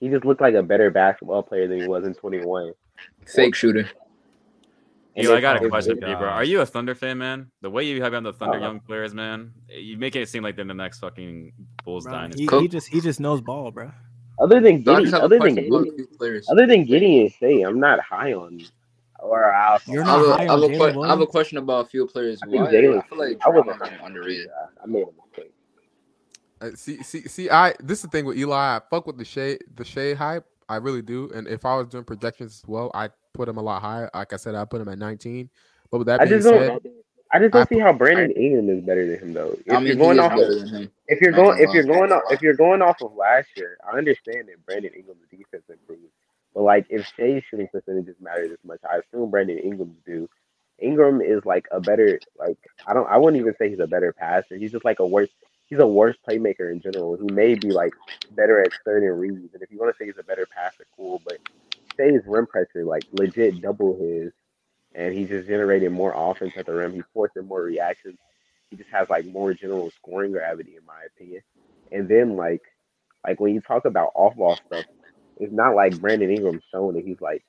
M: he just looked like a better basketball player than he was in 21.
L: Fake shooter.
M: And
D: Eli, I
M: it's-
D: got a
M: it's-
D: question
M: it's-
D: for you, bro.
B: God.
D: Are you a Thunder fan, man? The way you have on the Thunder
M: Uh,
D: young players, man, you make it seem like they're the next fucking Bulls
I: Bro,
D: dynasty.
I: he, he just he just knows ball, bro.
M: other than
L: So I just
M: Giddy,
L: have a
M: other than
L: question about
M: Giddy,
L: these players.
M: other than Giddy and Shea, I'm not high on or I'll,
I: You're
L: I have,
I: not
L: a,
I: high
L: I,
I: on
L: have a que-
I: Jalen
L: I have a
I: Williams.
L: question about a few players
M: I
L: who
M: think
L: I,
M: Jalen.
L: I feel like
M: I wasn't
L: Draymond's
M: high on
L: underrated.
M: Shea. I made a mistake.
A: Uh, see, see, see. I this is the thing with Eli. I fuck with the shade, the shade hype. I really do. And if I was doing projections as well, I put him a lot higher. Like I said, I put him at 19. But with that
M: I
A: being
M: just
A: said,
M: don't. I just don't
A: I-
M: see how Brandon Ingram is better than him though. If
L: I
M: you're
L: mean,
M: going
L: he is
M: off, of,
L: better than him.
M: if you're
L: I ain't
M: going,
L: gonna
M: if you're
L: lie.
M: going off, if you're going off of last year, I understand that Brandon Ingram's defense improved, but like if Shea's shooting percentages matter this much, I assume Brandon Ingram's do, Ingram is like a better like I don't I wouldn't even say he's a better passer. He's just like a worse he's a worse playmaker in general. He may be like better at certain reads, and if you want to say he's a better passer, cool. But say his rim pressure like legit double his, and he just generated more offense at the rim. He's forcing more reactions. He just has like more general scoring gravity, in my opinion. And then like like when you talk about off ball stuff, it's not like Brandon Ingram showing that he's like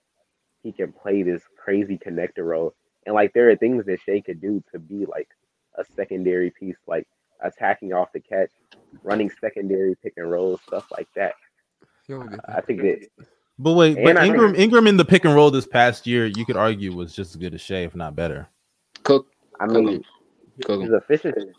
M: he can play this crazy connector role. And like there are things that Shea could do to be like a secondary piece, like attacking off the catch, running secondary pick and roll, stuff like that. I think that
B: But wait,
M: And
B: but
M: I
B: Ingram
M: think-
B: Ingram in the pick and roll this past year, you could argue was just as good as Shea, if not better.
L: Cook.
M: I mean his efficiency.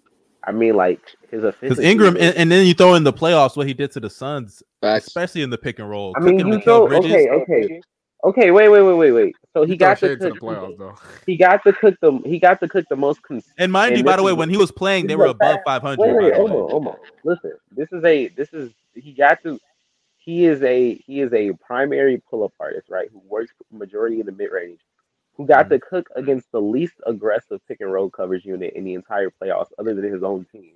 M: I mean like his
B: Because
M: efficiency.
B: Ingram, and, and then you throw in the playoffs what he did to the Suns,
L: Facts.
B: especially in the pick and roll,
M: I mean,
B: cooking
M: you
B: Mikal
M: throw
B: Bridges.
M: okay, okay, okay. Wait, wait, wait, wait, wait. So he
A: You throw
M: got to
A: shade to the
M: cook.
A: playoffs though.
M: He got to cook the. He got to cook the most. Cons-
B: And mind
M: and
B: you, by
M: this
B: the way,
M: is-
B: when he was playing,
M: this
B: they
M: is
B: were
M: a
B: above
M: fact.
B: five hundred.
M: Wait,
B: By
M: wait,
B: the way,
M: Omo, Omo. Listen, this is a. This is he got to. He is a. He is a primary pull-up artist, right? Who works majority in the mid-range. Who got
B: Mm-hmm.
M: to cook against the least aggressive pick and roll coverage unit in the entire playoffs, other than his own team.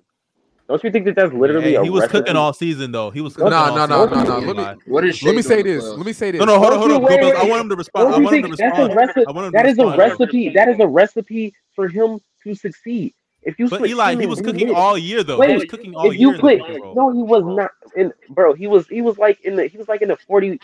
M: Don't you think that that's literally
B: Hey,
M: a
B: he was
M: recipe?
B: cooking all season though. He was
A: No,
B: cooking all
A: no,
B: season.
A: no, no,
B: I'm
A: no.
B: not
A: Let
B: gonna lie.
A: me
L: What is
A: let me
L: Shea
A: say
L: doing in the
A: this.
L: playoffs?
A: Let me say this.
B: No, no, hold on,
M: Don't
B: hold
M: you-
B: on.
M: wait,
B: Bills, I
M: wait.
B: want him to respond.
M: Don't
B: I
M: you
B: want him to
M: think that's a
B: respond.
M: recipe?
B: I want him to
M: That is a
B: respond. though.
M: recipe. That is a recipe for him to succeed. If you
B: But
M: switch
B: Eli, he
M: teams,
B: was
M: you
B: cooking
M: win.
B: all year though. He was
M: Wait,
B: cooking all
M: if you
B: year in the
M: put
B: pick and roll.
M: no, he was not in bro. He was he was like in the he was like in the forty.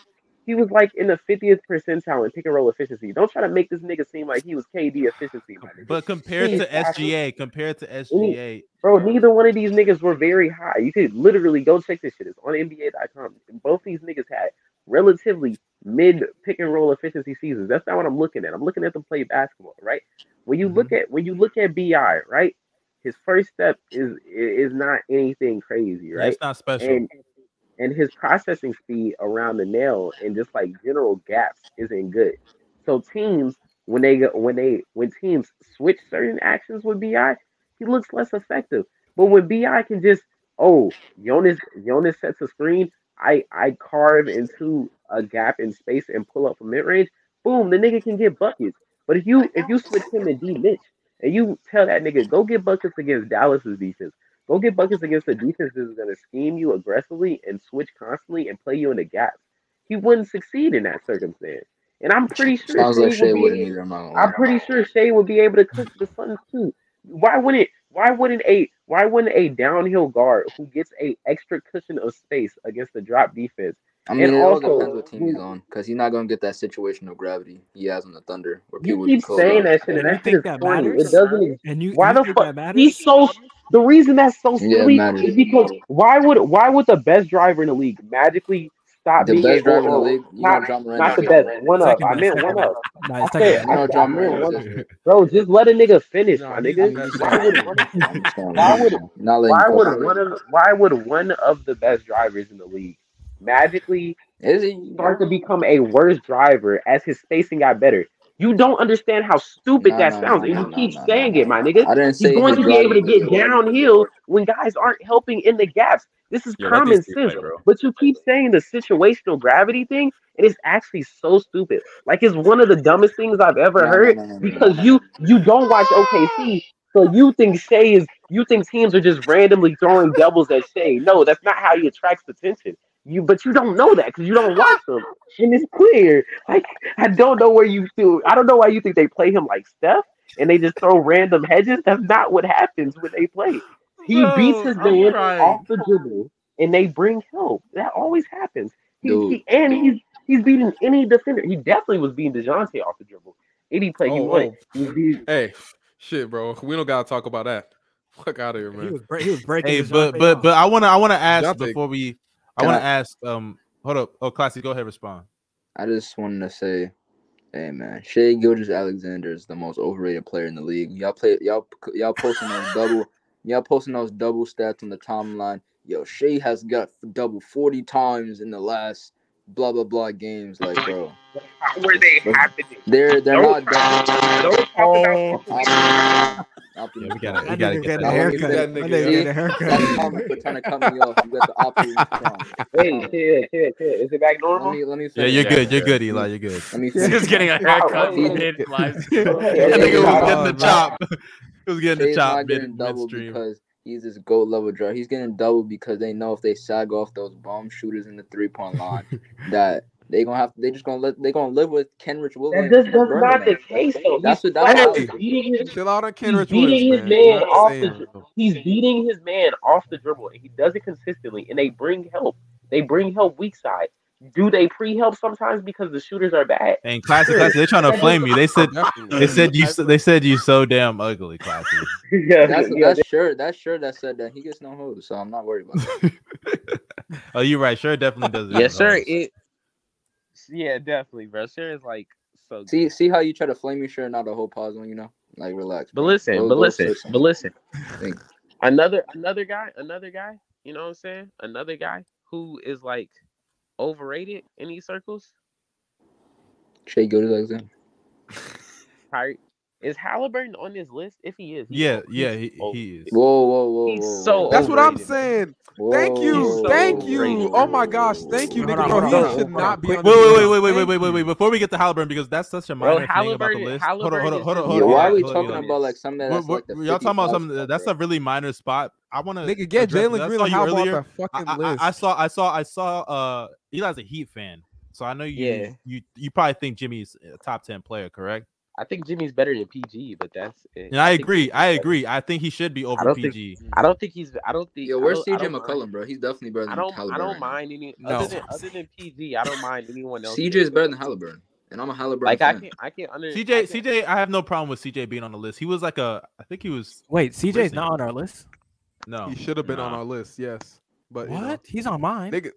M: He was like in the fiftieth percentile in pick and roll efficiency. Don't try to make this nigga seem like he was KD efficiency, my nigga.
B: But compared
M: Please,
B: to
M: stop.
B: SGA, compared to
M: Any-
B: SGA,
M: Bro, neither one of these niggas were very high. You could literally go check this shit. It's on NBA.com. Both these niggas had relatively mid pick and roll efficiency seasons. That's not what I'm looking at. I'm looking at them play basketball, right? When you look at when you look at Bi, right? His first step is is not anything crazy,
B: yeah,
M: right?
B: it's not special.
M: And and his processing speed around the nail and just like general gaps isn't good. So teams when they go when they when teams switch certain actions with Bi, he looks less effective. But when Bi can just oh Jonas Jonas sets a screen, I I carve into a gap in space and pull up from mid range. Boom, the nigga can get buckets. But if you if you switch him to D Mitch and you tell that nigga go get buckets against Dallas's defense. Go get buckets against the defense that's going to scheme you aggressively and switch constantly and play you in the gaps. He wouldn't succeed in that circumstance. And I'm pretty sure
L: Sounds
M: Shea
L: like Shea
M: would
L: wouldn't
M: be.
L: either. I'm not gonna
M: I'm
L: lie.
M: pretty sure Shea would be able to cook the Suns too. Why wouldn't? Why wouldn't a? Why wouldn't a downhill guard who gets a extra cushion of space against the drop defense
L: I
M: and
L: mean, it all depends
M: also
L: what team he's
M: who
L: on, because he's not gonna get that situation of gravity he has on the Thunder, where
M: You
L: people
M: keep
L: just close
M: saying
L: out.
M: that shit,
I: And
M: and
I: you
M: that shit
I: think
M: is
I: that
M: corny. It
I: matters?
M: doesn't exist.
I: And you
M: Why
I: you
M: the
I: think
M: fuck?
I: that matters?
M: He's so. The reason that's so
L: Yeah, it
M: silly
L: matters.
M: is because why would why would the best driver in the league magically stop
L: The
M: being
L: best
M: a or
L: driver in the
M: or
L: league, you know,
M: not
L: John Moran
M: not
L: is
M: the
L: John
M: best
L: Moran.
M: one up?
I: Second
M: I
I: best,
M: meant
I: second
M: one
I: best.
M: up.
I: Nah,
M: I
I: it's second
M: said
L: You
I: best.
M: I
L: know,
M: said I
L: John
M: meant
L: Moran is
M: one
L: his.
M: up. Bro, just let a nigga finish,
A: No,
M: my
A: he's the
M: nigga.
L: I'm
A: best
L: just
M: Why
L: saying,
A: driver
M: would
A: in the
L: man. I'm just saying,
A: league.
M: one? Why
L: I'm just
M: would
L: saying. Not letting you
M: why
L: cook
M: would
L: already.
M: one of why would one of the best drivers in the league magically
L: Is he?
M: start to become a worse driver as his spacing got better? You don't understand how stupid
L: No,
M: that
L: no,
M: sounds,
L: no,
M: and
L: no,
M: you
L: no,
M: keep
L: no, no,
M: saying it,
L: no.
M: my nigga.
L: I didn't
M: He's
L: say
M: going
L: his
M: to be able to
L: driving is
M: get
L: good.
M: downhill when guys aren't helping in the gaps. This is
D: Yo, let these
M: common
D: two play,
M: sense.
D: bro.
M: But you keep saying the situational gravity thing, and it's actually so stupid. Like it's one of the dumbest things I've ever
L: No, no,
M: heard
L: no, no, no, no.
M: because you you don't watch OKC, so you think Shea is you think teams are just randomly throwing doubles at Shea. No, that's not how he attracts attention. You but you don't know that because you don't watch them. And it's clear. Like I don't know where you feel I don't know why you think they play him like Steph and they just throw random hedges. That's not what happens when they play. He beats
A: Bro,
M: his
A: I'm
M: man
A: crying.
M: off the dribble and they bring help. That always happens. He,
L: Dude,
M: he and he's he's beating any defender. He definitely was beating DeJounte off the dribble. Any play he
A: Oh,
M: wanted.
A: oh,
M: He was beating
A: hey, shit, bro. We don't gotta talk about that. Fuck out of here,
I: He
A: man.
I: was bre- he was breaking
B: Hey,
I: hey,
B: but but but I wanna I wanna ask
A: Dejounte-
B: before we I
L: can
B: wanna
L: I?
B: ask um hold up oh classy go ahead respond.
L: I just wanted to say, hey man, Shea Gilgis Alexander is the most overrated player in the league. Y'all play, y'all, y'all posting those double, y'all posting those
M: (laughs)
L: double stats on the timeline. Yo, Shea has got double forty times in the last blah blah blah games. Like, bro,
M: Were they happening?
L: they're they're not
M: Those-
L: bad.
M: those talk
A: Oh.
M: about-
L: Optimus- Optimus
B: we gotta, we
L: Prime.
B: gotta
I: nigga
B: get
I: got a
B: that.
I: haircut.
A: that
I: My
A: nigga,
I: nigga
A: yeah.
I: got a haircut.
L: That comic book kind of cut me off. You got the
M: (laughs)
L: Optimus Prime.
M: Wait, shit, shit, shit. Is it back
L: Let
M: normal?
L: me let me
B: Yeah,
L: say.
B: you're
L: this.
B: good. You're good, Eli. You're good.
A: (laughs)
B: (laughs)
L: Let me
M: He's
L: say.
N: Just getting a haircut mid live.
B: That nigga
L: Yeah,
B: was
L: yeah,
B: getting the chop. (laughs) He was getting the
L: Shay's
B: chop
L: not
B: mid
L: getting double
B: midstream.
L: because he's this goat level driver. He's getting double because they know if they sag off those bomb shooters in the three point line, that they gonna have they just gonna let they gonna live with Kenrich
M: That
L: Williams.
M: just
L: and
M: that's
L: Vernon
M: not the
L: Man.
M: case though.
L: That's what
M: He's
L: that
M: flat out
L: was.
M: beating his
A: Chill out on
M: he's
A: Kenrich Williams,
M: beating his
A: man.
M: man
A: You're not
M: off
A: saying
M: the he's beating his man off the dribble and he does it consistently and they bring help. They bring help weak side. Do they pre help sometimes because the shooters are bad?
B: And classic, classic. They're trying to flame you. They said,
A: Definitely.
B: they said you, so- they said you so damn
L: (laughs)
B: ugly, classic.
M: (laughs) yeah,
L: That's
M: yeah,
L: that's sure that's sure that said that he gets no hoes, so I'm not worried about that.
B: Oh, you're right. Sure, definitely does. it.
N: Yes, sir. It. Yeah, definitely, bro. Sure is like so. Good.
L: see see how you try to flame your shirt, not a whole pause one, you know? Like relax.
N: But listen,
L: Go-
N: but
L: go
N: listen,
L: search
N: but listen.
M: Another
N: Another guy, another guy. You know what I'm saying? Another guy who is like overrated in these circles.
L: Shay go to the exam.
N: Kyrie is Halliburton on this list? If he is, he's
B: Yeah,
N: over-
B: yeah,
N: he's
B: he,
N: over-
B: he is.
L: Whoa, whoa, whoa,
N: He's
L: whoa,
N: so
L: whoa.
A: That's what I'm
N: Overrated.
A: saying.
L: Whoa,
A: Thank you.
L: whoa,
A: Thank
L: whoa,
A: you.
L: whoa,
A: Oh my gosh.
L: whoa,
A: Thank you,
L: whoa,
I: Hold
A: nigga.
I: on,
A: Bro,
I: hold on,
A: he
I: hold on,
A: should
I: hold on,
A: not be
I: quick.
A: on
B: Wait,
A: this
B: wait,
A: list.
B: wait, wait, wait, wait, wait, wait, wait, wait. Before we get to Halliburton, because that's such a minor thing about the
N: Halliburton-
B: list. Hold on, hold on,
N: Halliburton
B: hold on,
N: should
B: hold
L: Yeah,
B: on.
N: be
L: why
N: on
L: are we
N: this
L: talking
N: list.
L: about like something
B: We're-
L: that's
B: we're-
L: like the
B: y'all talking about
L: 55
B: something that-
L: stuff,
B: that's
L: right?
B: a really minor spot. I want to
A: Nigga, get Jalen
B: I saw
A: Green
B: you
A: how about
B: earlier.
A: the
B: I,
A: fucking
B: I,
A: list.
B: I I saw, I saw, I saw. Uh, Eli's a Heat fan, so I know you.
N: Yeah.
B: You, you probably think Jimmy's a top ten player, correct?
N: I think Jimmy's better than PG, but that's. It.
B: And I
N: think
B: agree.
N: Jimmy's
B: I
N: better.
B: agree. I think he should be
N: I
B: over
N: don't think-
B: PG.
N: I don't think he's. I don't think.
L: Yo,
N: I
L: where's
N: don't- I
L: CJ
N: don't mind-
L: McCollum, bro? He's definitely better
N: I
L: than
N: don't. I
L: Halliburton.
N: don't
L: right now.
N: mind any
I: No.
N: other than other than PG. I don't mind anyone else.
L: CJ
N: being
L: is better
N: better.
L: than Halliburton, and I'm a Halliburton
N: Like I
L: fan.
N: can. I can under.
B: CJ,
N: I can,
B: CJ, I have no problem with CJ being on the list. He was like a, I think he was
I: Wait, CJ's
B: Listen.
I: not on our list.
B: no.
A: He should have been on
D: Nah.
A: our list, yes. But Uh, you know,
I: What? He's on mine.
A: nigga,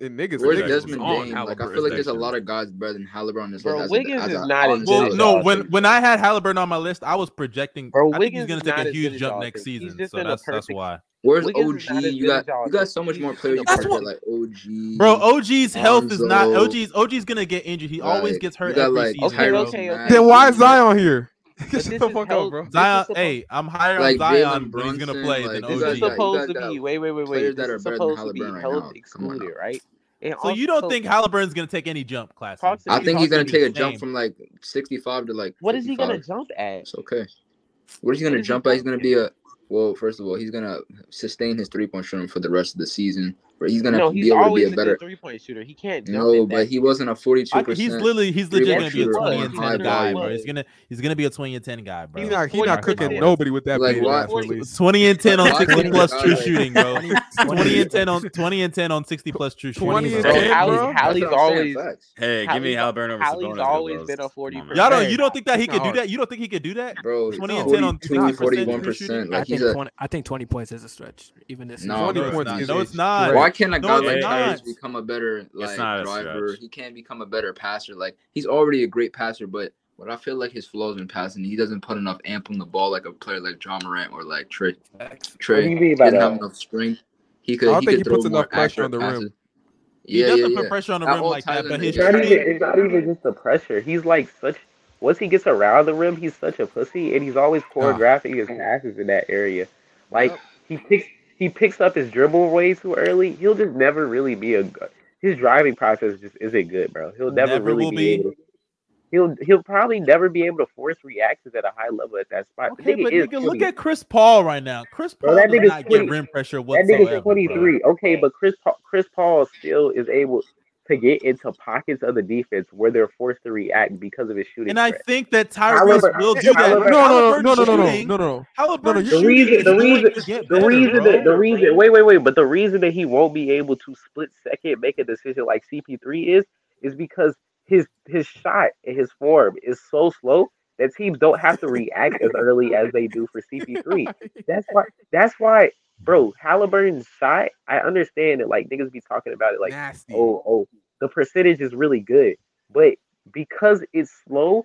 A: and niggas,
L: Where's
A: niggas was
L: Desmond
A: on
L: Bain? Like I
A: Halliburton.
L: feel like there's a
D: Actually.
L: lot of guys better than Halliburton on this
N: Bro,
L: list.
N: Wiggins
L: as a,
N: is
L: as a
N: not as
L: honest
N: good
B: Well,
N: as
L: list.
B: no.
N: Dawson.
B: When when I had Halliburton on my list, I was projecting.
N: Bro,
B: I think he's
N: Wiggins
B: going
N: is
B: to take
N: not
B: a
N: as good
B: huge
N: as
B: jump
N: y'all
B: next
N: think. He's
B: season,
N: just
B: so
N: in a
B: that's that's
N: perfect-
B: why.
L: Where's
N: Wiggins is
L: OG?
N: not as
L: You
N: good as
L: got
N: y'all
L: you got
N: think.
L: so much
N: He's
L: more
N: just in
L: players
N: a
L: you
I: That's
L: could
N: perfect-
L: get
I: what-
L: like OG.
B: Bro, OG's health is not
L: Lonzo.
B: OG's OG's gonna get injured. He always
L: Like
B: gets
L: you
B: hurt
L: got
B: every
L: like
B: season.
N: Okay,
B: bro.
L: Tyrese
N: okay, okay.
A: Then why
L: Maxey,
A: is Zion here?
N: But
A: Shut
N: this
A: the
N: is
A: fuck
N: health-
A: up, bro.
N: this is
B: Zion,
N: supposed-
B: hey, I'm higher on
L: like
B: Zion,
L: Jalen
B: but he's gonna
L: Brunson.
B: play
L: Like
B: than
L: you
N: This
L: guys
N: is
B: OG.
L: got you
N: supposed
L: guys
N: to
L: got
N: be wait, wait, wait, wait.
L: players
N: This
L: that are
N: is
L: better than
N: supposed to be
L: Halliburton right
N: health
L: now. Come on now.
N: excluded, right? And
B: So
N: also,
B: you don't think Halliburton's gonna take any jump, class?
N: Talk to
L: I
N: me.
L: think he's gonna take a jump
B: shame.
L: from like 65 to like
N: what is he
L: 55.
N: gonna jump at?
L: It's okay. What is he
N: What
L: gonna
N: is he
L: jump at? He's
N: jump
L: gonna
N: at?
L: be a well. First of all, he's gonna sustain his three point shooting for the rest of the season, where he's gonna
N: No,
L: be
N: he's
L: able to be a
N: always a
L: better.
N: good three point shooter. He can't jump
L: No,
N: at
L: but
N: that.
L: he wasn't a
B: I
L: forty-two
B: could, he's
L: percent
B: literally he's
L: three-point
B: legit gonna be a
L: shooter
N: Yes,
L: on
N: he was.
B: twenty and
N: He
L: high
B: ten
N: sure
B: guy,
L: volume.
B: bro. He's
N: was.
B: gonna he's gonna be a twenty and ten guy, bro.
A: He's not. He's
B: Mark
A: not
B: my
N: 40%.
A: cooking
B: words.
A: nobody with that
L: Like
A: beard
L: why?
A: ass release.
B: Twenty and ten on
L: Why
B: sixty
L: can't
B: plus
L: guys
B: true
L: like-
B: shooting, bro.
I: 20,
B: Twenty
I: 20,
B: and ten on twenty and ten on sixty plus true shooting.
A: 20 and
B: bro.
N: Bro,
A: 10,
N: Hallie's,
A: bro.
L: That's what
N: Hallie's
L: I'm saying.
N: always
L: Facts,
D: Hey, give me
N: Hallie's,
D: Halliburton over
N: Hallie's
D: Sabonis,
N: always
D: though,
N: been a
D: bros. Come
N: forty
D: on, man.
N: percent
B: Y'all don't
I: Hey.
B: you don't think that he
A: He's
B: could
A: not
B: do
A: hard.
B: that? You don't think he could do that?
L: bro. He's
B: 20 and
L: 40,
B: 10 on
A: He's not
B: 50%
L: 40,
A: freaking.
B: true shooting?
L: 41%.
I: I
L: Like he's
I: think
L: a
I: twenty. I think twenty points is a stretch, even this
L: No,
I: season.
L: no,
A: Twenty
D: it's
A: points
D: not.
A: is
B: No,
A: a
B: it's not.
A: stretch.
L: Why can't a
B: No,
L: guy
B: it's
L: like
D: Hey,
B: not.
L: Tyrese become a better like
D: not a
L: driver?
D: stretch.
L: He can't become a better passer. Like he's already a great passer, but what I feel like his flaws in passing, he doesn't put enough amp on the ball like a player like John Morant or like Trey.
M: what do
L: Trey
M: you mean by
L: doesn't have
M: that?
L: enough strength. He
A: I
L: could
A: don't
L: he
A: think he
L: could throw
A: puts
L: more
A: enough pressure on
L: accurate
A: the
L: passes.
A: rim.
B: He
L: Yeah,
B: doesn't
L: yeah,
B: put pressure on the
L: At
B: rim
L: all
B: like that,
L: times in
B: but
L: the
B: his
M: It's
L: game.
M: not even
B: shooting
M: it's not even just the pressure. He's like such once he gets around the rim, he's such a pussy and he's always choreographing his passes in that area. Like
A: Yep.
M: he picks he picks up his dribble way too early. He'll just never really be a good his driving process just isn't good, bro. He'll never
B: never
M: really
B: will
M: be
B: be.
M: able to he'll he'll probably never be able to force reactions at a high level at that spot. The
B: Okay,
M: nigga
B: but
M: is
B: nigga, look
M: twenty.
B: at Chris Paul right now. Chris
M: Bro,
B: Paul
M: that
B: does
M: nigga's
B: not get
M: twenty
B: rim pressure
M: that
B: whatsoever,
M: nigga's
B: bro.
M: 23. Okay, but Chris Pa- Chris Paul still is able to get into pockets of the defense where they're forced to react because of his shooting
B: And I
M: threat.
B: think that Tyrese
M: Halliburton,
B: will
A: Eh,
B: do that,
A: No,
B: but
M: Halliburton,
A: no, no, no,
B: Halliburton's
A: no, no, no, no, no,
B: shooting,
A: no, no.
B: Halliburton's
A: You,
M: the
B: shooting
M: reason,
B: is
M: the
B: going
M: reason,
B: to get
M: the
B: better,
M: reason
B: bro.
M: that the reason, wait, wait, wait, but the reason that he won't be able to split second make a decision like CP3 is, is because his his shot and his form is so slow that teams don't have to react as early as they do for
B: (laughs)
M: CP3. That's why. That's why, bro. Halliburton's shot. I understand it. Like niggas be talking about it. Like,
A: nasty.
M: oh, oh, the percentage is really good, but because it's slow,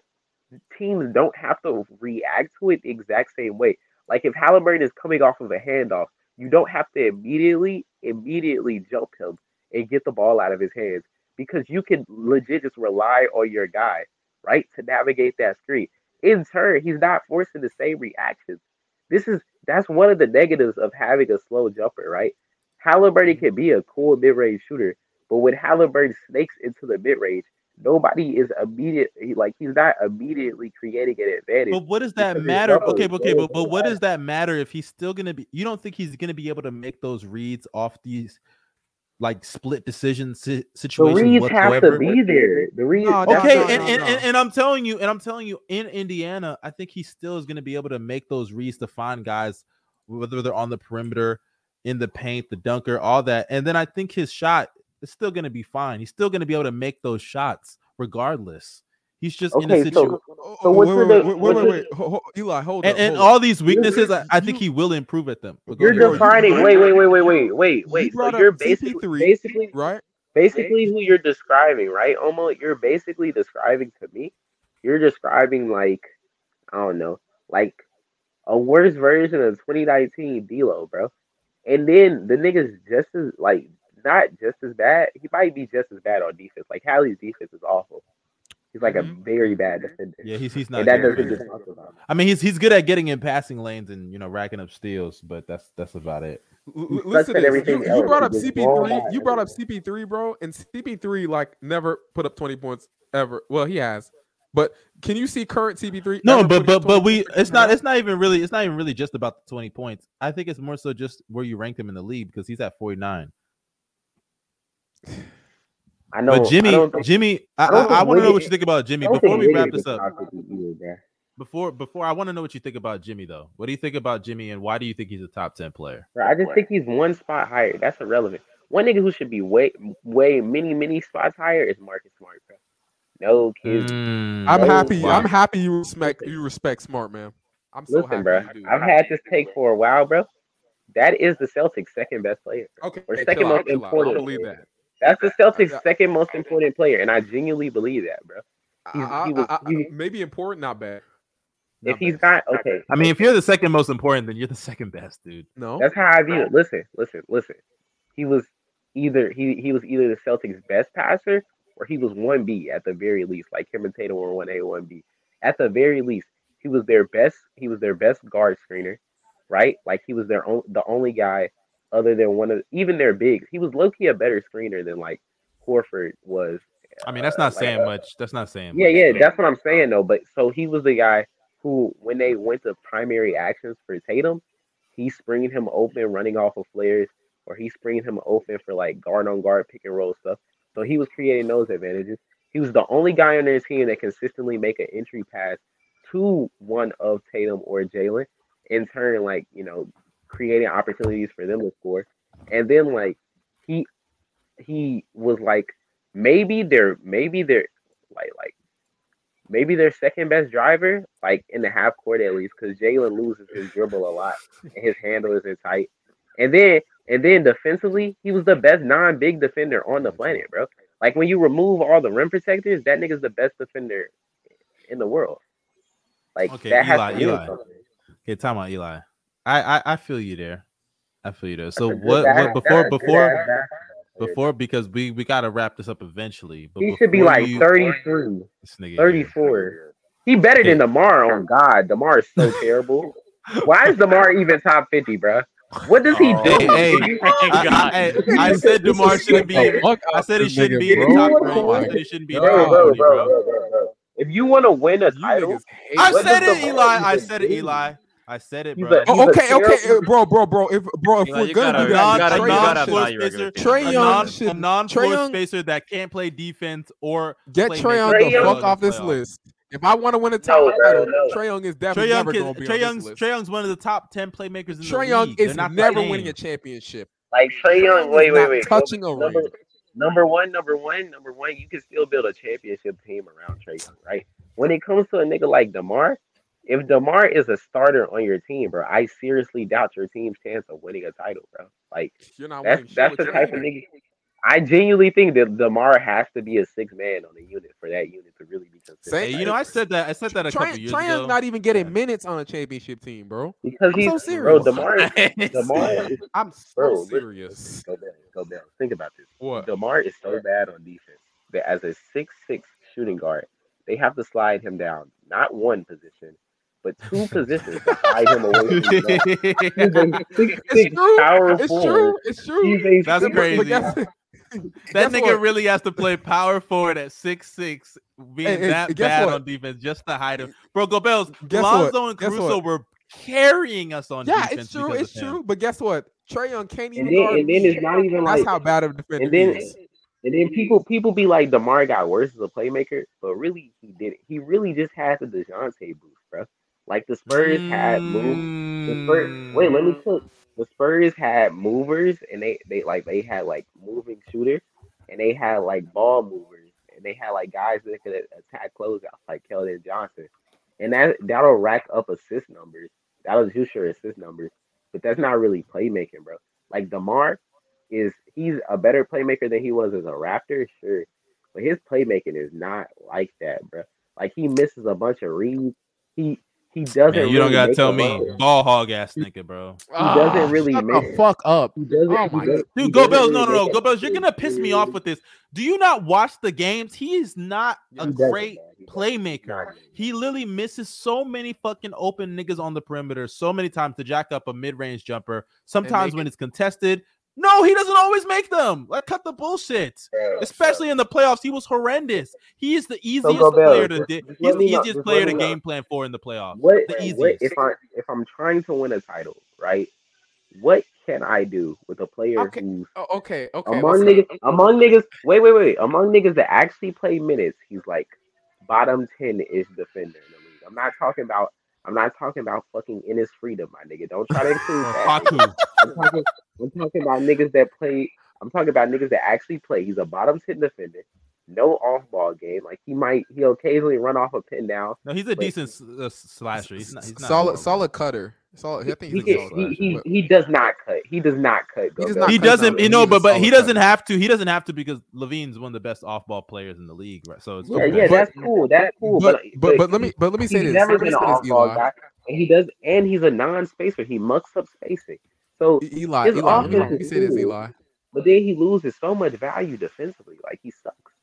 M: teams don't have to react to it the exact same way. Like if Halliburton is coming off of a handoff, you don't have to immediately, immediately jump him and get the ball out of his hands. because you can legit just rely on your guy, right, to navigate that street. In turn, he's not forcing the same reactions. This is that's one of the negatives of having a slow jumper, right? Halliburton can be a cool mid-range shooter, but when Halliburton snakes into the mid-range, nobody is immediately like he's not immediately creating an advantage.
B: But what does that matter? Okay, but okay, but, but what does that matter if he's still gonna be? You don't think he's gonna be able to make those reads off these like split decision si-
M: the
B: situations
M: reads have to
B: whatsoever?
M: be there. The reads,
B: okay, and, and, and and I'm telling you, and I'm telling you, in Indiana, I think he still is going to be able to make those reads to find guys, whether they're on the perimeter, in the paint, the dunker, all that. And then I think his shot is still going to be fine. He's still going to be able to make those shots regardless. He's just in a
M: Okay, so-
B: situation.
A: Oh,
M: so what's
B: wait,
M: the-
B: wait, wait,
M: what's
B: wait,
M: the-
B: wait,
A: Ho- ho- Eli, hold
B: And,
A: up.
B: and
A: hold up.
B: all these weaknesses, I, I think he will improve at them. But go
M: You're
B: ahead.
M: defining. Wait, wait, wait, wait, wait, wait, wait.
A: brought
M: so you're
A: up
M: basically,
A: CP3,
M: basically,
A: right?
M: Basically, who you're describing, right, Omo? You're basically describing to me. You're describing like I don't know, like a worse version of 2019 D'Lo, bro. And then the niggas just as like not just as bad. He might be just as bad on defense. Like Hallie's defense is awful. He's like
A: Mm-hmm.
M: a very bad defender.
B: Yeah, he's he's not.
M: And that
B: good at
M: doesn't
B: that.
M: just talk about.
B: I mean, he's he's good at getting in passing lanes and you know racking up steals, but that's that's about it.
A: L- l-
M: He's
A: listen
M: such
A: to
M: at
A: this.
M: everything
A: You,
M: else.
A: you brought up
M: He's just blown
A: CP3.
M: by
A: You brought up CP3, bro, and CP3 like never put up 20 points ever. Well, he has, but can you see current CP3?
B: No,
A: ever
B: but
A: putting up 20
B: but but we
A: points?
B: it's not it's not even really it's not even really just about the 20 points. I think it's more so just where you ranked him in the league because he's at 49.
M: I know.
B: but Jimmy
M: I don't think-
B: Jimmy, I,
M: I don't
B: I,
M: think
B: want to know what
M: Wiggins-
B: you think about Jimmy
M: I don't
B: before
M: think
B: we wrap
M: Wiggins
B: this up.
M: is top 50 either, bro.
B: Before before I want to know what you think about Jimmy though. What do you think about Jimmy and why do you think he's a top 10 player?
M: Bro, I just think he's one spot higher. That's irrelevant. One nigga who should be way, way many, many spots higher is Marcus Smart, bro. No
D: Mm,
M: kids.
A: I'm
M: no
A: happy.
M: Smart.
A: I'm happy you respect you respect smart man. I'm so
M: Listen,
A: happy
M: bro.
A: you do.
M: I've had this take for a while, bro. That is the Celtics' second best player. bro.
A: Okay,
M: or
A: chill
M: second
A: out,
M: most
A: chill out. I
M: important.
A: believe
M: player.
A: that.
M: That's the Celtics'
A: I-
M: second most important player, and I genuinely believe that, bro.
A: I,
M: He's,
A: I,
M: he was,
A: I- I-
M: he,
A: maybe important, not bad.
M: if he's not okay,
B: I mean, if you're the second most important, then you're the second best, dude.
A: No.
M: That's how I view it. Listen, listen, listen. He was either he he was either the Celtics' best passer or he was one B at the very least. Like him and Tatum were one A, one B. At the very least, he was their best. He was their best guard screener, right? Like he was their own the only guy other than one of even their bigs. He was low key a better screener than like Horford was.
B: I mean, that's not
M: like,
B: saying
M: uh,
B: much. That's not saying
M: Yeah,
B: much.
M: yeah,
B: but-
M: that's what I'm saying though. But so he was the guy who, when they went to primary actions for Tatum, he's springing him open, running off of flares, or he's springing him open for like guard on guard pick and roll stuff. So he was creating those advantages. He was the only guy on their team that consistently make an entry pass to one of Tatum or Jalen, in turn, like you know, creating opportunities for them to score. And then like he he was like maybe they're maybe they're like like maybe their second best driver, like in the half court at least, because Jalen loses his dribble a lot and his handle isn't tight. And then and then defensively, he was the best non-big defender on the planet, bro. Like when you remove all the rim protectors, that nigga's the best defender in the world. Like
B: Okay,
M: that has
B: Eli,
M: to mean
B: Eli.
M: something.
B: Okay, time out, Eli. I, I I feel you there. I feel you there. So
M: a good
B: what
M: back-
B: what before
M: that's a good
B: before
M: ass
B: before because we we gotta wrap this up eventually. But
M: He should be
B: before
M: like
B: you-
M: 33,
B: This nigga here.
M: (laughs) 34. He better than Demar. Oh God, Demar is so terrible. Why is Demar even top 50, bro? What does he do?
B: Hey, hey, I, I, I said Demar shouldn't be. in- I said he shouldn't be in the top three. I said he shouldn't be in the
M: Bro,
B: top
M: bro,
B: twenty, bro.
M: bro, bro, bro, bro. If you want to win a title,
B: I
M: what
B: said
M: does
B: it,
M: the-
B: Eli. I said it, Eli. I said it,
M: He's
B: bro.
M: a- he's a
A: Oh, okay, okay,
M: terrible-
A: uh, bro, bro, bro. If bro, if
B: Eli,
A: we're
B: you
A: gonna
B: gotta-
A: do
B: you
A: that,
B: gotta-
A: Trey
B: you
A: Young
B: gotta
A: should-
B: value your good team.
A: Trey
B: A
A: Young
B: non-
A: should
B: a non-floor
A: Trae Young-
B: spacer that can't play defense or
A: Get
B: play
A: Trey Young
B: maker
A: the
B: well
A: fuck
B: in
A: off this
B: playoffs.
A: list. If I want to win a
M: No,
A: title,
M: no, no.
A: Trey Young is
B: Trey
A: definitely
B: Young,
A: never
B: can,
A: going to be
B: Trae
A: on this
B: Young's,
A: list.
B: Trae Young's one of the top ten playmakers in the
A: Trey Young
B: league. They're
A: is
B: not
A: never
B: playing.
A: winning a championship.
M: Like Trey
A: Trae
M: Young,
A: Young
M: wait,
A: is
M: wait,
A: not
M: wait.
A: touching a
M: number,
A: ring.
M: number one, number one, number one. You can still build a championship team around Trey Young, right? When it comes to a nigga like Demar, if Demar is a starter on your team, bro, I seriously doubt your team's chance of winning a title, bro. Like
A: You're not winning
M: that's
A: shit
M: that's
A: with
M: the
A: your
M: type of
A: leader.
M: nigga. I genuinely think that Demar has to be a six man on the unit for that unit to really be considered.
A: Same
B: Hey, you know, I said that. I said that a
A: Trae,
B: couple years
A: Trae Young's
B: ago.
A: not even getting minutes on a championship team, bro.
M: Because
A: I'm
M: he's
A: so serious.
M: bro, Demar,
A: (laughs)
M: Demar, is-
A: I'm so
M: bro, listen,
A: serious.
B: (laughs)
M: listen, go down, go down. Think about this.
A: What?
M: Demar is so bad on defense. that as a six six shooting guard, they have to slide him down not one position, but
A: (laughs)
M: two positions to hide him away. From the net. He's a
A: It's true.
M: power
A: It's
M: forward.
A: true. It's true.
M: He's a
B: That's
M: super-
B: crazy.
M: but guess-
B: That
A: Guess
B: nigga
A: what?
B: really has to play power forward at six six, being
A: Hey, hey,
B: that
A: guess
B: bad
A: what?
B: on defense just to hide him. Bro, Gobels,
A: Guess what?
B: Lonzo and
A: Guess what?
B: Caruso were carrying us on
A: Yeah,
B: defense.
A: it's true.
B: because
A: It's
B: of him.
A: true. But guess what? Trey Young can't even
M: And then,
A: guard
M: and then
A: me.
M: it's not even
A: That's
M: like
A: how bad of a defender
M: and then
A: he is.
M: and then people people be like Demar got worse as a playmaker, but really he didn't. He really just had the Dejounte boost, bro. Like the Spurs had moves. The Spurs wait,
B: Mm.
M: let me cook. The Spurs had movers, and they they like they had like moving shooters, and they had like ball movers, and they had like guys that could attack closeouts like Keldon Johnson, and that that'll rack up assist numbers. That'll juice your assist numbers, but that's not really playmaking, bro. Like Demar, is he's a better playmaker than he was as a Raptor, sure, but his playmaking is not like that, bro. Like he misses a bunch of reads. He he doesn't.
B: Man, you don't
M: really
B: gotta
M: make
B: tell
M: a
B: me,
M: run.
B: ball hog ass nigga, bro.
M: He doesn't really
A: Ah, Shut
M: make.
A: the fuck up.
M: He doesn't.
A: Oh
M: he
A: my
M: does
B: Dude, Go Bells, no, no, no, Go Bells, you're gonna piss me off with this. Do you not watch the games? He is not a
M: He doesn't,
B: great
M: man. He doesn't.
B: playmaker. He literally misses so many fucking open niggas on the perimeter so many times to jack up a mid-range jumper. Sometimes
A: make
B: when it's contested, no, he doesn't always make them. Like, cut the bullshit.
M: Bro,
B: Especially in the playoffs, he was horrendous. He is the easiest
M: Go Bells,
B: player to
M: just-
B: di-
M: just
B: he's
M: let
B: the
M: me know-
B: easiest
M: just
B: player
M: let
B: to
M: me know.
B: game plan for in the playoffs.
M: What,
B: The
M: what
B: easiest.
M: if I if I'm trying to win a title, right? What can I do with a player
A: Okay,
M: who's
A: Oh, okay, okay.
M: among
A: listen.
M: niggas, among niggas, wait, wait, wait, among niggas that actually play minutes, he's like bottom ten ish defender in the league. I'm not talking about, I'm not talking about fucking Ennis Freedom, my nigga. Don't
B: (laughs)
M: try to include
B: Or
M: that.
B: Faku.
M: I'm talking, I'm talking about niggas that play. I'm talking about niggas that actually play. He's a bottom ten defender, no off ball game. Like he might, he occasionally run off a pin down.
B: No, he's a
M: But-
B: decent s- uh, s- slasher. He's not. He's not
A: solid,
B: horrible.
A: solid cutter. Solid. I think
M: He,
A: he's
M: can,
A: a solid
M: he,
A: cutter.
M: he,
A: But
M: he does not cut. He does not cut.
A: He does
M: Gobert.
A: not
B: He
A: cut down,
B: doesn't.
A: but
B: You know,
A: he's a
B: but but he
A: solid
B: doesn't
A: cutter.
B: have to. He doesn't have to because Levine's one of the best off-ball players in the league, right? So it's
M: Yeah,
B: okay.
M: yeah,
A: But-
M: that's cool. That's cool.
A: but but
M: But
A: but let me but let me say
M: he's
A: this.
M: never
A: Let me
M: been an
A: say this,
M: off-ball
A: Eli.
M: guy, and he does, and he's a non-spacer. He mucks up spacing, so
A: E- Eli,
M: his
A: Eli. Let me let
M: offense
A: me
M: is
A: say this,
M: cool.
A: Eli.
M: But then he loses so much value defensively. Like he sucks.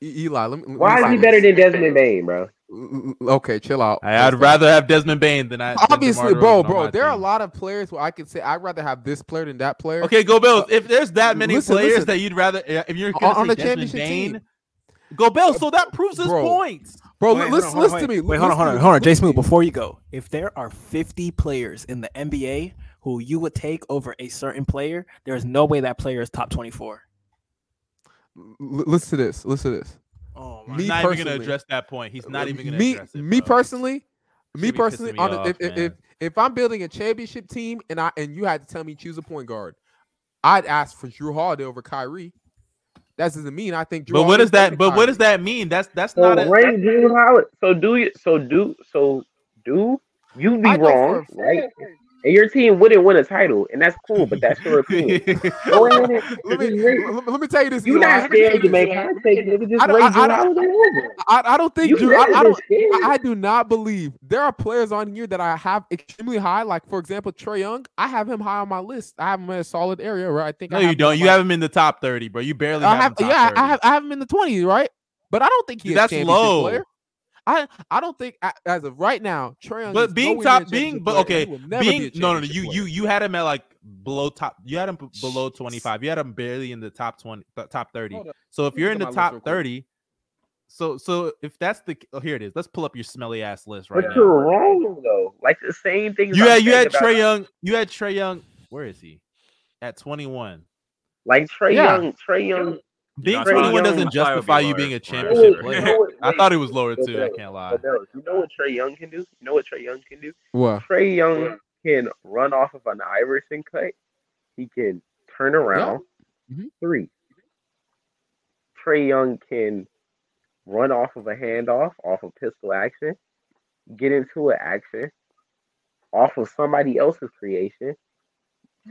A: E- Eli, let me, let me
M: Why is
A: say
M: he
A: this.
M: better than Desmond Bain, bro?
A: L- l- Okay, chill out.
B: I, I'd
A: first off.
B: rather have Desmond Bain than I. than
A: Obviously,
B: DeMar
A: bro,
B: DeRozan on
A: bro.
B: my
A: There are a
B: team.
A: lot of players where I could say I'd rather have this player than that player.
B: Okay, go Bills. If there's that many
A: uh, listen,
B: players
A: listen.
B: that you'd rather, uh, if you're
A: On-
B: gonna
A: on
B: say
A: the
B: Desmond
A: championship
B: Bain,
A: team. Uh,
B: go Bills. So that proves his
A: Bro.
B: point.
A: Bro,
I: Wait,
A: li-
I: hold
A: listen,
I: on, hold
A: listen
I: on,
A: to
I: wait.
A: me.
I: Wait, hold
A: Listen
I: on, hold
A: to
I: on,
A: me.
I: hold on. J
A: Listen to
I: Smooth,
A: me.
I: before you go, if there are 50 players in the NBA who you would take over a certain player, there is no way that player is top 24.
A: L- Listen to this. Listen to this.
I: Oh my
B: He's
A: Me
B: not even gonna
A: personally. Uh,
B: address that point. He's not even gonna
A: me
B: address it.
A: me
B: bro.
A: personally me
B: Should be pissing
A: personally
B: me
A: on a,
B: off,
A: if, if if
B: man.
A: if I'm building a championship team and I and you had to tell me choose a point guard, I'd ask for Drew Holiday over Kyrie. That doesn't mean I think Drew.
B: But what
A: Holiday
B: does
A: is better
B: that?
A: than
B: But what does
A: Kyrie.
B: that mean? That's that's
M: So
B: not a.
M: rank Drew Howard. So do you? So do? So do? You'd be
A: I know
M: wrong,
A: for a
M: right? And your team wouldn't win a title, and that's cool. But that's
B: (laughs)
M: your opinion. Go ahead and
A: let me
M: just rate.
A: let, me- let me tell you this.
M: You're
A: Eli.
M: not
A: Let me tell
M: scared
A: you
M: to
A: this.
M: make hot takes, nigga. Just
A: I don't-
M: rate
A: I- I
M: Drew
A: don't-
M: Holiday over.
A: I, I don't think
M: You've
A: Drew. I,
M: never
A: I
M: been
A: don't. I,
M: (laughs) scared.
A: I do not believe there are players on here that I have extremely high. Like for example, Trey Young. I have him high on my list. I have him in a solid area where I think.
B: No,
A: I have
B: you
A: him
B: don't.
A: in
B: You
A: my-
B: have him in the top thirty, bro. You barely
A: I
B: have,
A: have.
B: him top
A: Yeah, I
B: 30.
A: have. I have him in the twenties, right? But I don't think
B: Dude,
A: he's
B: that's
A: a championship
B: low.
A: player. I I don't think a- as of right now, Trey Young.
B: But
A: is
B: being
A: nowhere near a
B: top, being
A: championship
B: but
A: player.
B: okay,
A: he will never be
B: being
A: a
B: no, no, no.
A: championship
B: You
A: player.
B: you you had him at like below top. You had him b- below
A: Jeez.
B: twenty five. You had him barely in the top twenty, th- top thirty.
A: Hold up.
B: So if
A: Let me
B: you're
A: look
B: in
A: at my
B: the
A: list real
B: top
A: quick.
B: thirty, so so if that's the c- oh, here it is. Let's pull up your smelly ass list right
M: But
B: now.
M: you're wrong though. Like the same things
B: You
M: I'm
B: had you
M: saying
B: had
M: about-
B: Trey uh, Young. You had Trey Young. Where is he? At twenty one.
M: Like Trey
A: Yeah.
M: Young, Trey Young.
B: Being
M: Trey
B: twenty one
M: Young-
B: doesn't
D: I would be
B: justify you
D: lower.
B: being a
D: You know
M: You know what-
B: championship
M: you
B: player.
M: know what-
B: I
M: wait,
B: thought it was lower
M: Bill
B: too. I
M: Bells,
B: can't
M: Bill
B: lie.
M: Bells, You know what Trey Young can do? You know what Trey Young can do?
A: What?
M: Trey Young can run off of an Iverson cut. He can turn around
A: Mhm.
M: three. Trey Young can run off of a handoff, off of pistol action, get into an action, off of somebody else's creation,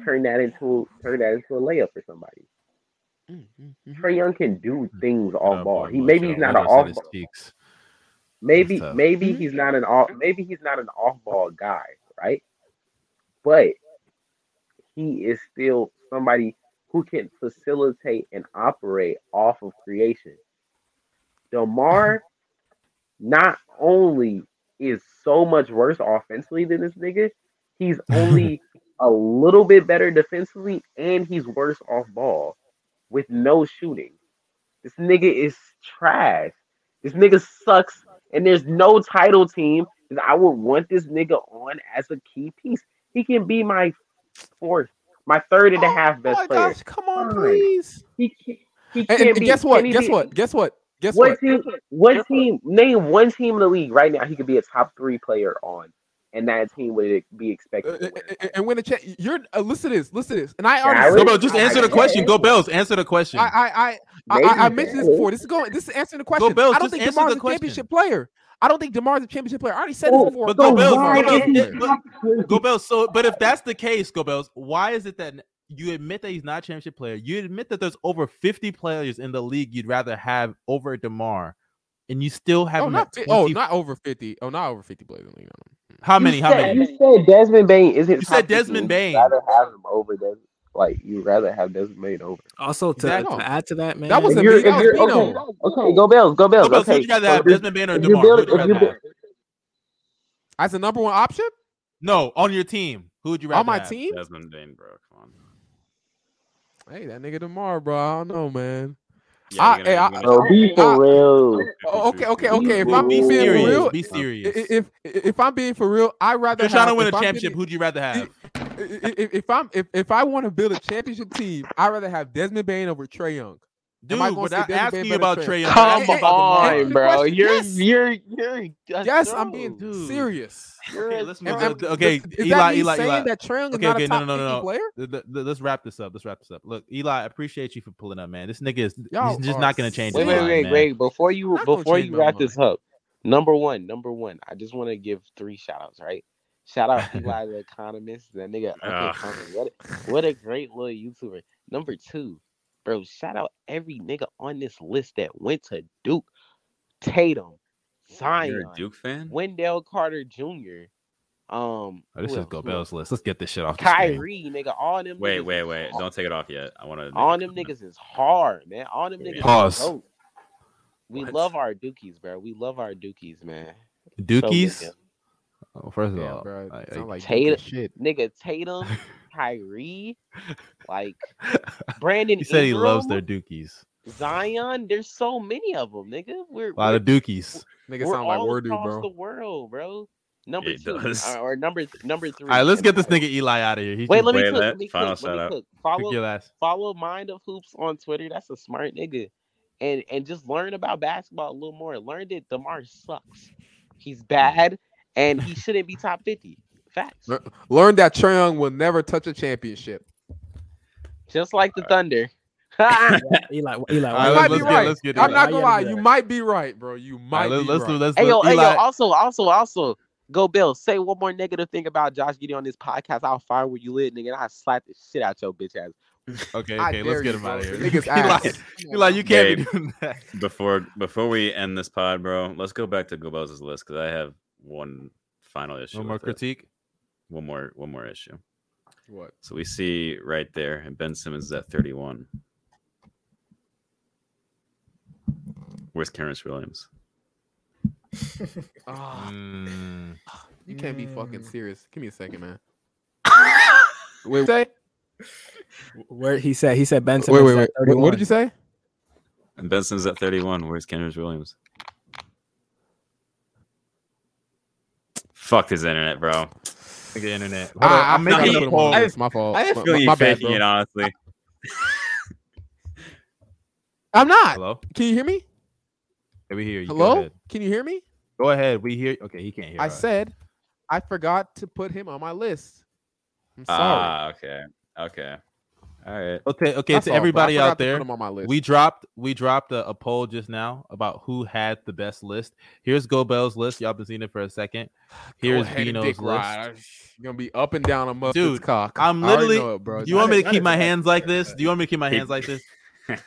M: turn that into turn that into a layup for somebody. Trey Young can do things off
B: That
M: ball.
B: boy
M: He
B: Mojo
M: maybe he's not an
B: Mojo said
M: off
B: his
M: ball.
B: cheeks.
M: Maybe
B: tough.
M: maybe
A: Mhm.
M: he's not an off maybe he's not an off ball guy, right? But he is still somebody who can facilitate and operate off of creation. Demar not only is so much worse offensively than this nigga, he's only a little bit better defensively, and he's worse off ball with no shooting. This nigga is trash. This nigga sucks, and there's no title team that I would want this nigga on as a key piece. He can be my fourth, my third
A: Oh
M: and a half best player.
A: come on,
M: Fine.
A: please.
M: He can't, he
A: And,
M: can't
A: and
M: be
A: guess what?
M: can he
A: Guess
M: be-
A: what? Guess what? Guess
M: what
A: what?
M: team? What team? Name one team in the league right now. He could be a top three player on, and that team would be
A: Uh,
M: expected. to win.
A: And- And when the chat, you're uh, listen to this, listen to this, and I already
M: Jared-
A: said-
M: Go, bro, just
A: I-
M: answer
A: I-
M: the question.
B: Go Bells, answer the question.
A: I I I, I,
B: Maybe
A: I, I mentioned this
B: Jared.
A: before. This is going. This is answering the question.
B: Bells,
A: I don't
B: just
A: think
B: answer
A: Demar's
B: the
A: a
B: question.
A: championship player. I don't think Demar's a championship player. I already said
B: Oh,
A: this before.
B: but Go Bells,
A: Demar's a
B: Go Bells,
A: championship player.
B: but- Go Bells. So, but if that's the case, Go Bells, why is it that you admit that he's not a championship player? You admit that there's over 50 players in the league you'd rather have over Demar, and you still have
A: Oh,
B: him
A: not
B: at
A: fi-
B: 20
A: oh, not over fifty. Oh, not over fifty players in the league.
B: How
M: You
B: many? How
M: said-
B: many?
M: You said Desmond Bain is his.
B: You
M: top
B: said
M: 15.
B: Desmond
M: You'd
B: Bain.
M: Rather have him over Desmond. Like you would rather have Desmond Bain over.
I: Also, to,
B: Exactly.
I: to add to that, man,
M: If you're- if you're- okay, okay, go Bells, go Bells.
B: Go Bells,
M: okay,
B: who'd you rather
M: so
B: have,
M: if you're-
B: Desmond Bain or
M: if you
B: DeMar?
M: build-
B: Who'd you
M: if
B: rather
M: you build-
A: As the number one option
B: No, on your team. Who would you rather
A: on my
B: have?
A: team.
D: Desmond Bain, bro. Come on.
A: Hey, that nigga Demar, bro. I don't know, man.
D: Yeah,
A: I-
D: you're
A: hey,
D: gonna-
A: I-
D: you're
M: Bro, be for real.
A: Oh, okay, okay,
M: Be
A: okay. If
M: for
A: I'm being
M: real.
A: for real, i-
B: Be
A: i-
B: serious.
A: if if I'm being for real, I rather
B: You're trying to
A: have-
B: win a
A: if I'm
B: championship.
A: getting-
B: Who'd you rather have?
A: i- i- if I'm if, if I want to build a championship team, I'd rather have Desmond Bain over Trey Young.
B: Dude,
A: I gonna
B: we're
A: say
B: not
A: Desmond
B: asking
A: Bane
B: you
A: better
B: about
A: than Trey
B: Trey Young.
A: Young?
B: Come
A: Hey, hey,
B: on,
A: hey,
B: about
A: bro.
B: Demar.
A: Yes. You're- you're-
O: you're.
A: Yes, I'm being serious.
B: Okay, let's move.
A: Am-
B: to-
A: am-
B: okay,
A: th- is that
B: Eli,
A: me
B: Eli,
A: saying
B: Eli.
A: that Trae Young is
B: okay,
A: not a
B: okay,
A: top
B: no, no, no,
A: 50
B: no.
A: player?
B: Th- th- th- Let's wrap this up. Let's wrap this up. Look, Eli, I appreciate you for pulling up, man. This nigga is
A: Y'all
B: he's just
A: are
B: not gonna change
A: Wait,
B: his
A: wait,
B: mind,
A: wait,
B: man.
O: Wait, before you
A: not gonna
O: before
A: change
O: you
A: my
O: wrap
A: mind.
O: this up, number one, number one, I just want to give three shout outs, right? Shout out Eli the Economist, that nigga Uncle
D: Ugh.
O: Tommy. What a, what a great little YouTuber. Number two, bro, shout out every nigga on this list that went to Duke, Tatum,
D: You're
O: Zion,
D: a Duke fan?
O: Wendell Carter Jr. Um,
B: Oh, this
O: who
B: is
O: else?
B: Go
O: Who else?
B: Bell's list. Let's get this shit off. the screen.
O: Kyrie, nigga, all them.
D: Wait,
O: niggas
D: wait,
O: is
D: wait.
O: hard.
D: Don't take it off yet. I want to.
O: All them niggas is hard, man. All them niggas. is
B: Pause.
O: dope. We
D: What?
O: love our dookies, bro. We love our dookies, man. So
B: Dookies.
O: good.
B: Oh, first of
A: Yeah,
B: all,
A: bro.
B: I-
A: Sound
B: I-
A: like
O: Tatum,
A: Duke as shit.
O: nigga, Tatum, Kyrie, like Brandon
B: (laughs) he said he
O: Ingram,
B: loves their Dookies.
O: Zion. There's so many of them, nigga. We're
B: A lot
O: we're,
B: of Dookies.
A: Nigga
O: we're
A: sound like
O: all
A: Word
O: across
A: bro.
O: the world, bro. Number
D: It
O: two
D: does.
O: uh, or number number three.
B: All right, let's
O: and
B: get this
O: final.
B: nigga Eli out of here. He's
O: Wait,
B: just-
O: let me
D: Wait,
O: cook.
D: let-
O: Let me
D: final
O: cook. Let me
D: shout-out.
O: cook.
B: Kick
O: Follow
B: your ass.
O: follow Mind of Hoops on Twitter. That's a smart nigga. And and just learn about basketball a little more. Learn that Demar sucks. He's bad, and he shouldn't be top fifty. Facts.
A: Lear- Learn that Trae Young will never touch a championship.
O: Just like the Thunder. (laughs)
I: Eli, Eli,
B: All right,
A: You
B: let's-
A: might be
B: let's get-
A: right.
B: let's get
A: I'm
B: it.
A: not
I: Why
A: gonna
I: you
A: lie.
I: gotta be
A: You
I: right?
A: might be right, bro. You
B: All right,
A: might
B: let's
A: be
B: let's do
A: right.
B: let's
O: Hey yo,
B: let
O: hey yo,
B: Eli.
O: also, also, also, go Bill. Say one more negative thing about Josh Giddy on this podcast. I'll find where you live, nigga. And I'll slap the shit out your bitch ass.
B: (laughs) Okay,
A: I
B: okay,
A: dare
B: let's get
A: you,
B: him out of
A: bro. The
B: here.
A: nigga's
B: (laughs) Eli,
A: ass.
B: Eli, you can't be
D: Babe.
B: doing that.
D: Before before we end this pod, bro, let's go back to Gobel's list because I have one final issue.
B: One more
D: with it.
B: critique.
D: One more one more issue.
A: What?
D: So we see right there, and Ben Simmons is at 31. Where's Terrence Williams?
A: Ah,
B: Mm.
A: you can't be fucking
I: Mm.
A: serious. Give me a second,
B: (laughs)
A: man. wait, say?
I: Where he said he said Benson.
A: wait, wait, wait. What, what did you say?
D: And Ben Simmons at 31. Where's Terrence Williams? Fuck his internet, bro.
B: The internet. Hold on,
A: Ah,
B: I'm
A: I forgot to
B: making
A: put him
B: a
A: on
B: poll.
A: the list. My fault.
D: I
A: My-
D: didn't feel
A: my,
D: you
A: my bad,
D: faking
A: bro.
D: it, honestly.
A: I'm not.
B: Hello.
A: Can you hear me?
B: Can we hear you? Go
A: Hello?
B: ahead.
A: Can you hear me?
B: Go ahead. We hear. Okay, he can't hear.
A: I
B: us.
A: said I forgot to put him on my list. I'm sorry.
D: Ah, okay. Okay. All right.
B: Okay, okay.
A: That's
B: to
A: all, bro. I
B: everybody
A: forgot
B: out
A: to put
B: there,
A: him on my list.
B: we dropped we dropped a, a poll just now about who had the best list. Here's Gobel's list. Y'all been seeing it for a second. Here's Bino's list.
A: You're gonna be up and down a mother's
B: Dude,
A: cock.
B: I'm
A: I already
B: literally-
A: know it, bro.
B: Do you want me to
E: That
B: keep
E: is
B: my
E: a-
B: hands like this? Do you want me to keep my
D: He-
B: hands like
D: (laughs)
B: this?
D: Put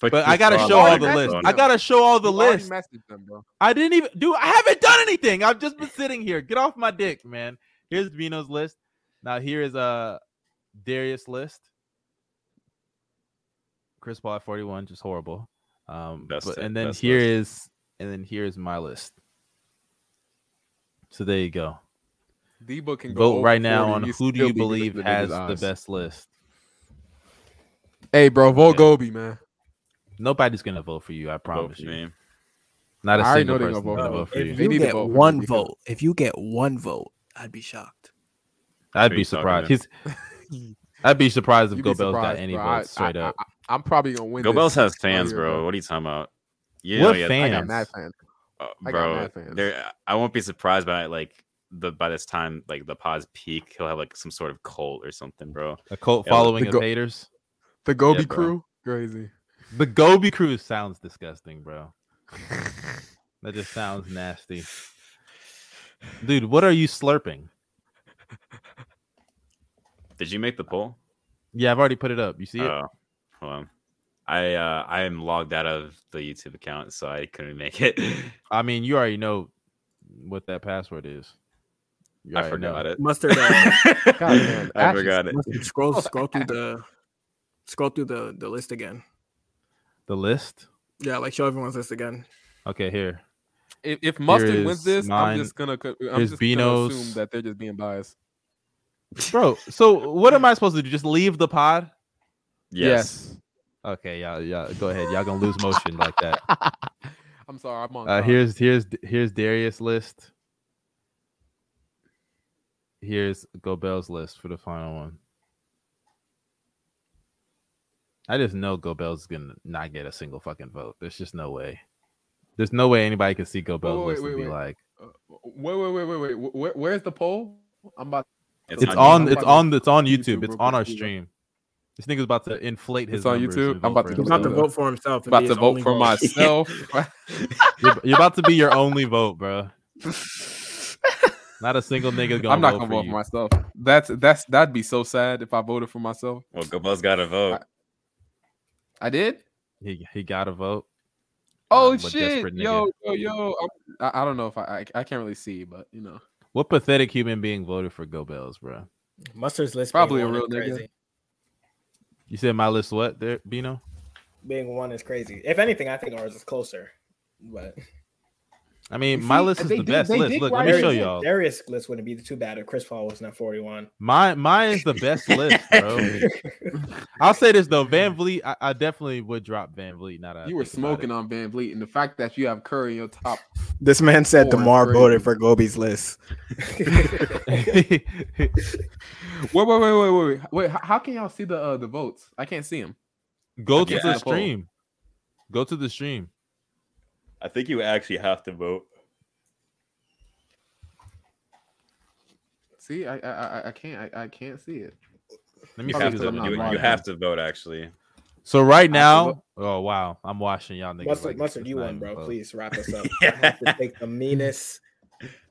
B: But
D: your
B: I gotta
D: phone
B: show
D: on
B: all
A: already
B: the
D: your
A: messaged
B: list.
D: phone.
B: I
A: them.
B: gotta show all the
A: You already
B: list.
A: messaged them, bro.
B: I didn't even do. I haven't done anything. I've just been sitting here. Get off my dick, man. Here's Vino's list. Now here is uh Darius list. Chris Paul at 41, just horrible. Um,
D: Best
B: but,
D: tip,
B: and then
D: best
B: here is and then here is my list. So there you go.
A: Debo can go
B: Vote
A: over
B: right now
A: 40,
B: on
A: you
B: who do
A: still
B: you
A: be good
B: believe
A: in the
B: has
A: niggas'
B: the
A: eyes.
B: best list.
A: Hey, bro, vote Gobi, man.
B: Nobody's gonna vote for you. I promise you. Not
A: I
B: a
A: already
B: single
A: know they're
B: person
A: gonna
B: gonna
A: vote
B: vote
A: for
B: for
A: him.
B: you.
A: They
I: If
A: need
I: you
A: to
I: get
A: vote for me
I: one
A: because-
I: vote, if you get one vote, I'd be shocked.
B: I'd
D: Who
B: be
D: you talking
B: surprised.
D: to?
B: He's, I'd be surprised if
A: You'd be
B: Gobel's got
A: surprised,
B: any
A: bro.
B: votes
A: I-
B: straight up.
A: I, I, am probably gonna win.
D: Gobels
A: this
D: has fans,
A: earlier,
D: bro. What are you talking about? You
B: What
D: know, yeah,
A: I
B: fans?
A: got mad fans.
D: uh,
A: I got
D: bro,
A: mad fans.
D: there. I won't be surprised by like the by this time, like the pod's peak, he'll have like some sort of cult or something, bro.
B: A cult
D: It'll-
B: following
A: The
B: of
A: Go-
B: haters.
A: The Gobi
D: Yeah, bro.
A: crew, crazy.
B: The Gobi crew sounds disgusting, bro. that just sounds nasty. Dude, what are you slurping?
D: Did you make the poll?
B: Yeah, I've already put it up. You see it?
D: Oh, hold on. I uh, I am logged out of the YouTube account, so I couldn't make it. (laughs)
B: I mean, you already know what that password is. You
D: I
B: already
D: forgot
B: know.
D: it.
I: Mustard. (laughs) Uh,
A: Goddamn,
D: (laughs) I
A: Ashes.
D: forgot it.
I: mustard scroll scroll through the scroll through the the list again.
B: The list.
I: Yeah, like show everyone's list again.
B: Okay, here.
A: If, if
B: Here
A: Mustard wins
B: is
A: this,
B: mine.
A: I'm just gonna. co- I'm
B: Here's
A: just gonna
B: Beano's.
A: assume that they're just being biased.
B: Bro, so what am I supposed to do? Just leave the pod?
D: Yes.
B: Okay, y'all, y'all go ahead. Y'all gonna lose motion like that.
A: I'm sorry, I'm on.
B: Uh,
A: top.
B: here's here's here's Darius' list. Here's Gobel's list for the final one. I just know Gobel's gonna not get a single fucking vote. There's just no way. There's no way anybody can see Gobel's
A: wait,
B: list
A: wait,
B: and be
A: wait.
B: like,
A: Uh, Wait, wait, wait, wait, wait. wh- Where, where's the poll? I'm about.
D: It's
B: it's,
D: on
B: on,
A: YouTube.
B: it's on, it's on YouTube.
A: YouTube
B: It's
A: real
B: on
A: quick,
B: our
A: here you go.
B: stream. This nigga's about to inflate his.
A: It's on
B: numbers
A: YouTube?
B: and
A: I'm
B: vote
A: about
B: for
A: to
I: He's
A: go
B: himself.
I: about to vote for himself. and
A: About
I: be
A: to
I: his
A: vote
I: only
A: for
I: vote.
A: myself.
B: You're, you're about to be your only vote, bro. Not a single nigga
A: (laughs)
B: gonna.
A: I'm not
B: vote
A: (laughs) gonna
B: for
A: vote
B: you.
A: for myself. That's that's that'd be so sad if I voted for myself.
D: Well, Gobel's got a vote.
A: I did.
B: He he got a vote.
A: Oh
B: Um, what
A: shit!
B: desperate nigga.
A: Yo, yo, yo! I'm- I, I don't know if I, I I can't really see, but you know,
B: What pathetic human being voted for Gobels, bro?
C: Mustard's list being
A: probably a
C: one is
A: real nigga.
C: crazy.
B: You said my list what there, Bino?
C: Being one is crazy. If anything, I think ours is closer. But
B: I mean,
A: You
B: my
A: see,
B: list is
A: they
B: the
A: did-
B: best
A: they
B: list.
A: did
B: Look, let
A: write
B: me
A: it
B: show
A: in.
B: y'all.
C: Darius' list wouldn't be too bad if Chris Paul was not 41.
B: Mine mine is the best list, bro.
A: (laughs)
B: (laughs) I'll say this though, Van Vliet. I, I definitely would drop Van Vliet. Not
A: You were smoking on Van Vliet, and the fact that you have Curry in your
B: (laughs)
A: top.
I: This man said
A: Four is
I: Demar
A: crazy.
I: voted for Gobi's list.
B: it.
A: Wait, wait, wait, wait, wait, wait. wait h- how can y'all see the uh, the votes? I can't see them.
B: (laughs) Go to
D: Yeah.
B: the stream. Go to the stream.
D: I think you actually have to vote.
A: See, I I I- I can't I, I can't see it.
B: Let me
A: Probably
D: You
B: see
D: have
A: because
B: who's
D: to,
A: I'm
B: up
A: not
D: you,
B: there.
A: blind. (laughs)
D: you have to vote actually.
B: So right
A: to
B: now, oh wow, I'm watching y'all niggas.
C: Mustard,
B: like it's
C: Mustard,
B: just
C: you
B: not
C: won,
B: even
C: bro.
B: close.
C: Please wrap us
I: (laughs)
C: up. I have to take the meanest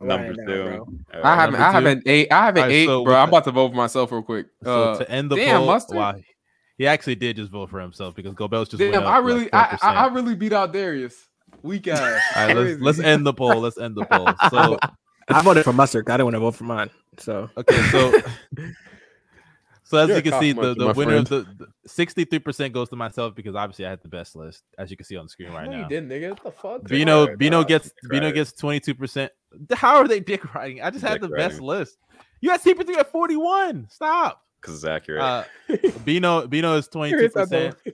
D: Number
C: line now,
D: two.
C: bro.
D: All
A: I
D: right.
A: haven't
B: number
A: I
B: two.
A: haven't eight I haven't
B: Alright,
A: eight,
B: so
A: bro.
B: with
A: I'm
B: the-
A: about to vote for myself real quick.
B: So
A: uh,
B: to end the
A: damn,
B: poll,
A: Mustard?
B: wow, he actually did just vote for himself because Gobel's just went
A: damn,
B: up,
A: I
B: like,
A: really I, I
B: 4%.
A: I really beat out Darius. Weak ass.
B: (laughs) All right, let's,
A: Crazy.
B: let's end the poll. Let's end the poll.
A: (laughs)
B: So
I: I voted for Mustard. 'cause I didn't want to vote for mine. So
B: okay, so
A: (laughs)
B: so
A: You're
B: as you
A: a
B: can see, the,
A: cockmonkey,
B: the
A: my
B: winner of the sixty three percent goes to myself because obviously I had the best list, as you can see on the screen right
A: no, you
B: now.
A: didn't, nigga. What the fuck?
B: Bino
A: Dog?
B: Bino gets Bino
D: right.
B: gets twenty two percent. How are they dick riding? I just had
D: Dick
B: the best
D: riding.
B: list. You had CP3 at forty one. Stop.
D: Because it's accurate.
B: Uh, (laughs) Bino Bino
A: (laughs)
B: is twenty two
A: Here's that
B: percent.
A: though.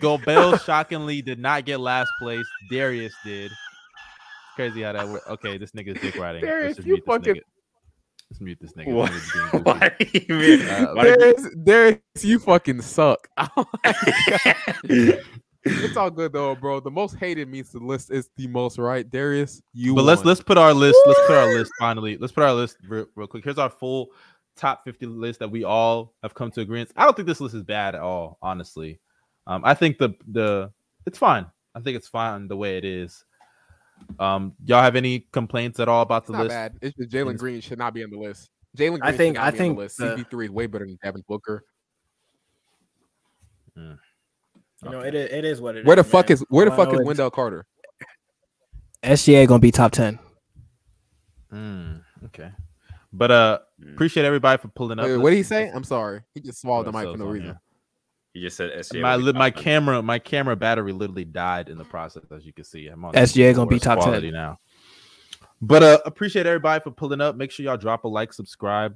A: (laughs)
B: Gobel shockingly did not get last place. Darius did. Crazy how that worked. Okay, this nigga's dick riding.
A: Darius,
B: Let's just
A: you
B: mute this
A: fucking-
B: nigga. Let's mute this nigga.
D: What?
B: This
A: (laughs)
B: nigga's being goofy.
D: (laughs) Why do you mean?
B: Uh,
D: why did
A: Darius, Darius, you fucking suck. it's all good though, bro. The most hated means the list is the most right. Darius, you.
B: But let's
A: won.
B: let's put our list. Let's put our list finally. Let's put our list real, real quick. Here's our full top 50 list that we all have come to agreement. I don't think this list is bad at all, honestly. Um, I think the the it's fine. I think it's fine the way it is. Um, y'all have any complaints at all about
A: It's
B: the
A: not
B: list?
A: bad. It's just
B: And
A: Jalen
B: it's-
A: Green should not be on the list. Jalen Green
I: I think-
A: should not
I: I
A: be on
I: think
A: the list.
I: the-
A: CP3 is way better than Devin Booker.
C: You know, it is, it is what it is.
A: Where the fuck
C: man.
A: is where the
I: Wow,
A: fuck is
I: it's-
A: Wendell Carter?
I: SGA gonna be top ten.
B: Mm, okay. But uh, appreciate everybody for pulling up.
A: Wait,
B: Let's-
A: what did he say?
B: let's
A: I'm sorry. He just swallowed
B: put
A: the mic for
B: ourselves
A: no
B: on
A: reason.
B: here.
D: You just said SGA.
B: my
D: would be
B: li-
D: top
B: my
D: 10.
B: camera my camera battery literally died in the process, as you can see. I'm on
G: SGA gonna be
B: worst
G: top 10.
B: quality now. But uh, appreciate everybody for pulling up. Make sure y'all drop a like, subscribe,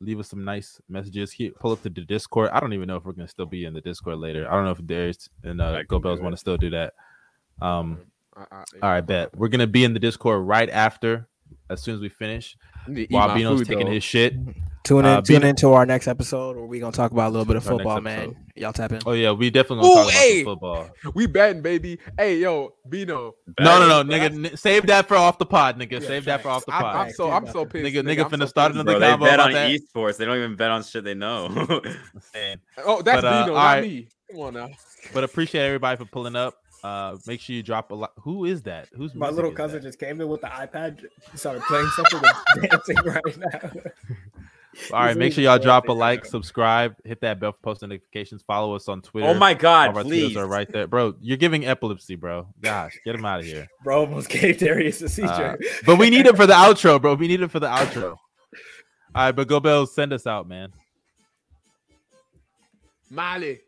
B: leave us some nice messages. Here, pull up to the Discord. I don't even know if we're gonna still be in the Discord later. I don't know if Darius and uh, Go Bells want to still do that. Um, all right, bet we're gonna be in the Discord right after, as soon as we finish.
A: need to eat
B: While
A: my
B: Bino's
A: food,
B: taking
A: though. (laughs)
B: his shit.
G: Tune in,
B: Uh,
G: tune
B: Bino-
G: into our next episode where we're gonna talk about a little bit of
B: Our next
G: football, man.
B: episode.
G: Y'all tap in.
B: Oh yeah, we definitely gonna
A: Ooh,
B: talk about
A: hey,
B: some football.
A: we batting, baby. Hey, yo, Bino.
B: No, no, no, nigga, n- save that for off the pod, nigga. save that for off the
A: I'm-
B: pod.
A: I'm so- I'm so pissed,
B: nigga.
A: nigga,
B: Nigga,
A: I'm
B: finna
A: so
B: start
A: pissed.
B: another
D: Bro, they
B: convo
D: bet
B: about
D: on
B: that.
D: esports. They don't even bet on shit they know. (laughs) Man.
A: Oh, that's
B: But, uh,
A: Bino,
B: all
A: not
B: right.
A: me. Come on now.
B: But appreciate everybody for pulling up. Uh, make sure you drop a lot. Who is that? Who's
C: My little cousin just came in with the iPad, started playing something, and (laughs) dancing right now. (laughs)
B: All right,
C: He's
B: make sure
C: leaving
B: y'all
C: the
B: drop a
C: building.
B: like, subscribe, hit that bell for post notifications, follow us on Twitter.
D: Oh my God,
B: All of our tweets
D: please.
B: are right there, bro. You're giving epilepsy, bro. Gosh, get him out of here.
C: Bro almost gave Darius a
B: Uh,
C: seizure.
B: but we need it for the outro, bro. We need it for the outro. All right, but go Bells, send us out, man.
A: Miley.